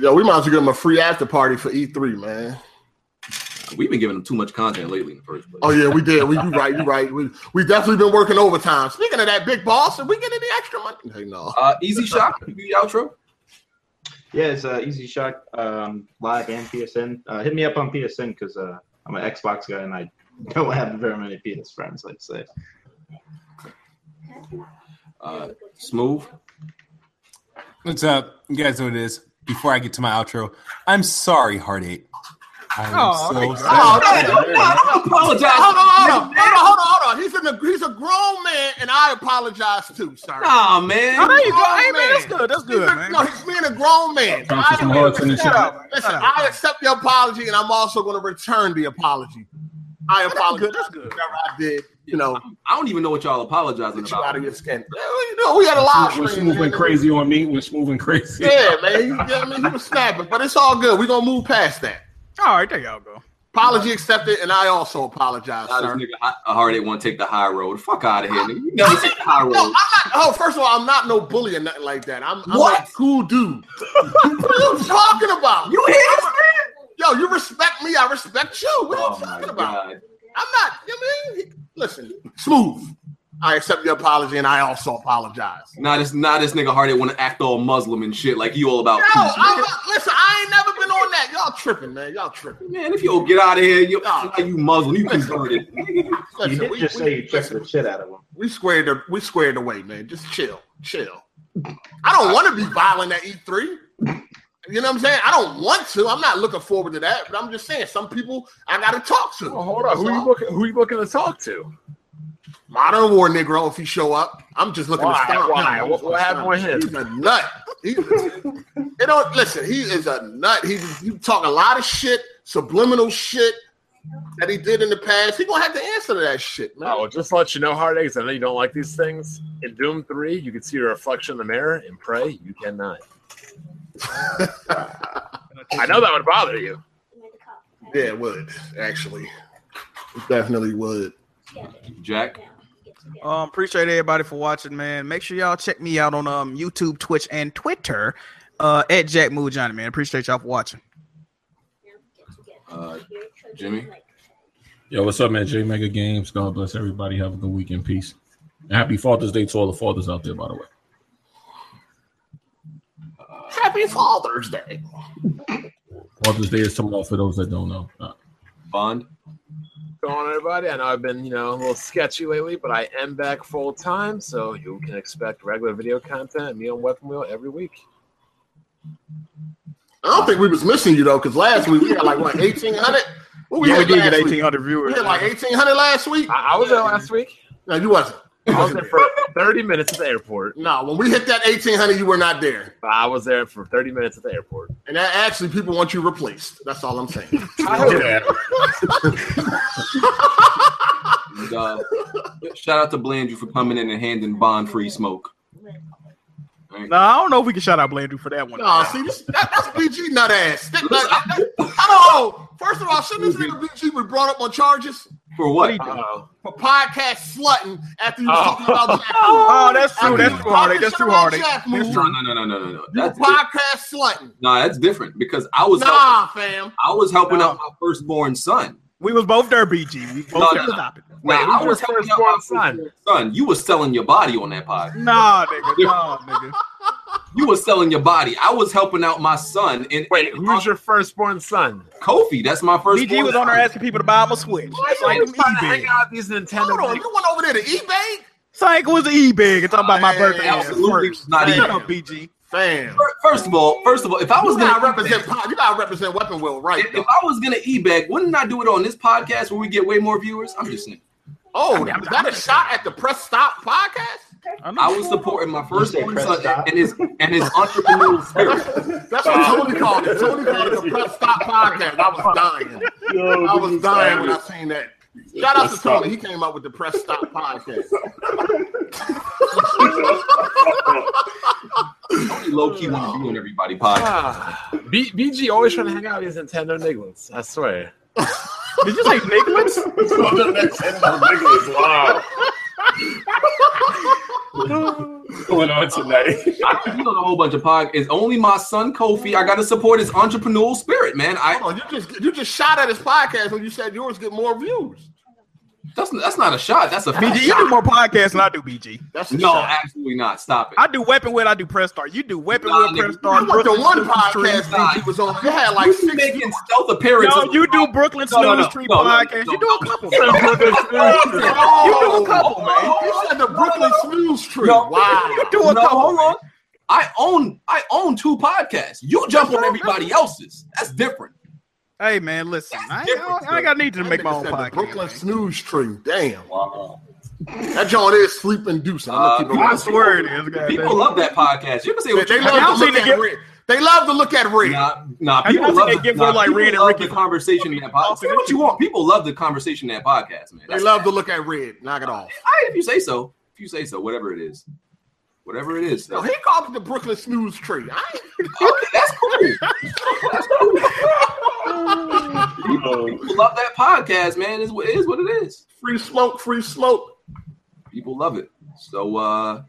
Speaker 6: Yo, we might as well give him a free after party for E3, man.
Speaker 3: we've been giving them too much content lately in the first place.
Speaker 6: Oh yeah, we did. We you right, you right. We we definitely been working overtime. Speaking of that, big boss, did we get any extra money? Hey, no.
Speaker 3: Uh, Easy Shock, you do the outro.
Speaker 1: Yeah, it's uh, Easy Shock um, live and PSN. Uh, hit me up on PSN because uh, I'm an Xbox guy and I don't have very many PS friends, like I say.
Speaker 3: Uh, smooth.
Speaker 9: What's up? You guys know what it is. Before I get to my outro, I'm sorry, Heartache. I'm
Speaker 6: Oh,
Speaker 9: so
Speaker 6: Oh,
Speaker 9: sorry.
Speaker 6: no, no, no, no.
Speaker 3: Apologize.
Speaker 6: Hold on, hold on, hold on, hold on, hold on. He's in the he's a grown man, and I apologize too, sir.
Speaker 3: Nah, man.
Speaker 4: Oh, there you go.
Speaker 6: Grown
Speaker 4: Hey, man, that's good. That's
Speaker 6: He's
Speaker 4: good,
Speaker 6: a-
Speaker 4: man.
Speaker 6: No, he's being a grown man.
Speaker 5: Time for some hard tennis
Speaker 6: Shut up.
Speaker 5: shot.
Speaker 6: Listen, I accept your apology, and I'm also going to return the apology. I apologize.
Speaker 4: good, that's good.
Speaker 6: for Whatever I did, you know,
Speaker 3: I don't even know what y'all apologizing
Speaker 6: get you out
Speaker 3: about.
Speaker 6: of your skin. Yeah, You know, we had a live
Speaker 5: When
Speaker 6: stream.
Speaker 5: Smooth
Speaker 6: man.
Speaker 5: went crazy on me, when Smooth went crazy.
Speaker 6: Yeah, man. You know what I mean? He was snapping, but it's all good. We're going to move past that.
Speaker 4: All right, there y'all go.
Speaker 6: Apology accepted, and I also apologize,
Speaker 3: Now this
Speaker 6: sir.
Speaker 3: nigga hi- Heartache want to take the high road. Fuck out of here, nigga. You never take the high
Speaker 6: No, I'm
Speaker 3: road.
Speaker 6: not. Oh, first of all, I'm not no bully or nothing like that. I'm, I'm
Speaker 3: What?
Speaker 6: a cool dude. what are you talking about?
Speaker 3: You hear this man?
Speaker 6: Yo, you respect me. I respect you. What are
Speaker 3: Oh
Speaker 6: you
Speaker 3: my
Speaker 6: talking about?
Speaker 3: god.
Speaker 6: I'm not. I mean, listen, smooth. I accept your apology, and I also apologize.
Speaker 3: Now this, now this nigga Heartache want to act all Muslim and shit like you all about
Speaker 6: Yo,
Speaker 3: peace.
Speaker 6: I'm not, listen, I ain't never been on that. Y'all tripping, man. Y'all tripping.
Speaker 3: Man, if you don't get out of here, you
Speaker 6: Nah.
Speaker 3: you Muslim, you converted.
Speaker 1: You
Speaker 6: Listen,
Speaker 1: did
Speaker 6: we,
Speaker 1: just
Speaker 6: we-
Speaker 1: say you checked
Speaker 6: listen,
Speaker 1: the shit out of him.
Speaker 6: we squared the, we squared away, man. Just chill, chill. I don't want to be violent at E3. You know what I'm saying? I don't want to. I'm not looking forward to that. But I'm just saying, some people I gotta talk to.
Speaker 15: Well, hold on. Who you looking? Who you looking to talk to?
Speaker 6: Modern War Negro, if he show up, I'm just looking
Speaker 15: Why?
Speaker 6: to stop
Speaker 15: Why?
Speaker 6: him. I'm
Speaker 15: What-
Speaker 6: just gonna
Speaker 15: what happened with
Speaker 6: stop
Speaker 15: him?
Speaker 6: He's a nut. He's a, it don't listen. He is a nut. He you talk a lot of shit, subliminal shit that he did in the past. He gonna have to answer to that shit, man.
Speaker 15: Oh, just to let you know, heartaches. I know you don't like these things. In Doom Three, you can see your reflection in the mirror and pray. You cannot. I know that would bother you.
Speaker 6: Yeah, it would actually. It definitely would.
Speaker 3: Jack,
Speaker 4: Um, appreciate everybody for watching, man. Make sure y'all check me out on um YouTube, Twitch, and Twitter, uh, at Jack Mood Johnny, man. Appreciate y'all for watching.
Speaker 3: uh, Jimmy.
Speaker 5: Yo, what's up, man? J Mega Games. God bless everybody. Have a good weekend. Peace. And happy Father's Day to all the fathers out there, by the way.
Speaker 6: Happy Father's Day.
Speaker 5: Father's Day is tomorrow for those that don't know. Uh,
Speaker 3: Bond.
Speaker 15: Going on, everybody. I know I've been, you know, a little sketchy lately, but I am back full time, so you can expect regular video content. Me on Weapon Wheel every week.
Speaker 6: I don't think we was missing you though, because last week we had like what eighteen hundred. What
Speaker 4: yeah, we
Speaker 6: had
Speaker 4: did
Speaker 6: last
Speaker 4: get
Speaker 6: week?
Speaker 4: 1,800
Speaker 6: We
Speaker 4: viewers.
Speaker 6: had like eighteen hundred last week.
Speaker 15: I, I was there last week.
Speaker 6: No, you wasn't.
Speaker 2: I was there for 30 minutes at the airport.
Speaker 6: No, when we hit that 1800, you were not there.
Speaker 2: I was there for 30 minutes at the airport.
Speaker 6: And that actually, people want you replaced. That's all I'm saying.
Speaker 3: And, uh, shout out to Blandrew for coming in and handing Bond free smoke.
Speaker 4: No, I don't know if we can shout out Blandu for that one.
Speaker 6: No, see, this, that, that's BG nut ass. That, that, that- I don't know. First of all, shouldn't this nigga BG be brought up on charges?
Speaker 3: For Uh,
Speaker 4: what?
Speaker 6: For podcast slutting after you was
Speaker 3: Oh.
Speaker 6: talking about Jack.
Speaker 4: Oh, that's true.
Speaker 6: After
Speaker 4: That's true, Hardy.
Speaker 6: you talking
Speaker 4: That's
Speaker 6: shit
Speaker 4: true,
Speaker 6: about
Speaker 4: Hardy.
Speaker 6: Jack
Speaker 3: No,
Speaker 6: move,
Speaker 3: no, no, no, no, no, no.
Speaker 6: you
Speaker 3: That's
Speaker 6: podcast slutting.
Speaker 3: no, that's different because I was
Speaker 6: Nah,
Speaker 3: helping,
Speaker 6: fam.
Speaker 3: I was helping out my firstborn son.
Speaker 4: We was both there, BG. We both
Speaker 3: no,
Speaker 4: there.
Speaker 3: no, no.
Speaker 4: Stop it.
Speaker 3: Nah,
Speaker 4: Wait,
Speaker 3: I
Speaker 4: who's
Speaker 3: was
Speaker 4: your
Speaker 3: helping out my firstborn son. You was selling your body on that pod.
Speaker 4: Nah, nigga. Nah, nigga.
Speaker 3: You was selling your body. I was helping out my son. And wait, who's
Speaker 2: your firstborn son?
Speaker 3: Kofi. That's my firstborn.
Speaker 4: BG was on there asking people to buy him a Switch. It's like them
Speaker 2: trying to hang
Speaker 4: eBay.
Speaker 2: out these Nintendo.
Speaker 6: Hold on, you went over there to eBay?
Speaker 4: Sank was an eBay. It's talking about my
Speaker 6: Hey,
Speaker 4: birthday.
Speaker 3: absolutely
Speaker 4: first.
Speaker 3: not
Speaker 4: Shut
Speaker 3: eBay.
Speaker 4: up, BG.
Speaker 6: Fam.
Speaker 3: First of all, first of all, if I was
Speaker 6: you gotta
Speaker 3: gonna
Speaker 6: represent, po- you gotta represent Weapon Will, right?
Speaker 3: if I was gonna e bag, wouldn't I do it on this podcast where we get way more viewers? I'm just saying.
Speaker 6: Oh, is that a shot at the press stop podcast?
Speaker 3: I was supporting my firstborn
Speaker 6: press
Speaker 3: son
Speaker 6: stop?
Speaker 3: and his and his entrepreneurial spirit.
Speaker 6: That's what Tony called it. Tony called it the press stop podcast. I was dying. I was dying when I seen that. Shout out to
Speaker 5: Press Stop.
Speaker 6: Tony. He came up with the press stop podcast.
Speaker 3: Low key want to be on everybody podcast.
Speaker 2: B- BG always trying to hang out with these Nintendo niggas. I swear.
Speaker 4: Did you say Nicholas?
Speaker 5: wow.
Speaker 3: What's going on tonight? I can be on a whole bunch of pod. It's only my son Kofi. I gotta support his entrepreneurial spirit, man. I
Speaker 6: Hold on, you just you just shot at his podcast when you said yours get more views.
Speaker 3: that's that's not a shot. That's a fact.
Speaker 4: BG, you do more podcasts than I do, BG.
Speaker 6: That's
Speaker 3: No, absolutely not. Stop it.
Speaker 4: I do Weapon Will, I do Press Start. You do Weapon
Speaker 3: Nah,
Speaker 4: Will,
Speaker 3: nigga, you
Speaker 4: Press Start.
Speaker 6: know what the
Speaker 4: Brooklyn Snooze
Speaker 6: one
Speaker 4: Tree.
Speaker 6: podcast that he was on? It had like
Speaker 3: You
Speaker 6: six.
Speaker 3: making stealth appearance.
Speaker 4: No,
Speaker 3: on-
Speaker 4: you do Brooklyn
Speaker 3: No,
Speaker 4: Snooze
Speaker 3: no, no,
Speaker 4: Tree
Speaker 3: no, no,
Speaker 4: podcast.
Speaker 3: no,
Speaker 4: you do a couple, man.
Speaker 6: Oh,
Speaker 4: You do a couple, man.
Speaker 6: You said the Brooklyn Snooze Tree.
Speaker 3: No.
Speaker 6: Wow.
Speaker 4: You do a
Speaker 3: No,
Speaker 4: couple.
Speaker 3: hold on. I own I own two podcasts. You jump on everybody else's. That's different.
Speaker 4: Hey, man, listen. I, ain't- I,
Speaker 3: different,
Speaker 4: don't- I ain't got need to
Speaker 6: That
Speaker 4: make my
Speaker 6: nigga
Speaker 4: own
Speaker 6: said the
Speaker 4: podcast.
Speaker 6: Brooklyn
Speaker 4: man.
Speaker 6: Snooze Tree. Damn.
Speaker 5: Wow.
Speaker 6: That joint is sleep inducing.
Speaker 3: Uh,
Speaker 6: I'm gonna keep it
Speaker 4: I
Speaker 6: real.
Speaker 4: swear it is. goddamn.
Speaker 3: People love that podcast. You can say
Speaker 6: They,
Speaker 3: what
Speaker 6: they
Speaker 3: you
Speaker 4: Have y'all
Speaker 6: love to
Speaker 4: seen
Speaker 6: look
Speaker 4: the
Speaker 6: at
Speaker 4: gift-
Speaker 6: red. They love to look at red.
Speaker 3: Nah, nah,
Speaker 4: Have you
Speaker 3: people
Speaker 4: not seen
Speaker 3: love,
Speaker 4: they
Speaker 3: the,
Speaker 4: give
Speaker 3: nah,
Speaker 4: her, like,
Speaker 3: people
Speaker 4: Reed and
Speaker 3: love
Speaker 4: Ricky-
Speaker 3: the conversation in that podcast. Say what you want. People love the conversation in that podcast, man.
Speaker 6: They
Speaker 3: That's-
Speaker 6: love to look at red. Knock it off.
Speaker 3: All right, if you say so. If you say so, whatever it is. Whatever it is.
Speaker 6: No,
Speaker 3: though.
Speaker 6: he called it the Brooklyn Snooze Tree. I ain't
Speaker 3: Okay, that's cool. People love that podcast, man. It's, what- it is what it is.
Speaker 6: free smoke, free smoke.
Speaker 3: people love it. So uh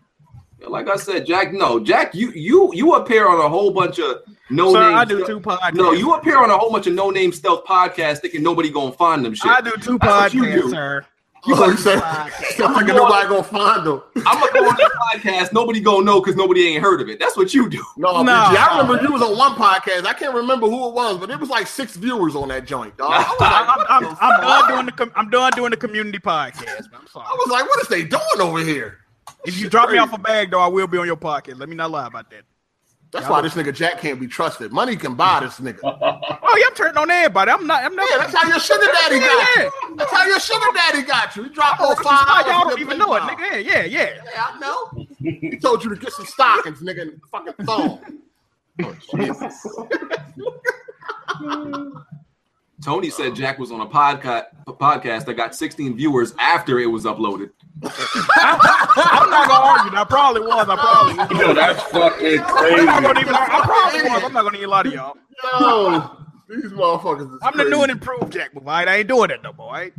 Speaker 3: yeah, like I said, Jack, no, Jack, you you you appear on a whole bunch of no
Speaker 4: Sir,
Speaker 3: name
Speaker 4: I do
Speaker 3: stealth-
Speaker 4: two podcasts.
Speaker 3: No, you appear on a whole bunch of no name stealth podcasts thinking nobody gonna find them shit.
Speaker 4: I do two
Speaker 3: That's what you
Speaker 4: podcasts,
Speaker 3: do.
Speaker 4: sir.
Speaker 6: You like Oh, said,
Speaker 4: podcast.
Speaker 6: sounds like nobody gonna find them.
Speaker 3: I'm gonna go on this podcast, nobody gonna know because nobody ain't heard of it. That's what you do.
Speaker 6: No,
Speaker 4: No.
Speaker 6: BG, I remember you was on one podcast. I can't remember who it was, but it was like six viewers on that joint, dog. I was like,
Speaker 4: I- I'm, I'm, I'm done doing the com- I'm done doing the community podcast. Man. I'm
Speaker 6: I
Speaker 4: sorry.
Speaker 3: Oh,
Speaker 6: was like, what is they doing over here?
Speaker 4: If you drop me off a bag, though, I will be on your podcast. Let me not lie about that.
Speaker 6: That's why this nigga Jack can't be trusted. Money can buy this nigga.
Speaker 4: Oh, yeah, I'm turning on everybody. I'm not. I'm not.
Speaker 6: Yeah, that's how your sugar daddy
Speaker 4: Yeah,
Speaker 6: got
Speaker 4: yeah.
Speaker 6: you. That's how your sugar daddy got you. He dropped
Speaker 4: Oh,
Speaker 6: all
Speaker 4: this is
Speaker 6: five
Speaker 4: why y'all
Speaker 6: dollars. in
Speaker 4: don't
Speaker 6: your
Speaker 4: even know it,
Speaker 6: PayPal.
Speaker 4: nigga. Yeah, yeah, yeah.
Speaker 6: Yeah, I know. He told you to get some stockings, nigga, and fucking thong.
Speaker 3: Tony said Jack was on a podcast podcast that got 16 viewers after it was uploaded.
Speaker 4: I'm not gonna argue. I probably was. I probably. Was.
Speaker 5: Yo, that's fucking
Speaker 4: I'm not
Speaker 5: crazy.
Speaker 4: gonna even. I probably was. I'm not gonna even lie to y'all.
Speaker 6: Yo, these motherfuckers. Is
Speaker 4: I'm the
Speaker 6: crazy.
Speaker 4: new and improved Jack Boy. I ain't doing that no more. Right?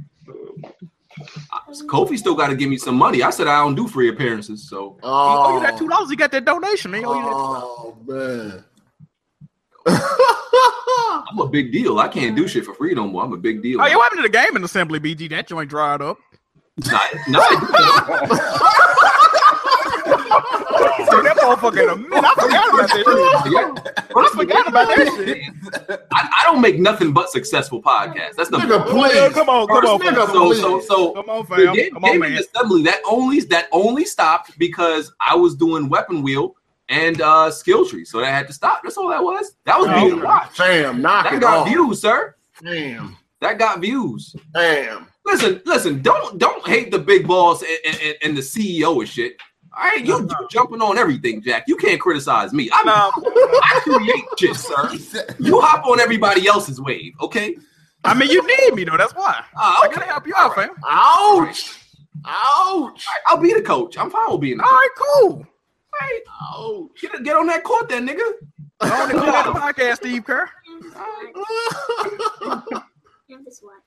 Speaker 3: Kofi still gotta give me some money. I said I don't do free appearances, so
Speaker 4: Oh,
Speaker 6: Oh,
Speaker 4: you got two dollars. You got that donation, man. Oh, you got-
Speaker 6: oh man.
Speaker 3: I'm a big deal. I can't do shit for free no more. I'm a big deal.
Speaker 4: Oh, yeah, what happened to the gaming assembly, BG? That joint dried up.
Speaker 3: Nah, nah.
Speaker 4: So that motherfucker in a minute. I forgot about that shit.
Speaker 3: Yeah.
Speaker 4: I forgot about that shit.
Speaker 3: I, I don't make nothing but successful podcasts. That's the
Speaker 6: nigga,
Speaker 4: Yeah,
Speaker 6: please.
Speaker 4: come on, come on, fam.
Speaker 6: Nigga,
Speaker 3: so
Speaker 6: please.
Speaker 3: so so
Speaker 4: Come on,
Speaker 3: the
Speaker 4: fam.
Speaker 3: game,
Speaker 4: Come on,
Speaker 3: gaming
Speaker 4: man.
Speaker 3: assembly that only that only stopped because I was doing weapon wheel and uh skill tree, so that had to stop. That's all that was. That was
Speaker 4: Oh,
Speaker 3: being watched.
Speaker 6: Fam, knock
Speaker 3: That
Speaker 6: it
Speaker 3: got
Speaker 6: off.
Speaker 3: views, sir.
Speaker 6: Damn,
Speaker 3: That got views.
Speaker 6: damn.
Speaker 3: Listen, listen. Don't don't hate the big boss and, and- and, and the CEO and shit. All right, you you jumping on everything, Jack. You can't criticize me. I'm I create shit, sir. You hop on everybody else's wave, okay? Uh,
Speaker 4: I mean, you need me though. That's why.
Speaker 3: I gotta
Speaker 4: help you out, fam.
Speaker 3: Ouch! Ouch! I'll be the coach. I'm fine with being. The All
Speaker 4: right, cool.
Speaker 3: Right. Oh, get, get on that court, then, nigga.
Speaker 4: On the Clear podcast, Steve Kerr.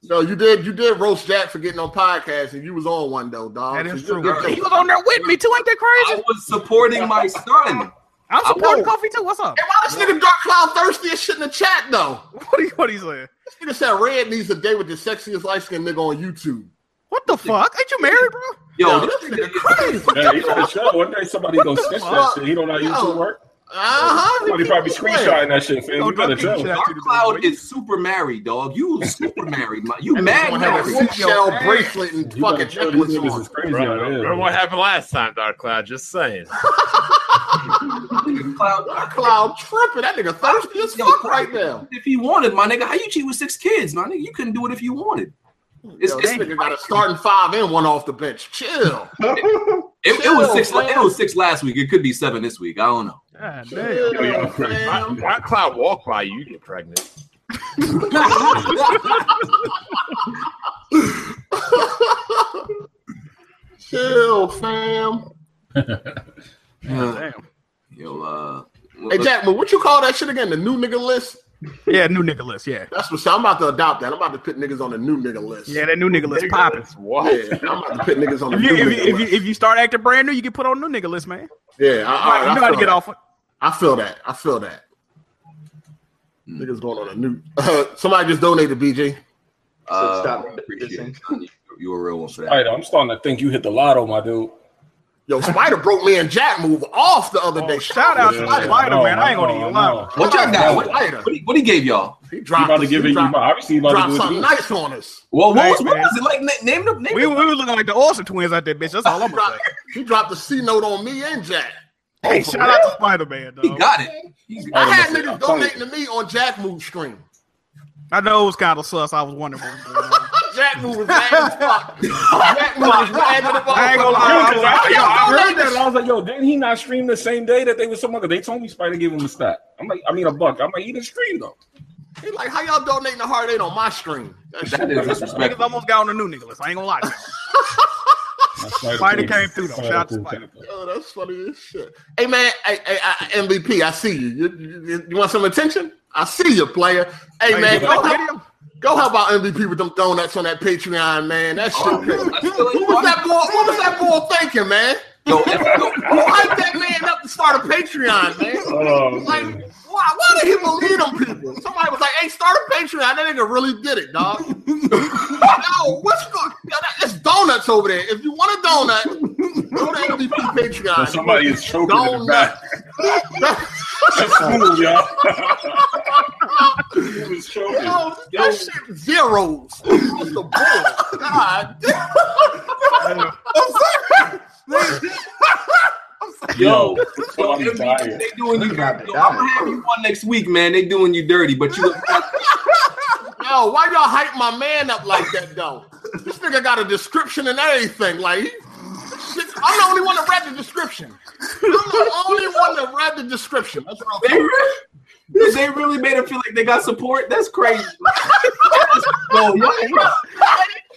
Speaker 6: No, you did. You did roast Jack for getting on podcasts, and you was on one though, dog.
Speaker 4: That is true. He was on there with me too. Ain't that crazy?
Speaker 3: I was supporting my son.
Speaker 4: I'm supporting Kofi too. What's up?
Speaker 6: And why this nigga Dark Cloud thirsty and shit in the chat though?
Speaker 4: What he what he saying?
Speaker 6: This nigga said Red needs a date with the sexiest light skinned nigga on YouTube.
Speaker 4: What the fuck? Ain't you married, bro?
Speaker 3: Yo,
Speaker 6: this nigga crazy.
Speaker 5: Yeah, he's on the show. One day somebody
Speaker 6: What
Speaker 5: gonna
Speaker 6: the
Speaker 5: snitch that
Speaker 6: fuck?
Speaker 5: shit. He don't know how
Speaker 6: Yo.
Speaker 5: YouTube work.
Speaker 6: Uh-huh.
Speaker 5: Somebody probably screenshotting that shit, fam.
Speaker 3: Yo,
Speaker 5: You better
Speaker 3: Dark
Speaker 5: tell.
Speaker 3: Cloud is super married, dog. You super married, my, you
Speaker 6: And
Speaker 3: mad
Speaker 6: he's gonna have a
Speaker 3: married.
Speaker 6: seashell bracelet and
Speaker 3: You
Speaker 6: fucking
Speaker 3: better know these
Speaker 6: necklace
Speaker 3: niggas
Speaker 6: on.
Speaker 3: is crazy
Speaker 2: Bro,
Speaker 3: out here,
Speaker 2: remember
Speaker 3: bro.
Speaker 2: what happened last time, Dark Cloud? Just saying.
Speaker 3: Cloud,
Speaker 6: Cloud tripping. That nigga thirsty as fuck right now.
Speaker 3: If he wanted, my nigga, how you cheat with six kids, my nigga? You couldn't do it if you wanted. It's,
Speaker 6: Yo,
Speaker 3: it's-
Speaker 6: this nigga got a starting five and one off the bench. Chill.
Speaker 3: it, it was six.
Speaker 6: Chill,
Speaker 3: It was six last week. It could be seven this week. I don't know.
Speaker 4: God
Speaker 6: Um,
Speaker 2: Why- Why Cloud walk by you, you get pregnant?
Speaker 6: Chill, fam.
Speaker 3: Damn. Uh, Yo, uh,
Speaker 6: Hey Jack, but what you call that shit again? The new nigga list?
Speaker 4: Yeah, new nigga list. Yeah.
Speaker 6: That's what I'm about to adopt that. I'm about to put niggas on the new nigga list.
Speaker 4: Yeah, that new nigga list popping.
Speaker 2: What?
Speaker 6: Yeah, I'm about to put niggas on the
Speaker 4: If you,
Speaker 6: new
Speaker 4: if,
Speaker 6: nigga
Speaker 4: you, if, you,
Speaker 6: list.
Speaker 4: if you start acting brand new, you get put on new nigga list, man.
Speaker 6: Yeah, I, I,
Speaker 4: Right,
Speaker 6: I
Speaker 4: you know how to
Speaker 6: feel
Speaker 4: get
Speaker 6: that.
Speaker 4: off.
Speaker 6: I feel that. I feel that. Niggas going on a new. somebody just donated, BJ.
Speaker 3: uh,
Speaker 6: Stop.
Speaker 3: I appreciate it. You were a real one for that.
Speaker 5: All right, I'm starting to think you hit the lotto, my dude.
Speaker 6: Yo, Spider broke me and Jack move off the
Speaker 4: Oh,
Speaker 6: other day. Shout
Speaker 5: out to Spider, man. I ain't gonna even lie.
Speaker 3: What y'all got? What,
Speaker 6: Spider.
Speaker 3: what, he, what he gave y'all?
Speaker 6: He
Speaker 5: dropped about to us. give He it- he dropped- about- obviously he about to dropped do it something to us.
Speaker 6: nice on us.
Speaker 3: Well, what, was,
Speaker 4: Hey,
Speaker 3: what
Speaker 4: man.
Speaker 3: was it like? Na- Name the name.
Speaker 4: We, we was looking like the Olsen twins out there, bitch. That's all I'm gonna say.
Speaker 6: He dropped a C note on me and Jack.
Speaker 4: Hey, shout out to Spider Man, dog.
Speaker 3: He got it.
Speaker 6: I had niggas donating to me on Jack move screen.
Speaker 4: I know it was kind of sus. I was wondering. What was going on.
Speaker 6: Jack move was mad as fuck. Jack move was mad as fuck.
Speaker 4: I ain't gonna lie.
Speaker 5: Dude, 'cause I,
Speaker 4: I-
Speaker 5: yo, I
Speaker 4: I-
Speaker 5: heard that and I was like, yo, didn't he not stream the same day that they was somewhere? They told me Spider gave him a stat. I'm like, I mean a buck. I'm like, he didn't stream though.
Speaker 6: He like, how y'all donating a heart eight on my screen?
Speaker 5: That is disrespectful.
Speaker 4: Niggas almost got on the new nigga list. I ain't gonna lie. to you. Spider came through, though. Shout out to Spider.
Speaker 6: Oh, that's funny as shit. Hey man, hey, hey, I, MVP, I see you. You, you. you want some attention? I see you, player. Hey
Speaker 4: Hey,
Speaker 6: man,
Speaker 4: you
Speaker 6: go
Speaker 4: like
Speaker 6: help, go help out MVP with them donuts on that Patreon, man. That shit.
Speaker 4: Oh,
Speaker 6: what was that boy? What was that boy thinking, man?
Speaker 3: Yo,
Speaker 6: Who hyped that man up to start a Patreon, man?
Speaker 5: Oh,
Speaker 6: like, why? Why did he believe them people? Somebody was like, "Hey, start a Patreon." That nigga really did it, dog. Yo, what's going? It's donuts over there. If you want a donut, go to MVP Patreon.
Speaker 5: But somebody is choking in the
Speaker 6: Don't
Speaker 5: back. That's cool, y'all. He was choking.
Speaker 6: Yo, that shit zeros. That's the bull. God.
Speaker 5: Yo,
Speaker 3: Yo, MVP, they doing you. dirty. Yo, I'm gonna have you on next week, man. They doing you dirty, but you.
Speaker 6: Yo, why y'all hype my man up like that though? This nigga got a description and everything. Like, he- shit, I'm the only one that read the description. I'm the only one that read the description. That's real.
Speaker 3: They really, they really made him feel like they got support. That's crazy. Yo, yo, yo.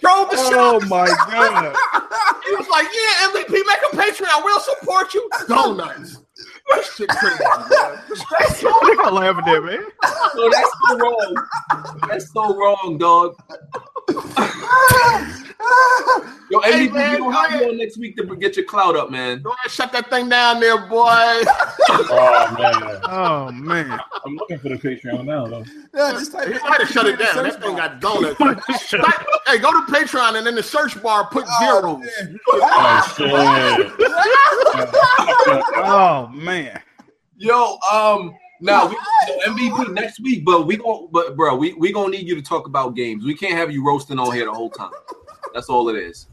Speaker 6: Drove the shit
Speaker 4: Oh my god.
Speaker 6: He was like, "Yeah, MVP, make a Patreon. We'll support you." Donuts. That shit crazy. man.
Speaker 4: That's so I'm laughing there, man.
Speaker 3: Yo, that's so wrong. That's so wrong, dog. Yo,
Speaker 6: Hey,
Speaker 3: MVP,
Speaker 6: man,
Speaker 3: we gonna have you on next week to get your cloud up, man.
Speaker 6: Go ahead, shut that thing down there, boy.
Speaker 5: Oh man.
Speaker 4: Oh man.
Speaker 5: I'm looking for the Patreon now though.
Speaker 16: Yeah, just type
Speaker 6: He might have shut it down. That thing got donuts. Type- hey, go to Patreon and in the search bar put zeros.
Speaker 5: Oh shit.
Speaker 4: Oh man.
Speaker 3: Yo, um, now we so MVP next week, but we gon' but bro, we we gonna need you to talk about games. We can't have you roasting on here the whole time. That's all it is.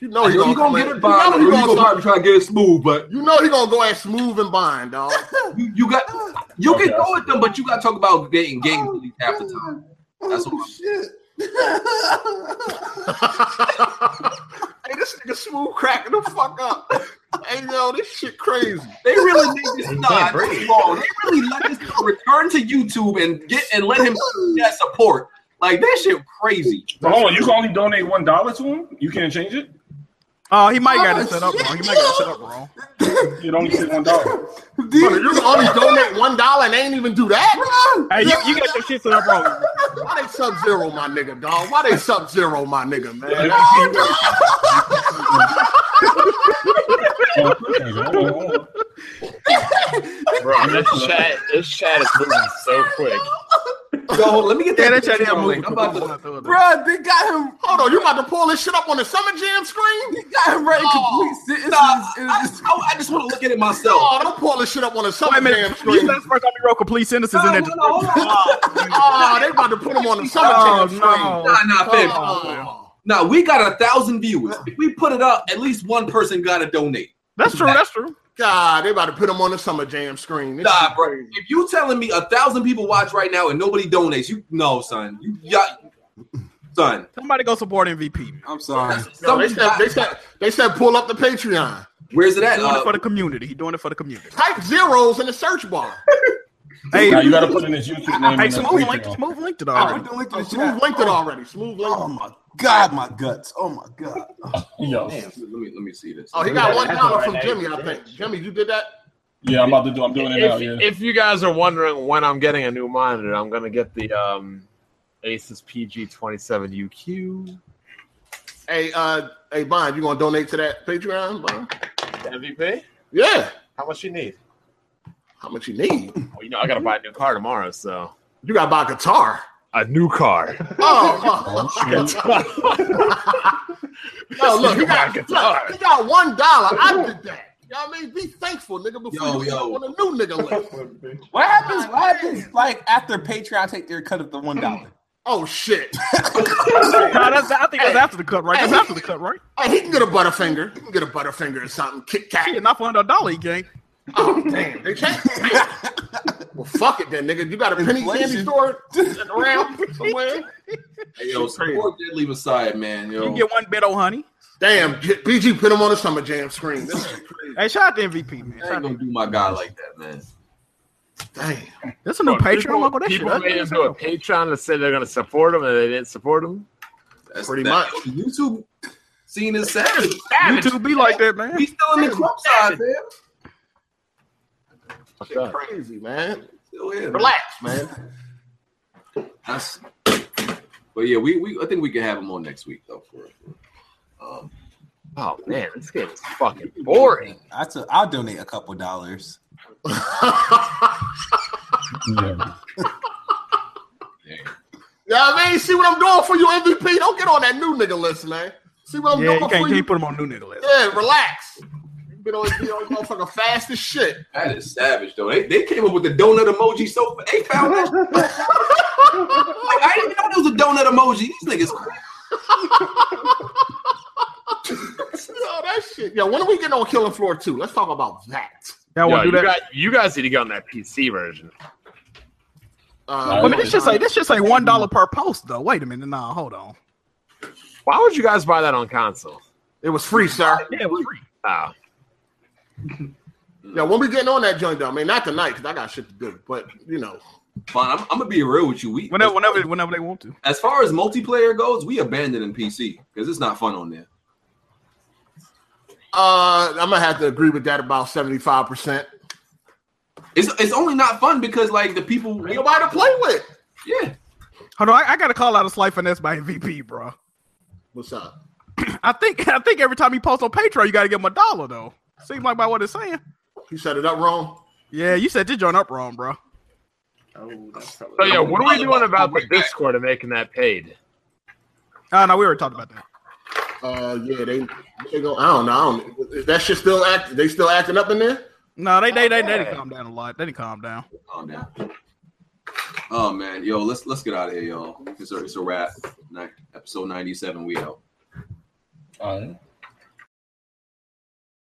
Speaker 6: You
Speaker 3: No,
Speaker 6: know he
Speaker 3: you're
Speaker 6: gonna,
Speaker 3: gonna
Speaker 6: go
Speaker 3: get
Speaker 6: in-
Speaker 3: it by.
Speaker 6: You know he
Speaker 3: You're
Speaker 6: gonna
Speaker 3: gonna start trying to get it smooth, but
Speaker 6: You know he gonna go at smooth and bind, dog.
Speaker 3: you, you got you
Speaker 5: Okay,
Speaker 3: can
Speaker 5: I
Speaker 3: go at them, but you gotta Oh,
Speaker 6: Oh,
Speaker 3: talk about getting games at least half the time. That's what I'm
Speaker 16: shit.
Speaker 6: hey, this nigga smooth cracking the fuck up. hey, yo, this shit crazy.
Speaker 3: They really need this nah, this ball. They really let this guy return to YouTube and get and let him get support. Like that shit crazy.
Speaker 5: So hold on, you can only donate one dollar to him. You can't change it.
Speaker 4: Oh, he might got it set up wrong. He might got it set up wrong.
Speaker 5: It only takes one dollar.
Speaker 6: Brother, you can only donate one dollar and they ain't even do that. Bro.
Speaker 4: Hey, you, you got your shit set up wrong.
Speaker 6: Why they sub zero, my nigga, dog? Why they sub zero, my nigga, man?
Speaker 17: Bro, this chat, this chat is moving so quick.
Speaker 3: Yo, let me get
Speaker 4: Yeah,
Speaker 3: that.
Speaker 4: that chat
Speaker 3: Patreon
Speaker 4: here moving.
Speaker 3: link. I'm about to-
Speaker 6: Bro, they got him. Hold on, you about to pull this shit up on the Summer Jam screen? They got him writing complete sentences.
Speaker 3: Oh, Nah, I, I, I just want to look at it myself.
Speaker 6: Oh, don't pull this shit up on the Summer
Speaker 4: Wait a minute.
Speaker 6: Jam
Speaker 4: You
Speaker 6: screen.
Speaker 4: that's the first time you wrote complete sentences in that.
Speaker 3: No, hold on.
Speaker 6: Oh, they about to put him on the Summer
Speaker 4: Oh,
Speaker 6: Jam screen.
Speaker 4: no.
Speaker 3: Nah, nah, fam.
Speaker 6: Oh.
Speaker 3: Nah, we got a thousand viewers. If we put it up, at least one person got to donate.
Speaker 4: That's true. That's true.
Speaker 6: God, they about to put him on the Summer Jam screen. This
Speaker 3: Nah,
Speaker 6: shit
Speaker 3: bro.
Speaker 6: crazy.
Speaker 3: If you telling me a thousand people watch right now and nobody donates, you no, son. You yeah, son.
Speaker 4: Somebody go support MVP.
Speaker 18: I'm sorry.
Speaker 6: Yo, they, said, they, said, they said pull up the Patreon.
Speaker 3: Where's it
Speaker 4: He's
Speaker 3: at?
Speaker 4: doing it for
Speaker 3: Uh,
Speaker 4: the community. He's doing it for the community.
Speaker 6: Type zeros in the search bar.
Speaker 4: Hey,
Speaker 5: Nah, you got to put in his YouTube name.
Speaker 4: hey,
Speaker 5: and
Speaker 4: Smooth
Speaker 5: then
Speaker 4: linked,
Speaker 5: Patreon.
Speaker 4: Smooth linked it
Speaker 18: I put
Speaker 4: already.
Speaker 18: the link in
Speaker 6: Oh,
Speaker 18: the
Speaker 6: Smooth
Speaker 18: chat.
Speaker 6: linked it already. Smooth linked
Speaker 18: Oh my god, my guts. Oh my god.
Speaker 5: Yo.
Speaker 3: damn, let me let me see this.
Speaker 6: Oh, he got one
Speaker 19: That's
Speaker 6: dollar
Speaker 19: all
Speaker 6: from
Speaker 19: right,
Speaker 6: Jimmy, I
Speaker 19: that-
Speaker 6: think. Jimmy, you did that?
Speaker 5: Yeah, I'm about to do. I'm doing it now.
Speaker 2: if,
Speaker 5: Yeah.
Speaker 2: if you guys are wondering when I'm getting a new monitor, I'm gonna get the um, Asus PG27UQ
Speaker 6: Hey, uh, hey, Bond, you gonna donate to that Patreon, Bond?
Speaker 2: MVP.
Speaker 6: Yeah.
Speaker 2: How much you need?
Speaker 6: How much you need?
Speaker 2: Well, you know, I gotta buy a new car tomorrow, so
Speaker 6: You gotta buy a guitar.
Speaker 2: a new car.
Speaker 6: Oh, no, look, you got, look, you got one dollar. I did that. You know what I mean? Be thankful, nigga, before
Speaker 3: Yo,
Speaker 6: you
Speaker 3: yo.
Speaker 6: on a new nigga list.
Speaker 18: What happens? What happens? Like after Patreon take their cut of the one dollar.
Speaker 6: Oh shit.
Speaker 4: Nah, that's, I think that's after the cut, right? That's after the cut, right?
Speaker 6: Hey, he can get a butterfinger. He can get a butterfinger or something. Kit
Speaker 4: Yeah,
Speaker 6: Kat.
Speaker 4: not for under a dollar, he gang.
Speaker 6: Oh damn. They can't. well, fuck it then, nigga. You got a penny candy
Speaker 18: Inflation.
Speaker 6: store sitting around somewhere.
Speaker 3: Hey, yo, support Deadly Messiah, man. Yo,
Speaker 4: You get one bit, oh honey.
Speaker 6: Damn, J- BG put him on the summer jam screen. This is crazy.
Speaker 4: Hey, shout out to MVP, man.
Speaker 3: I ain't
Speaker 4: Shout out to-
Speaker 3: gonna do my guy like that, man.
Speaker 6: Damn.
Speaker 4: That's a new
Speaker 2: Look,
Speaker 4: Patreon. Look at that shit.
Speaker 2: people
Speaker 4: That's
Speaker 2: made him
Speaker 4: nice.
Speaker 2: do a Patreon to say they're gonna support him, and they didn't support him.
Speaker 3: That's
Speaker 6: Pretty
Speaker 3: that-
Speaker 6: much.
Speaker 3: YouTube scene is savage.
Speaker 4: YouTube be like that, man.
Speaker 3: He's still in the club side, man.
Speaker 2: Fuck
Speaker 6: Shit
Speaker 2: that.
Speaker 6: crazy, man.
Speaker 3: Still here. man.
Speaker 6: Relax, man.
Speaker 3: That's, but yeah, we, we I think we can have him on next week though. For, for um,
Speaker 2: Oh man, this game is fucking boring.
Speaker 18: I took. I'll donate a couple dollars.
Speaker 5: Yeah.
Speaker 6: Yeah, I mean, see what I'm doing for you, MVP. Don't get on that new nigga list, man. See what I'm
Speaker 4: Yeah, you can't,
Speaker 6: doing for Oh, you.
Speaker 4: you can't put him on new nigga list.
Speaker 6: Yeah, relax. You been on, be on motherfucker fast as shit.
Speaker 3: that is savage though. They, they came up with the donut emoji so they found that. shit. like I didn't even know there was a donut emoji. These niggas. crazy.
Speaker 6: Yo, that shit. Yo, when are we getting on Killing Floor 2? Let's talk about that.
Speaker 4: That
Speaker 2: Yo,
Speaker 4: one
Speaker 2: you,
Speaker 4: do that.
Speaker 2: got, you guys need to get on that PC version.
Speaker 6: Uh,
Speaker 4: but this just like this just like one dollar per post though. Wait a minute, nah, hold on.
Speaker 2: Why would you guys buy that on console?
Speaker 6: It was free, sir.
Speaker 4: Yeah, it was free.
Speaker 2: Oh,
Speaker 6: Yeah, when we getting on that joint, though, I mean, not tonight because I got shit to do. But you know,
Speaker 3: Fine, I'm, I'm gonna be real with you. We
Speaker 4: Whenever, whenever, whenever they want to.
Speaker 3: as far as multiplayer goes, we abandoning PC because it's not fun on there.
Speaker 6: uh, I'm gonna have to agree with that about seventy five percent.
Speaker 3: It's it's only not fun because like the people.
Speaker 6: Ain't nobody to play with.
Speaker 3: Yeah.
Speaker 4: Hold on, I, I gotta call out a slight finesse by MVP, bro.
Speaker 6: What's up?
Speaker 4: I think I think every time he posts on Patreon, you gotta give him a dollar though. Seems like by what it's saying.
Speaker 6: You set it up wrong.
Speaker 4: Yeah, you said this joint up wrong, bro.
Speaker 2: so yeah, what are we doing about the Discord and making that paid?
Speaker 4: Oh no, we already talked about that.
Speaker 6: Uh, yeah, they they go. I don't know. I don't, is that shit still act? They still acting up in there?
Speaker 4: No, they they they, they didn't calm down a lot. They didn't calm down.
Speaker 3: Oh man. Oh man, yo, let's let's get out of here, y'all. It's a, it's a wrap. Ni- Episode ninety-seven, we out.
Speaker 5: All right.